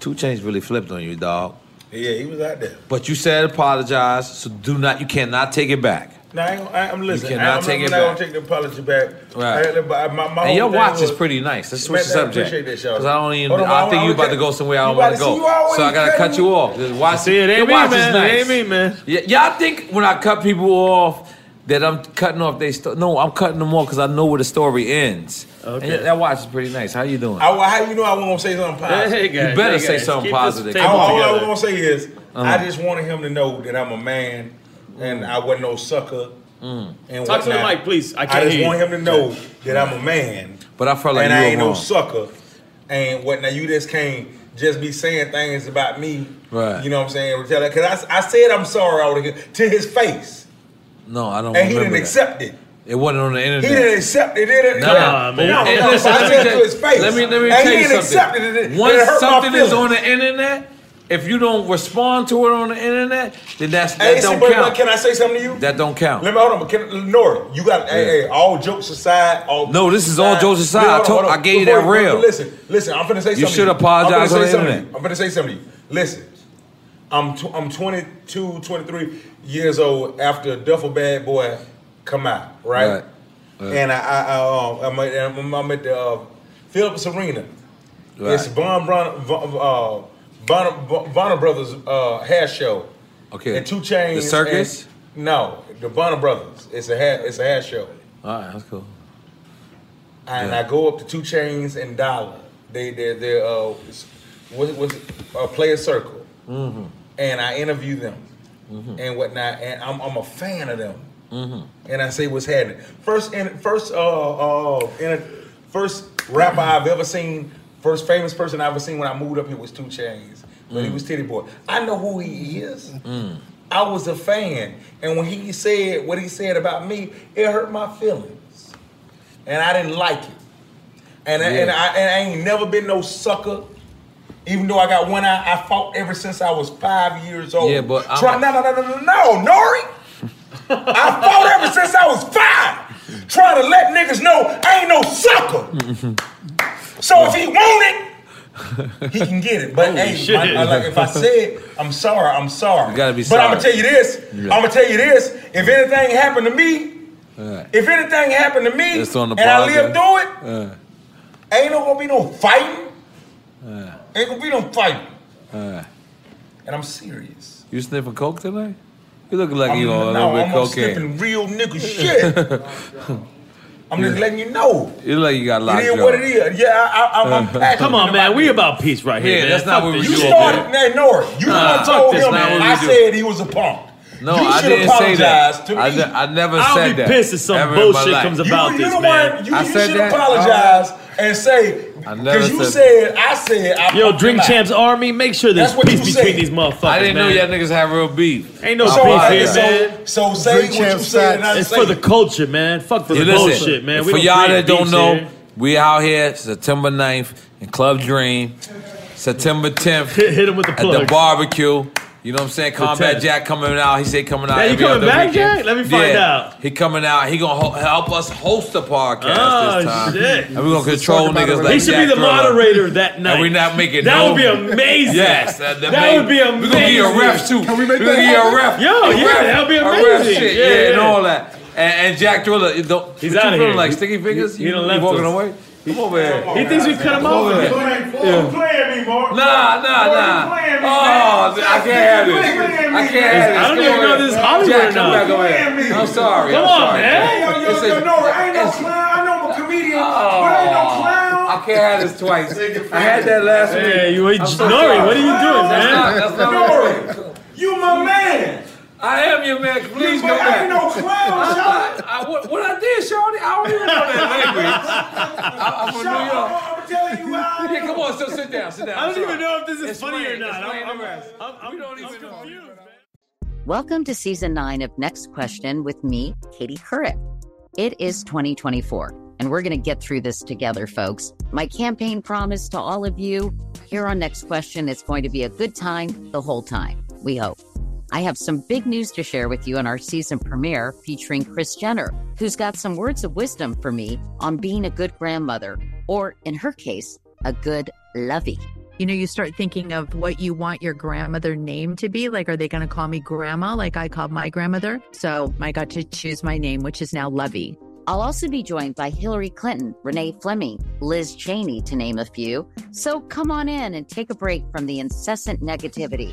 [SPEAKER 7] Two Chains really flipped on you, dog.
[SPEAKER 6] Yeah, he was out there.
[SPEAKER 7] But you said apologize, so do not. You cannot take it back.
[SPEAKER 6] Now I ain't, gonna- I, I'm listening.
[SPEAKER 7] cannot
[SPEAKER 6] I, I'm,
[SPEAKER 7] take
[SPEAKER 6] I'm not
[SPEAKER 7] it back.
[SPEAKER 6] gonna take the apology back.
[SPEAKER 7] Right.
[SPEAKER 6] I, but my, my
[SPEAKER 7] and
[SPEAKER 6] whole
[SPEAKER 7] your
[SPEAKER 6] thing
[SPEAKER 7] watch
[SPEAKER 6] was,
[SPEAKER 7] is pretty nice. Let's switch
[SPEAKER 6] Man,
[SPEAKER 7] the
[SPEAKER 6] I
[SPEAKER 7] subject.
[SPEAKER 6] appreciate that, y'all.
[SPEAKER 7] Because I don't even.
[SPEAKER 6] Hold on,
[SPEAKER 7] I
[SPEAKER 6] I
[SPEAKER 7] think
[SPEAKER 6] wanna
[SPEAKER 7] you about
[SPEAKER 6] look
[SPEAKER 7] to go somewhere I don't
[SPEAKER 6] about
[SPEAKER 7] want to
[SPEAKER 6] to see
[SPEAKER 7] go.
[SPEAKER 6] you always
[SPEAKER 7] So I gotta
[SPEAKER 6] cutting
[SPEAKER 7] cut you off. Just watch.
[SPEAKER 10] See, it ain't
[SPEAKER 7] your
[SPEAKER 10] me,
[SPEAKER 7] watch
[SPEAKER 10] man.
[SPEAKER 7] Is
[SPEAKER 10] It
[SPEAKER 7] nice.
[SPEAKER 10] ain't me, man.
[SPEAKER 7] Y- y'all think when I cut people off that I'm cutting off they sto- no, I'm cutting them off because I know where the story ends. Okay. that watch is pretty nice. How you doing?
[SPEAKER 6] I, how you know I wasn't gonna say something positive?
[SPEAKER 7] Hey, guys, You better hey, say guys, something keep this positive. table
[SPEAKER 6] All, all I was
[SPEAKER 7] together.
[SPEAKER 6] gonna say is,
[SPEAKER 7] Uh-huh.
[SPEAKER 6] I just wanted him to know that I'm a man and I wasn't no sucker.
[SPEAKER 7] Mm.
[SPEAKER 6] And
[SPEAKER 10] Talk to the
[SPEAKER 6] whatnot.
[SPEAKER 10] mic, please. I can't
[SPEAKER 6] I just
[SPEAKER 10] hear you.
[SPEAKER 6] want him to know that I'm a man.
[SPEAKER 7] But I felt like
[SPEAKER 6] and
[SPEAKER 7] you
[SPEAKER 6] I
[SPEAKER 7] were
[SPEAKER 6] ain't no
[SPEAKER 7] wrong.
[SPEAKER 6] sucker. And what now? You just can't just be saying things about me.
[SPEAKER 7] Right.
[SPEAKER 6] You know what I'm saying? Because I, I said I'm sorry out here to his face,
[SPEAKER 7] No, I don't.
[SPEAKER 6] and he
[SPEAKER 7] remember
[SPEAKER 6] didn't
[SPEAKER 7] that.
[SPEAKER 6] accept it.
[SPEAKER 7] It wasn't on the
[SPEAKER 6] He
[SPEAKER 7] internet.
[SPEAKER 6] didn't accept it. uh, It didn't.
[SPEAKER 7] Nah, man.
[SPEAKER 6] No,
[SPEAKER 7] Hey,
[SPEAKER 6] no,
[SPEAKER 7] listen,
[SPEAKER 6] I
[SPEAKER 7] let me
[SPEAKER 6] said
[SPEAKER 7] tell-
[SPEAKER 6] to his face.
[SPEAKER 7] Let me let me
[SPEAKER 6] and
[SPEAKER 7] tell
[SPEAKER 6] he
[SPEAKER 7] you
[SPEAKER 6] didn't
[SPEAKER 7] something.
[SPEAKER 6] accept it. it.
[SPEAKER 7] Once
[SPEAKER 6] it hurt my
[SPEAKER 7] something is
[SPEAKER 6] feelings.
[SPEAKER 7] on the internet, if you don't respond to it on the internet, then that's that
[SPEAKER 6] Hey, see,
[SPEAKER 7] don't
[SPEAKER 6] but- but
[SPEAKER 7] count.
[SPEAKER 6] can I say something to you?
[SPEAKER 7] that don't count.
[SPEAKER 6] Let me hold on. Can, Nora, you got hey,
[SPEAKER 7] Yeah.
[SPEAKER 6] hey, all jokes aside. All
[SPEAKER 7] No, this is all jokes aside. I told- I gave you that
[SPEAKER 6] Before-
[SPEAKER 7] real.
[SPEAKER 6] Listen, listen. I'm finna say something.
[SPEAKER 7] You should
[SPEAKER 6] to I'm finna
[SPEAKER 7] apologize
[SPEAKER 6] say
[SPEAKER 7] on the
[SPEAKER 6] something to
[SPEAKER 7] internet.
[SPEAKER 6] you. I'm finna say something to you. Listen, I'm tw- I'm 22, 23 years old after Duffel Bad Boy come out, right?
[SPEAKER 7] Right. Right.
[SPEAKER 6] And I, I, I um, I'm, at, I'm, I'm at the uh, Phillips Arena.
[SPEAKER 7] Right.
[SPEAKER 6] It's Von Bron, Von, uh, Bonner, Bon- Bonner Brothers uh, hair show.
[SPEAKER 7] Okay.
[SPEAKER 6] And Two Chains.
[SPEAKER 7] The circus?
[SPEAKER 6] and- no, the Bonner Brothers. It's a hair, it's a hair show.
[SPEAKER 7] All right, that's cool.
[SPEAKER 6] And
[SPEAKER 7] Yeah.
[SPEAKER 6] I go up to Two Chains and Dollar. They they they uh was was uh, player circle,
[SPEAKER 7] Mm-hmm.
[SPEAKER 6] and I interview them
[SPEAKER 7] Mhm.
[SPEAKER 6] and whatnot. And I'm I'm a fan of them.
[SPEAKER 7] Mm-hmm.
[SPEAKER 6] and I say what's happening. First and first uh uh in first rapper I've ever seen, first famous person I ever seen when I moved up here was Two Chains. But he
[SPEAKER 7] Mm.
[SPEAKER 6] was Titty Boy. I know who he is.
[SPEAKER 7] Mm-hmm.
[SPEAKER 6] I was a fan. And when he said what he said about me, it hurt my feelings. And I didn't like it. And, I, and,
[SPEAKER 7] Yeah.
[SPEAKER 6] I, and I ain't never been no sucker. Even though I got one eye, I fought ever since I was five years old.
[SPEAKER 7] Yeah, but I'm-
[SPEAKER 6] Try, no, no, no, no, no, no,
[SPEAKER 7] [LAUGHS]
[SPEAKER 6] Nori. I fought ever since I was five, trying to let niggas know I ain't no sucker. So if he want it, he can get it. But
[SPEAKER 7] Holy
[SPEAKER 6] hey,
[SPEAKER 7] shit.
[SPEAKER 6] my- I- like if I said I'm sorry, I'm sorry.
[SPEAKER 7] You gotta be
[SPEAKER 6] but I'm gonna
[SPEAKER 7] sorry.
[SPEAKER 6] tell you this.
[SPEAKER 7] Yeah.
[SPEAKER 6] I'm gonna tell you this. If anything happened to me,
[SPEAKER 7] All right.
[SPEAKER 6] if anything happened to me,
[SPEAKER 7] That's on the
[SPEAKER 6] and I
[SPEAKER 7] positive.
[SPEAKER 6] live through it,
[SPEAKER 7] Uh,
[SPEAKER 6] ain't no gonna be no fighting.
[SPEAKER 7] uh,
[SPEAKER 6] Ain't gonna be no fighting.
[SPEAKER 7] uh.
[SPEAKER 6] And I'm serious.
[SPEAKER 7] You sniffing coke tonight? You looking like
[SPEAKER 6] I'm,
[SPEAKER 7] you on a
[SPEAKER 6] no,
[SPEAKER 7] little bit
[SPEAKER 6] I'm on
[SPEAKER 7] cocaine.
[SPEAKER 6] sniffing real nigga
[SPEAKER 7] [LAUGHS]
[SPEAKER 6] shit. I'm just letting you know.
[SPEAKER 7] You look like you got a lot
[SPEAKER 6] It
[SPEAKER 7] of
[SPEAKER 6] is
[SPEAKER 7] drugs.
[SPEAKER 6] what it is. Yeah, I, I, I'm,
[SPEAKER 7] [LAUGHS]
[SPEAKER 6] I'm passionate
[SPEAKER 10] Come on, man. We about peace right here.
[SPEAKER 7] Yeah,
[SPEAKER 10] man.
[SPEAKER 7] that's
[SPEAKER 10] Fuck
[SPEAKER 7] not what we
[SPEAKER 10] this
[SPEAKER 7] do
[SPEAKER 6] You
[SPEAKER 10] shit.
[SPEAKER 7] over
[SPEAKER 6] started, man, Nora. You
[SPEAKER 7] Nah,
[SPEAKER 6] nah, told
[SPEAKER 7] fuck this,
[SPEAKER 6] him
[SPEAKER 7] not what we
[SPEAKER 6] I
[SPEAKER 7] do.
[SPEAKER 6] said he was a punk.
[SPEAKER 7] No,
[SPEAKER 6] you
[SPEAKER 7] I
[SPEAKER 6] should
[SPEAKER 7] didn't say that.
[SPEAKER 6] apologize to
[SPEAKER 7] I,
[SPEAKER 6] me.
[SPEAKER 7] ne- I never
[SPEAKER 6] I'll
[SPEAKER 7] said
[SPEAKER 6] be
[SPEAKER 7] that.
[SPEAKER 6] pissed if some
[SPEAKER 7] Ever in my
[SPEAKER 6] bullshit
[SPEAKER 7] life.
[SPEAKER 6] comes about You- you this, the man. one- you-
[SPEAKER 7] I
[SPEAKER 6] you
[SPEAKER 7] said
[SPEAKER 6] should
[SPEAKER 7] that.
[SPEAKER 6] apologize and say
[SPEAKER 7] I never
[SPEAKER 6] because you
[SPEAKER 7] said-
[SPEAKER 6] said I said I
[SPEAKER 10] Yo,
[SPEAKER 6] fucked him
[SPEAKER 10] Drink
[SPEAKER 6] out.
[SPEAKER 10] Champs Army, make sure there's
[SPEAKER 6] That's what
[SPEAKER 10] peace
[SPEAKER 6] you
[SPEAKER 10] between
[SPEAKER 6] said.
[SPEAKER 10] these motherfuckers.
[SPEAKER 7] I didn't know
[SPEAKER 10] man.
[SPEAKER 7] y'all niggas have real beef.
[SPEAKER 10] Ain't no
[SPEAKER 7] I
[SPEAKER 10] beef
[SPEAKER 7] apologize.
[SPEAKER 10] here, man.
[SPEAKER 6] So say Drink what you Champs said and facts. I
[SPEAKER 10] It's
[SPEAKER 6] say
[SPEAKER 10] for the
[SPEAKER 6] it.
[SPEAKER 10] culture, man. Fuck for
[SPEAKER 7] Yeah,
[SPEAKER 10] the
[SPEAKER 7] listen,
[SPEAKER 10] bullshit, man.
[SPEAKER 7] and
[SPEAKER 10] We
[SPEAKER 7] For
[SPEAKER 10] don't
[SPEAKER 7] y'all
[SPEAKER 10] create
[SPEAKER 7] that don't
[SPEAKER 10] beefs
[SPEAKER 7] know,
[SPEAKER 10] here.
[SPEAKER 7] we out here September 9th in Club Dream, September 10th.
[SPEAKER 10] Hit him with the
[SPEAKER 7] At the
[SPEAKER 10] plug.
[SPEAKER 7] barbecue. You know what I'm saying? Combat
[SPEAKER 10] 10th.
[SPEAKER 7] Jack coming out. He said coming out.
[SPEAKER 10] Yeah, he
[SPEAKER 7] every
[SPEAKER 10] coming
[SPEAKER 7] other
[SPEAKER 10] back,
[SPEAKER 7] weekend.
[SPEAKER 10] Jack? Let me find
[SPEAKER 7] Yeah,
[SPEAKER 10] out.
[SPEAKER 7] He coming out. He gonna ho- help us host the podcast
[SPEAKER 10] Oh,
[SPEAKER 7] this time.
[SPEAKER 10] shit.
[SPEAKER 7] And we gonna
[SPEAKER 10] Let's
[SPEAKER 7] control
[SPEAKER 10] talk about
[SPEAKER 7] niggas
[SPEAKER 10] it.
[SPEAKER 7] like
[SPEAKER 10] He should
[SPEAKER 7] Jack
[SPEAKER 10] be the
[SPEAKER 7] Thriller.
[SPEAKER 10] moderator that night.
[SPEAKER 7] And we not making
[SPEAKER 10] That
[SPEAKER 7] no-
[SPEAKER 10] would be amazing.
[SPEAKER 7] Yes, that, that
[SPEAKER 10] That
[SPEAKER 7] may-
[SPEAKER 10] would be
[SPEAKER 7] We gonna be a
[SPEAKER 10] amazing.
[SPEAKER 7] ref too.
[SPEAKER 10] Can we make
[SPEAKER 7] we gonna
[SPEAKER 10] that
[SPEAKER 7] be a
[SPEAKER 10] happen?
[SPEAKER 7] ref.
[SPEAKER 10] Yo,
[SPEAKER 7] a
[SPEAKER 10] yeah,
[SPEAKER 7] ref,
[SPEAKER 10] that'd be
[SPEAKER 7] A ref
[SPEAKER 10] amazing.
[SPEAKER 7] shit,
[SPEAKER 10] Yeah,
[SPEAKER 7] yeah, and
[SPEAKER 10] yeah.
[SPEAKER 7] all that.
[SPEAKER 6] And, and Jack Driller, you don't-
[SPEAKER 25] He's
[SPEAKER 6] what you
[SPEAKER 25] outta
[SPEAKER 6] feeling
[SPEAKER 25] here.
[SPEAKER 6] Like sticky fingers?
[SPEAKER 25] He- he
[SPEAKER 6] You-
[SPEAKER 25] done
[SPEAKER 6] you
[SPEAKER 25] left
[SPEAKER 6] walking
[SPEAKER 25] us.
[SPEAKER 6] away? Come over here.
[SPEAKER 25] He thinks we cut him
[SPEAKER 6] Come
[SPEAKER 25] off
[SPEAKER 6] over
[SPEAKER 25] already.
[SPEAKER 6] here.
[SPEAKER 25] Yeah.
[SPEAKER 26] playing me, Mark.
[SPEAKER 6] Nah, nah, nah. Oh, I can't have this. I can't have this.
[SPEAKER 26] I don't
[SPEAKER 6] Come
[SPEAKER 26] even
[SPEAKER 6] over
[SPEAKER 26] know
[SPEAKER 6] here.
[SPEAKER 26] this is Hollywood
[SPEAKER 6] Jack,
[SPEAKER 26] or
[SPEAKER 6] come
[SPEAKER 26] not.
[SPEAKER 6] back over here. I'm sorry.
[SPEAKER 26] Come
[SPEAKER 6] I'm
[SPEAKER 26] on,
[SPEAKER 6] sorry.
[SPEAKER 26] man.
[SPEAKER 6] Yo, yo, yo,
[SPEAKER 26] no, I ain't no clown. I know I'm a comedian, but I ain't
[SPEAKER 7] Oh,
[SPEAKER 26] no clown.
[SPEAKER 6] I can't have this twice. I had that last week.
[SPEAKER 26] Hey, you ain't-
[SPEAKER 6] I'm so
[SPEAKER 26] Nori,
[SPEAKER 6] sorry.
[SPEAKER 26] what are you doing,
[SPEAKER 6] That's
[SPEAKER 26] man?
[SPEAKER 6] not- That's not
[SPEAKER 26] You my man.
[SPEAKER 6] I am your man. Please
[SPEAKER 26] but
[SPEAKER 6] go
[SPEAKER 26] I ain't
[SPEAKER 6] back.
[SPEAKER 26] no clown,
[SPEAKER 6] I'm
[SPEAKER 26] Shawty.
[SPEAKER 6] not- I- what, what I did, Shawty, I don't even know that language. I, am from New
[SPEAKER 26] Shawty,
[SPEAKER 6] York.
[SPEAKER 26] I'm telling you how I
[SPEAKER 6] [LAUGHS] Yeah, come on, so sit down, sit down.
[SPEAKER 8] I don't
[SPEAKER 6] I'm
[SPEAKER 8] even
[SPEAKER 6] sorry.
[SPEAKER 8] know if this is funny or
[SPEAKER 6] Explain-
[SPEAKER 8] not.
[SPEAKER 6] explain
[SPEAKER 8] I'm-
[SPEAKER 6] the rest.
[SPEAKER 8] I'm, I'm, I'm confused.
[SPEAKER 1] Welcome to season nine of Next Question with me, Katie Couric. It is 2024, and we're going to get through this together, folks. My campaign promise to all of you here on Next Question it's going to be a good time the whole time, we hope. I have some big news to share with you in our season premiere featuring Chris Jenner, who's got some words of wisdom for me on being a good grandmother, or in her case, a good lovey.
[SPEAKER 27] [LAUGHS] You know, you start thinking of what you want your grandmother name to be. Like, are they going to call me grandma like I called my grandmother? So I got to choose my name, which is now Lovey.
[SPEAKER 1] I'll also be joined by Hillary Clinton, Renee Fleming, Liz Cheney, to name a few. So come on in and take a break from the incessant negativity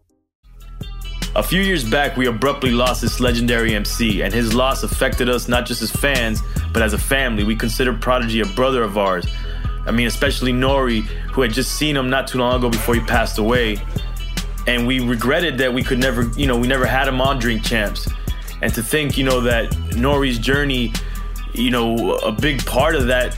[SPEAKER 2] A few years back, we abruptly lost this legendary MC, and his loss affected us not just as fans, but as a family. We consider Prodigy a brother of ours. I mean, especially Nori, who had just seen him not too long ago before he passed away. And we regretted that we could never, you know, we never had him on Drink Champs. And to think, you know, that Nori's journey, you know, a big part of that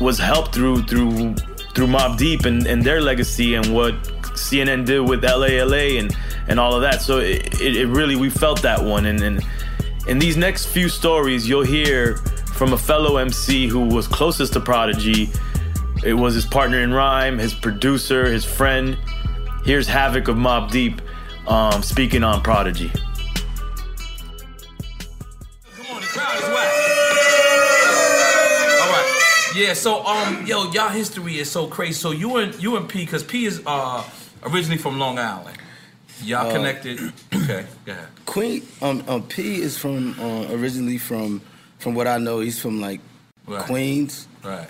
[SPEAKER 2] was helped through through through Mob Deep and, and their legacy and what CNN did with LALA and and all of that. So it, it, it really we felt that one. And and in these next few stories, you'll hear from a fellow MC who was closest to Prodigy. It was his partner in rhyme, his producer, his friend. Here's Havoc of Mob Deep um, speaking on Prodigy.
[SPEAKER 7] All right. Yeah. So, um, yo, y'all history is so crazy. So you and you and P, because P is uh originally from Long Island. Y'all
[SPEAKER 10] Uh,
[SPEAKER 7] connected. okay. Go ahead.
[SPEAKER 10] Queen um, um P is from uh, originally from from what I know he's from like Queens.
[SPEAKER 7] Right.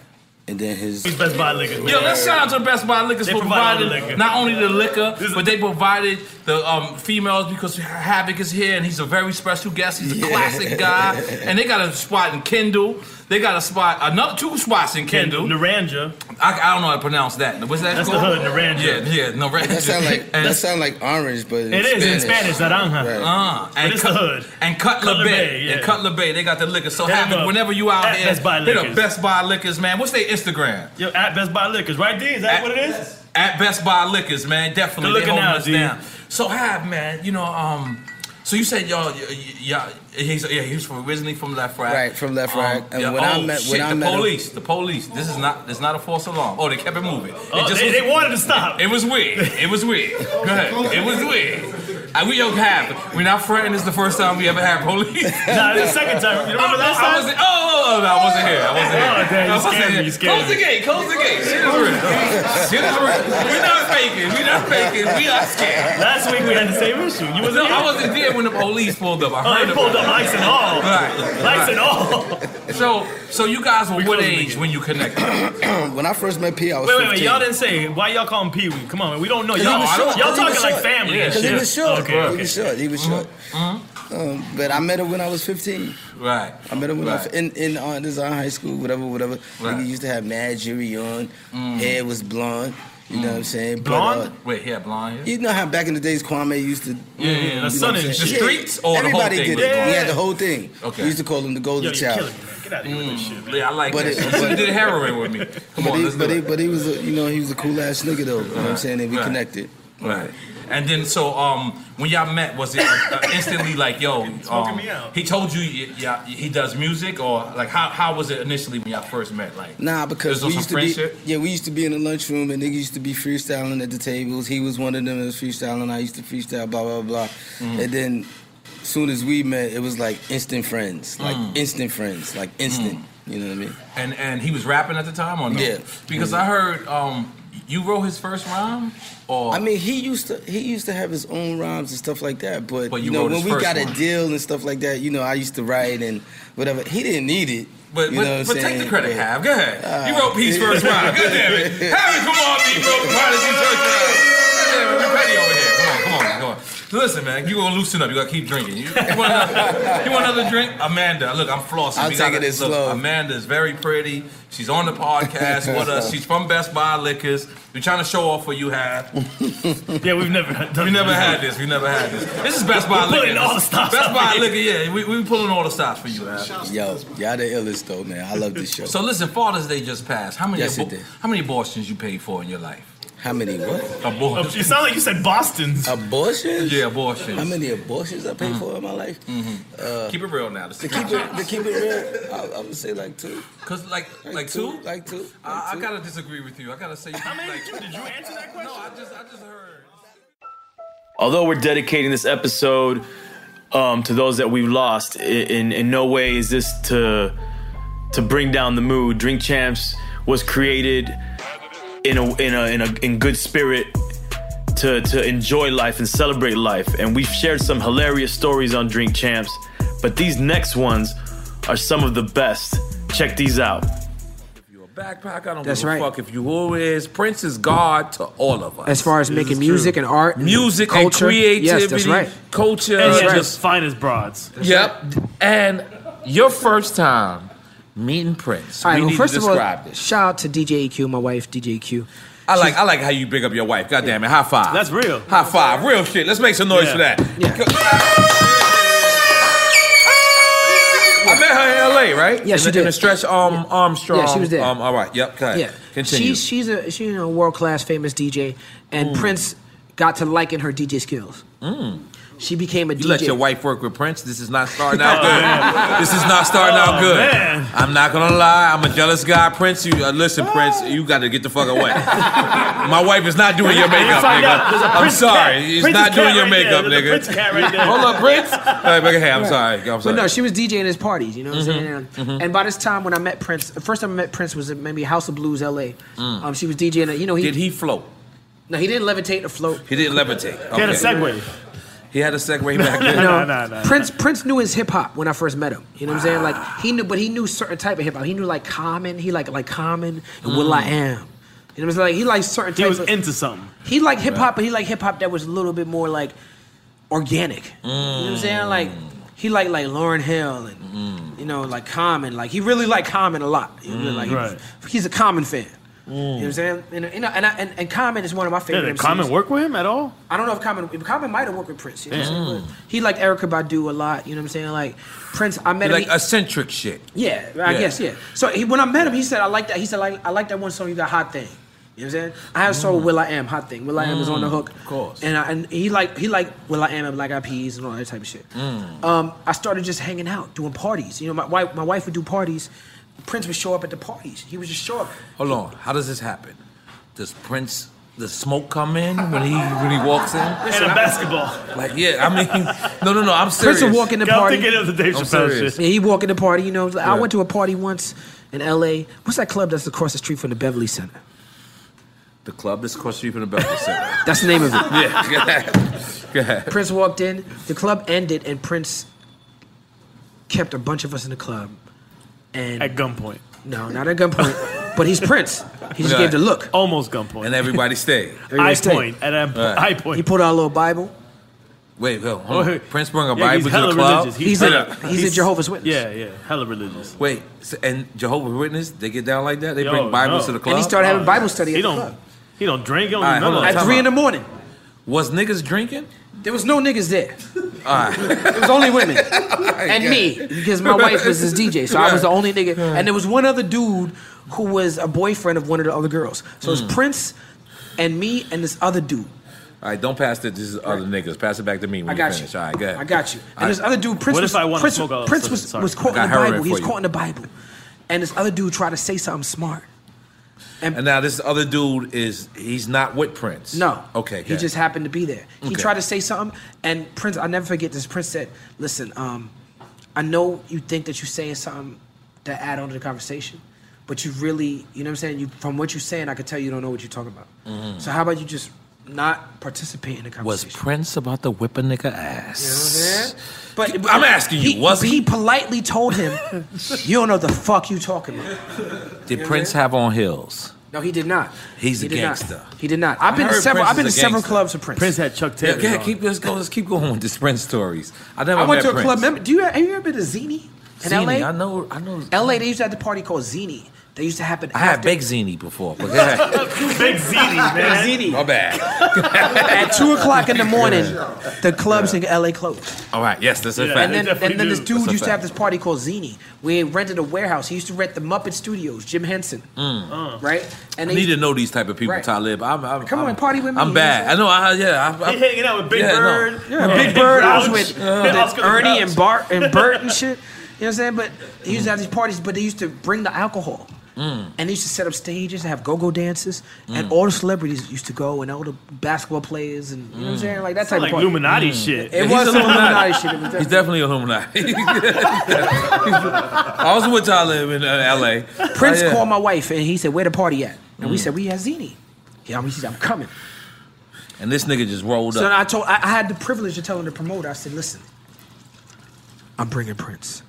[SPEAKER 10] And then his
[SPEAKER 7] He's
[SPEAKER 8] Best Buy liquor.
[SPEAKER 7] Yo, let's shout out to the Best Buy Liquors
[SPEAKER 8] They
[SPEAKER 7] for
[SPEAKER 8] provide all the
[SPEAKER 7] providing
[SPEAKER 8] liquor.
[SPEAKER 7] not only the liquor, but they provided the um, females because Havoc is here and he's a very special guest. He's a
[SPEAKER 10] Yeah.
[SPEAKER 7] classic guy, and they got a spot in Kendall. They got a spot, another two spots in Kendall.
[SPEAKER 8] Naranja.
[SPEAKER 7] I, I don't know how to pronounce that. What's that
[SPEAKER 10] That's the
[SPEAKER 7] called?
[SPEAKER 10] hood, Naranja.
[SPEAKER 7] Yeah, yeah, Naranja.
[SPEAKER 10] That sound
[SPEAKER 7] [LAUGHS]
[SPEAKER 10] like
[SPEAKER 7] And-
[SPEAKER 10] that sound like orange, but in
[SPEAKER 7] It is in Spanish, naranja.
[SPEAKER 10] Right.
[SPEAKER 7] Uh, and Cut- And Cutler,
[SPEAKER 10] Cutler
[SPEAKER 7] Bay.
[SPEAKER 10] Bay, yeah.
[SPEAKER 7] And Cutler Bay, they got the liquor. So
[SPEAKER 8] Hit 'em
[SPEAKER 7] Havoc,
[SPEAKER 8] up.
[SPEAKER 7] whenever you out
[SPEAKER 8] At
[SPEAKER 7] there,
[SPEAKER 8] Best Buy
[SPEAKER 7] hit up
[SPEAKER 8] Liquors.
[SPEAKER 7] Best Buy Liquors, man. What's their Instagram?
[SPEAKER 8] Yo, at Best Buy Liquors, right there. Is that what it is?
[SPEAKER 7] At Best Buy Liquors, man, definitely
[SPEAKER 8] Good
[SPEAKER 7] they
[SPEAKER 8] looking
[SPEAKER 7] holding
[SPEAKER 8] out,
[SPEAKER 7] us
[SPEAKER 8] G.
[SPEAKER 7] down. So Hav, man, you know, um, so you said y'all, y- y- y'all, he's yeah, he was from, originally from Left Rack,
[SPEAKER 10] Right, from Left Rack. And
[SPEAKER 7] yeah,
[SPEAKER 10] when I
[SPEAKER 7] oh,
[SPEAKER 10] met-
[SPEAKER 7] shit,
[SPEAKER 10] when I
[SPEAKER 7] the
[SPEAKER 10] met him-
[SPEAKER 7] police, the police. This is not, this is not a false alarm. Oh, they kept it moving.
[SPEAKER 8] Oh, they- they wanted to stop.
[SPEAKER 7] It was weird. It was weird. Go ahead. It was weird. And Uh, we don't have. We're not friends. This is the first time we ever had police.
[SPEAKER 8] [LAUGHS] Nah, this is the second time. You remember last
[SPEAKER 7] I
[SPEAKER 8] time?
[SPEAKER 7] wasn't- oh, oh, oh, no, I wasn't here. I wasn't here.
[SPEAKER 8] Oh, damn, you
[SPEAKER 7] I wasn't
[SPEAKER 8] scared me,
[SPEAKER 7] here.
[SPEAKER 8] you scared
[SPEAKER 7] Close the
[SPEAKER 8] me.
[SPEAKER 7] gate. Close the gate. Shit is real. Shit is real. We're not faking. We're not faking. We are scared.
[SPEAKER 8] Last week we had the same issue. You wasn't
[SPEAKER 7] no,
[SPEAKER 8] here?
[SPEAKER 7] I wasn't there when the police pulled up. I
[SPEAKER 8] Oh,
[SPEAKER 7] heard
[SPEAKER 8] they pulled
[SPEAKER 7] about
[SPEAKER 8] up
[SPEAKER 7] it.
[SPEAKER 8] lights and all.
[SPEAKER 7] Right.
[SPEAKER 8] Lights and all.
[SPEAKER 7] So, so you guys were what age when you
[SPEAKER 8] [COUGHS]
[SPEAKER 7] connected?
[SPEAKER 10] [CLEARS THROAT] when I first met P, I was
[SPEAKER 8] Wait, wait, wait!
[SPEAKER 10] 15.
[SPEAKER 8] Y'all didn't say why y'all call him Pee Wee. Come on, man. we don't know.
[SPEAKER 10] Cause
[SPEAKER 8] Y'all,
[SPEAKER 10] he was short,
[SPEAKER 8] y'all
[SPEAKER 10] cause he was
[SPEAKER 8] talking like
[SPEAKER 10] short.
[SPEAKER 8] family [LAUGHS] and
[SPEAKER 10] Cause
[SPEAKER 8] shit.
[SPEAKER 10] he was short.
[SPEAKER 8] Okay, okay.
[SPEAKER 10] He was short. He was
[SPEAKER 7] Uh-huh.
[SPEAKER 10] short. Um, but I met him when I was 15.
[SPEAKER 7] Hmm? Right.
[SPEAKER 10] I met him when I was
[SPEAKER 7] Right.
[SPEAKER 10] in in uh, this is our high school, whatever, whatever.
[SPEAKER 7] Right. Mm-hmm.
[SPEAKER 10] Nigga used to have mad jewelry on. Hair was blonde. You know what
[SPEAKER 7] Mm.
[SPEAKER 10] I'm saying? But, uh,
[SPEAKER 7] Wait, yeah, blonde. Yeah.
[SPEAKER 10] you know how back in the days Kwame used to
[SPEAKER 7] Yeah, yeah, yeah.
[SPEAKER 10] You
[SPEAKER 7] The
[SPEAKER 10] know
[SPEAKER 7] son
[SPEAKER 10] what I'm
[SPEAKER 7] is-
[SPEAKER 10] saying?
[SPEAKER 7] the streets or the whole
[SPEAKER 10] everybody
[SPEAKER 7] thing
[SPEAKER 10] did
[SPEAKER 7] was
[SPEAKER 10] it.
[SPEAKER 7] blonde?
[SPEAKER 10] He had the whole thing.
[SPEAKER 7] Okay.
[SPEAKER 10] We used to call him the
[SPEAKER 7] Yo,
[SPEAKER 10] golden
[SPEAKER 7] you're
[SPEAKER 10] child.
[SPEAKER 7] killing me, Mm. Yeah, I like
[SPEAKER 10] But
[SPEAKER 7] that.
[SPEAKER 10] it-
[SPEAKER 7] shit. you
[SPEAKER 10] but-
[SPEAKER 7] did heroin with me. Come
[SPEAKER 10] but
[SPEAKER 7] on,
[SPEAKER 10] he,
[SPEAKER 7] let's
[SPEAKER 10] but
[SPEAKER 7] do
[SPEAKER 10] he,
[SPEAKER 7] it. Uh-huh.
[SPEAKER 10] but he was, a, you know, he was a cool ass nigga though. You know what I'm saying? And we
[SPEAKER 7] Right.
[SPEAKER 10] connected.
[SPEAKER 7] Right.
[SPEAKER 6] And then so um when y'all met, was it uh, instantly like yo?
[SPEAKER 9] Smoking
[SPEAKER 6] Um,
[SPEAKER 9] me out.
[SPEAKER 6] he told you y- yeah he does music or like how how was it initially when y'all first met like?
[SPEAKER 10] Nah,
[SPEAKER 6] There's
[SPEAKER 10] because
[SPEAKER 6] no
[SPEAKER 10] we
[SPEAKER 6] some
[SPEAKER 10] used to be
[SPEAKER 6] friendship?
[SPEAKER 10] yeah, we used to be in the lunchroom and niggas used to be freestyling at the tables. He was one of them that was freestyling. I used to freestyle, blah blah blah.
[SPEAKER 7] Mm.
[SPEAKER 6] Mhm.
[SPEAKER 10] And then, soon as we met, it was like instant friends, like
[SPEAKER 6] Mm.
[SPEAKER 10] instant friends, like instant.
[SPEAKER 7] Mm.
[SPEAKER 10] You know what I mean?
[SPEAKER 6] And and he was rapping at the time or no?
[SPEAKER 10] Yeah.
[SPEAKER 6] Because I heard um you wrote his first rhyme or
[SPEAKER 10] I mean, he used to he used to have his own rhymes and stuff like that. But,
[SPEAKER 6] But
[SPEAKER 10] you,
[SPEAKER 6] you
[SPEAKER 10] know,
[SPEAKER 6] wrote
[SPEAKER 10] when
[SPEAKER 6] his
[SPEAKER 10] we
[SPEAKER 6] first
[SPEAKER 10] got a
[SPEAKER 6] one.
[SPEAKER 10] deal and stuff like that, you know, I used to write and whatever. He didn't need it.
[SPEAKER 6] But,
[SPEAKER 10] you
[SPEAKER 6] but,
[SPEAKER 10] know what
[SPEAKER 6] but
[SPEAKER 10] I'm
[SPEAKER 6] take the
[SPEAKER 10] saying?
[SPEAKER 6] credit,
[SPEAKER 10] But-
[SPEAKER 6] Hav. Go ahead. you
[SPEAKER 10] Ah.
[SPEAKER 6] wrote Peace First Round. God damn
[SPEAKER 10] [LAUGHS]
[SPEAKER 6] it. Harry, come on, me, bro. Prodigy Church Round. God damn it. We're petty over here. Come on, come on, come on. Listen, man, you gonna loosen up. You gotta keep drinking. You, you want, another, you want another drink? Amanda, look, I'm flossing.
[SPEAKER 10] I'll
[SPEAKER 6] We
[SPEAKER 10] take
[SPEAKER 6] gotta-
[SPEAKER 10] it as
[SPEAKER 6] look,
[SPEAKER 10] slow.
[SPEAKER 6] Amanda's very pretty. She's on the podcast with us. She's from Best Buy Liquors. We're trying to show off what you have.
[SPEAKER 28] yeah, we've never done
[SPEAKER 6] We
[SPEAKER 10] [LAUGHS]
[SPEAKER 6] never had this. We never had this. This is Best Buy
[SPEAKER 10] We're
[SPEAKER 6] Liquor.
[SPEAKER 10] pulling all the stops
[SPEAKER 6] Best
[SPEAKER 10] out
[SPEAKER 6] Buy
[SPEAKER 10] here.
[SPEAKER 6] Liquor, yeah. We, we pulling all the stops for you, Hav.
[SPEAKER 10] Yo, y'all the illest though, man. I love this show.
[SPEAKER 6] So listen, Father's Day just passed. How many
[SPEAKER 10] Yes,
[SPEAKER 6] abo-
[SPEAKER 10] it did.
[SPEAKER 6] how many abortions you paid for in your life?
[SPEAKER 10] How many what?
[SPEAKER 6] Abortions.
[SPEAKER 10] You sound
[SPEAKER 28] like you said Boston's.
[SPEAKER 10] Abortions?
[SPEAKER 6] Yeah, abortions. Mm.
[SPEAKER 10] How many abortions I paid for in my life?
[SPEAKER 6] Mm-hmm.
[SPEAKER 10] Uh,
[SPEAKER 6] keep it real now. To
[SPEAKER 10] to keep it, to keep it real, I, I would say like two.
[SPEAKER 6] Cause like like, two,
[SPEAKER 10] like two.
[SPEAKER 6] I,
[SPEAKER 10] like two.
[SPEAKER 6] I gotta disagree with you. I gotta say. How many did you, did you answer that question? No, I just I just heard.
[SPEAKER 2] although we're dedicating this episode um, to those that we've lost, i- in in no way is this to to bring down the mood. Drink Champs was created in a in a in a in good spirit to to enjoy life and celebrate life, and we've shared some hilarious stories on Drink Champs, but these next ones are some of the best. Check these out.
[SPEAKER 7] Backpack, I don't
[SPEAKER 18] That's
[SPEAKER 7] give a
[SPEAKER 18] right.
[SPEAKER 7] fuck if you who is. Prince is God to all of us.
[SPEAKER 18] As far as
[SPEAKER 7] This
[SPEAKER 18] making
[SPEAKER 7] is
[SPEAKER 18] music
[SPEAKER 7] true.
[SPEAKER 18] and art and
[SPEAKER 7] music
[SPEAKER 18] culture.
[SPEAKER 7] and creativity,
[SPEAKER 18] Yes, that's right.
[SPEAKER 7] culture,
[SPEAKER 18] And he had
[SPEAKER 7] just-
[SPEAKER 18] the
[SPEAKER 28] finest broads.
[SPEAKER 7] Yep, and your first time meeting Prince.
[SPEAKER 18] All right,
[SPEAKER 7] we
[SPEAKER 18] well,
[SPEAKER 7] need
[SPEAKER 18] first
[SPEAKER 7] to
[SPEAKER 18] of all,
[SPEAKER 7] describe this.
[SPEAKER 18] shout out to DJ EQ, my wife, E DJ EQ.
[SPEAKER 7] I like I like how you big up your wife. God damn it, high five.
[SPEAKER 28] That's real.
[SPEAKER 7] High five, real shit. Let's make some noise for that. I met her in LA, right?
[SPEAKER 18] Yeah,
[SPEAKER 7] in
[SPEAKER 18] she
[SPEAKER 7] the, In
[SPEAKER 18] did.
[SPEAKER 7] the stretch um, Armstrong.
[SPEAKER 18] Yeah, she was there.
[SPEAKER 7] Um, all right, yep, okay.
[SPEAKER 18] Yeah,
[SPEAKER 7] Continue.
[SPEAKER 18] she's she's a she's a world class famous DJ, and Prince got to liking her DJ skills.
[SPEAKER 7] Mm.
[SPEAKER 18] She became a
[SPEAKER 7] You
[SPEAKER 18] DJ.
[SPEAKER 7] let your wife work with Prince. This is not starting [LAUGHS] out
[SPEAKER 18] Oh,
[SPEAKER 7] good.
[SPEAKER 18] man.
[SPEAKER 7] This is not starting
[SPEAKER 18] Oh,
[SPEAKER 7] out good.
[SPEAKER 18] man.
[SPEAKER 7] I'm not gonna lie. I'm a jealous guy, Prince. You uh, listen, Prince. You got to get the fuck away. [LAUGHS] My wife is not doing your makeup, Find out. There's a nigga. I'm Prince sorry. cat. He's Prince's not doing cat your right makeup, there. There's a nigga. Prince cat right there. Hold up, [LAUGHS] Prince. All right, hey, I'm sorry. I'm sorry.
[SPEAKER 18] But no, she was DJing his parties, you know what I'm saying?
[SPEAKER 7] Mhm, mhm.
[SPEAKER 18] And by this time, when I met Prince, the first time I met Prince was at maybe House of Blues, LA.
[SPEAKER 7] Mm.
[SPEAKER 18] Um, she was DJing. at- You know, he
[SPEAKER 7] Did he float?
[SPEAKER 18] no, he didn't levitate or float.
[SPEAKER 7] He didn't levitate.
[SPEAKER 18] He had
[SPEAKER 7] Okay.
[SPEAKER 18] a Segway.
[SPEAKER 7] He had a segue back then.
[SPEAKER 18] No, Prince Prince knew his hip hop when I first met him. You know what I'm saying? Like he knew, but he knew certain type of hip hop. He knew like Common. He like like Common and Will I
[SPEAKER 28] Mm.
[SPEAKER 18] Am. You know what I'm saying? Like he liked certain.
[SPEAKER 28] He
[SPEAKER 18] type
[SPEAKER 28] was
[SPEAKER 18] of,
[SPEAKER 28] into something.
[SPEAKER 18] He liked hip hop, but he liked hip hop that was a little bit more like organic. You know what I'm saying? Like
[SPEAKER 28] Mm.
[SPEAKER 18] he liked like Lauren Hill and you know like Common. Like he really liked Common a lot. You know,
[SPEAKER 28] Mm,
[SPEAKER 18] like he-
[SPEAKER 28] right.
[SPEAKER 18] he's a Common fan. You know what I'm saying? And and, and, I, and and Common is one of my favorite.
[SPEAKER 28] Did
[SPEAKER 18] MCs.
[SPEAKER 28] Common work with him at all?
[SPEAKER 18] I don't know if Common Common might have worked with Prince. You know what I'm saying?
[SPEAKER 7] Mm.
[SPEAKER 18] But he liked Erica Badu a lot. You know what I'm saying? Like Prince, I met him.
[SPEAKER 7] like eccentric shit.
[SPEAKER 18] he- yeah, I
[SPEAKER 7] Yeah.
[SPEAKER 18] guess yeah. So he, when I met him, he said I like that. He said like I like that one song you got, Hot Thing. You know what I'm saying? I have soul Will I Am, Hot Thing. Will I Am is on the
[SPEAKER 7] Mm,
[SPEAKER 18] hook. Of course. And I, and he like he like Will I Am and Black Eyed Peas and all that type of shit.
[SPEAKER 7] Mm.
[SPEAKER 18] Um, I started just hanging out, doing parties. You know, my wife my wife would do parties. Prince would show up at the parties. He would just show up.
[SPEAKER 7] Hold on. How does this happen? Does Prince the smoke come in when he when he walks in?
[SPEAKER 28] And a basketball.
[SPEAKER 7] Like yeah, I mean, [LAUGHS] no, no, no. I'm serious.
[SPEAKER 18] Prince would walk in the party.
[SPEAKER 7] I'm serious.
[SPEAKER 18] Yeah, he walk in the party. You know, like, I
[SPEAKER 7] Yeah.
[SPEAKER 18] went to a party once in L.A. What's that club that's across the street from the Beverly Center?
[SPEAKER 7] The club is across the street from the Beverly Center.
[SPEAKER 18] [LAUGHS] That's the name of
[SPEAKER 7] [LAUGHS]
[SPEAKER 18] it.
[SPEAKER 7] Yeah. Go ahead. Go ahead.
[SPEAKER 18] Prince walked in. The club ended, and Prince kept a bunch of us in the club. And
[SPEAKER 28] at gunpoint.
[SPEAKER 18] No, not
[SPEAKER 28] [LAUGHS]
[SPEAKER 18] at gunpoint. but he's Prince. He just
[SPEAKER 7] Right.
[SPEAKER 18] gave the look.
[SPEAKER 28] Almost gunpoint.
[SPEAKER 7] And everybody stayed.
[SPEAKER 18] Everybody stayed.
[SPEAKER 7] Right.
[SPEAKER 18] He pulled out a little Bible.
[SPEAKER 7] Wait, wait,
[SPEAKER 28] [LAUGHS]
[SPEAKER 7] hold on.
[SPEAKER 18] Wait.
[SPEAKER 7] Prince brought a
[SPEAKER 18] Yeah,
[SPEAKER 7] Bible
[SPEAKER 18] he's
[SPEAKER 7] to
[SPEAKER 18] hella
[SPEAKER 7] the club.
[SPEAKER 18] religious. He's He's a- hella- he's a he's- Jehovah's Witness.
[SPEAKER 7] Yeah,
[SPEAKER 28] yeah, hella religious.
[SPEAKER 7] Wait, so, and Jehovah's Witness, they get down like that. They
[SPEAKER 28] Yo,
[SPEAKER 7] bring Bibles
[SPEAKER 28] no. Oh,
[SPEAKER 7] to the club.
[SPEAKER 18] And he started having Bible study at
[SPEAKER 7] He
[SPEAKER 18] the
[SPEAKER 7] don't-
[SPEAKER 18] club.
[SPEAKER 28] He don't drink. He don't
[SPEAKER 7] All right,
[SPEAKER 28] do none
[SPEAKER 7] hold
[SPEAKER 28] of
[SPEAKER 7] on,
[SPEAKER 28] that.
[SPEAKER 7] time out.
[SPEAKER 18] morning.
[SPEAKER 7] Was niggas drinking?
[SPEAKER 18] There was no niggas there.
[SPEAKER 7] All right.
[SPEAKER 18] It was
[SPEAKER 7] [LAUGHS]
[SPEAKER 18] only women and me because my wife was his DJ, so I was the only nigga. And there was one other dude who
[SPEAKER 7] Hmm.
[SPEAKER 18] was a boyfriend of one of the other girls. So it was Prince and me and this other dude.
[SPEAKER 7] All right, don't pass it. This is other niggas. Pass it back to me when
[SPEAKER 18] I
[SPEAKER 7] you
[SPEAKER 18] got
[SPEAKER 7] finish.
[SPEAKER 18] you.
[SPEAKER 7] All right, good.
[SPEAKER 18] I got you. And this other dude, Prince, was, Prince, Prince was, was caught in the Bible. He was caught in the Bible, and this other dude tried to say something smart.
[SPEAKER 7] And, now this other dude is he's not with Prince.
[SPEAKER 18] No.
[SPEAKER 7] Okay.
[SPEAKER 18] He
[SPEAKER 7] good.
[SPEAKER 18] just happened to be there. He
[SPEAKER 7] Okay.
[SPEAKER 18] tried to say something, and Prince, I never forget this. Prince said, "Listen, um, I know you think that you're saying something to add on to the conversation, but you really, you know what I'm saying? You, from what you're saying, I could tell you don't know what you're talking about.
[SPEAKER 7] Mm-hmm.
[SPEAKER 18] So how about you just not participate in the
[SPEAKER 7] was
[SPEAKER 18] conversation?"
[SPEAKER 7] Prince about to whip a nigga ass.
[SPEAKER 18] But
[SPEAKER 7] I'm asking you,
[SPEAKER 18] he,
[SPEAKER 7] was he?
[SPEAKER 18] he politely told him,
[SPEAKER 7] [LAUGHS]
[SPEAKER 18] "You don't know the fuck you talking about."
[SPEAKER 7] Did
[SPEAKER 18] Yeah,
[SPEAKER 7] Prince have on heels?
[SPEAKER 18] No, he did not.
[SPEAKER 7] He's
[SPEAKER 18] He
[SPEAKER 7] a
[SPEAKER 18] did not.
[SPEAKER 7] gangster.
[SPEAKER 18] He did not. I've
[SPEAKER 7] I
[SPEAKER 18] been to
[SPEAKER 7] heard
[SPEAKER 18] several.
[SPEAKER 7] Prince
[SPEAKER 18] I've been to
[SPEAKER 7] is a
[SPEAKER 18] several
[SPEAKER 7] gangster.
[SPEAKER 18] clubs with Prince.
[SPEAKER 7] Prince had Chuck
[SPEAKER 18] Taylors
[SPEAKER 7] Yeah, yeah
[SPEAKER 18] on.
[SPEAKER 7] keep let's go. Let's keep going with this Prince stories. I never
[SPEAKER 18] I went
[SPEAKER 7] met
[SPEAKER 18] to a
[SPEAKER 7] Prince.
[SPEAKER 18] club. Remember, do you have you ever been to Zini in
[SPEAKER 7] Zini,
[SPEAKER 18] LA?
[SPEAKER 7] I know. I know.
[SPEAKER 18] LA, they used to have the party called Zini. They used to happen.
[SPEAKER 7] I had Big Zini [LAUGHS] before. But yeah.
[SPEAKER 18] Big [LAUGHS]
[SPEAKER 7] [LAUGHS]
[SPEAKER 18] Zini,
[SPEAKER 7] man.
[SPEAKER 18] Zini.
[SPEAKER 7] My bad.
[SPEAKER 18] [LAUGHS] At two o'clock in the morning, the clubs in LA closed.
[SPEAKER 7] All right. Yes, that's a fact.
[SPEAKER 18] and then, and then this dude
[SPEAKER 7] That's a
[SPEAKER 18] used to have
[SPEAKER 7] fact.
[SPEAKER 18] this party called Zini, where he rented a warehouse. He used to rent the Muppet Studios, Jim Henson,
[SPEAKER 7] Mm.
[SPEAKER 18] right?
[SPEAKER 7] I
[SPEAKER 18] And they
[SPEAKER 7] need to know these type of people,
[SPEAKER 18] Right.
[SPEAKER 7] Talib. I'm, I'm,
[SPEAKER 18] come on and party with me.
[SPEAKER 7] I'm bad. I know. I, yeah.
[SPEAKER 18] [LAUGHS]
[SPEAKER 7] I, I,
[SPEAKER 18] He hanging out with Big
[SPEAKER 7] yeah, no.
[SPEAKER 18] Bird. Yeah, Big Bird. I was with
[SPEAKER 7] Yeah.
[SPEAKER 18] with
[SPEAKER 7] Oscar the
[SPEAKER 18] Ernie
[SPEAKER 7] Grouch.
[SPEAKER 18] and Bart [LAUGHS] and Bert and shit. You know what I'm saying? But they used to have these parties, but they used to bring the alcohol.
[SPEAKER 9] Mm.
[SPEAKER 18] And they used to set up stages and have go-go dances, and
[SPEAKER 7] Mm.
[SPEAKER 18] all the celebrities used to go, and all the basketball players, and you know what I'm saying, like that type
[SPEAKER 2] Sound
[SPEAKER 18] of
[SPEAKER 2] like
[SPEAKER 18] party.
[SPEAKER 2] Illuminati
[SPEAKER 7] Mm.
[SPEAKER 2] shit.
[SPEAKER 18] It
[SPEAKER 2] He's
[SPEAKER 18] was some Illuminati
[SPEAKER 2] Illuminati.
[SPEAKER 18] shit. It was
[SPEAKER 7] He's definitely
[SPEAKER 18] definitely-
[SPEAKER 7] a Illuminati. [LAUGHS] I was with Talib in uh, L.A.
[SPEAKER 18] Prince
[SPEAKER 7] Oh, yeah.
[SPEAKER 18] called my wife, and he said, "Where the party at?" And we
[SPEAKER 7] Mm.
[SPEAKER 18] said, "We at Zini." Yeah, I'm- he said, "I'm coming."
[SPEAKER 7] and this nigga just rolled
[SPEAKER 18] So then
[SPEAKER 7] up.
[SPEAKER 18] I told I, I had the privilege of telling the promoter. I said, "Listen, I'm bringing Prince."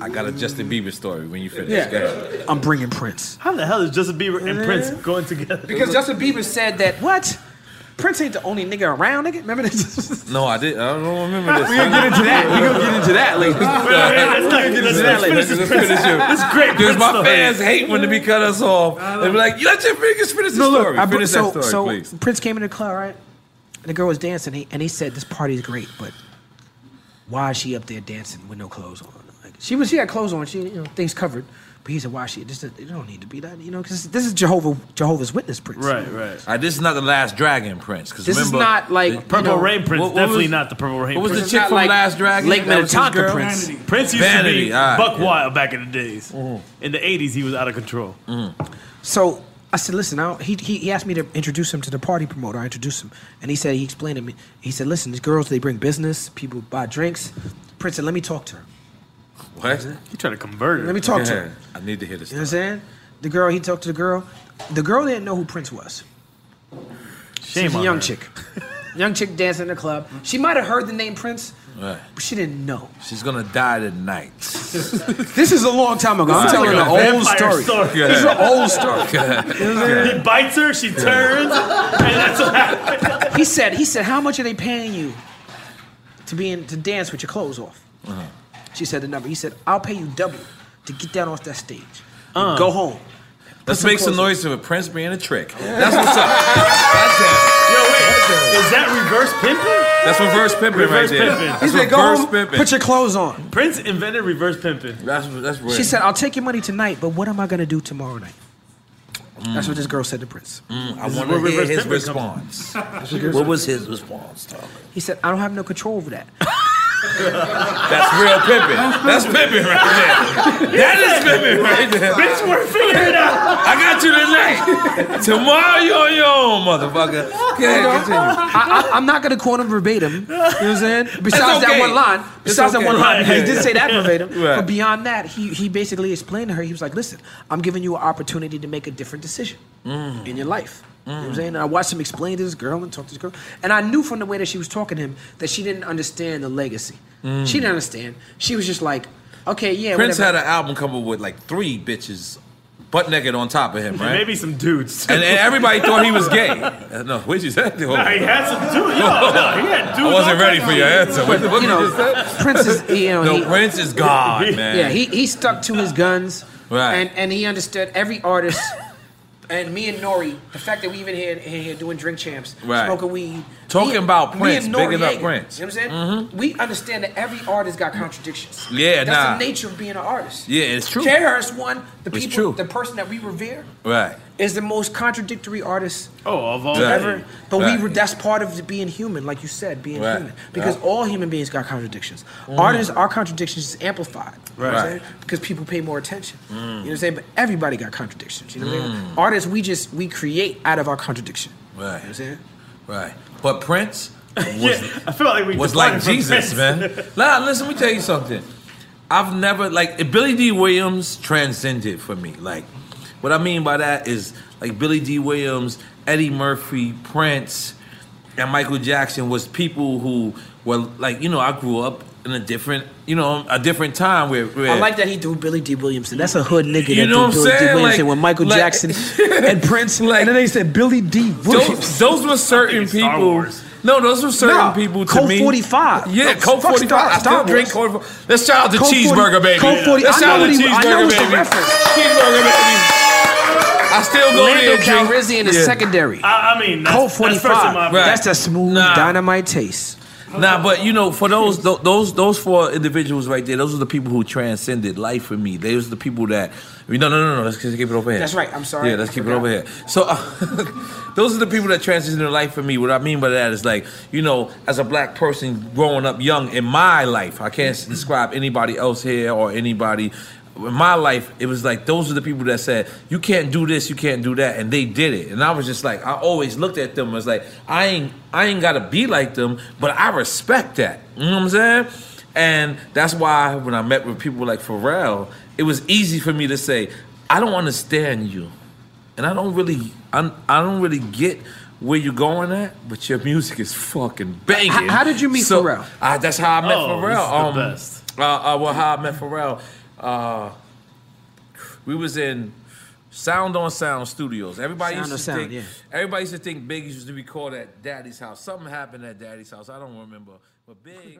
[SPEAKER 7] I got a Justin Bieber story when you finish.
[SPEAKER 18] Yeah.
[SPEAKER 7] Go ahead.
[SPEAKER 18] I'm bringing Prince.
[SPEAKER 2] How the hell is Justin Bieber and Prince going together?
[SPEAKER 18] Because Justin Bieber said that what? Prince ain't the only nigga around, nigga. Remember [LAUGHS] this?
[SPEAKER 7] No, I did. I don't remember this.
[SPEAKER 18] We gonna get into that. We gonna get into that later.
[SPEAKER 7] Let's
[SPEAKER 18] Let's
[SPEAKER 7] get
[SPEAKER 18] let's
[SPEAKER 7] into that
[SPEAKER 18] finish
[SPEAKER 7] later.
[SPEAKER 18] this
[SPEAKER 7] Let's finish
[SPEAKER 18] Prince.
[SPEAKER 7] it.
[SPEAKER 18] This great
[SPEAKER 7] Because
[SPEAKER 18] Prince
[SPEAKER 7] my
[SPEAKER 18] story.
[SPEAKER 7] fans hate when they cut us off. They be like, "Let your fingers finish the
[SPEAKER 18] No, look,
[SPEAKER 7] story.
[SPEAKER 18] I br-
[SPEAKER 7] Finish
[SPEAKER 18] so,
[SPEAKER 7] that story,
[SPEAKER 18] so
[SPEAKER 7] please."
[SPEAKER 18] Prince came in the club, right? And the girl was dancing, he, and he said, "This party's great, but why is she up there dancing with no clothes on? Like, she was, she had clothes on, she, you know, things covered." But he said, "Why is she? This, it don't need to be that, you know, because this is Jehovah, Jehovah's Witness Prince,
[SPEAKER 7] right. All right, uh, this is not the last Dragon Prince. Because
[SPEAKER 18] This is not like, you Purple know- Rain
[SPEAKER 2] Prince, definitely not the Purple Rain
[SPEAKER 7] What was
[SPEAKER 2] Prince.
[SPEAKER 7] the chick
[SPEAKER 2] Not
[SPEAKER 7] from
[SPEAKER 2] like
[SPEAKER 7] Last Dragon?
[SPEAKER 2] Lake
[SPEAKER 7] That was his
[SPEAKER 2] Minnetonka
[SPEAKER 7] girl?
[SPEAKER 2] Prince. Prince used to
[SPEAKER 7] Vanity,
[SPEAKER 2] be
[SPEAKER 7] all right,
[SPEAKER 2] buck
[SPEAKER 7] yeah. Mm-hmm.
[SPEAKER 2] wild back in the days. In the '80s, he was out of control.
[SPEAKER 18] So I said, listen, I don't, he, he, he asked me to introduce him to the party promoter. I introduced him. And he said, he explained to me, he said, listen, these girls, they bring business, people buy drinks. Prince said, let me talk to her.
[SPEAKER 7] What?
[SPEAKER 2] He tried to convert her.
[SPEAKER 18] Let me talk to her.
[SPEAKER 7] I need to hear this.
[SPEAKER 18] You know what I'm saying? The girl, he talked to the girl. The girl didn't know who Prince was. She
[SPEAKER 2] Shame
[SPEAKER 18] was a
[SPEAKER 2] on
[SPEAKER 18] young
[SPEAKER 2] her.
[SPEAKER 18] chick. young chick dancing in the club. She might have heard the name Prince, but she didn't know.
[SPEAKER 7] She's gonna die tonight.
[SPEAKER 18] This is a long time ago. I'm
[SPEAKER 7] Sounds
[SPEAKER 18] telling
[SPEAKER 7] like
[SPEAKER 18] an
[SPEAKER 7] a
[SPEAKER 18] old
[SPEAKER 7] vampire
[SPEAKER 18] story.
[SPEAKER 7] story.
[SPEAKER 18] This is an old story.
[SPEAKER 7] [LAUGHS]
[SPEAKER 18] You know what I'm saying?
[SPEAKER 2] He bites her. She [LAUGHS] turns, and that's what happened.
[SPEAKER 18] he said, he said, how much are they paying you to be in, to dance with your clothes off? She said the number. He said, I'll pay you double to get down off that stage. You
[SPEAKER 7] Uh.
[SPEAKER 18] Go home.
[SPEAKER 7] Let's
[SPEAKER 18] some
[SPEAKER 7] make some noise
[SPEAKER 18] clothes
[SPEAKER 7] of a Prince being a trick. That's what's up.
[SPEAKER 2] [LAUGHS] Is that reverse pimping?
[SPEAKER 7] That's reverse pimping
[SPEAKER 2] Reverse
[SPEAKER 7] right there.
[SPEAKER 2] pimping.
[SPEAKER 7] That's
[SPEAKER 18] He said, "Go
[SPEAKER 7] reverse
[SPEAKER 18] home,
[SPEAKER 7] pimping.
[SPEAKER 18] put your clothes on.
[SPEAKER 2] Prince invented reverse pimping.
[SPEAKER 7] That's that's
[SPEAKER 18] She said, I'll take your money tonight, but what am I going to do tomorrow night?
[SPEAKER 7] Mm.
[SPEAKER 18] That's what this girl said to Prince.
[SPEAKER 7] I
[SPEAKER 18] This is
[SPEAKER 7] want
[SPEAKER 18] where
[SPEAKER 7] to hear
[SPEAKER 18] reverse
[SPEAKER 7] his
[SPEAKER 18] pimping
[SPEAKER 2] [LAUGHS]
[SPEAKER 18] comes
[SPEAKER 7] response.
[SPEAKER 18] in.
[SPEAKER 7] what was his response, Tom?
[SPEAKER 18] He said, I don't have no control over that.
[SPEAKER 7] That's real pimping. That's pimping right there. [LAUGHS] That is pimping right there.
[SPEAKER 2] Bitch, we're figuring it out.
[SPEAKER 7] I got you tonight. Tomorrow you on your own, motherfucker. Go ahead,
[SPEAKER 18] [LAUGHS] You know,
[SPEAKER 7] continue.
[SPEAKER 18] I, I, I'm not gonna quote him verbatim. You know what I'm saying? Besides
[SPEAKER 7] okay.
[SPEAKER 18] that one line,
[SPEAKER 7] It's
[SPEAKER 18] besides
[SPEAKER 7] okay.
[SPEAKER 18] that one line,
[SPEAKER 7] Right,
[SPEAKER 18] he
[SPEAKER 7] yeah,
[SPEAKER 18] did
[SPEAKER 7] yeah.
[SPEAKER 18] say that verbatim.
[SPEAKER 7] Right.
[SPEAKER 18] But beyond that, he he basically explained to her. He was like, "Listen, I'm giving you an opportunity to make a different decision in your life." You know what I'm saying? And I watched him explain to this girl and talk to this girl, and I knew from the way that she was talking to him that she didn't understand the legacy.
[SPEAKER 7] Mm.
[SPEAKER 18] She didn't understand. She was just like, "Okay, yeah."
[SPEAKER 7] Prince
[SPEAKER 18] whatever.
[SPEAKER 7] had an album cover with like three bitches butt naked on top of him,
[SPEAKER 2] And
[SPEAKER 7] right?
[SPEAKER 2] maybe some dudes.
[SPEAKER 7] And, and everybody thought he was gay. Uh, no, what you said?
[SPEAKER 2] Nah, he had some dudes. Yo,
[SPEAKER 7] [LAUGHS]
[SPEAKER 2] no, he had dudes.
[SPEAKER 7] I wasn't
[SPEAKER 2] all
[SPEAKER 7] ready
[SPEAKER 2] type
[SPEAKER 7] for
[SPEAKER 2] of-
[SPEAKER 7] your answer. What the fuck you,
[SPEAKER 18] you know,
[SPEAKER 7] just said?
[SPEAKER 18] Prince is you
[SPEAKER 7] [LAUGHS]
[SPEAKER 18] know
[SPEAKER 7] no,
[SPEAKER 18] he,
[SPEAKER 7] Prince is God, man.
[SPEAKER 18] Yeah, he, he stuck to his guns.
[SPEAKER 7] Right.
[SPEAKER 18] And and he understood every artist. and me and Nori, the fact that we even here here doing drink champs,
[SPEAKER 7] Right.
[SPEAKER 18] smoking weed,
[SPEAKER 7] Talking
[SPEAKER 18] me-
[SPEAKER 7] about
[SPEAKER 18] me
[SPEAKER 7] Prince,
[SPEAKER 18] and
[SPEAKER 7] bigging up
[SPEAKER 18] Noriega,
[SPEAKER 7] Prince. Mm-hmm.
[SPEAKER 18] You know what I'm saying? We understand that every artist got contradictions.
[SPEAKER 7] Yeah,
[SPEAKER 18] that's
[SPEAKER 7] nah.
[SPEAKER 18] the nature of being an artist.
[SPEAKER 7] Yeah, it's true.
[SPEAKER 18] Jay Harris won the
[SPEAKER 7] It's
[SPEAKER 18] people,
[SPEAKER 7] true.
[SPEAKER 18] the person that we revere.
[SPEAKER 7] Right.
[SPEAKER 18] is the most contradictory artist.
[SPEAKER 2] Oh, of all
[SPEAKER 18] ever.
[SPEAKER 2] time.
[SPEAKER 18] But we
[SPEAKER 2] Right.
[SPEAKER 18] we that's part of the being human, like you said, being
[SPEAKER 2] Right.
[SPEAKER 18] human. Because
[SPEAKER 2] Yeah.
[SPEAKER 18] all human beings got contradictions.
[SPEAKER 2] Mm.
[SPEAKER 18] Artists, our contradictions is amplified. You know what I'm
[SPEAKER 2] Right.
[SPEAKER 18] saying? Because people pay more attention.
[SPEAKER 2] Mm.
[SPEAKER 18] You know what I'm saying? But everybody got contradictions. You know what I'm saying?
[SPEAKER 7] Mm.
[SPEAKER 18] Artists, we just we create out of our contradiction.
[SPEAKER 7] Right.
[SPEAKER 18] Right.
[SPEAKER 7] But
[SPEAKER 2] [LAUGHS]
[SPEAKER 7] Prince was,
[SPEAKER 2] I feel like we
[SPEAKER 7] was
[SPEAKER 2] departed
[SPEAKER 7] like
[SPEAKER 2] from
[SPEAKER 7] Jesus,
[SPEAKER 2] Prince.
[SPEAKER 7] man. Nah, listen, let me tell you something. I've never like Billy D. Williams transcended for me. Like, what I mean by that is like Billy D. Williams, Eddie Murphy, Prince, and Michael Jackson was people who were like, you know, I grew up in a different, you know, a different time where, where
[SPEAKER 18] I like that he threw Billy D. Williamson. That's a hood nigga.
[SPEAKER 7] You
[SPEAKER 18] that
[SPEAKER 7] know what I'm
[SPEAKER 18] threw Billy D.
[SPEAKER 7] saying?
[SPEAKER 18] Williamson
[SPEAKER 7] Like-
[SPEAKER 18] with Michael
[SPEAKER 7] like-
[SPEAKER 18] Jackson and Prince. and then they said Billy D. Williamson.
[SPEAKER 7] those, those were certain people. No, those were certain
[SPEAKER 18] Nah,
[SPEAKER 7] people to
[SPEAKER 18] Coke
[SPEAKER 7] me.
[SPEAKER 18] 45.
[SPEAKER 7] Yeah,
[SPEAKER 18] Fuck
[SPEAKER 7] Coke
[SPEAKER 18] Star-
[SPEAKER 7] 45. I still
[SPEAKER 18] Star Wars.
[SPEAKER 7] drink Coke 45. Let's shout out to
[SPEAKER 18] Coke 40
[SPEAKER 7] Cheeseburger Baby.
[SPEAKER 18] Coke 40
[SPEAKER 7] Let's
[SPEAKER 18] I
[SPEAKER 7] shout
[SPEAKER 18] know
[SPEAKER 7] out to
[SPEAKER 18] what he- I know
[SPEAKER 7] Cheeseburger
[SPEAKER 18] it's a
[SPEAKER 7] Baby.
[SPEAKER 18] reference.
[SPEAKER 7] Cheeseburger Baby. I still go
[SPEAKER 18] Lando
[SPEAKER 7] there and drink.
[SPEAKER 18] Calrissian is secondary.
[SPEAKER 2] I, I mean, that's,
[SPEAKER 18] Colt
[SPEAKER 2] that's
[SPEAKER 18] 45.
[SPEAKER 2] first in my
[SPEAKER 7] Right.
[SPEAKER 18] That's a smooth dynamite taste.
[SPEAKER 7] Nah, but you know, for those tho- those those four individuals right there, those are the people who transcended life for me. Those are the people that no no no no. Let's keep it over here.
[SPEAKER 18] That's right. I'm sorry.
[SPEAKER 7] Yeah, let's
[SPEAKER 18] I
[SPEAKER 7] keep
[SPEAKER 18] forgot.
[SPEAKER 7] it over here. So uh, [LAUGHS] those are the people that transcended life for me. What I mean by that is like you know, as a black person growing up young in my life, I can't
[SPEAKER 18] Mm-hmm.
[SPEAKER 7] describe anybody else here or anybody. In my life, it was like those are the people that said, You can't do this, you can't do that, and they did it. And I was just like, I always looked at them as like, I ain't I ain't gotta be like them, but I respect that. You know what I'm saying? And that's why when I met with people like Pharrell, it was easy for me to say, I don't understand you. And I don't really I'm, I don't really get where you're going at, but your music is fucking banging.
[SPEAKER 18] How- how did you meet
[SPEAKER 7] so,
[SPEAKER 18] Pharrell?
[SPEAKER 7] I, that's how I met
[SPEAKER 18] Oh,
[SPEAKER 7] Pharrell.
[SPEAKER 18] this is the
[SPEAKER 7] um,
[SPEAKER 18] best.
[SPEAKER 7] Uh, uh, well, how I met Pharrell. Uh, we was in Sound on Sound Studios. Everybody
[SPEAKER 18] Sound
[SPEAKER 7] used to
[SPEAKER 18] on Sound,
[SPEAKER 7] think
[SPEAKER 18] yeah.
[SPEAKER 7] everybody used to think Big used to be called at Daddy's house. Something happened at Daddy's house. I don't remember, but
[SPEAKER 18] [LAUGHS]
[SPEAKER 7] Big.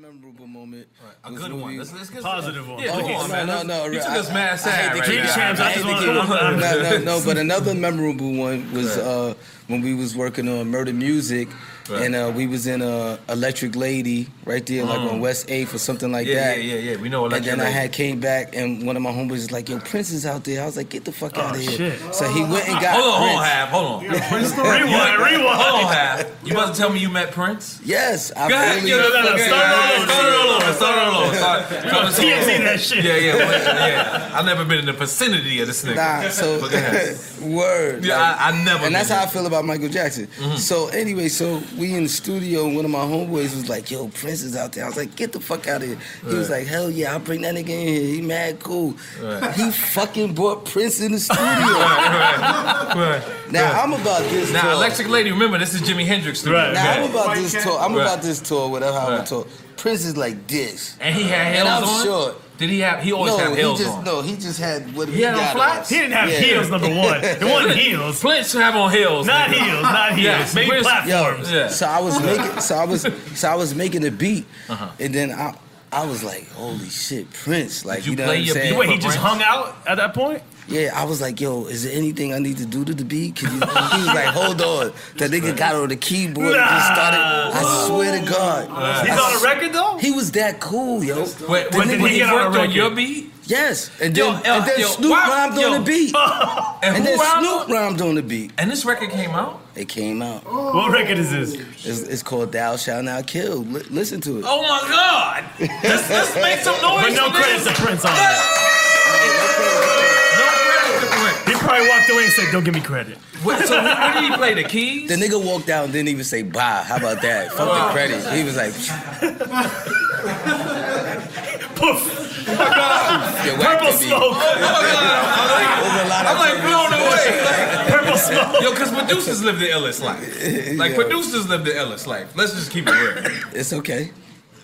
[SPEAKER 10] Memorable moment.
[SPEAKER 7] A
[SPEAKER 10] was
[SPEAKER 7] good
[SPEAKER 10] when
[SPEAKER 7] one.
[SPEAKER 10] we-
[SPEAKER 7] Let's- let's get-
[SPEAKER 10] Positive one.
[SPEAKER 7] Yeah,
[SPEAKER 10] Oh,
[SPEAKER 7] come on, man.
[SPEAKER 10] No, no,
[SPEAKER 7] You
[SPEAKER 10] no,
[SPEAKER 7] took
[SPEAKER 10] I-
[SPEAKER 7] us mad
[SPEAKER 10] I
[SPEAKER 7] sad
[SPEAKER 10] hate to
[SPEAKER 7] right
[SPEAKER 10] keep-
[SPEAKER 7] now. James, I
[SPEAKER 10] hate
[SPEAKER 7] just
[SPEAKER 10] to
[SPEAKER 7] wanna-
[SPEAKER 10] keep-
[SPEAKER 7] come on.
[SPEAKER 10] No,
[SPEAKER 7] [LAUGHS]
[SPEAKER 10] no, no. But another memorable one was
[SPEAKER 7] Right.
[SPEAKER 10] uh, when we was working on Murder Music,
[SPEAKER 7] Right.
[SPEAKER 10] and uh, we was in uh, Electric Lady right there, like
[SPEAKER 7] Mm.
[SPEAKER 10] on West Eighth or something like
[SPEAKER 7] Yeah,
[SPEAKER 10] that.
[SPEAKER 7] yeah, yeah, yeah. We know Electric
[SPEAKER 10] And then I
[SPEAKER 7] Lady.
[SPEAKER 10] had came back, and one of my homeboys was like, "Yo, Prince is out there." I was like, "Get the fuck
[SPEAKER 7] Oh,
[SPEAKER 10] out of here!"
[SPEAKER 7] shit.
[SPEAKER 10] So he went and got
[SPEAKER 7] hold on, hold on,
[SPEAKER 10] Prince.
[SPEAKER 7] Hab, hold on.
[SPEAKER 10] Prince the
[SPEAKER 7] You-
[SPEAKER 10] rewind, rewind.
[SPEAKER 7] Hold on, Hab. You about to tell me you met Prince?
[SPEAKER 10] Yes,
[SPEAKER 7] Go ahead, get the fuck out of here. Start it all over. Start it all over. Start it all over. Start- start it all over. Yeah, yeah, well, yeah. I've never been in the vicinity of this nigga.
[SPEAKER 10] Nah, so
[SPEAKER 7] But go ahead.
[SPEAKER 10] [LAUGHS] word.
[SPEAKER 7] Yeah, I- I never
[SPEAKER 10] And that's
[SPEAKER 7] knew
[SPEAKER 10] how I feel about Michael Jackson.
[SPEAKER 7] Mhm.
[SPEAKER 10] So anyway, so we in the studio. and One of my homeboys was like, "Yo, Prince is out there." I was like, "Get the fuck out of here." He was
[SPEAKER 7] Right.
[SPEAKER 10] like, "Hell yeah, I'll bring that nigga in here. He mad cool."
[SPEAKER 7] Right.
[SPEAKER 10] He fucking brought Prince in
[SPEAKER 7] [LAUGHS]
[SPEAKER 10] the studio.
[SPEAKER 7] Right, right,
[SPEAKER 10] Now
[SPEAKER 7] right.
[SPEAKER 10] I'm about this.
[SPEAKER 7] Now,
[SPEAKER 10] talk.
[SPEAKER 7] Electric Lady, remember this is Jimi Hendrix. Studio.
[SPEAKER 10] Now I'm about this tour. I'm
[SPEAKER 7] Right.
[SPEAKER 10] about this tour. Whatever how
[SPEAKER 7] Right.
[SPEAKER 10] I talk. Prince is like this,
[SPEAKER 7] And he had
[SPEAKER 10] And
[SPEAKER 7] heels
[SPEAKER 10] I'm
[SPEAKER 7] on?
[SPEAKER 10] Sure.
[SPEAKER 7] Did he have? He always
[SPEAKER 10] no,
[SPEAKER 7] had heels
[SPEAKER 10] he just,
[SPEAKER 7] on.
[SPEAKER 10] No, he just had what
[SPEAKER 7] He had on
[SPEAKER 10] got
[SPEAKER 7] flats?
[SPEAKER 10] on.
[SPEAKER 7] He didn't have heels, number one.
[SPEAKER 10] [LAUGHS]
[SPEAKER 7] It wasn't heels. Flint should have on heels. Not nigga. heels, not heels. Yes, Maybe where's- platforms.
[SPEAKER 10] Yo,
[SPEAKER 7] Yeah.
[SPEAKER 10] So
[SPEAKER 7] [LAUGHS]
[SPEAKER 10] I was making, so I was, so I was making the beat, and then I, I was like, holy shit, Prince! Like
[SPEAKER 2] Uh-huh. Did you
[SPEAKER 10] know
[SPEAKER 2] play
[SPEAKER 10] what
[SPEAKER 2] your
[SPEAKER 10] I'm saying?
[SPEAKER 2] beat Wait, he for just Prince? hung
[SPEAKER 7] out at that point.
[SPEAKER 10] Yeah, I was like, yo, is there anything I need to do to the beat? Can you? He was like, hold on. That nigga got on the keyboard and just started. I swear to God.
[SPEAKER 2] He's
[SPEAKER 10] I
[SPEAKER 2] on a
[SPEAKER 10] s-
[SPEAKER 2] record though.
[SPEAKER 10] He was that cool, yo.
[SPEAKER 7] Wait,
[SPEAKER 10] The
[SPEAKER 7] wait, did
[SPEAKER 10] nigga-
[SPEAKER 7] he work on your beat?
[SPEAKER 10] Yes, and
[SPEAKER 7] Yo,
[SPEAKER 10] then,
[SPEAKER 7] yo,
[SPEAKER 10] and then
[SPEAKER 7] yo,
[SPEAKER 10] Snoop
[SPEAKER 7] why-
[SPEAKER 10] rhymed
[SPEAKER 7] yo.
[SPEAKER 10] on the beat.
[SPEAKER 7] [LAUGHS] And
[SPEAKER 10] and
[SPEAKER 7] who
[SPEAKER 10] then
[SPEAKER 7] rhymed
[SPEAKER 10] Snoop rhymed on the beat.
[SPEAKER 7] And this record came out.
[SPEAKER 10] It came out.
[SPEAKER 7] What record is this?
[SPEAKER 10] It's, it's called "Thou Shalt Not Kill." Li- listen to it. [LAUGHS]
[SPEAKER 7] Oh my God! Let's, let's make [LAUGHS] some noise.
[SPEAKER 10] But no
[SPEAKER 7] for this.
[SPEAKER 10] credits to
[SPEAKER 2] Prince on that. He probably walked away and said, "Don't give me credit."
[SPEAKER 7] What- so what- what did he play? The keys?
[SPEAKER 10] The nigga walked out and didn't even say bye. How about that? Fuck
[SPEAKER 7] Wow.
[SPEAKER 10] the credits. He was like,
[SPEAKER 2] Poof.
[SPEAKER 10] Yo,
[SPEAKER 7] Purple
[SPEAKER 10] whack that beat.
[SPEAKER 7] smoke. I'm like blown away. Like,
[SPEAKER 2] Purple smoke.
[SPEAKER 7] Yo, because producers live the illest life. Like
[SPEAKER 10] [LAUGHS] Yeah.
[SPEAKER 7] producers live the illest life. Let's just keep it real.
[SPEAKER 10] "It's okay."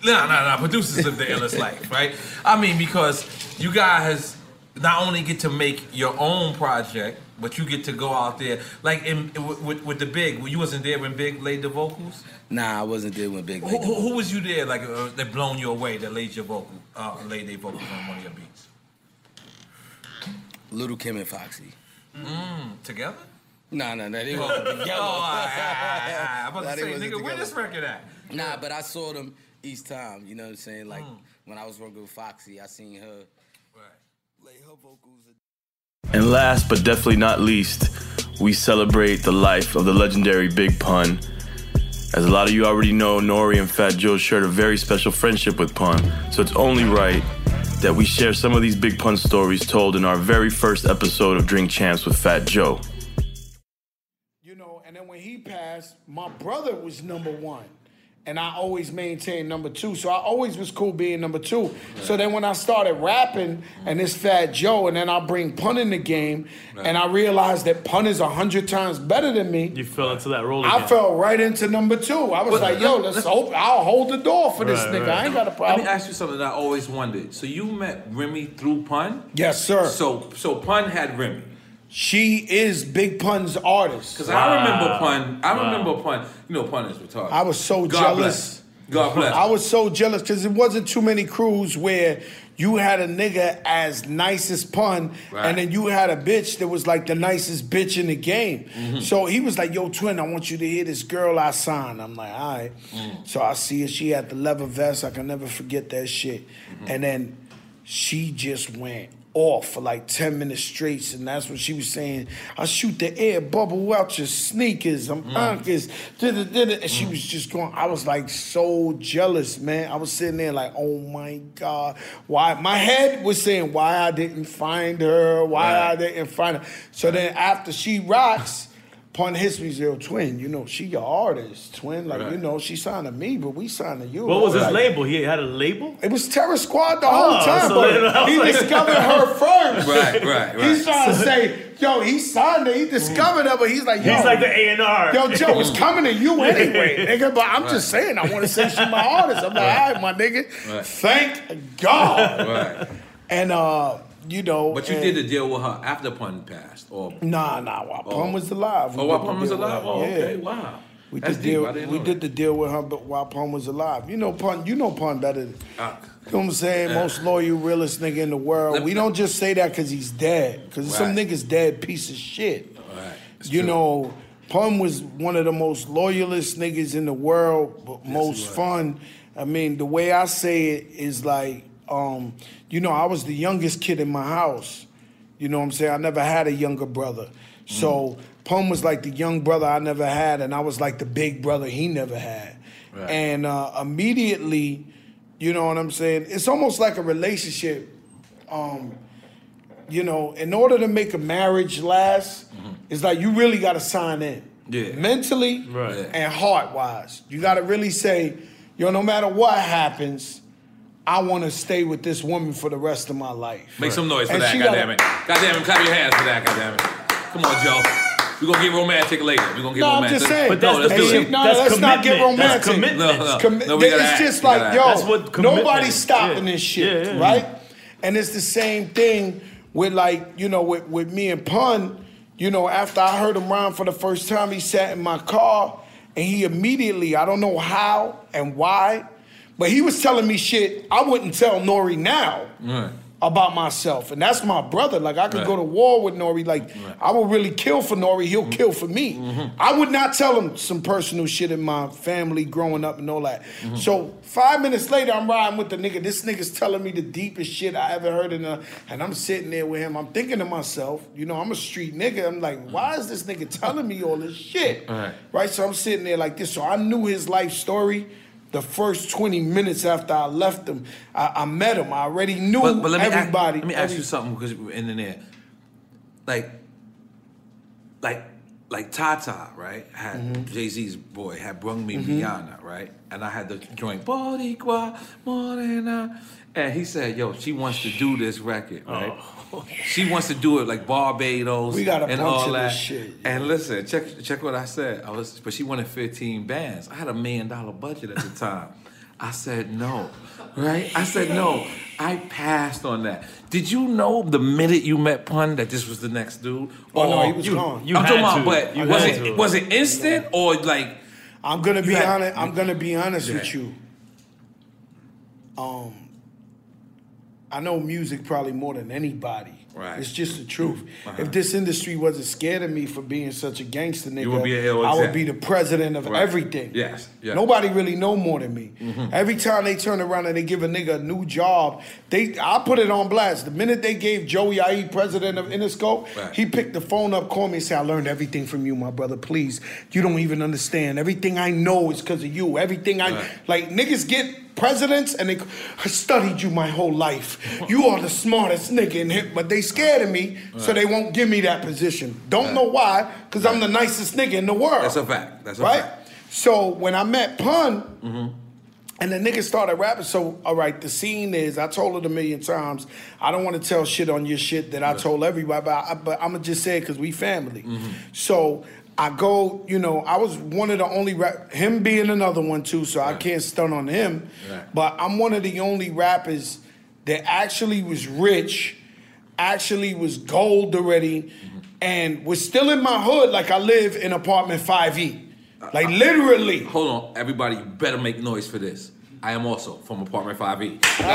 [SPEAKER 7] No, no, no. Producers live the illest life, right? I mean, because you guys not only get to make your own project, but you get to go out there, like in, with, with, with the big. You wasn't there when Big laid the vocals.
[SPEAKER 10] Nah, I wasn't there when Big
[SPEAKER 7] Who,
[SPEAKER 10] Lady.
[SPEAKER 7] who, who was you there? Like uh, that blown you away? That laid your vocal, uh, laid their vocals on one of your beats.
[SPEAKER 10] Little Kim and Foxy.
[SPEAKER 7] Mm, together?
[SPEAKER 10] Nah, nah, nah. They wasn't together.
[SPEAKER 7] [LAUGHS] Oh, all right, all right, all right. ah. I'm about
[SPEAKER 10] Nah,
[SPEAKER 7] to
[SPEAKER 10] they
[SPEAKER 7] say,
[SPEAKER 10] wasn't
[SPEAKER 7] nigga, where
[SPEAKER 10] together.
[SPEAKER 7] this record at?
[SPEAKER 10] Nah, but I saw them each time. You know what I'm saying?
[SPEAKER 7] Mm.
[SPEAKER 10] Like when I was working with Foxy, I seen her.
[SPEAKER 2] And last but definitely not least, we celebrate the life of the legendary Big Pun. As a lot of you already know, Nori and Fat Joe shared a very special friendship with Pun, so it's only right that we share some of these Big Pun stories told in our very first episode of Drink Champs with Fat Joe.
[SPEAKER 11] passed, my brother was number one. And I always maintained number two. So I always was cool being number two. So then when I started rapping and this Fat Joe, and then I bring pun in the game, and I realized that pun is a 100 times better than me.
[SPEAKER 6] You fell into that role.
[SPEAKER 11] I
[SPEAKER 6] again.
[SPEAKER 11] fell right into number two. I was
[SPEAKER 6] But
[SPEAKER 11] like, yo,
[SPEAKER 6] let-
[SPEAKER 11] let's, hope I'll hold the door for this
[SPEAKER 29] Right,
[SPEAKER 11] nigga.
[SPEAKER 29] right.
[SPEAKER 11] I ain't got a
[SPEAKER 7] Let
[SPEAKER 11] problem.
[SPEAKER 7] me ask you something that I always wondered. So you met Remy through Pun?
[SPEAKER 11] Yes, sir.
[SPEAKER 7] So so Pun had Remy.
[SPEAKER 11] She is Big Pun's artist.
[SPEAKER 7] Because I remember Pun. I remember Pun. You know Pun is retarded.
[SPEAKER 11] I was so
[SPEAKER 7] God
[SPEAKER 11] jealous.
[SPEAKER 7] bless. God bless.
[SPEAKER 11] [LAUGHS] I was so jealous because it wasn't too many crews where you had a nigga as nice as pun,
[SPEAKER 7] Right.
[SPEAKER 11] and then you had a bitch that was like the nicest bitch in the game. So he was like, "Yo, twin, I want you to hear this girl I signed." I'm like, "All right."
[SPEAKER 10] Mm.
[SPEAKER 11] So I see her. She had the leather vest. I can never forget that shit. And then she just went off for like 10 minutes straight. And that's when she was saying, I shoot the air bubble out your sneakers.
[SPEAKER 6] Mm.
[SPEAKER 11] I'm uncas. da-da, da-da." And she was just going, I was like so jealous, man. I was sitting there like, oh my God. Why? My head was saying, why I didn't find her, why I didn't find her. So then after she rocks, Pun hits me, zero twin. You know, she your artist, twin. Like, you know, she signed to me, but we signed to you.
[SPEAKER 6] What was his
[SPEAKER 11] Like,
[SPEAKER 6] label? He had a label.
[SPEAKER 11] it was Terror Squad the
[SPEAKER 6] Oh,
[SPEAKER 11] whole time,
[SPEAKER 6] so then I
[SPEAKER 11] but
[SPEAKER 6] was
[SPEAKER 11] he
[SPEAKER 6] like- [LAUGHS]
[SPEAKER 11] discovered her first.
[SPEAKER 6] Right, right, right.
[SPEAKER 11] He's trying to
[SPEAKER 6] So-
[SPEAKER 11] say, yo, he signed it, he discovered her, but he's like, yo.
[SPEAKER 6] He's like the A&R.
[SPEAKER 11] Yo, Joe,
[SPEAKER 7] Mm.
[SPEAKER 11] it's coming
[SPEAKER 6] [LAUGHS]
[SPEAKER 11] to you anyway, nigga, but I'm just
[SPEAKER 6] Right.
[SPEAKER 11] saying, I want to say she's my artist. I'm like,
[SPEAKER 6] Right.
[SPEAKER 11] all right, my nigga,
[SPEAKER 7] Right.
[SPEAKER 11] thank God.
[SPEAKER 7] Right.
[SPEAKER 11] And, uh, you know.
[SPEAKER 7] But you
[SPEAKER 11] and-
[SPEAKER 7] did a deal with her after Pun passed, or
[SPEAKER 11] Nah, nah, while
[SPEAKER 7] Oh.
[SPEAKER 11] Pun was alive. we
[SPEAKER 7] Oh, while
[SPEAKER 11] did the
[SPEAKER 7] Pun was
[SPEAKER 11] deal with
[SPEAKER 7] alive.
[SPEAKER 11] her.
[SPEAKER 7] Oh,
[SPEAKER 11] Yeah.
[SPEAKER 7] okay. Wow.
[SPEAKER 11] We
[SPEAKER 7] That's
[SPEAKER 11] did,
[SPEAKER 7] deep. I
[SPEAKER 11] deal,
[SPEAKER 7] didn't
[SPEAKER 11] we
[SPEAKER 7] know
[SPEAKER 11] did the deal with her but while Pun was alive. You know Pun, you know Pun better. than-
[SPEAKER 7] Ah.
[SPEAKER 11] You know what I'm saying?
[SPEAKER 7] Yeah.
[SPEAKER 11] Most loyal, realest nigga in the world. we don't just say that because he's dead. Because some
[SPEAKER 7] Right.
[SPEAKER 11] niggas dead piece of shit.
[SPEAKER 7] Right.
[SPEAKER 11] you know, Pun was one of the most loyalist niggas in the world, but most fun. I mean, the way I say it is like, um, you know, I was the youngest kid in my house. You know what I'm saying? I never had a younger brother. So Pun was like the young brother I never had, and I was like the big brother he never had.
[SPEAKER 7] Right.
[SPEAKER 11] And uh, immediately, you know what I'm saying? It's almost like a relationship. Um, you know, in order to make a marriage last, it's like you really got to sign in
[SPEAKER 7] Yeah.
[SPEAKER 11] mentally and heart wise. You got to really say, yo, no matter what happens, I want to stay with this woman for the rest of my life.
[SPEAKER 7] Make some noise for
[SPEAKER 11] And
[SPEAKER 7] that,
[SPEAKER 11] she gotta-
[SPEAKER 7] goddammit. Goddammit, clap your hands for that, goddammit. Come on, Joe. We're gonna get romantic later. We're gonna get
[SPEAKER 11] No, I'm
[SPEAKER 7] romantic.
[SPEAKER 11] just saying.
[SPEAKER 7] No, let's do it.
[SPEAKER 11] No, let's not get romantic.
[SPEAKER 7] No, no,
[SPEAKER 11] It's, commi-
[SPEAKER 7] no, we gotta
[SPEAKER 11] it's
[SPEAKER 7] act.
[SPEAKER 11] just
[SPEAKER 7] We gotta
[SPEAKER 11] like,
[SPEAKER 7] act.
[SPEAKER 11] yo,
[SPEAKER 7] That's what commitment
[SPEAKER 11] nobody's
[SPEAKER 7] is.
[SPEAKER 11] stopping
[SPEAKER 7] Yeah.
[SPEAKER 11] this shit,
[SPEAKER 7] Yeah, yeah.
[SPEAKER 11] right? And it's the same thing with like, you know, with, with me and Pun. You know, after I heard him rhyme for the first time, he sat in my car and he immediately, I don't know how and why, but he was telling me shit I wouldn't tell Nori now
[SPEAKER 7] Right.
[SPEAKER 11] about myself. And that's my brother. Like I could
[SPEAKER 7] Right.
[SPEAKER 11] go to war with Nori. Like I will really kill for Nori. He'll
[SPEAKER 7] Mm-hmm.
[SPEAKER 11] kill for me. I would not tell him some personal shit in my family growing up and all that.
[SPEAKER 7] Mm-hmm.
[SPEAKER 11] So five minutes later, I'm riding with the nigga. This nigga's telling me the deepest shit I ever heard in a and I'm sitting there with him. I'm thinking to myself, you know, I'm a street nigga. I'm like, why is this nigga telling me all this shit?
[SPEAKER 7] Right.
[SPEAKER 11] Right? So I'm sitting there like this. So I knew his life story the first 20 minutes after I left him. I, I met him. I already knew
[SPEAKER 7] But, but let me ask-
[SPEAKER 11] everybody.
[SPEAKER 7] let me ask you
[SPEAKER 11] every-
[SPEAKER 7] something because we're in there. Like, like, like Tata, right? Had
[SPEAKER 11] Mm-hmm.
[SPEAKER 7] Jay Z's boy had brung me
[SPEAKER 8] Mhm.
[SPEAKER 7] Rihanna, right? And I had the joint Boricua Morena, and he said, "Yo, she wants to do this record,
[SPEAKER 11] Oh.
[SPEAKER 7] right? She wants to do it like Barbados
[SPEAKER 11] We gotta
[SPEAKER 7] and
[SPEAKER 11] puncture
[SPEAKER 7] all that."
[SPEAKER 11] this shit.
[SPEAKER 7] And listen, check check what I said. I was, but she wanted 15 bands. I had a million dollar budget at the time. I said no, right? I said no. I passed on that. Did you know the minute you met Pun that this was the next dude?
[SPEAKER 11] Oh, no,
[SPEAKER 7] Or
[SPEAKER 11] he was
[SPEAKER 7] you,
[SPEAKER 11] gone. You
[SPEAKER 7] I'm
[SPEAKER 11] had
[SPEAKER 7] talking about,
[SPEAKER 11] to.
[SPEAKER 7] but
[SPEAKER 11] You
[SPEAKER 7] was
[SPEAKER 11] had
[SPEAKER 7] it
[SPEAKER 11] to.
[SPEAKER 7] was it instant or like?
[SPEAKER 11] I'm gonna be
[SPEAKER 7] You had-
[SPEAKER 11] honest. I'm gonna be honest with
[SPEAKER 7] Yeah.
[SPEAKER 11] you. Um, I know music probably more than anybody. Right. It's just the truth.
[SPEAKER 30] Uh-huh.
[SPEAKER 11] If this industry wasn't scared of me for being such a gangster nigga,
[SPEAKER 30] would be a hell
[SPEAKER 11] I would
[SPEAKER 30] exec.
[SPEAKER 11] be the president of
[SPEAKER 30] Right.
[SPEAKER 11] everything.
[SPEAKER 30] Yes. yes.
[SPEAKER 11] Nobody really know more than me.
[SPEAKER 7] Mm-hmm.
[SPEAKER 11] Every time they turn around and they give a nigga a new job, they I put it on blast. The minute they gave Joey IE president of Interscope,
[SPEAKER 31] Right.
[SPEAKER 11] he picked the phone up, called me and said, I learned everything from you, my brother. Please. You don't even understand. Everything I know is because of you. Everything I like niggas get presidents and they I studied you my whole life. You are the smartest nigga in here, but they scared of me, so
[SPEAKER 7] Right.
[SPEAKER 11] they won't give me that position. Don't
[SPEAKER 7] Right.
[SPEAKER 11] know why, because I'm the nicest nigga in the world.
[SPEAKER 7] That's a fact. That's a
[SPEAKER 11] right?
[SPEAKER 7] fact.
[SPEAKER 11] So when I met Pun
[SPEAKER 7] Mm-hmm.
[SPEAKER 11] and the nigga started rapping, so all right, the scene is I told it a million times. I don't want to tell shit on your shit that I told everybody, but, I, but I'm gonna just say it because we family.
[SPEAKER 7] Mm-hmm.
[SPEAKER 11] So I go, you know, I was one of the only rap, him being another one too, so I can't stun on him. But I'm one of the only rappers that actually was rich, actually was gold already, and was still in my hood. Like I live in apartment 5E. Like literally.
[SPEAKER 7] Hold on, everybody, you better make noise for this. I am also from apartment E.
[SPEAKER 11] [LAUGHS]
[SPEAKER 7] 5E.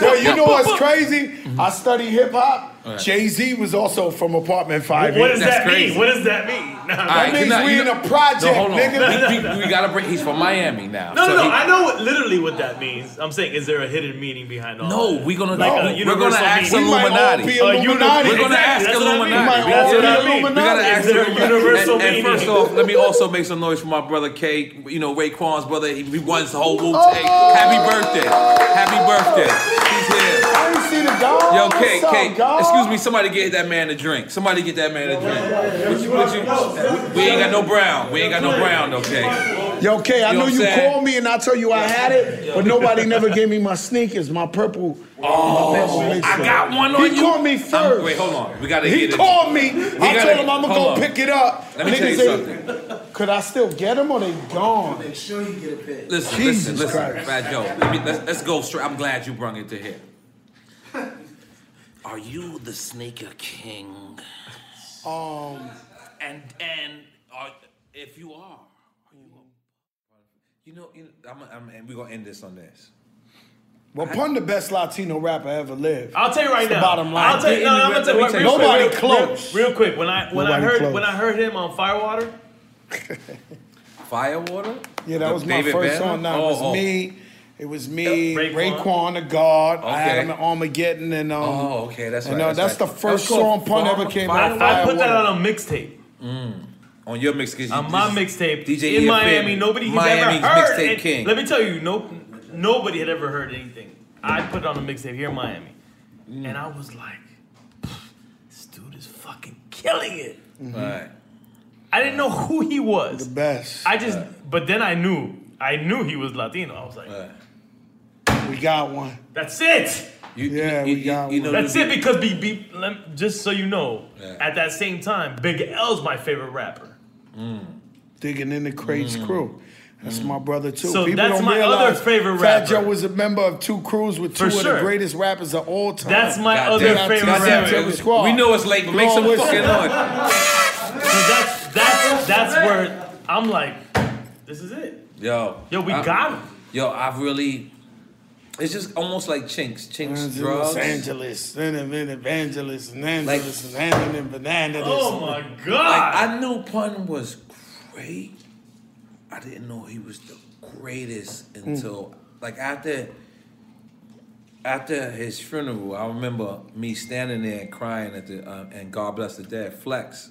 [SPEAKER 11] Yo, you
[SPEAKER 7] [LAUGHS]
[SPEAKER 11] know what's crazy?
[SPEAKER 7] Mm-hmm.
[SPEAKER 11] I study hip hop.
[SPEAKER 7] Alright.
[SPEAKER 11] Jay Z was also from apartment five.
[SPEAKER 7] What does That's that mean? crazy. What does
[SPEAKER 2] that mean?
[SPEAKER 11] that means
[SPEAKER 7] now,
[SPEAKER 11] we
[SPEAKER 7] you
[SPEAKER 11] in a
[SPEAKER 7] know-
[SPEAKER 11] project,
[SPEAKER 7] No, hold on.
[SPEAKER 11] nigga.
[SPEAKER 7] We, we, we gotta break. He's from Miami now.
[SPEAKER 2] No, no,
[SPEAKER 7] so
[SPEAKER 2] no.
[SPEAKER 7] he-
[SPEAKER 2] I know what, literally what that means. I'm saying, is there a hidden meaning behind all
[SPEAKER 7] No,
[SPEAKER 2] that?
[SPEAKER 7] we're gonna
[SPEAKER 2] Like
[SPEAKER 7] no,
[SPEAKER 2] a
[SPEAKER 7] we're gonna
[SPEAKER 2] universal
[SPEAKER 7] ask
[SPEAKER 2] meaning.
[SPEAKER 7] Illuminati. Uh,
[SPEAKER 2] A uni-
[SPEAKER 7] We're gonna ask
[SPEAKER 2] Exactly, that's what I mean.
[SPEAKER 7] Illuminati. We
[SPEAKER 2] That's
[SPEAKER 7] gotta-
[SPEAKER 2] what I mean.
[SPEAKER 7] We gotta
[SPEAKER 2] Is
[SPEAKER 7] ask
[SPEAKER 2] there a
[SPEAKER 7] Illuminati.
[SPEAKER 2] universal
[SPEAKER 7] and, and
[SPEAKER 2] meaning?
[SPEAKER 7] first off, let me also make some noise for my brother K. You know Raekwon's brother. He he runs the whole Wu Tang. Happy birthday! Happy birthday! He's here.
[SPEAKER 11] I didn't see the dog.
[SPEAKER 7] Yo, K,
[SPEAKER 11] What's up,
[SPEAKER 7] K,
[SPEAKER 11] dog?
[SPEAKER 7] excuse me. Somebody get that man a drink. Somebody get that man a drink. What you- what you- we ain't got no brown. We ain't got no brown, though, K.
[SPEAKER 11] Yo, K, I
[SPEAKER 7] You know
[SPEAKER 11] know
[SPEAKER 7] what I'm
[SPEAKER 11] you
[SPEAKER 7] saying?
[SPEAKER 11] called me and I told you I had it, but nobody never gave me my sneakers, my purple.
[SPEAKER 7] Oh,
[SPEAKER 11] my purple mixer.
[SPEAKER 7] I got one on
[SPEAKER 11] he
[SPEAKER 7] you. Um,
[SPEAKER 11] called me 1st
[SPEAKER 7] Wait, hold on. We gotta
[SPEAKER 11] He
[SPEAKER 7] get it.
[SPEAKER 11] called me. I
[SPEAKER 7] We gotta-
[SPEAKER 11] told him I'm gonna go
[SPEAKER 7] hold on.
[SPEAKER 11] pick it up.
[SPEAKER 7] Let me tell you
[SPEAKER 11] Niggas ain't-
[SPEAKER 7] something.
[SPEAKER 11] Could I still get them or they gone? Make sure you get a bit.
[SPEAKER 7] Listen,
[SPEAKER 11] Jesus
[SPEAKER 7] listen, listen,
[SPEAKER 11] Christ.
[SPEAKER 7] Fat Joe. Let me, let's, let's go straight. I'm glad you brung it to here. Are you the sneaker king?
[SPEAKER 11] Um,
[SPEAKER 7] and and are, if you are, are you a, you know, you know I'm, I'm, and we're gonna end this on this.
[SPEAKER 11] Well, Pun the best Latino rapper ever lived.
[SPEAKER 2] I'll tell you right
[SPEAKER 11] That's the
[SPEAKER 2] now.
[SPEAKER 11] bottom line.
[SPEAKER 2] I'll tell you. No, no, I'm gonna tell you. real quick,
[SPEAKER 11] Nobody
[SPEAKER 2] real-
[SPEAKER 11] close.
[SPEAKER 2] Real, real quick, when I when I
[SPEAKER 11] Nobody
[SPEAKER 2] heard
[SPEAKER 11] close.
[SPEAKER 2] when I heard him on Firewater,
[SPEAKER 7] Firewater?
[SPEAKER 11] Yeah, that
[SPEAKER 7] The
[SPEAKER 11] was my
[SPEAKER 7] David
[SPEAKER 11] first
[SPEAKER 7] Banner?
[SPEAKER 11] song. Now
[SPEAKER 7] Oh,
[SPEAKER 11] it was
[SPEAKER 7] oh.
[SPEAKER 11] me. It was me,
[SPEAKER 7] Raekwon.
[SPEAKER 11] Raekwon. the God. I
[SPEAKER 7] Okay.
[SPEAKER 11] had him in Armageddon and um.
[SPEAKER 7] Oh, okay, that's
[SPEAKER 11] and,
[SPEAKER 7] right,
[SPEAKER 11] uh,
[SPEAKER 7] that's right.
[SPEAKER 11] that's, the
[SPEAKER 7] That's
[SPEAKER 11] first
[SPEAKER 7] called
[SPEAKER 11] song Pun
[SPEAKER 7] Fire-
[SPEAKER 11] ever came
[SPEAKER 7] Fire-
[SPEAKER 11] out.
[SPEAKER 2] I put that
[SPEAKER 11] Firewater.
[SPEAKER 2] on a mixtape.
[SPEAKER 7] Mm. On your mixtape,
[SPEAKER 2] on my mixtape
[SPEAKER 7] DJ
[SPEAKER 2] in
[SPEAKER 7] EFN,
[SPEAKER 2] Miami. Nobody has
[SPEAKER 7] Miami's
[SPEAKER 2] ever heard.
[SPEAKER 7] mixtape
[SPEAKER 2] and
[SPEAKER 7] king.
[SPEAKER 2] Let me tell you, no, nobody had ever heard anything. I put it on a mixtape here in Miami,
[SPEAKER 7] Mm.
[SPEAKER 2] and I was like, "This dude is fucking killing it."
[SPEAKER 7] Right.
[SPEAKER 2] Mm-hmm. I didn't know who he was. The
[SPEAKER 11] best.
[SPEAKER 2] I just, but then I knew. I knew he was Latino. I was like,
[SPEAKER 11] We got one.
[SPEAKER 2] "That's it."
[SPEAKER 11] yeah, we got one.
[SPEAKER 2] That's it because be, be, lem- just so you know, at that same time, Big L's my favorite rapper.
[SPEAKER 7] Mm.
[SPEAKER 11] Digging in the crates
[SPEAKER 2] Mm.
[SPEAKER 11] crew. That's my brother too.
[SPEAKER 2] So that's my other
[SPEAKER 11] realize
[SPEAKER 2] favorite
[SPEAKER 11] Fat
[SPEAKER 2] rapper.
[SPEAKER 11] Joe was a member of two crews with
[SPEAKER 2] For
[SPEAKER 11] two of
[SPEAKER 2] sure.
[SPEAKER 11] the greatest rappers of all time.
[SPEAKER 2] That's my God other damn it. favorite
[SPEAKER 11] Goddamn
[SPEAKER 2] rapper.
[SPEAKER 11] Tugger Squad.
[SPEAKER 7] We know it's late, but make
[SPEAKER 11] Long
[SPEAKER 7] some
[SPEAKER 11] whistle.
[SPEAKER 7] fucking noise.
[SPEAKER 2] That's that's that's where I'm like, this is it.
[SPEAKER 7] Yo.
[SPEAKER 2] Yo, we
[SPEAKER 7] I-
[SPEAKER 2] got him.
[SPEAKER 7] Yo, I've really. It's just almost like chinks, chinks,
[SPEAKER 11] Angeles,
[SPEAKER 7] drugs.
[SPEAKER 11] Angeles, and an evangelist, and
[SPEAKER 7] Like-
[SPEAKER 11] Angeles, and Angeles, and Bananas.
[SPEAKER 7] Oh my God. Like, I knew Pun was great. I didn't know he was the greatest until like after after his funeral. I remember me standing there and crying at the uh, and God bless the dead. Flex,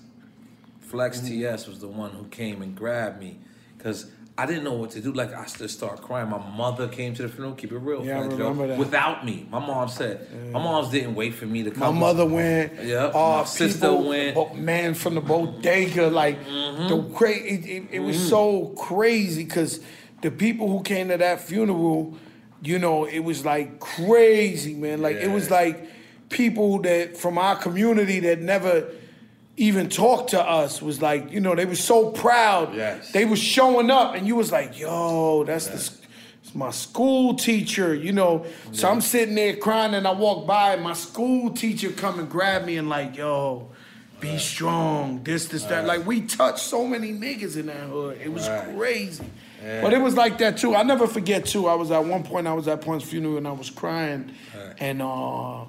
[SPEAKER 7] Flex
[SPEAKER 11] Mm-hmm.
[SPEAKER 7] TS was the one who came and grabbed me because. I didn't know what to do. Like I just start crying. My mother came to the funeral. Keep it real,
[SPEAKER 11] Yeah, I
[SPEAKER 7] Flex, yo,
[SPEAKER 11] remember that.
[SPEAKER 7] Without me, my mom said. My mom's didn't wait for me to
[SPEAKER 11] My
[SPEAKER 7] come.
[SPEAKER 11] mother went.
[SPEAKER 7] Yeah.
[SPEAKER 11] uh,
[SPEAKER 7] my sister
[SPEAKER 11] people-
[SPEAKER 7] went. Mm-hmm.
[SPEAKER 11] bo- Man from the bodega, like the cra- It, it, it was
[SPEAKER 7] Mhm.
[SPEAKER 11] so crazy because the people who came to that funeral, you know, it was like crazy, man. Like it was like people that from our community that never even talked to us was like, you know, they were so proud. Yes. They was showing up, and you was like, yo, that's the. sc- it's my school teacher, you know. So I'm sitting there crying, and I walk by, and my school teacher come and grab me and like, yo, be strong. This, this, that. Like we touched so many niggas in that hood. It was crazy. But it was like that too. I never forget too. I was at one point. I was at Prince's funeral and I was crying, and uh,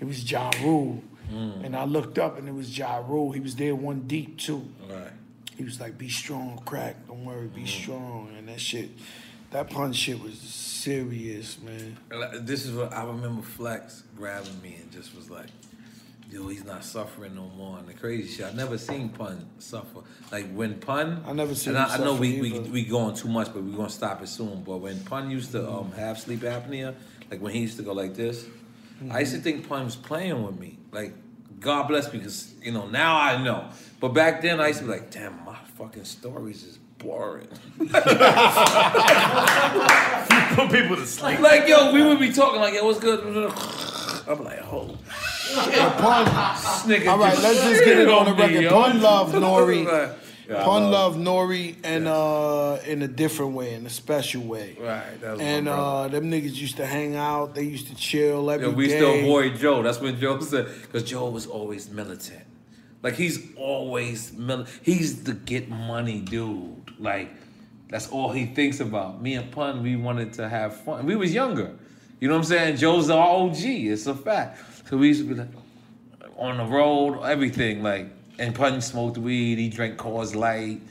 [SPEAKER 11] it was Ja
[SPEAKER 7] Mm.
[SPEAKER 11] Rule.
[SPEAKER 7] Mm-hmm.
[SPEAKER 11] And I looked up and it was Ja Rule. He was there one deep too.
[SPEAKER 9] Right.
[SPEAKER 11] He was like, "Be strong, crack. Don't worry,
[SPEAKER 7] Mm-hmm.
[SPEAKER 11] be strong." And that shit, that punch shit was serious, man.
[SPEAKER 7] This is what I remember Flex grabbing me and just was like, yo, he's not suffering no more. And the crazy shit, I never seen Pun suffer. Like when Pun. I
[SPEAKER 11] never seen
[SPEAKER 7] And I,
[SPEAKER 11] him
[SPEAKER 7] I know
[SPEAKER 11] suffer
[SPEAKER 7] we, we,
[SPEAKER 11] either.
[SPEAKER 7] we going too much, but we're going to stop it soon. But when Pun used to um, have sleep apnea, like when he used to go like this, I
[SPEAKER 11] Mm-hmm.
[SPEAKER 7] used to think Pun was playing with me. Like, God bless me, because, you know, now I know. But back then, I used to be like, damn, my fucking stories is boring.
[SPEAKER 10] Put people to sleep.
[SPEAKER 7] Like, yo, we would be talking like, yo, what's good? I'm like, oh.
[SPEAKER 11] But Pun,
[SPEAKER 7] Snicker
[SPEAKER 11] all right,
[SPEAKER 7] just
[SPEAKER 11] let's just get it on the
[SPEAKER 7] shit on me,
[SPEAKER 11] record.
[SPEAKER 7] yo. [LAUGHS]
[SPEAKER 11] Pun love Nori.
[SPEAKER 7] Yeah, I
[SPEAKER 11] Pun
[SPEAKER 7] love-
[SPEAKER 11] love Nori and uh, in a different way, in a special way.
[SPEAKER 7] Right, that was my
[SPEAKER 11] And
[SPEAKER 7] brother.
[SPEAKER 11] uh, them niggas used to hang out. They used to chill every
[SPEAKER 7] Yeah,
[SPEAKER 11] day.
[SPEAKER 7] we still avoid Joe. That's what Joe said. Because Joe was always militant. Like he's always mil- he's the get money dude. Like that's all he thinks about. Me and Pun, we wanted to have fun. We was younger. You know what I'm saying? Joe's our OG. It's a fact. So we used to be like on the road, everything. Like and Pun smoked weed. He drank Coors Light.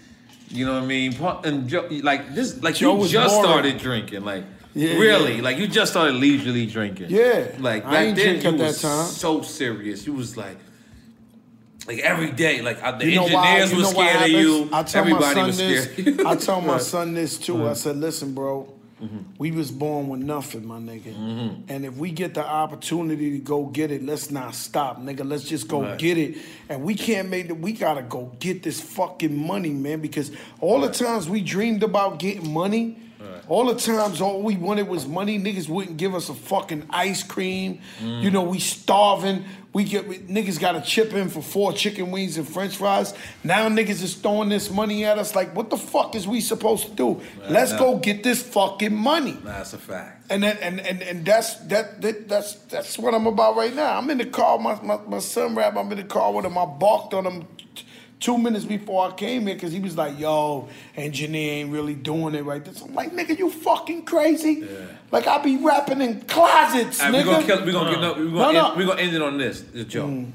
[SPEAKER 7] You know what I mean? Pun, and Joe, like this, like
[SPEAKER 11] Joe
[SPEAKER 7] you
[SPEAKER 11] was
[SPEAKER 7] just
[SPEAKER 11] boring.
[SPEAKER 7] started drinking. Like
[SPEAKER 11] Yeah,
[SPEAKER 7] really,
[SPEAKER 11] yeah.
[SPEAKER 7] like you just started leisurely drinking.
[SPEAKER 11] Yeah.
[SPEAKER 7] Like
[SPEAKER 11] I
[SPEAKER 7] back
[SPEAKER 11] ain't
[SPEAKER 7] then,
[SPEAKER 11] drink
[SPEAKER 7] you
[SPEAKER 11] at that
[SPEAKER 7] was
[SPEAKER 11] time.
[SPEAKER 7] so serious. You was like, like every day, like uh, the
[SPEAKER 11] You know why-
[SPEAKER 7] engineers
[SPEAKER 11] you
[SPEAKER 7] were
[SPEAKER 11] know what
[SPEAKER 7] scared of
[SPEAKER 11] happens?
[SPEAKER 7] you.
[SPEAKER 11] I tell my
[SPEAKER 7] Everybody
[SPEAKER 11] son
[SPEAKER 7] was
[SPEAKER 11] this.
[SPEAKER 7] scared.
[SPEAKER 11] I tell my
[SPEAKER 7] Right. Mm-hmm.
[SPEAKER 11] son this too. I
[SPEAKER 7] Right.
[SPEAKER 11] said, listen, bro, we was born with nothing, my nigga.
[SPEAKER 7] Mm-hmm.
[SPEAKER 11] And if we get the opportunity to go get it, let's not stop, nigga. Let's just go
[SPEAKER 9] Right.
[SPEAKER 11] get it. And we can't make it. We gotta go get this fucking money, man. Because all the times we dreamed about getting money. All the times, all we wanted was money. Niggas wouldn't give us a fucking ice cream.
[SPEAKER 9] Mm.
[SPEAKER 11] You know, we starving. We get we- niggas got a chip in for four chicken wings and French fries. Now niggas is throwing this money at us. Like, what the fuck is we supposed to do? Let's
[SPEAKER 7] nah.
[SPEAKER 11] go get this fucking money.
[SPEAKER 7] Nah, that's a fact.
[SPEAKER 11] And that and, and and that's that, that that's that's what I'm about right now. I'm in the car, my my, my son rap, I'm in the car with him. I balked on him t- two minutes before I came here because he was like, yo, engineer ain't really doing it right. This I'm like, nigga, you fucking crazy. Like I be rapping in
[SPEAKER 7] [LAUGHS]
[SPEAKER 11] closets,
[SPEAKER 7] All right,
[SPEAKER 11] nigga.
[SPEAKER 7] we're gonna kill. We're gonna, no. we're, gonna
[SPEAKER 11] No,
[SPEAKER 7] end,
[SPEAKER 11] no. Mm.
[SPEAKER 7] we're gonna end it on this, this joke.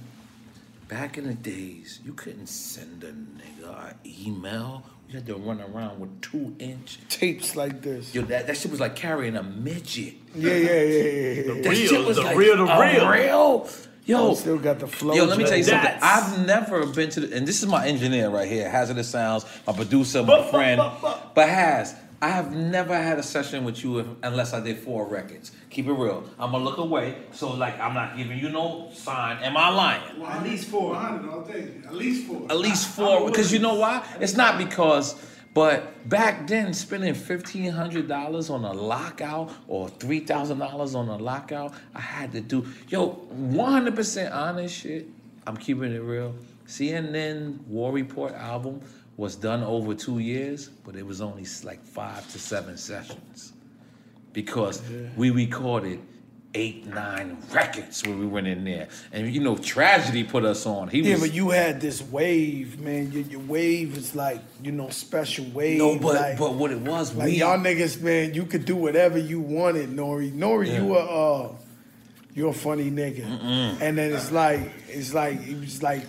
[SPEAKER 7] Back in the days, you couldn't send a nigga an email. You had to run around with two inch
[SPEAKER 11] tapes like this.
[SPEAKER 7] Yo, that, that shit was like carrying a midget.
[SPEAKER 11] Yeah, yeah, yeah, yeah. yeah.
[SPEAKER 7] That shit was like a real. Yo,
[SPEAKER 11] I still got the flow.
[SPEAKER 7] Yo, let me tell you something.
[SPEAKER 11] That's-
[SPEAKER 7] I've never been to the, and this is my engineer right here, Hazardous Sounds, my producer, my friend. But Haz, I have never had a session with you if, unless I did four records. Keep it real. I'm gonna look away, so like I'm not giving you no sign. Am I lying?
[SPEAKER 9] Well, at least four hundred, I'll tell you. At least four.
[SPEAKER 7] At least four, because you know why? It's not because, but back then, spending fifteen hundred dollars on a lockout or three thousand dollars on a lockout, I had to do. Yo, one hundred percent honest shit. I'm keeping it real. CNN War Report album was done over two years, but it was only like five to seven sessions because we recorded eight, nine records when we went in there, and you know, tragedy put us on. He
[SPEAKER 11] yeah,
[SPEAKER 7] was.
[SPEAKER 11] but you had this wave, man. Your, your wave is like, you know, special wave.
[SPEAKER 7] No, but
[SPEAKER 11] like,
[SPEAKER 7] but what it was,
[SPEAKER 11] like
[SPEAKER 7] we
[SPEAKER 11] y'all niggas, man, you could do whatever you wanted, Nori. Nori,
[SPEAKER 7] Yeah.
[SPEAKER 11] you a uh, you're a funny nigga. And then it's like, it's like, it was like,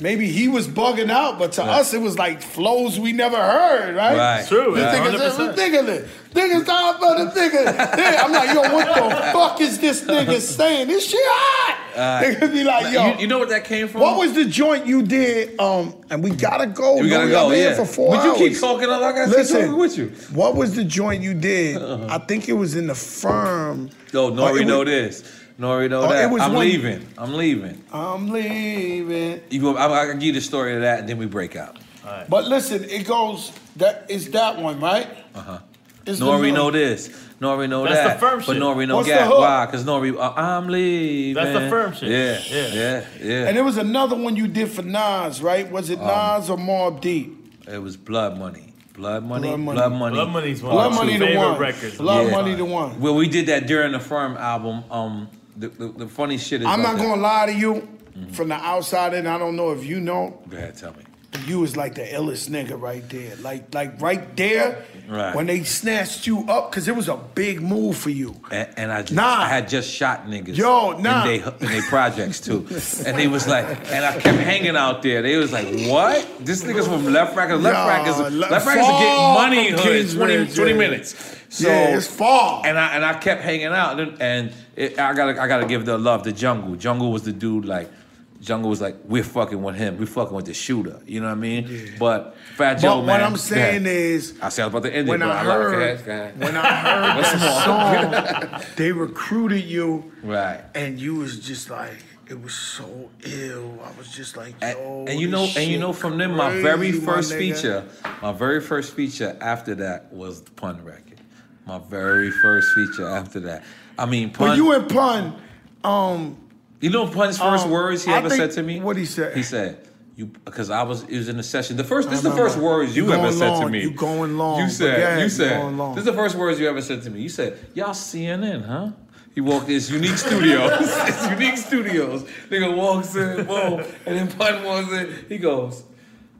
[SPEAKER 11] maybe he was bugging out, but to
[SPEAKER 7] Yeah.
[SPEAKER 11] us, it was like flows we never heard, right?
[SPEAKER 7] Right. It's true,
[SPEAKER 11] You
[SPEAKER 7] yeah.
[SPEAKER 11] think it's
[SPEAKER 7] 100%.
[SPEAKER 11] ridiculous. Niggas talking about the nigga. Yeah, I'm like, yo,
[SPEAKER 7] [LAUGHS]
[SPEAKER 11] what the fuck is this nigga saying? This shit hot.
[SPEAKER 7] Uh,
[SPEAKER 11] They could be like, yo,
[SPEAKER 7] you, you know what that came from?
[SPEAKER 11] What was the joint you did? Um, and we gotta go.
[SPEAKER 7] We gotta
[SPEAKER 11] Nori,
[SPEAKER 7] go,
[SPEAKER 11] I'm here
[SPEAKER 7] yeah.
[SPEAKER 11] For four
[SPEAKER 7] But you keep
[SPEAKER 11] hours.
[SPEAKER 7] talking, I gotta keep
[SPEAKER 11] Listen,
[SPEAKER 7] talking with you. Uh-huh.
[SPEAKER 11] What was the joint you did? I think it was in the firm.
[SPEAKER 7] Yo,
[SPEAKER 11] Oh, it
[SPEAKER 7] Nori
[SPEAKER 11] was-
[SPEAKER 7] know this. Nori know
[SPEAKER 11] Oh, it
[SPEAKER 7] that.
[SPEAKER 11] was
[SPEAKER 7] I'm
[SPEAKER 11] one-
[SPEAKER 7] leaving. I'm leaving.
[SPEAKER 11] I'm leaving.
[SPEAKER 7] You go, I, I can give you the story of that, and then we break out.
[SPEAKER 11] But listen, it goes that is that one, right?
[SPEAKER 7] Uh huh.
[SPEAKER 11] It's the
[SPEAKER 7] Nori
[SPEAKER 11] middle.
[SPEAKER 7] know this. Nori know
[SPEAKER 11] That's the
[SPEAKER 7] that.
[SPEAKER 11] firm
[SPEAKER 7] But
[SPEAKER 11] shit.
[SPEAKER 7] Nori know
[SPEAKER 11] What's the
[SPEAKER 7] that.
[SPEAKER 11] hook?
[SPEAKER 7] Why? Because Nori, uh, I'm leaving.
[SPEAKER 11] That's the firm shit.
[SPEAKER 7] Yeah,
[SPEAKER 11] Yeah.
[SPEAKER 7] yeah, yeah.
[SPEAKER 11] And there was another one you did for Nas, right? Was it
[SPEAKER 7] Um,
[SPEAKER 11] Nas or Mob Deep?
[SPEAKER 7] It was blood money. Blood money.
[SPEAKER 11] Blood
[SPEAKER 7] Blood
[SPEAKER 11] Money.
[SPEAKER 7] money.
[SPEAKER 11] Blood Money's one
[SPEAKER 7] Part
[SPEAKER 11] of
[SPEAKER 7] two.
[SPEAKER 11] my favorite Blood Money the records. one. Blood Money the one.
[SPEAKER 7] Well, we did that during the firm album. Um, the, the, the funny shit is.
[SPEAKER 11] I'm
[SPEAKER 7] about
[SPEAKER 11] not
[SPEAKER 7] that- Mm-hmm.
[SPEAKER 11] gonna lie to you. From the outside in, I don't know if you know.
[SPEAKER 7] Go ahead, tell me.
[SPEAKER 11] The you is like the illest nigga right there. Like, like right there,
[SPEAKER 7] Right.
[SPEAKER 11] when they snatched you up, because it was a big move for you.
[SPEAKER 7] And, and I, just,
[SPEAKER 11] Nah.
[SPEAKER 7] I had just shot niggas.
[SPEAKER 11] Yo, nah.
[SPEAKER 7] In they, in they projects too. and they was like, and I kept hanging out there. They was like, what? This nigga's from Left Rackers. Left
[SPEAKER 11] Nah,
[SPEAKER 7] Rackers.
[SPEAKER 11] Le-
[SPEAKER 7] Left Rackers are getting
[SPEAKER 11] far
[SPEAKER 7] money in
[SPEAKER 11] from
[SPEAKER 7] hood in 20,
[SPEAKER 11] Kingsbridge,
[SPEAKER 7] 20
[SPEAKER 11] yeah.
[SPEAKER 7] minutes. So,
[SPEAKER 11] Yeah, it's far.
[SPEAKER 7] And I and I kept hanging out. And, and it, I gotta I gotta give the love to Jungle. Jungle was the dude like. Jungle was like, we're fucking with him. We're fucking with the shooter. You know what I mean? But Fat
[SPEAKER 11] But
[SPEAKER 7] Joe,
[SPEAKER 11] what
[SPEAKER 7] man,
[SPEAKER 11] I'm saying
[SPEAKER 7] yeah.
[SPEAKER 11] is,
[SPEAKER 7] I said I was about to end it,
[SPEAKER 11] when
[SPEAKER 7] but
[SPEAKER 11] I
[SPEAKER 7] I love it. Go
[SPEAKER 11] heard-
[SPEAKER 7] ahead, go ahead.
[SPEAKER 11] when I
[SPEAKER 7] [LAUGHS]
[SPEAKER 11] heard
[SPEAKER 7] What's
[SPEAKER 11] that
[SPEAKER 7] [LAUGHS]
[SPEAKER 11] song, they recruited you,
[SPEAKER 7] Right.
[SPEAKER 11] and you was just like, it was so ill. I was just like, yo.
[SPEAKER 7] and you know,
[SPEAKER 11] Oh, this
[SPEAKER 7] and you
[SPEAKER 11] shit
[SPEAKER 7] know, from them, my very
[SPEAKER 11] crazy, my
[SPEAKER 7] first
[SPEAKER 11] nigga.
[SPEAKER 7] feature, my very first feature after that was the pun record. My very first feature after that. I mean, pun.
[SPEAKER 11] But you and Pun, um,
[SPEAKER 7] You know Pun's first
[SPEAKER 11] Um,
[SPEAKER 7] words he
[SPEAKER 11] I
[SPEAKER 7] ever
[SPEAKER 11] think-
[SPEAKER 7] said to me? What
[SPEAKER 11] he said?
[SPEAKER 7] He said, "You," because I was it was in a session. The first this is
[SPEAKER 11] I
[SPEAKER 7] the first
[SPEAKER 11] remember.
[SPEAKER 7] words you,
[SPEAKER 11] You
[SPEAKER 7] ever
[SPEAKER 11] going
[SPEAKER 7] said to
[SPEAKER 11] long,
[SPEAKER 7] me.
[SPEAKER 11] you going long,
[SPEAKER 7] You
[SPEAKER 11] but
[SPEAKER 7] said.
[SPEAKER 11] yeah,
[SPEAKER 7] you
[SPEAKER 11] you
[SPEAKER 7] said.
[SPEAKER 11] going long.
[SPEAKER 7] This is the first words you ever said to me. You said, "Y'all CNN, huh?" He walked in his unique studios. [LAUGHS] his unique studios. Nigga walks in, boom, and then Pun walks in. He goes,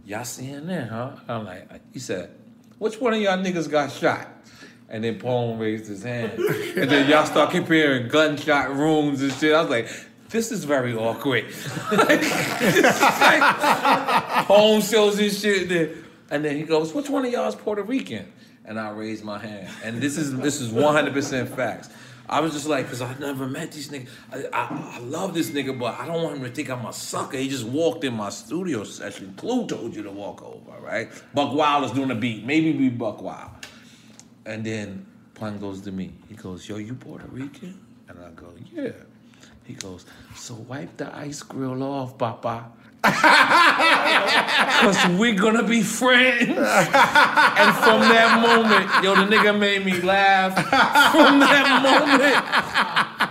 [SPEAKER 7] "Y'all CNN, huh?" I'm like, he said, "Which one of y'all niggas got shot?" And then Pone raised his hand. And then y'all start comparing gunshot rooms and shit. I was like, this is very awkward. [LAUGHS] Pone shows his shit there. And then he goes, which one of y'all is Puerto Rican? And I raised my hand. And this is this is 100% facts. I was just like, because I never met these niggas. I, I, I love this nigga, but I don't want him to think I'm a sucker. He just walked in my studio session. Clue told you to walk over, right? Buck Wild is doing a beat. Maybe we Buck Wild. And then Pun goes to me. He goes, Yo, you Puerto Rican? And I go, Yeah. He goes, So wipe the ice grill off,
[SPEAKER 11] [LAUGHS]
[SPEAKER 7] Papa. Cause we're gonna be friends. and from that moment, yo, the nigga made me laugh. From that moment,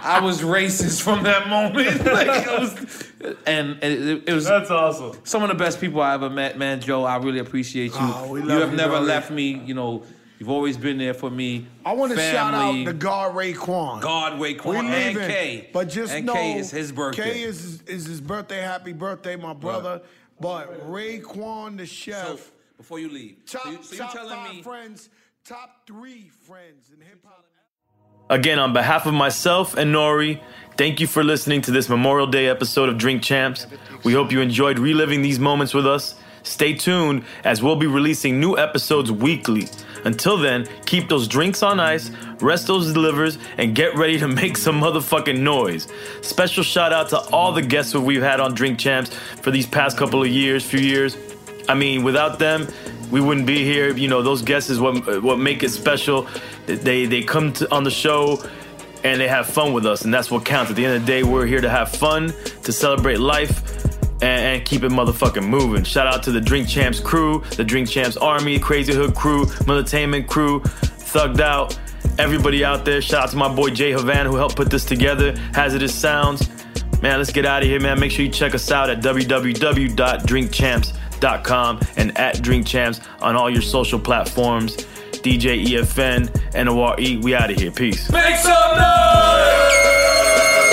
[SPEAKER 7] I was racist from that moment. [LAUGHS] Like, I was and and it, it was that's
[SPEAKER 32] awesome.
[SPEAKER 7] Some of the best people I ever met, man. Joe, I really appreciate you.
[SPEAKER 11] Oh, we
[SPEAKER 7] you
[SPEAKER 11] love
[SPEAKER 7] have
[SPEAKER 11] you,
[SPEAKER 7] never
[SPEAKER 11] brother.
[SPEAKER 7] left me. You know, you've always been there for me.
[SPEAKER 11] I want to shout out
[SPEAKER 7] Family.
[SPEAKER 11] the guard Raekwon.
[SPEAKER 7] God
[SPEAKER 11] We
[SPEAKER 7] Raekwon and
[SPEAKER 11] leaving,
[SPEAKER 7] K.
[SPEAKER 11] but just
[SPEAKER 7] and
[SPEAKER 11] know
[SPEAKER 7] K is his birthday.
[SPEAKER 11] K is is his birthday. Happy birthday, my brother. But Raekwon the chef.
[SPEAKER 7] before you leave,
[SPEAKER 11] top, top five friends, top three friends in hip hop.
[SPEAKER 2] Again, on behalf of myself and Nori, thank you for listening to this Memorial Day episode of Drink Champs. We hope you enjoyed reliving these moments with us. Stay tuned as we'll be releasing new episodes weekly. Until then, keep those drinks on ice, rest those livers, and get ready to [LAUGHS] make some motherfucking noise. Special shout out to all the guests that we've had on Drink Champs for these past couple of years, few years. I mean, without them, we wouldn't be here. You know, those guests is what what make it special. They they come to, on the show and they have fun with us, and that's what counts. At the end of the day, we're here to have fun, to celebrate life, and, and keep it motherfucking moving. Shout out to the Drink Champs crew, the Drink Champs Army, Crazy Hood crew, Militainment crew, Thugged Out, everybody out there. Shout out to my boy Jay Havan who helped put this together. Hazardous Sounds. Man, let's get out of here, man. Make sure you check us out at www.drinkchamps.com and at drinkchamps on all your social platforms. E DJ EFN, NORE, E, we out of here. Peace.
[SPEAKER 7] Make some noise!